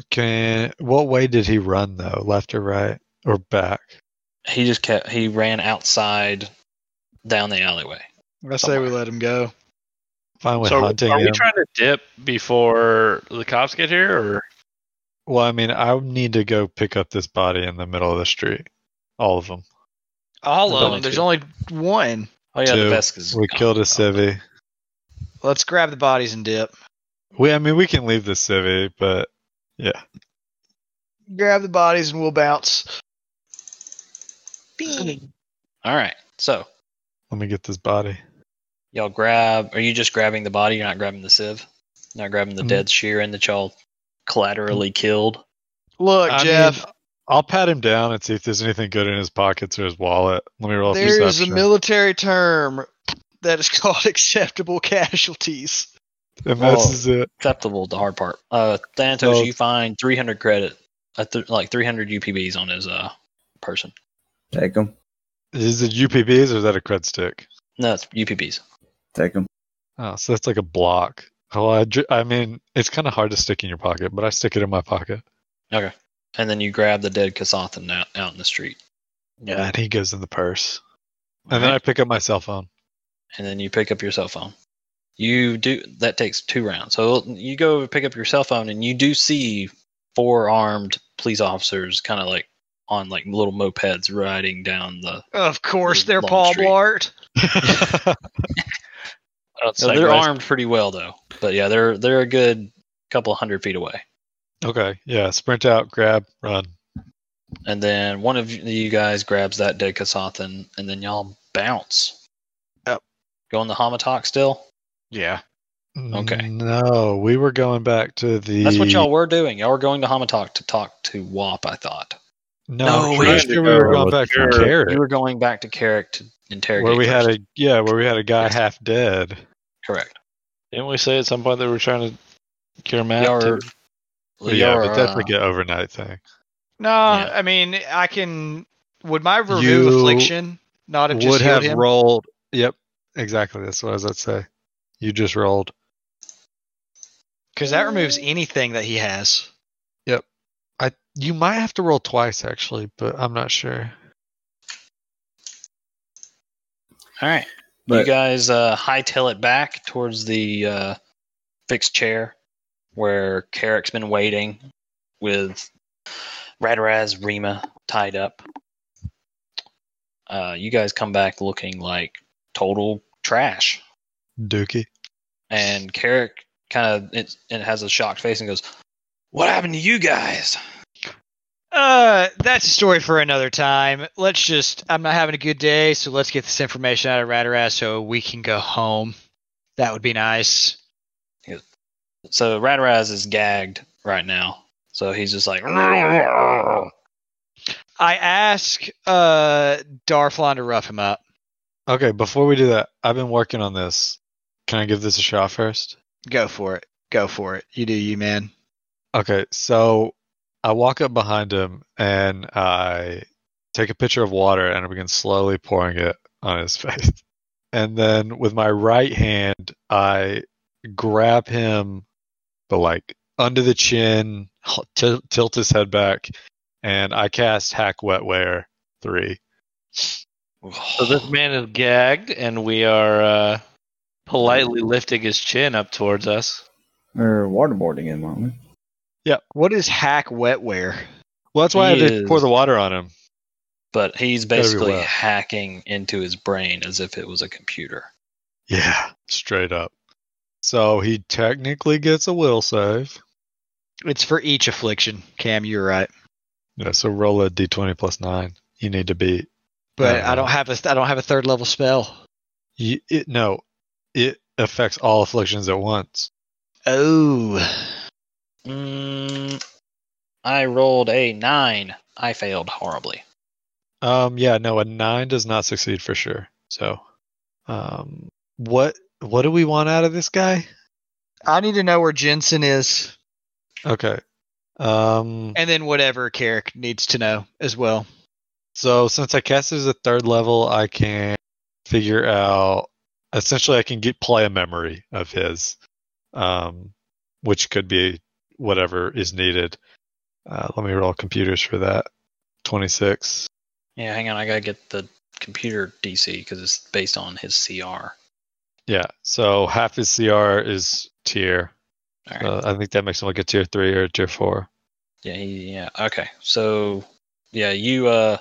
Speaker 3: Can what way did he run though? Left or right or back?
Speaker 1: He just kept. He ran outside, down the alleyway.
Speaker 5: I say we let him go.
Speaker 3: Fine with
Speaker 4: so
Speaker 3: hunting
Speaker 4: are we
Speaker 3: him.
Speaker 4: trying to dip before the cops get here, or
Speaker 3: well, I mean, I need to go pick up this body in the middle of the street. All of them.
Speaker 5: All
Speaker 1: Only
Speaker 5: of them. um, There's
Speaker 1: two.
Speaker 5: only one.
Speaker 1: Oh yeah,
Speaker 3: Two.
Speaker 1: the Vesca's.
Speaker 3: We
Speaker 1: gone.
Speaker 3: killed a civvy.
Speaker 5: Let's grab the bodies and dip.
Speaker 3: We, I mean, we can leave the civvy, but
Speaker 5: Grab the bodies and we'll bounce.
Speaker 1: All right. So
Speaker 3: let me get this body.
Speaker 1: y'all grab. Are you just grabbing the body? You're not grabbing the sieve. You're not grabbing the
Speaker 3: Mm.
Speaker 1: dead Sheeran that y'all collaterally killed.
Speaker 5: Look,
Speaker 3: I
Speaker 5: Jeff.
Speaker 3: mean, I'll pat him down and see if there's anything good in his pockets or his wallet. Let me roll.
Speaker 5: There is a
Speaker 3: perception.
Speaker 5: military term that is called acceptable casualties.
Speaker 3: And this is it.
Speaker 1: Acceptable. The hard part. Uh, Thanatos,
Speaker 3: Well-
Speaker 1: you find three hundred credit, uh, th- like three hundred UPBs on his uh person.
Speaker 6: Take him.
Speaker 3: Is it UPBs or is that a cred stick?
Speaker 1: No, it's UPBs.
Speaker 6: Take them.
Speaker 3: Oh, so that's like a block. Oh, I, dr- I mean, it's kind of hard to stick in your pocket, but I stick it in my pocket.
Speaker 1: Okay. And then you grab the dead Kasathan out, out in the street.
Speaker 3: Yeah. And he goes in the purse. And then I pick up my cell phone.
Speaker 1: and then you pick up your cell phone. You do that takes two rounds. So you go pick up your cell phone and you do see four armed police officers kind of like on like little mopeds riding down the
Speaker 5: Of
Speaker 1: Long
Speaker 5: course, they're Paul
Speaker 1: street.
Speaker 5: Blart.
Speaker 1: So they're armed pretty well though. But yeah, they're they're a good couple hundred feet away.
Speaker 3: okay. Yeah. Sprint out, grab, run.
Speaker 1: And then one of you guys grabs that dead Kasathan and then y'all bounce.
Speaker 5: Yep.
Speaker 1: Going the Hamatok still?
Speaker 4: Yeah.
Speaker 1: Okay.
Speaker 3: No, we were going back to the.
Speaker 1: That's what y'all were doing. Y'all were going to Hamatok to talk to Wop, I thought.
Speaker 3: No,
Speaker 1: No,
Speaker 3: we
Speaker 1: we-
Speaker 3: sure we were going back to
Speaker 2: Sure.
Speaker 3: Carrot,
Speaker 1: You were going back to Carrick to interrogate.
Speaker 3: where we had
Speaker 1: first.
Speaker 3: a yeah, where we had a guy half dead.
Speaker 1: correct.
Speaker 4: Didn't we say at some point they were trying to cure Matt?
Speaker 1: Y'all are,
Speaker 4: too?
Speaker 1: y'all
Speaker 3: yeah,
Speaker 1: are,
Speaker 3: but that's like
Speaker 1: uh,
Speaker 3: an overnight thing.
Speaker 5: No,
Speaker 1: Yeah.
Speaker 5: I mean, I can. Would my remove
Speaker 3: You
Speaker 5: affliction not have just
Speaker 3: Would have
Speaker 5: healed him?
Speaker 3: rolled. Yep, exactly. That's what I was about to say. You just rolled.
Speaker 5: Because that removes anything that he has.
Speaker 3: I you might have to roll twice actually, but I'm not sure.
Speaker 1: uh, all right. you
Speaker 6: But
Speaker 1: guys uh, hightail it back towards the uh, fixed chair where Carrick's been waiting with Radraz Rima tied up. Uh, you guys come back looking like total trash.
Speaker 3: Dookie.
Speaker 1: And Carrick kind of it, it has a shocked face and goes, What happened to you guys?
Speaker 5: Uh, that's a story for another time. Let's just. I'm not having a good day, so let's get this information out of Radarass so we can go home. That would be nice.
Speaker 1: So Radraz is gagged right now. So he's just like,
Speaker 5: I ask uh Darflon to rough him up.
Speaker 3: Okay, before we do that, I've been working on this. Can I give this a shot first?
Speaker 5: Go for it. Go for it. You do you, man.
Speaker 3: Okay, so I walk up behind him and I take a pitcher of water and I begin slowly pouring it on his face. And then with my right hand, I grab him, but like under the chin, t- tilt his head back, and I cast Hack Wetware 3.
Speaker 4: So this man is gagged, and we are uh, politely lifting his chin up towards us.
Speaker 6: we're waterboarding him, aren't we?
Speaker 5: What is hack wetware?
Speaker 3: Well, that's why
Speaker 1: He
Speaker 3: I did pour
Speaker 1: is-
Speaker 3: the water on him.
Speaker 1: but he's
Speaker 3: Better be
Speaker 1: basically
Speaker 3: well.
Speaker 1: hacking into his brain as if it was a computer.
Speaker 3: Yeah, straight up. So he technically gets a will save.
Speaker 5: It's for each affliction. Cam, you're right.
Speaker 3: Yeah, so roll a d20 plus 9. You need to beat.
Speaker 5: But
Speaker 3: Uh-huh.
Speaker 5: I don't have a I don't have a third level spell.
Speaker 3: You, it no, it affects all afflictions at once.
Speaker 5: Oh.
Speaker 1: Mm, I rolled a nine. I failed horribly.
Speaker 3: Um, yeah, no, a nine does not succeed for sure. So, um, what what do we want out of this guy?
Speaker 5: I need to know where Jensen is
Speaker 3: Okay, um,
Speaker 5: and then whatever Carrick needs to know as well.
Speaker 3: so since I cast it as a third level, I can figure out. Essentially, I can get play a memory of his, um, which could be whatever is needed. Uh, let me roll computers for that. Twenty six.
Speaker 1: Yeah, hang on. I gotta get the computer DC because it's based on his CR. All
Speaker 3: Yeah, so half his CR is tier.
Speaker 1: right.
Speaker 3: Uh, I think that makes him like a tier three or a tier four.
Speaker 1: Yeah, he- yeah. Okay. So, yeah, you uh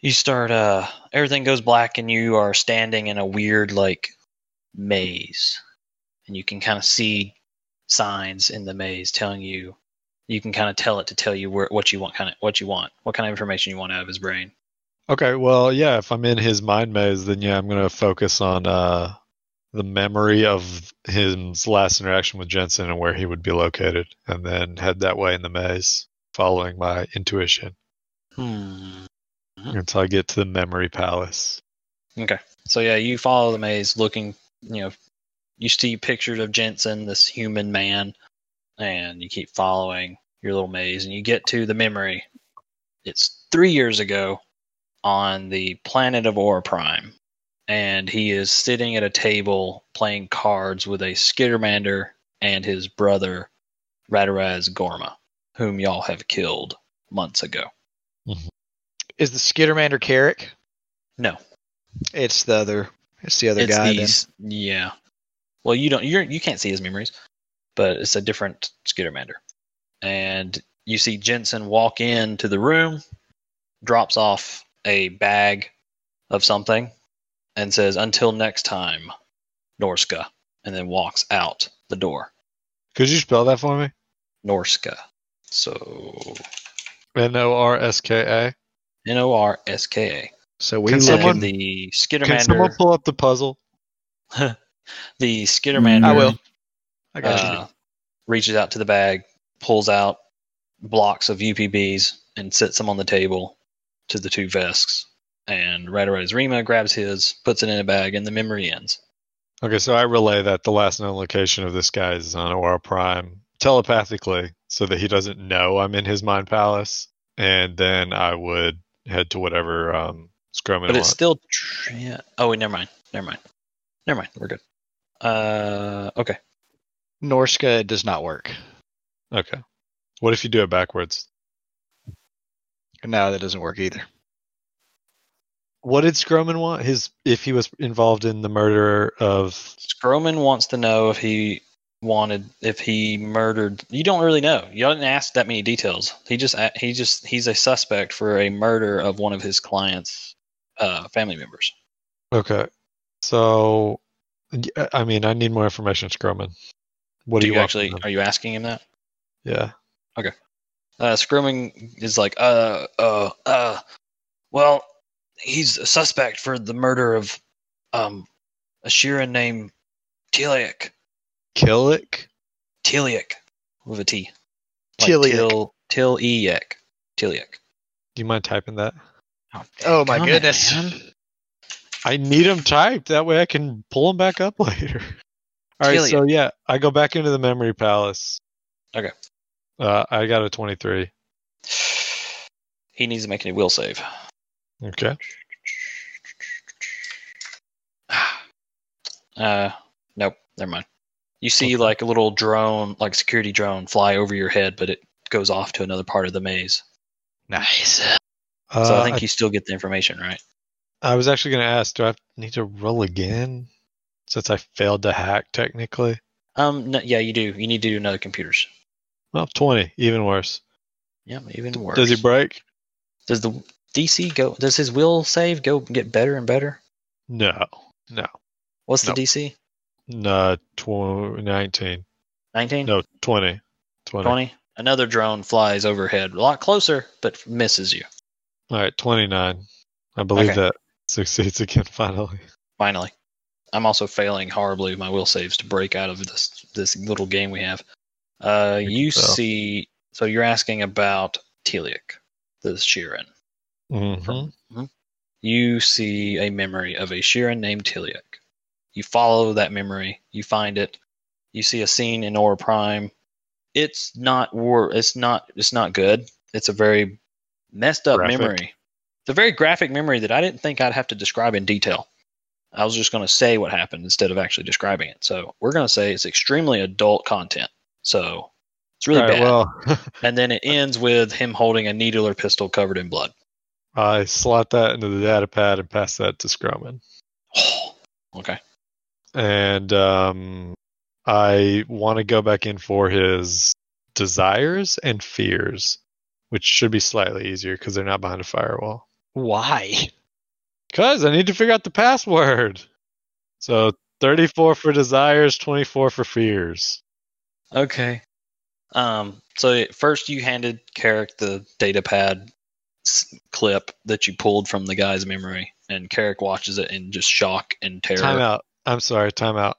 Speaker 1: you start uh everything goes black and you are standing in a weird like maze. And you can kind of see signs in the maze telling you you can kind of tell it to tell you where what you want kind of what you want, what kind of information you want out of his brain.
Speaker 3: Okay, well, yeah, if I'm in his mind maze, then yeah, I'm gonna focus on uh, the memory of his last interaction with Jensen and where he would be located, and then head that way in the maze, following my intuition
Speaker 1: Hmm.
Speaker 3: until I get to the memory palace.
Speaker 1: So yeah, you follow the maze looking, you know, you see pictures of Jensen, this human man, and you keep following your little maze and you get to the memory. It's 3 years ago on the planet of Aura Prime and he is sitting at a table playing cards with a Skittermander and his brother Rataraz Gorma, whom y'all have killed months ago.
Speaker 5: Is the Skittermander Carrick?
Speaker 1: No.
Speaker 5: It's the other. It's the other
Speaker 1: it's
Speaker 5: guy. then.
Speaker 1: these, yeah. Well, you don't you're you can't see his memories, but it's a different Skittermander. And you see Jensen walk into the room, drops off a bag of something, and says, "Until next time, Norska," and then walks out the door.
Speaker 3: Could you spell that for me?
Speaker 1: Norska. So
Speaker 3: N O R S K A.
Speaker 1: N O R S K
Speaker 5: So
Speaker 1: A.
Speaker 5: we
Speaker 3: Can
Speaker 1: And
Speaker 5: look
Speaker 3: someone-
Speaker 1: the
Speaker 3: Can someone
Speaker 1: Skittermander,
Speaker 3: pull up the puzzle?
Speaker 1: the Skittermander.
Speaker 5: I will. I got you.
Speaker 1: uh, reaches out to the bag, pulls out blocks of UPBs, and sets them on the table to the two Vesks. And Rataratas Rima grabs his, puts it in a bag, and the memory ends.
Speaker 3: Okay, so I relay that the last known location of this guy is on Aura Prime telepathically, so that he doesn't know I'm in his mind palace, and then I would head to whatever um, Scrumming
Speaker 1: But it's
Speaker 3: wants.
Speaker 1: still. Tr- yeah. Oh, wait, never mind. Never mind. Never mind. We're good. Uh, okay.
Speaker 5: Norska does not work.
Speaker 3: okay. What if you do it backwards?
Speaker 5: No, that doesn't work either.
Speaker 3: What did Scrumming want? His if he was involved in the murder of
Speaker 1: Scroman wants to know if he wanted if he murdered you don't really know you didn't ask that many details he just a- he just he's a suspect for a murder of one of his clients uh family members
Speaker 3: Okay. So, y- I mean, I need more information, Scrumming. What
Speaker 1: do,
Speaker 3: do,
Speaker 1: you,
Speaker 3: want
Speaker 1: actually
Speaker 3: from them?
Speaker 1: are you asking him that?
Speaker 3: Yeah.
Speaker 1: Uh Scrumming is like, uh uh uh well, he's a suspect for the murder of um a Sheeran named Tiliak.
Speaker 3: Killick?
Speaker 1: Tiliak with a T.
Speaker 5: Tiliak.
Speaker 1: Til Til Eek. Tiliak.
Speaker 3: Do you mind typing that?
Speaker 5: Oh my
Speaker 1: Dadgummit,
Speaker 5: goodness.
Speaker 1: man.
Speaker 3: I need them typed. That way I can pull them back up later. All right.
Speaker 1: Killick.
Speaker 3: So, yeah, I go back into the memory palace.
Speaker 1: Okay.
Speaker 3: Uh, I got a 23.
Speaker 1: He needs to make a will save.
Speaker 3: Okay.
Speaker 1: Uh, nope, never mind. You see like a little drone, like security drone, fly over your head, but it goes off to another part of the maze.
Speaker 5: Nice.
Speaker 3: Uh,
Speaker 1: so I
Speaker 3: I,
Speaker 1: think you still get the information, right?
Speaker 3: I was actually going to ask do I need to roll again since I failed to hack technically?
Speaker 1: Um, no, yeah, you do. You need to do another computers.
Speaker 3: Well, 20. Even worse.
Speaker 1: Yeah, even worse.
Speaker 3: Does he break?
Speaker 1: does the DC go? Does his will save go get better and better?
Speaker 3: No. No.
Speaker 1: What's
Speaker 3: No.
Speaker 1: the DC?
Speaker 3: No, tw- 19.
Speaker 1: 19,
Speaker 3: No, 20. 20.
Speaker 1: 20. Another drone flies overhead, a lot closer, but misses you.
Speaker 3: All right, 29. I believe
Speaker 1: Okay.
Speaker 3: that succeeds again finally.
Speaker 1: Finally, I'm also failing horribly with my will saves to break out of this this little game we have. Uh, you
Speaker 3: so.
Speaker 1: see, so you're asking about Teliak, the Sheeran.
Speaker 3: hmm
Speaker 1: you see a memory of a Shiran named Tiliak. You follow that memory, you find it, you see a scene in Aura Prime. It's not war it's not it's not good. It's a very messed up
Speaker 3: Graphic.
Speaker 1: memory. It's a very graphic memory that I didn't think I'd have to describe in detail. I was just gonna say what happened instead of actually describing it. So we're gonna say it's extremely adult content. So it's really
Speaker 3: All right,
Speaker 1: bad.
Speaker 3: well,
Speaker 1: and then it ends with him holding a needle or pistol covered in blood.
Speaker 3: I slot that into the data pad and pass that to Scrumman.
Speaker 1: okay.
Speaker 3: And um, I want to go back in for his desires and fears, which should be slightly easier because they're not behind a firewall.
Speaker 5: Why?
Speaker 3: Because I need to figure out the password. So 34 for desires, 24 for fears.
Speaker 1: Okay. Um, so at first you handed Carrick the data pad s- clip that you pulled from the guy's memory, and Carrick watches it in just shock and terror.
Speaker 3: Time out. I'm sorry. Time out.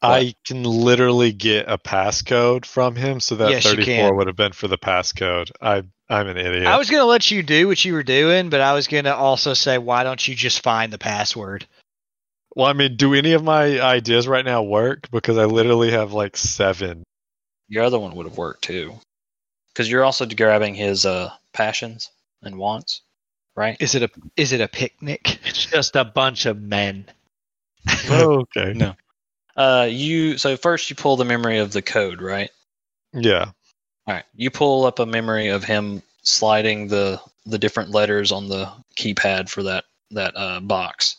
Speaker 3: I can literally get a passcode from him, so that
Speaker 5: Yes, you
Speaker 3: 34
Speaker 5: can.
Speaker 3: would have been for the passcode. I I'm an idiot.
Speaker 5: I was gonna let you do what you were doing, but I was gonna also say, why don't you just find the password?
Speaker 3: well, I mean, do any of my ideas right now work? Because I literally have like seven.
Speaker 1: Your other one would have worked too, because you're also grabbing his uh, passions and wants, right?
Speaker 5: Is it a is it a picnic?
Speaker 8: It's just a bunch of men.
Speaker 3: okay.
Speaker 1: No. Uh, you so first you pull the memory of the code, right?
Speaker 3: Yeah.
Speaker 1: All right. You pull up a memory of him sliding the the different letters on the keypad for that that uh, box,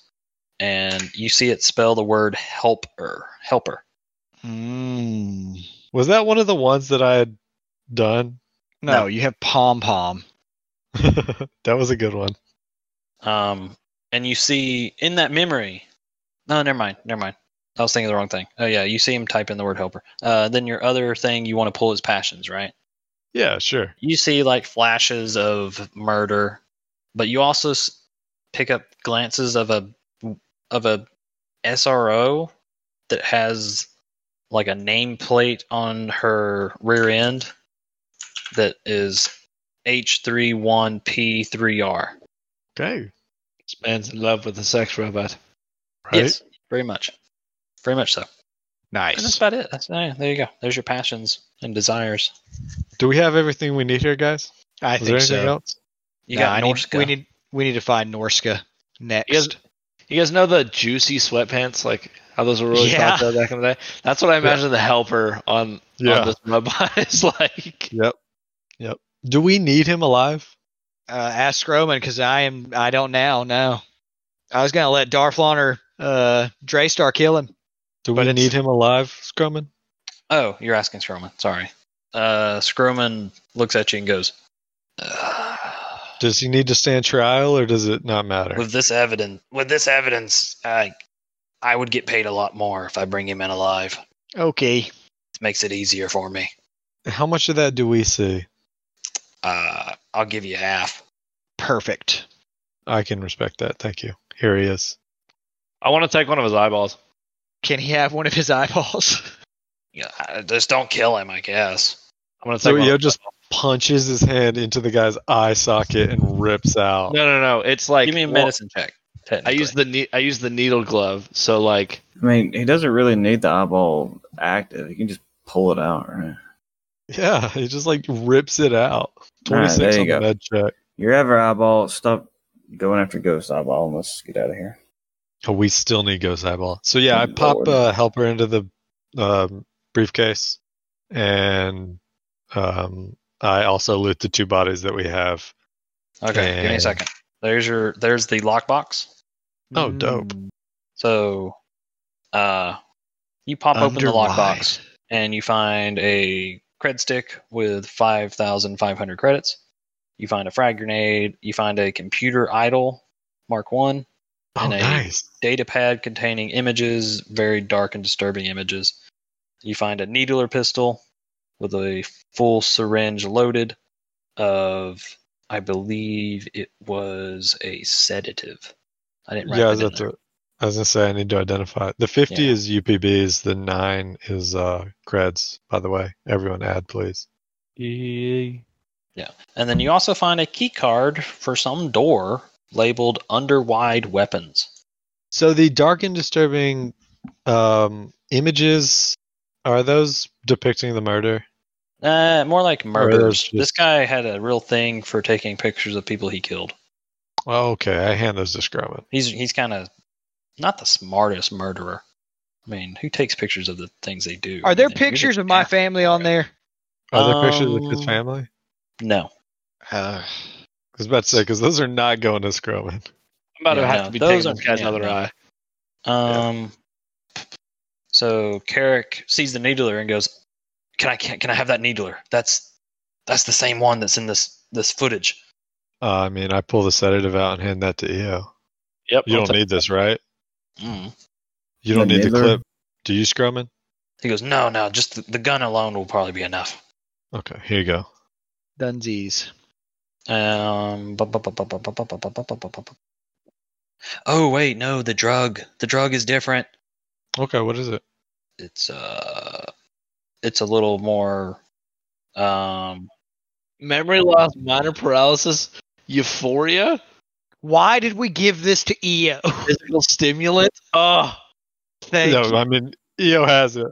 Speaker 1: and you see it spell the word helper. Helper.
Speaker 4: Mm.
Speaker 3: Was that one of the ones that I had done?
Speaker 5: No,
Speaker 1: No.
Speaker 5: you have pom pom.
Speaker 3: that was a good one.
Speaker 1: Um, and you see in that memory. No, never mind. Never mind. I was thinking the wrong thing. Oh yeah, you see him type in the word helper. Uh, then your other thing you want to pull is passions, right?
Speaker 3: Yeah, sure.
Speaker 1: you see like flashes of murder, but you also s- pick up glances of a of a SRO that has like a nameplate on her rear end that is H31P3R.
Speaker 3: Okay.
Speaker 4: This man's in love with the sex robot.
Speaker 3: Right.
Speaker 1: Yes, very much, very much so. And that's
Speaker 5: Nice.
Speaker 1: about it. That's, yeah, there you go. There's your passions and desires.
Speaker 3: Do we have everything we need here, guys?
Speaker 5: I
Speaker 3: Is there
Speaker 5: think
Speaker 3: anything
Speaker 5: so.
Speaker 3: else?
Speaker 1: You
Speaker 5: No,
Speaker 1: got
Speaker 5: I need-
Speaker 1: Norska.
Speaker 5: we need we need to find Norska next.
Speaker 4: Yes. You guys know the juicy sweatpants, like how those were really
Speaker 5: Yeah.
Speaker 4: popular back in the day. That's what I imagine the helper on on this robot is like.
Speaker 3: Do we need him alive?
Speaker 5: Uh, ask Roman because I am I don't now. No, I was gonna let Darflon or uh, Draystar kill him.
Speaker 3: Do
Speaker 5: But
Speaker 3: we
Speaker 5: it's-
Speaker 3: need him alive, Scrumman?
Speaker 1: Oh, you're asking Scroman. Sorry. Uh, Scroman looks at you and goes, "Ugh,
Speaker 3: Does he need to stand trial or does it not matter?
Speaker 1: "With this evidence, with this evidence, I, I would get paid a lot more if I bring him in alive.
Speaker 5: Okay.
Speaker 1: makes it easier for me.
Speaker 3: How much of that do we see?
Speaker 1: Uh, I'll give you half."
Speaker 5: Perfect.
Speaker 3: I can respect that. Thank you. Here he is.
Speaker 4: I want to take one of his eyeballs.
Speaker 5: Can he have one of his eyeballs?
Speaker 1: Yeah, I- just don't kill him, I guess.
Speaker 4: I'm gonna take.
Speaker 3: So
Speaker 4: one
Speaker 3: Yo
Speaker 4: of-
Speaker 3: just punches his hand into the guy's eye socket and rips out.
Speaker 4: no, no, no. It's like
Speaker 1: give me a
Speaker 4: well,
Speaker 1: medicine check.
Speaker 4: I
Speaker 1: technically.
Speaker 4: use the ne- I use the needle glove. So like
Speaker 6: I mean, he doesn't really need the eyeball active. He can just pull it out, right?
Speaker 3: Yeah, he just like rips it out.
Speaker 6: All right,
Speaker 3: 26
Speaker 6: there you
Speaker 3: on
Speaker 6: go.
Speaker 3: the med check.
Speaker 6: Your ever eyeball, stop going after ghost eyeball and let's get out of here.
Speaker 3: Oh, we still need Ghost Eyeball. So yeah, I
Speaker 6: Good
Speaker 3: pop
Speaker 6: lord.
Speaker 3: uh, Helper into the um, briefcase, and um, I also loot the two bodies that we have.
Speaker 1: Okay, give me a
Speaker 3: and-
Speaker 1: second. There's your there's the lockbox.
Speaker 3: Oh,
Speaker 1: Mm,
Speaker 3: dope.
Speaker 1: So, uh, you pop open the
Speaker 5: Underwise.
Speaker 1: lockbox. and you find a cred stick with 5,500 credits. You find a frag grenade. You find a computer idol, Mark 1,
Speaker 3: Oh,
Speaker 1: And I-
Speaker 3: nice.
Speaker 1: data pad containing images, very dark and disturbing images. You find a needler pistol with a full syringe loaded of, I believe it was a sedative. I didn't write
Speaker 3: Yeah,
Speaker 1: that in
Speaker 3: that's
Speaker 1: there.
Speaker 3: it. I was gonna say I need to identify. it. The 50
Speaker 1: Yeah.
Speaker 3: is UPBs. The nine is uh, creds. By the way, everyone add please.
Speaker 1: And then you also find a key card for some door labeled underwide weapons.
Speaker 3: So the dark and disturbing um, images are those depicting the murder?
Speaker 1: Uh, more like murders.
Speaker 3: Oh, that's
Speaker 1: This
Speaker 3: just-
Speaker 1: guy had a real thing for taking pictures of people he killed.
Speaker 3: Oh, okay, I hand those to Scrumman.
Speaker 1: He's he's kind of not the smartest murderer. I mean, who takes pictures of the things they do?
Speaker 5: Are there
Speaker 1: I mean, you're
Speaker 5: pictures
Speaker 1: just
Speaker 5: of my
Speaker 1: after-
Speaker 5: family on there?
Speaker 3: Are there pictures of his
Speaker 1: Um,
Speaker 3: family?
Speaker 1: No,
Speaker 5: Uh,
Speaker 3: I was about to say because those are not going to Scrumman.
Speaker 4: I'm about
Speaker 1: Yeah,
Speaker 4: to have
Speaker 1: no,
Speaker 4: to be
Speaker 1: those
Speaker 4: taking
Speaker 1: are-
Speaker 4: this guy's
Speaker 1: yeah,
Speaker 4: other
Speaker 1: no.
Speaker 4: eye.
Speaker 1: Um. So Carrick sees the needler and goes, "Can I can, can I have that needler? That's that's the same one that's in this this footage."
Speaker 3: Uh, I mean, I pull the sedative out and hand that to Eo.
Speaker 4: Yep.
Speaker 3: You
Speaker 4: I'll
Speaker 3: don't
Speaker 4: take-
Speaker 3: need this, right?
Speaker 1: Mm.
Speaker 3: You don't
Speaker 6: The
Speaker 3: need the
Speaker 6: Midler?
Speaker 3: clip. Do you, Scrumman?
Speaker 1: He goes, "No, no, just the, the gun alone will probably be enough."
Speaker 3: Okay, here you go.
Speaker 5: Dunsies.
Speaker 1: Um. bu- bu- bu- bu- bu- bu- bu- bu- bu- bu- bu- bu- bu- Oh wait, no, the drug. The drug is different.
Speaker 3: Okay, what is it?
Speaker 1: It's uh, it's a little more. Um.
Speaker 4: Memory loss, minor paralysis, euphoria,
Speaker 5: Why did we give this to EO?
Speaker 4: physical stimulant. Oh, thank
Speaker 3: no, I mean, Eo has it.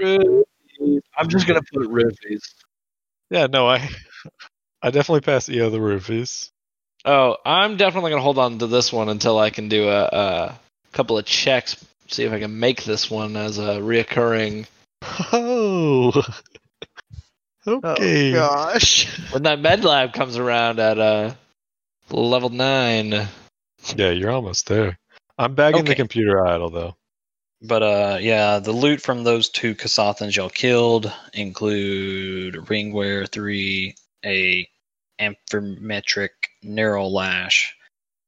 Speaker 4: you. Roofies. I'm just gonna put roofies.
Speaker 3: Yeah, no, I, I definitely pass Eo the roofies.
Speaker 4: Oh, I'm definitely gonna hold on to this one until I can do a, a couple of checks, see if I can make this one as a reoccurring.
Speaker 3: Oh. Okay.
Speaker 5: Gosh.
Speaker 4: When that med lab comes around at uh, level nine,
Speaker 3: yeah, you're almost there. I'm bagging the
Speaker 1: Okay.
Speaker 3: computer idol though.
Speaker 1: But uh, yeah, the loot from those two Kasathans y'all killed include ringware three, a amphimetric neural lash,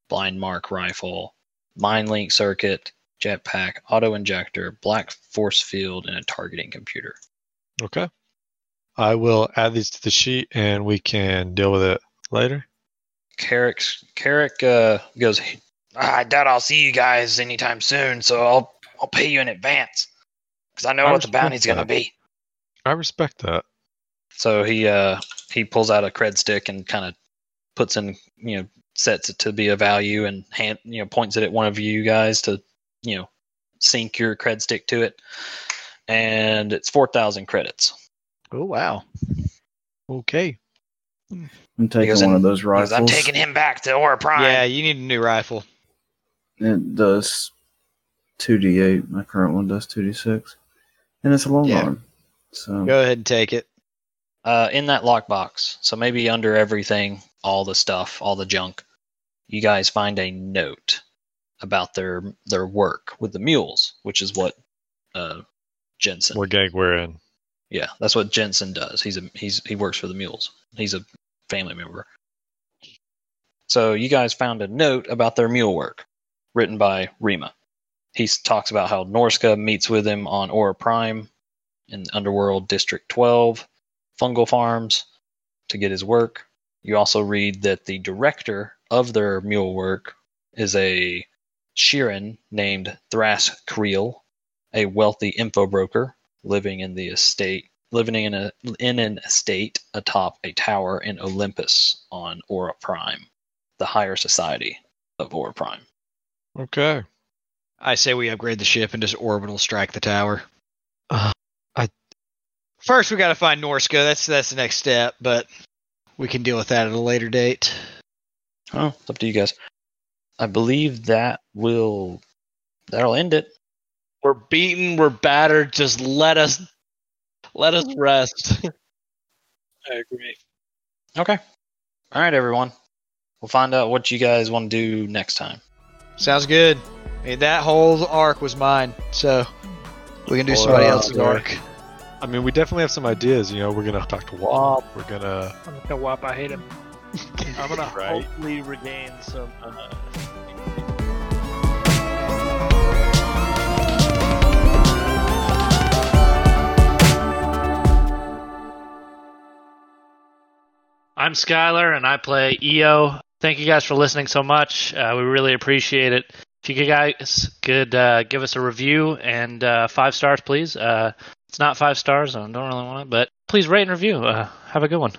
Speaker 1: blind mark rifle, mind link circuit, jetpack, auto injector, black force field, and a targeting computer.
Speaker 3: Okay. I will add these to the sheet and we can deal with it later.
Speaker 1: Carrick Carrick uh, goes, I doubt I'll see you guys anytime soon, so I'll I'll pay you in advance because I know
Speaker 3: I
Speaker 1: what the
Speaker 3: respect
Speaker 1: bounty's gonna
Speaker 3: that.
Speaker 1: be.
Speaker 3: I respect that.
Speaker 1: So he uh he pulls out a cred stick and kind of puts in you know sets it to be a value and hand you know points it at one of you guys to you know sync your cred stick to it, and it's four thousand credits.
Speaker 5: Oh wow.
Speaker 3: Okay.
Speaker 6: I'm taking
Speaker 1: Because
Speaker 6: one
Speaker 1: I'm-
Speaker 6: of those
Speaker 1: Because
Speaker 6: rifles.
Speaker 1: I'm taking him back to Aura Prime.
Speaker 5: Yeah, you need a new rifle.
Speaker 6: It does 2d8. My current one does 2d6, and it's a long
Speaker 5: Yeah.
Speaker 6: arm. So
Speaker 5: Go ahead and take it.
Speaker 1: Uh, in that lockbox, so maybe under everything, all the stuff, all the junk, you guys find a note about their their work with the mules, which is what uh, Jensen.
Speaker 3: What gang we're in.
Speaker 1: Yeah, that's what Jensen does. He's a he's he works for the mules. He's a family member. So you guys found a note about their mule work, written by Rima. He s- talks about how Norska meets with him on Aura Prime, in Underworld District 12, Fungal Farms, to get his work. You also read that the director of their mule work is a Sheeran named Thras Creel, a wealthy info broker living in the estate living in a in an estate atop a tower in Olympus on Aura Prime, the higher society of Aura Prime.
Speaker 3: Okay.
Speaker 5: I say we upgrade the ship and just orbital strike the tower.
Speaker 3: Uh, I-
Speaker 5: First we gotta find Norska. That's that's the next step, but we can deal with that at a later date.
Speaker 1: Oh, it's up to you guys. I believe that will that'll end it.
Speaker 4: we're beaten, we're battered. Just let us, let us rest.
Speaker 7: I agree.
Speaker 1: Okay. All right, everyone. We'll find out what you guys want to do next time.
Speaker 5: Sounds good. I mean, that whole arc was mine, so we can do somebody
Speaker 3: Wow,
Speaker 5: else's
Speaker 3: boy.
Speaker 5: arc.
Speaker 3: I mean, we definitely have some ideas. You know, we're gonna talk to Wop. We're gonna.
Speaker 7: I'm gonna whop. I hate him.
Speaker 8: I'm gonna
Speaker 3: Right.
Speaker 8: hopefully regain some. Uh, I'm Skylar, and I play EO. Thank you guys for listening so much. Uh, we really appreciate it. If you guys could uh, give us a review and uh, five stars, please. Uh, it's not five stars, and I don't really want it, but please rate and review. Uh, have a good one.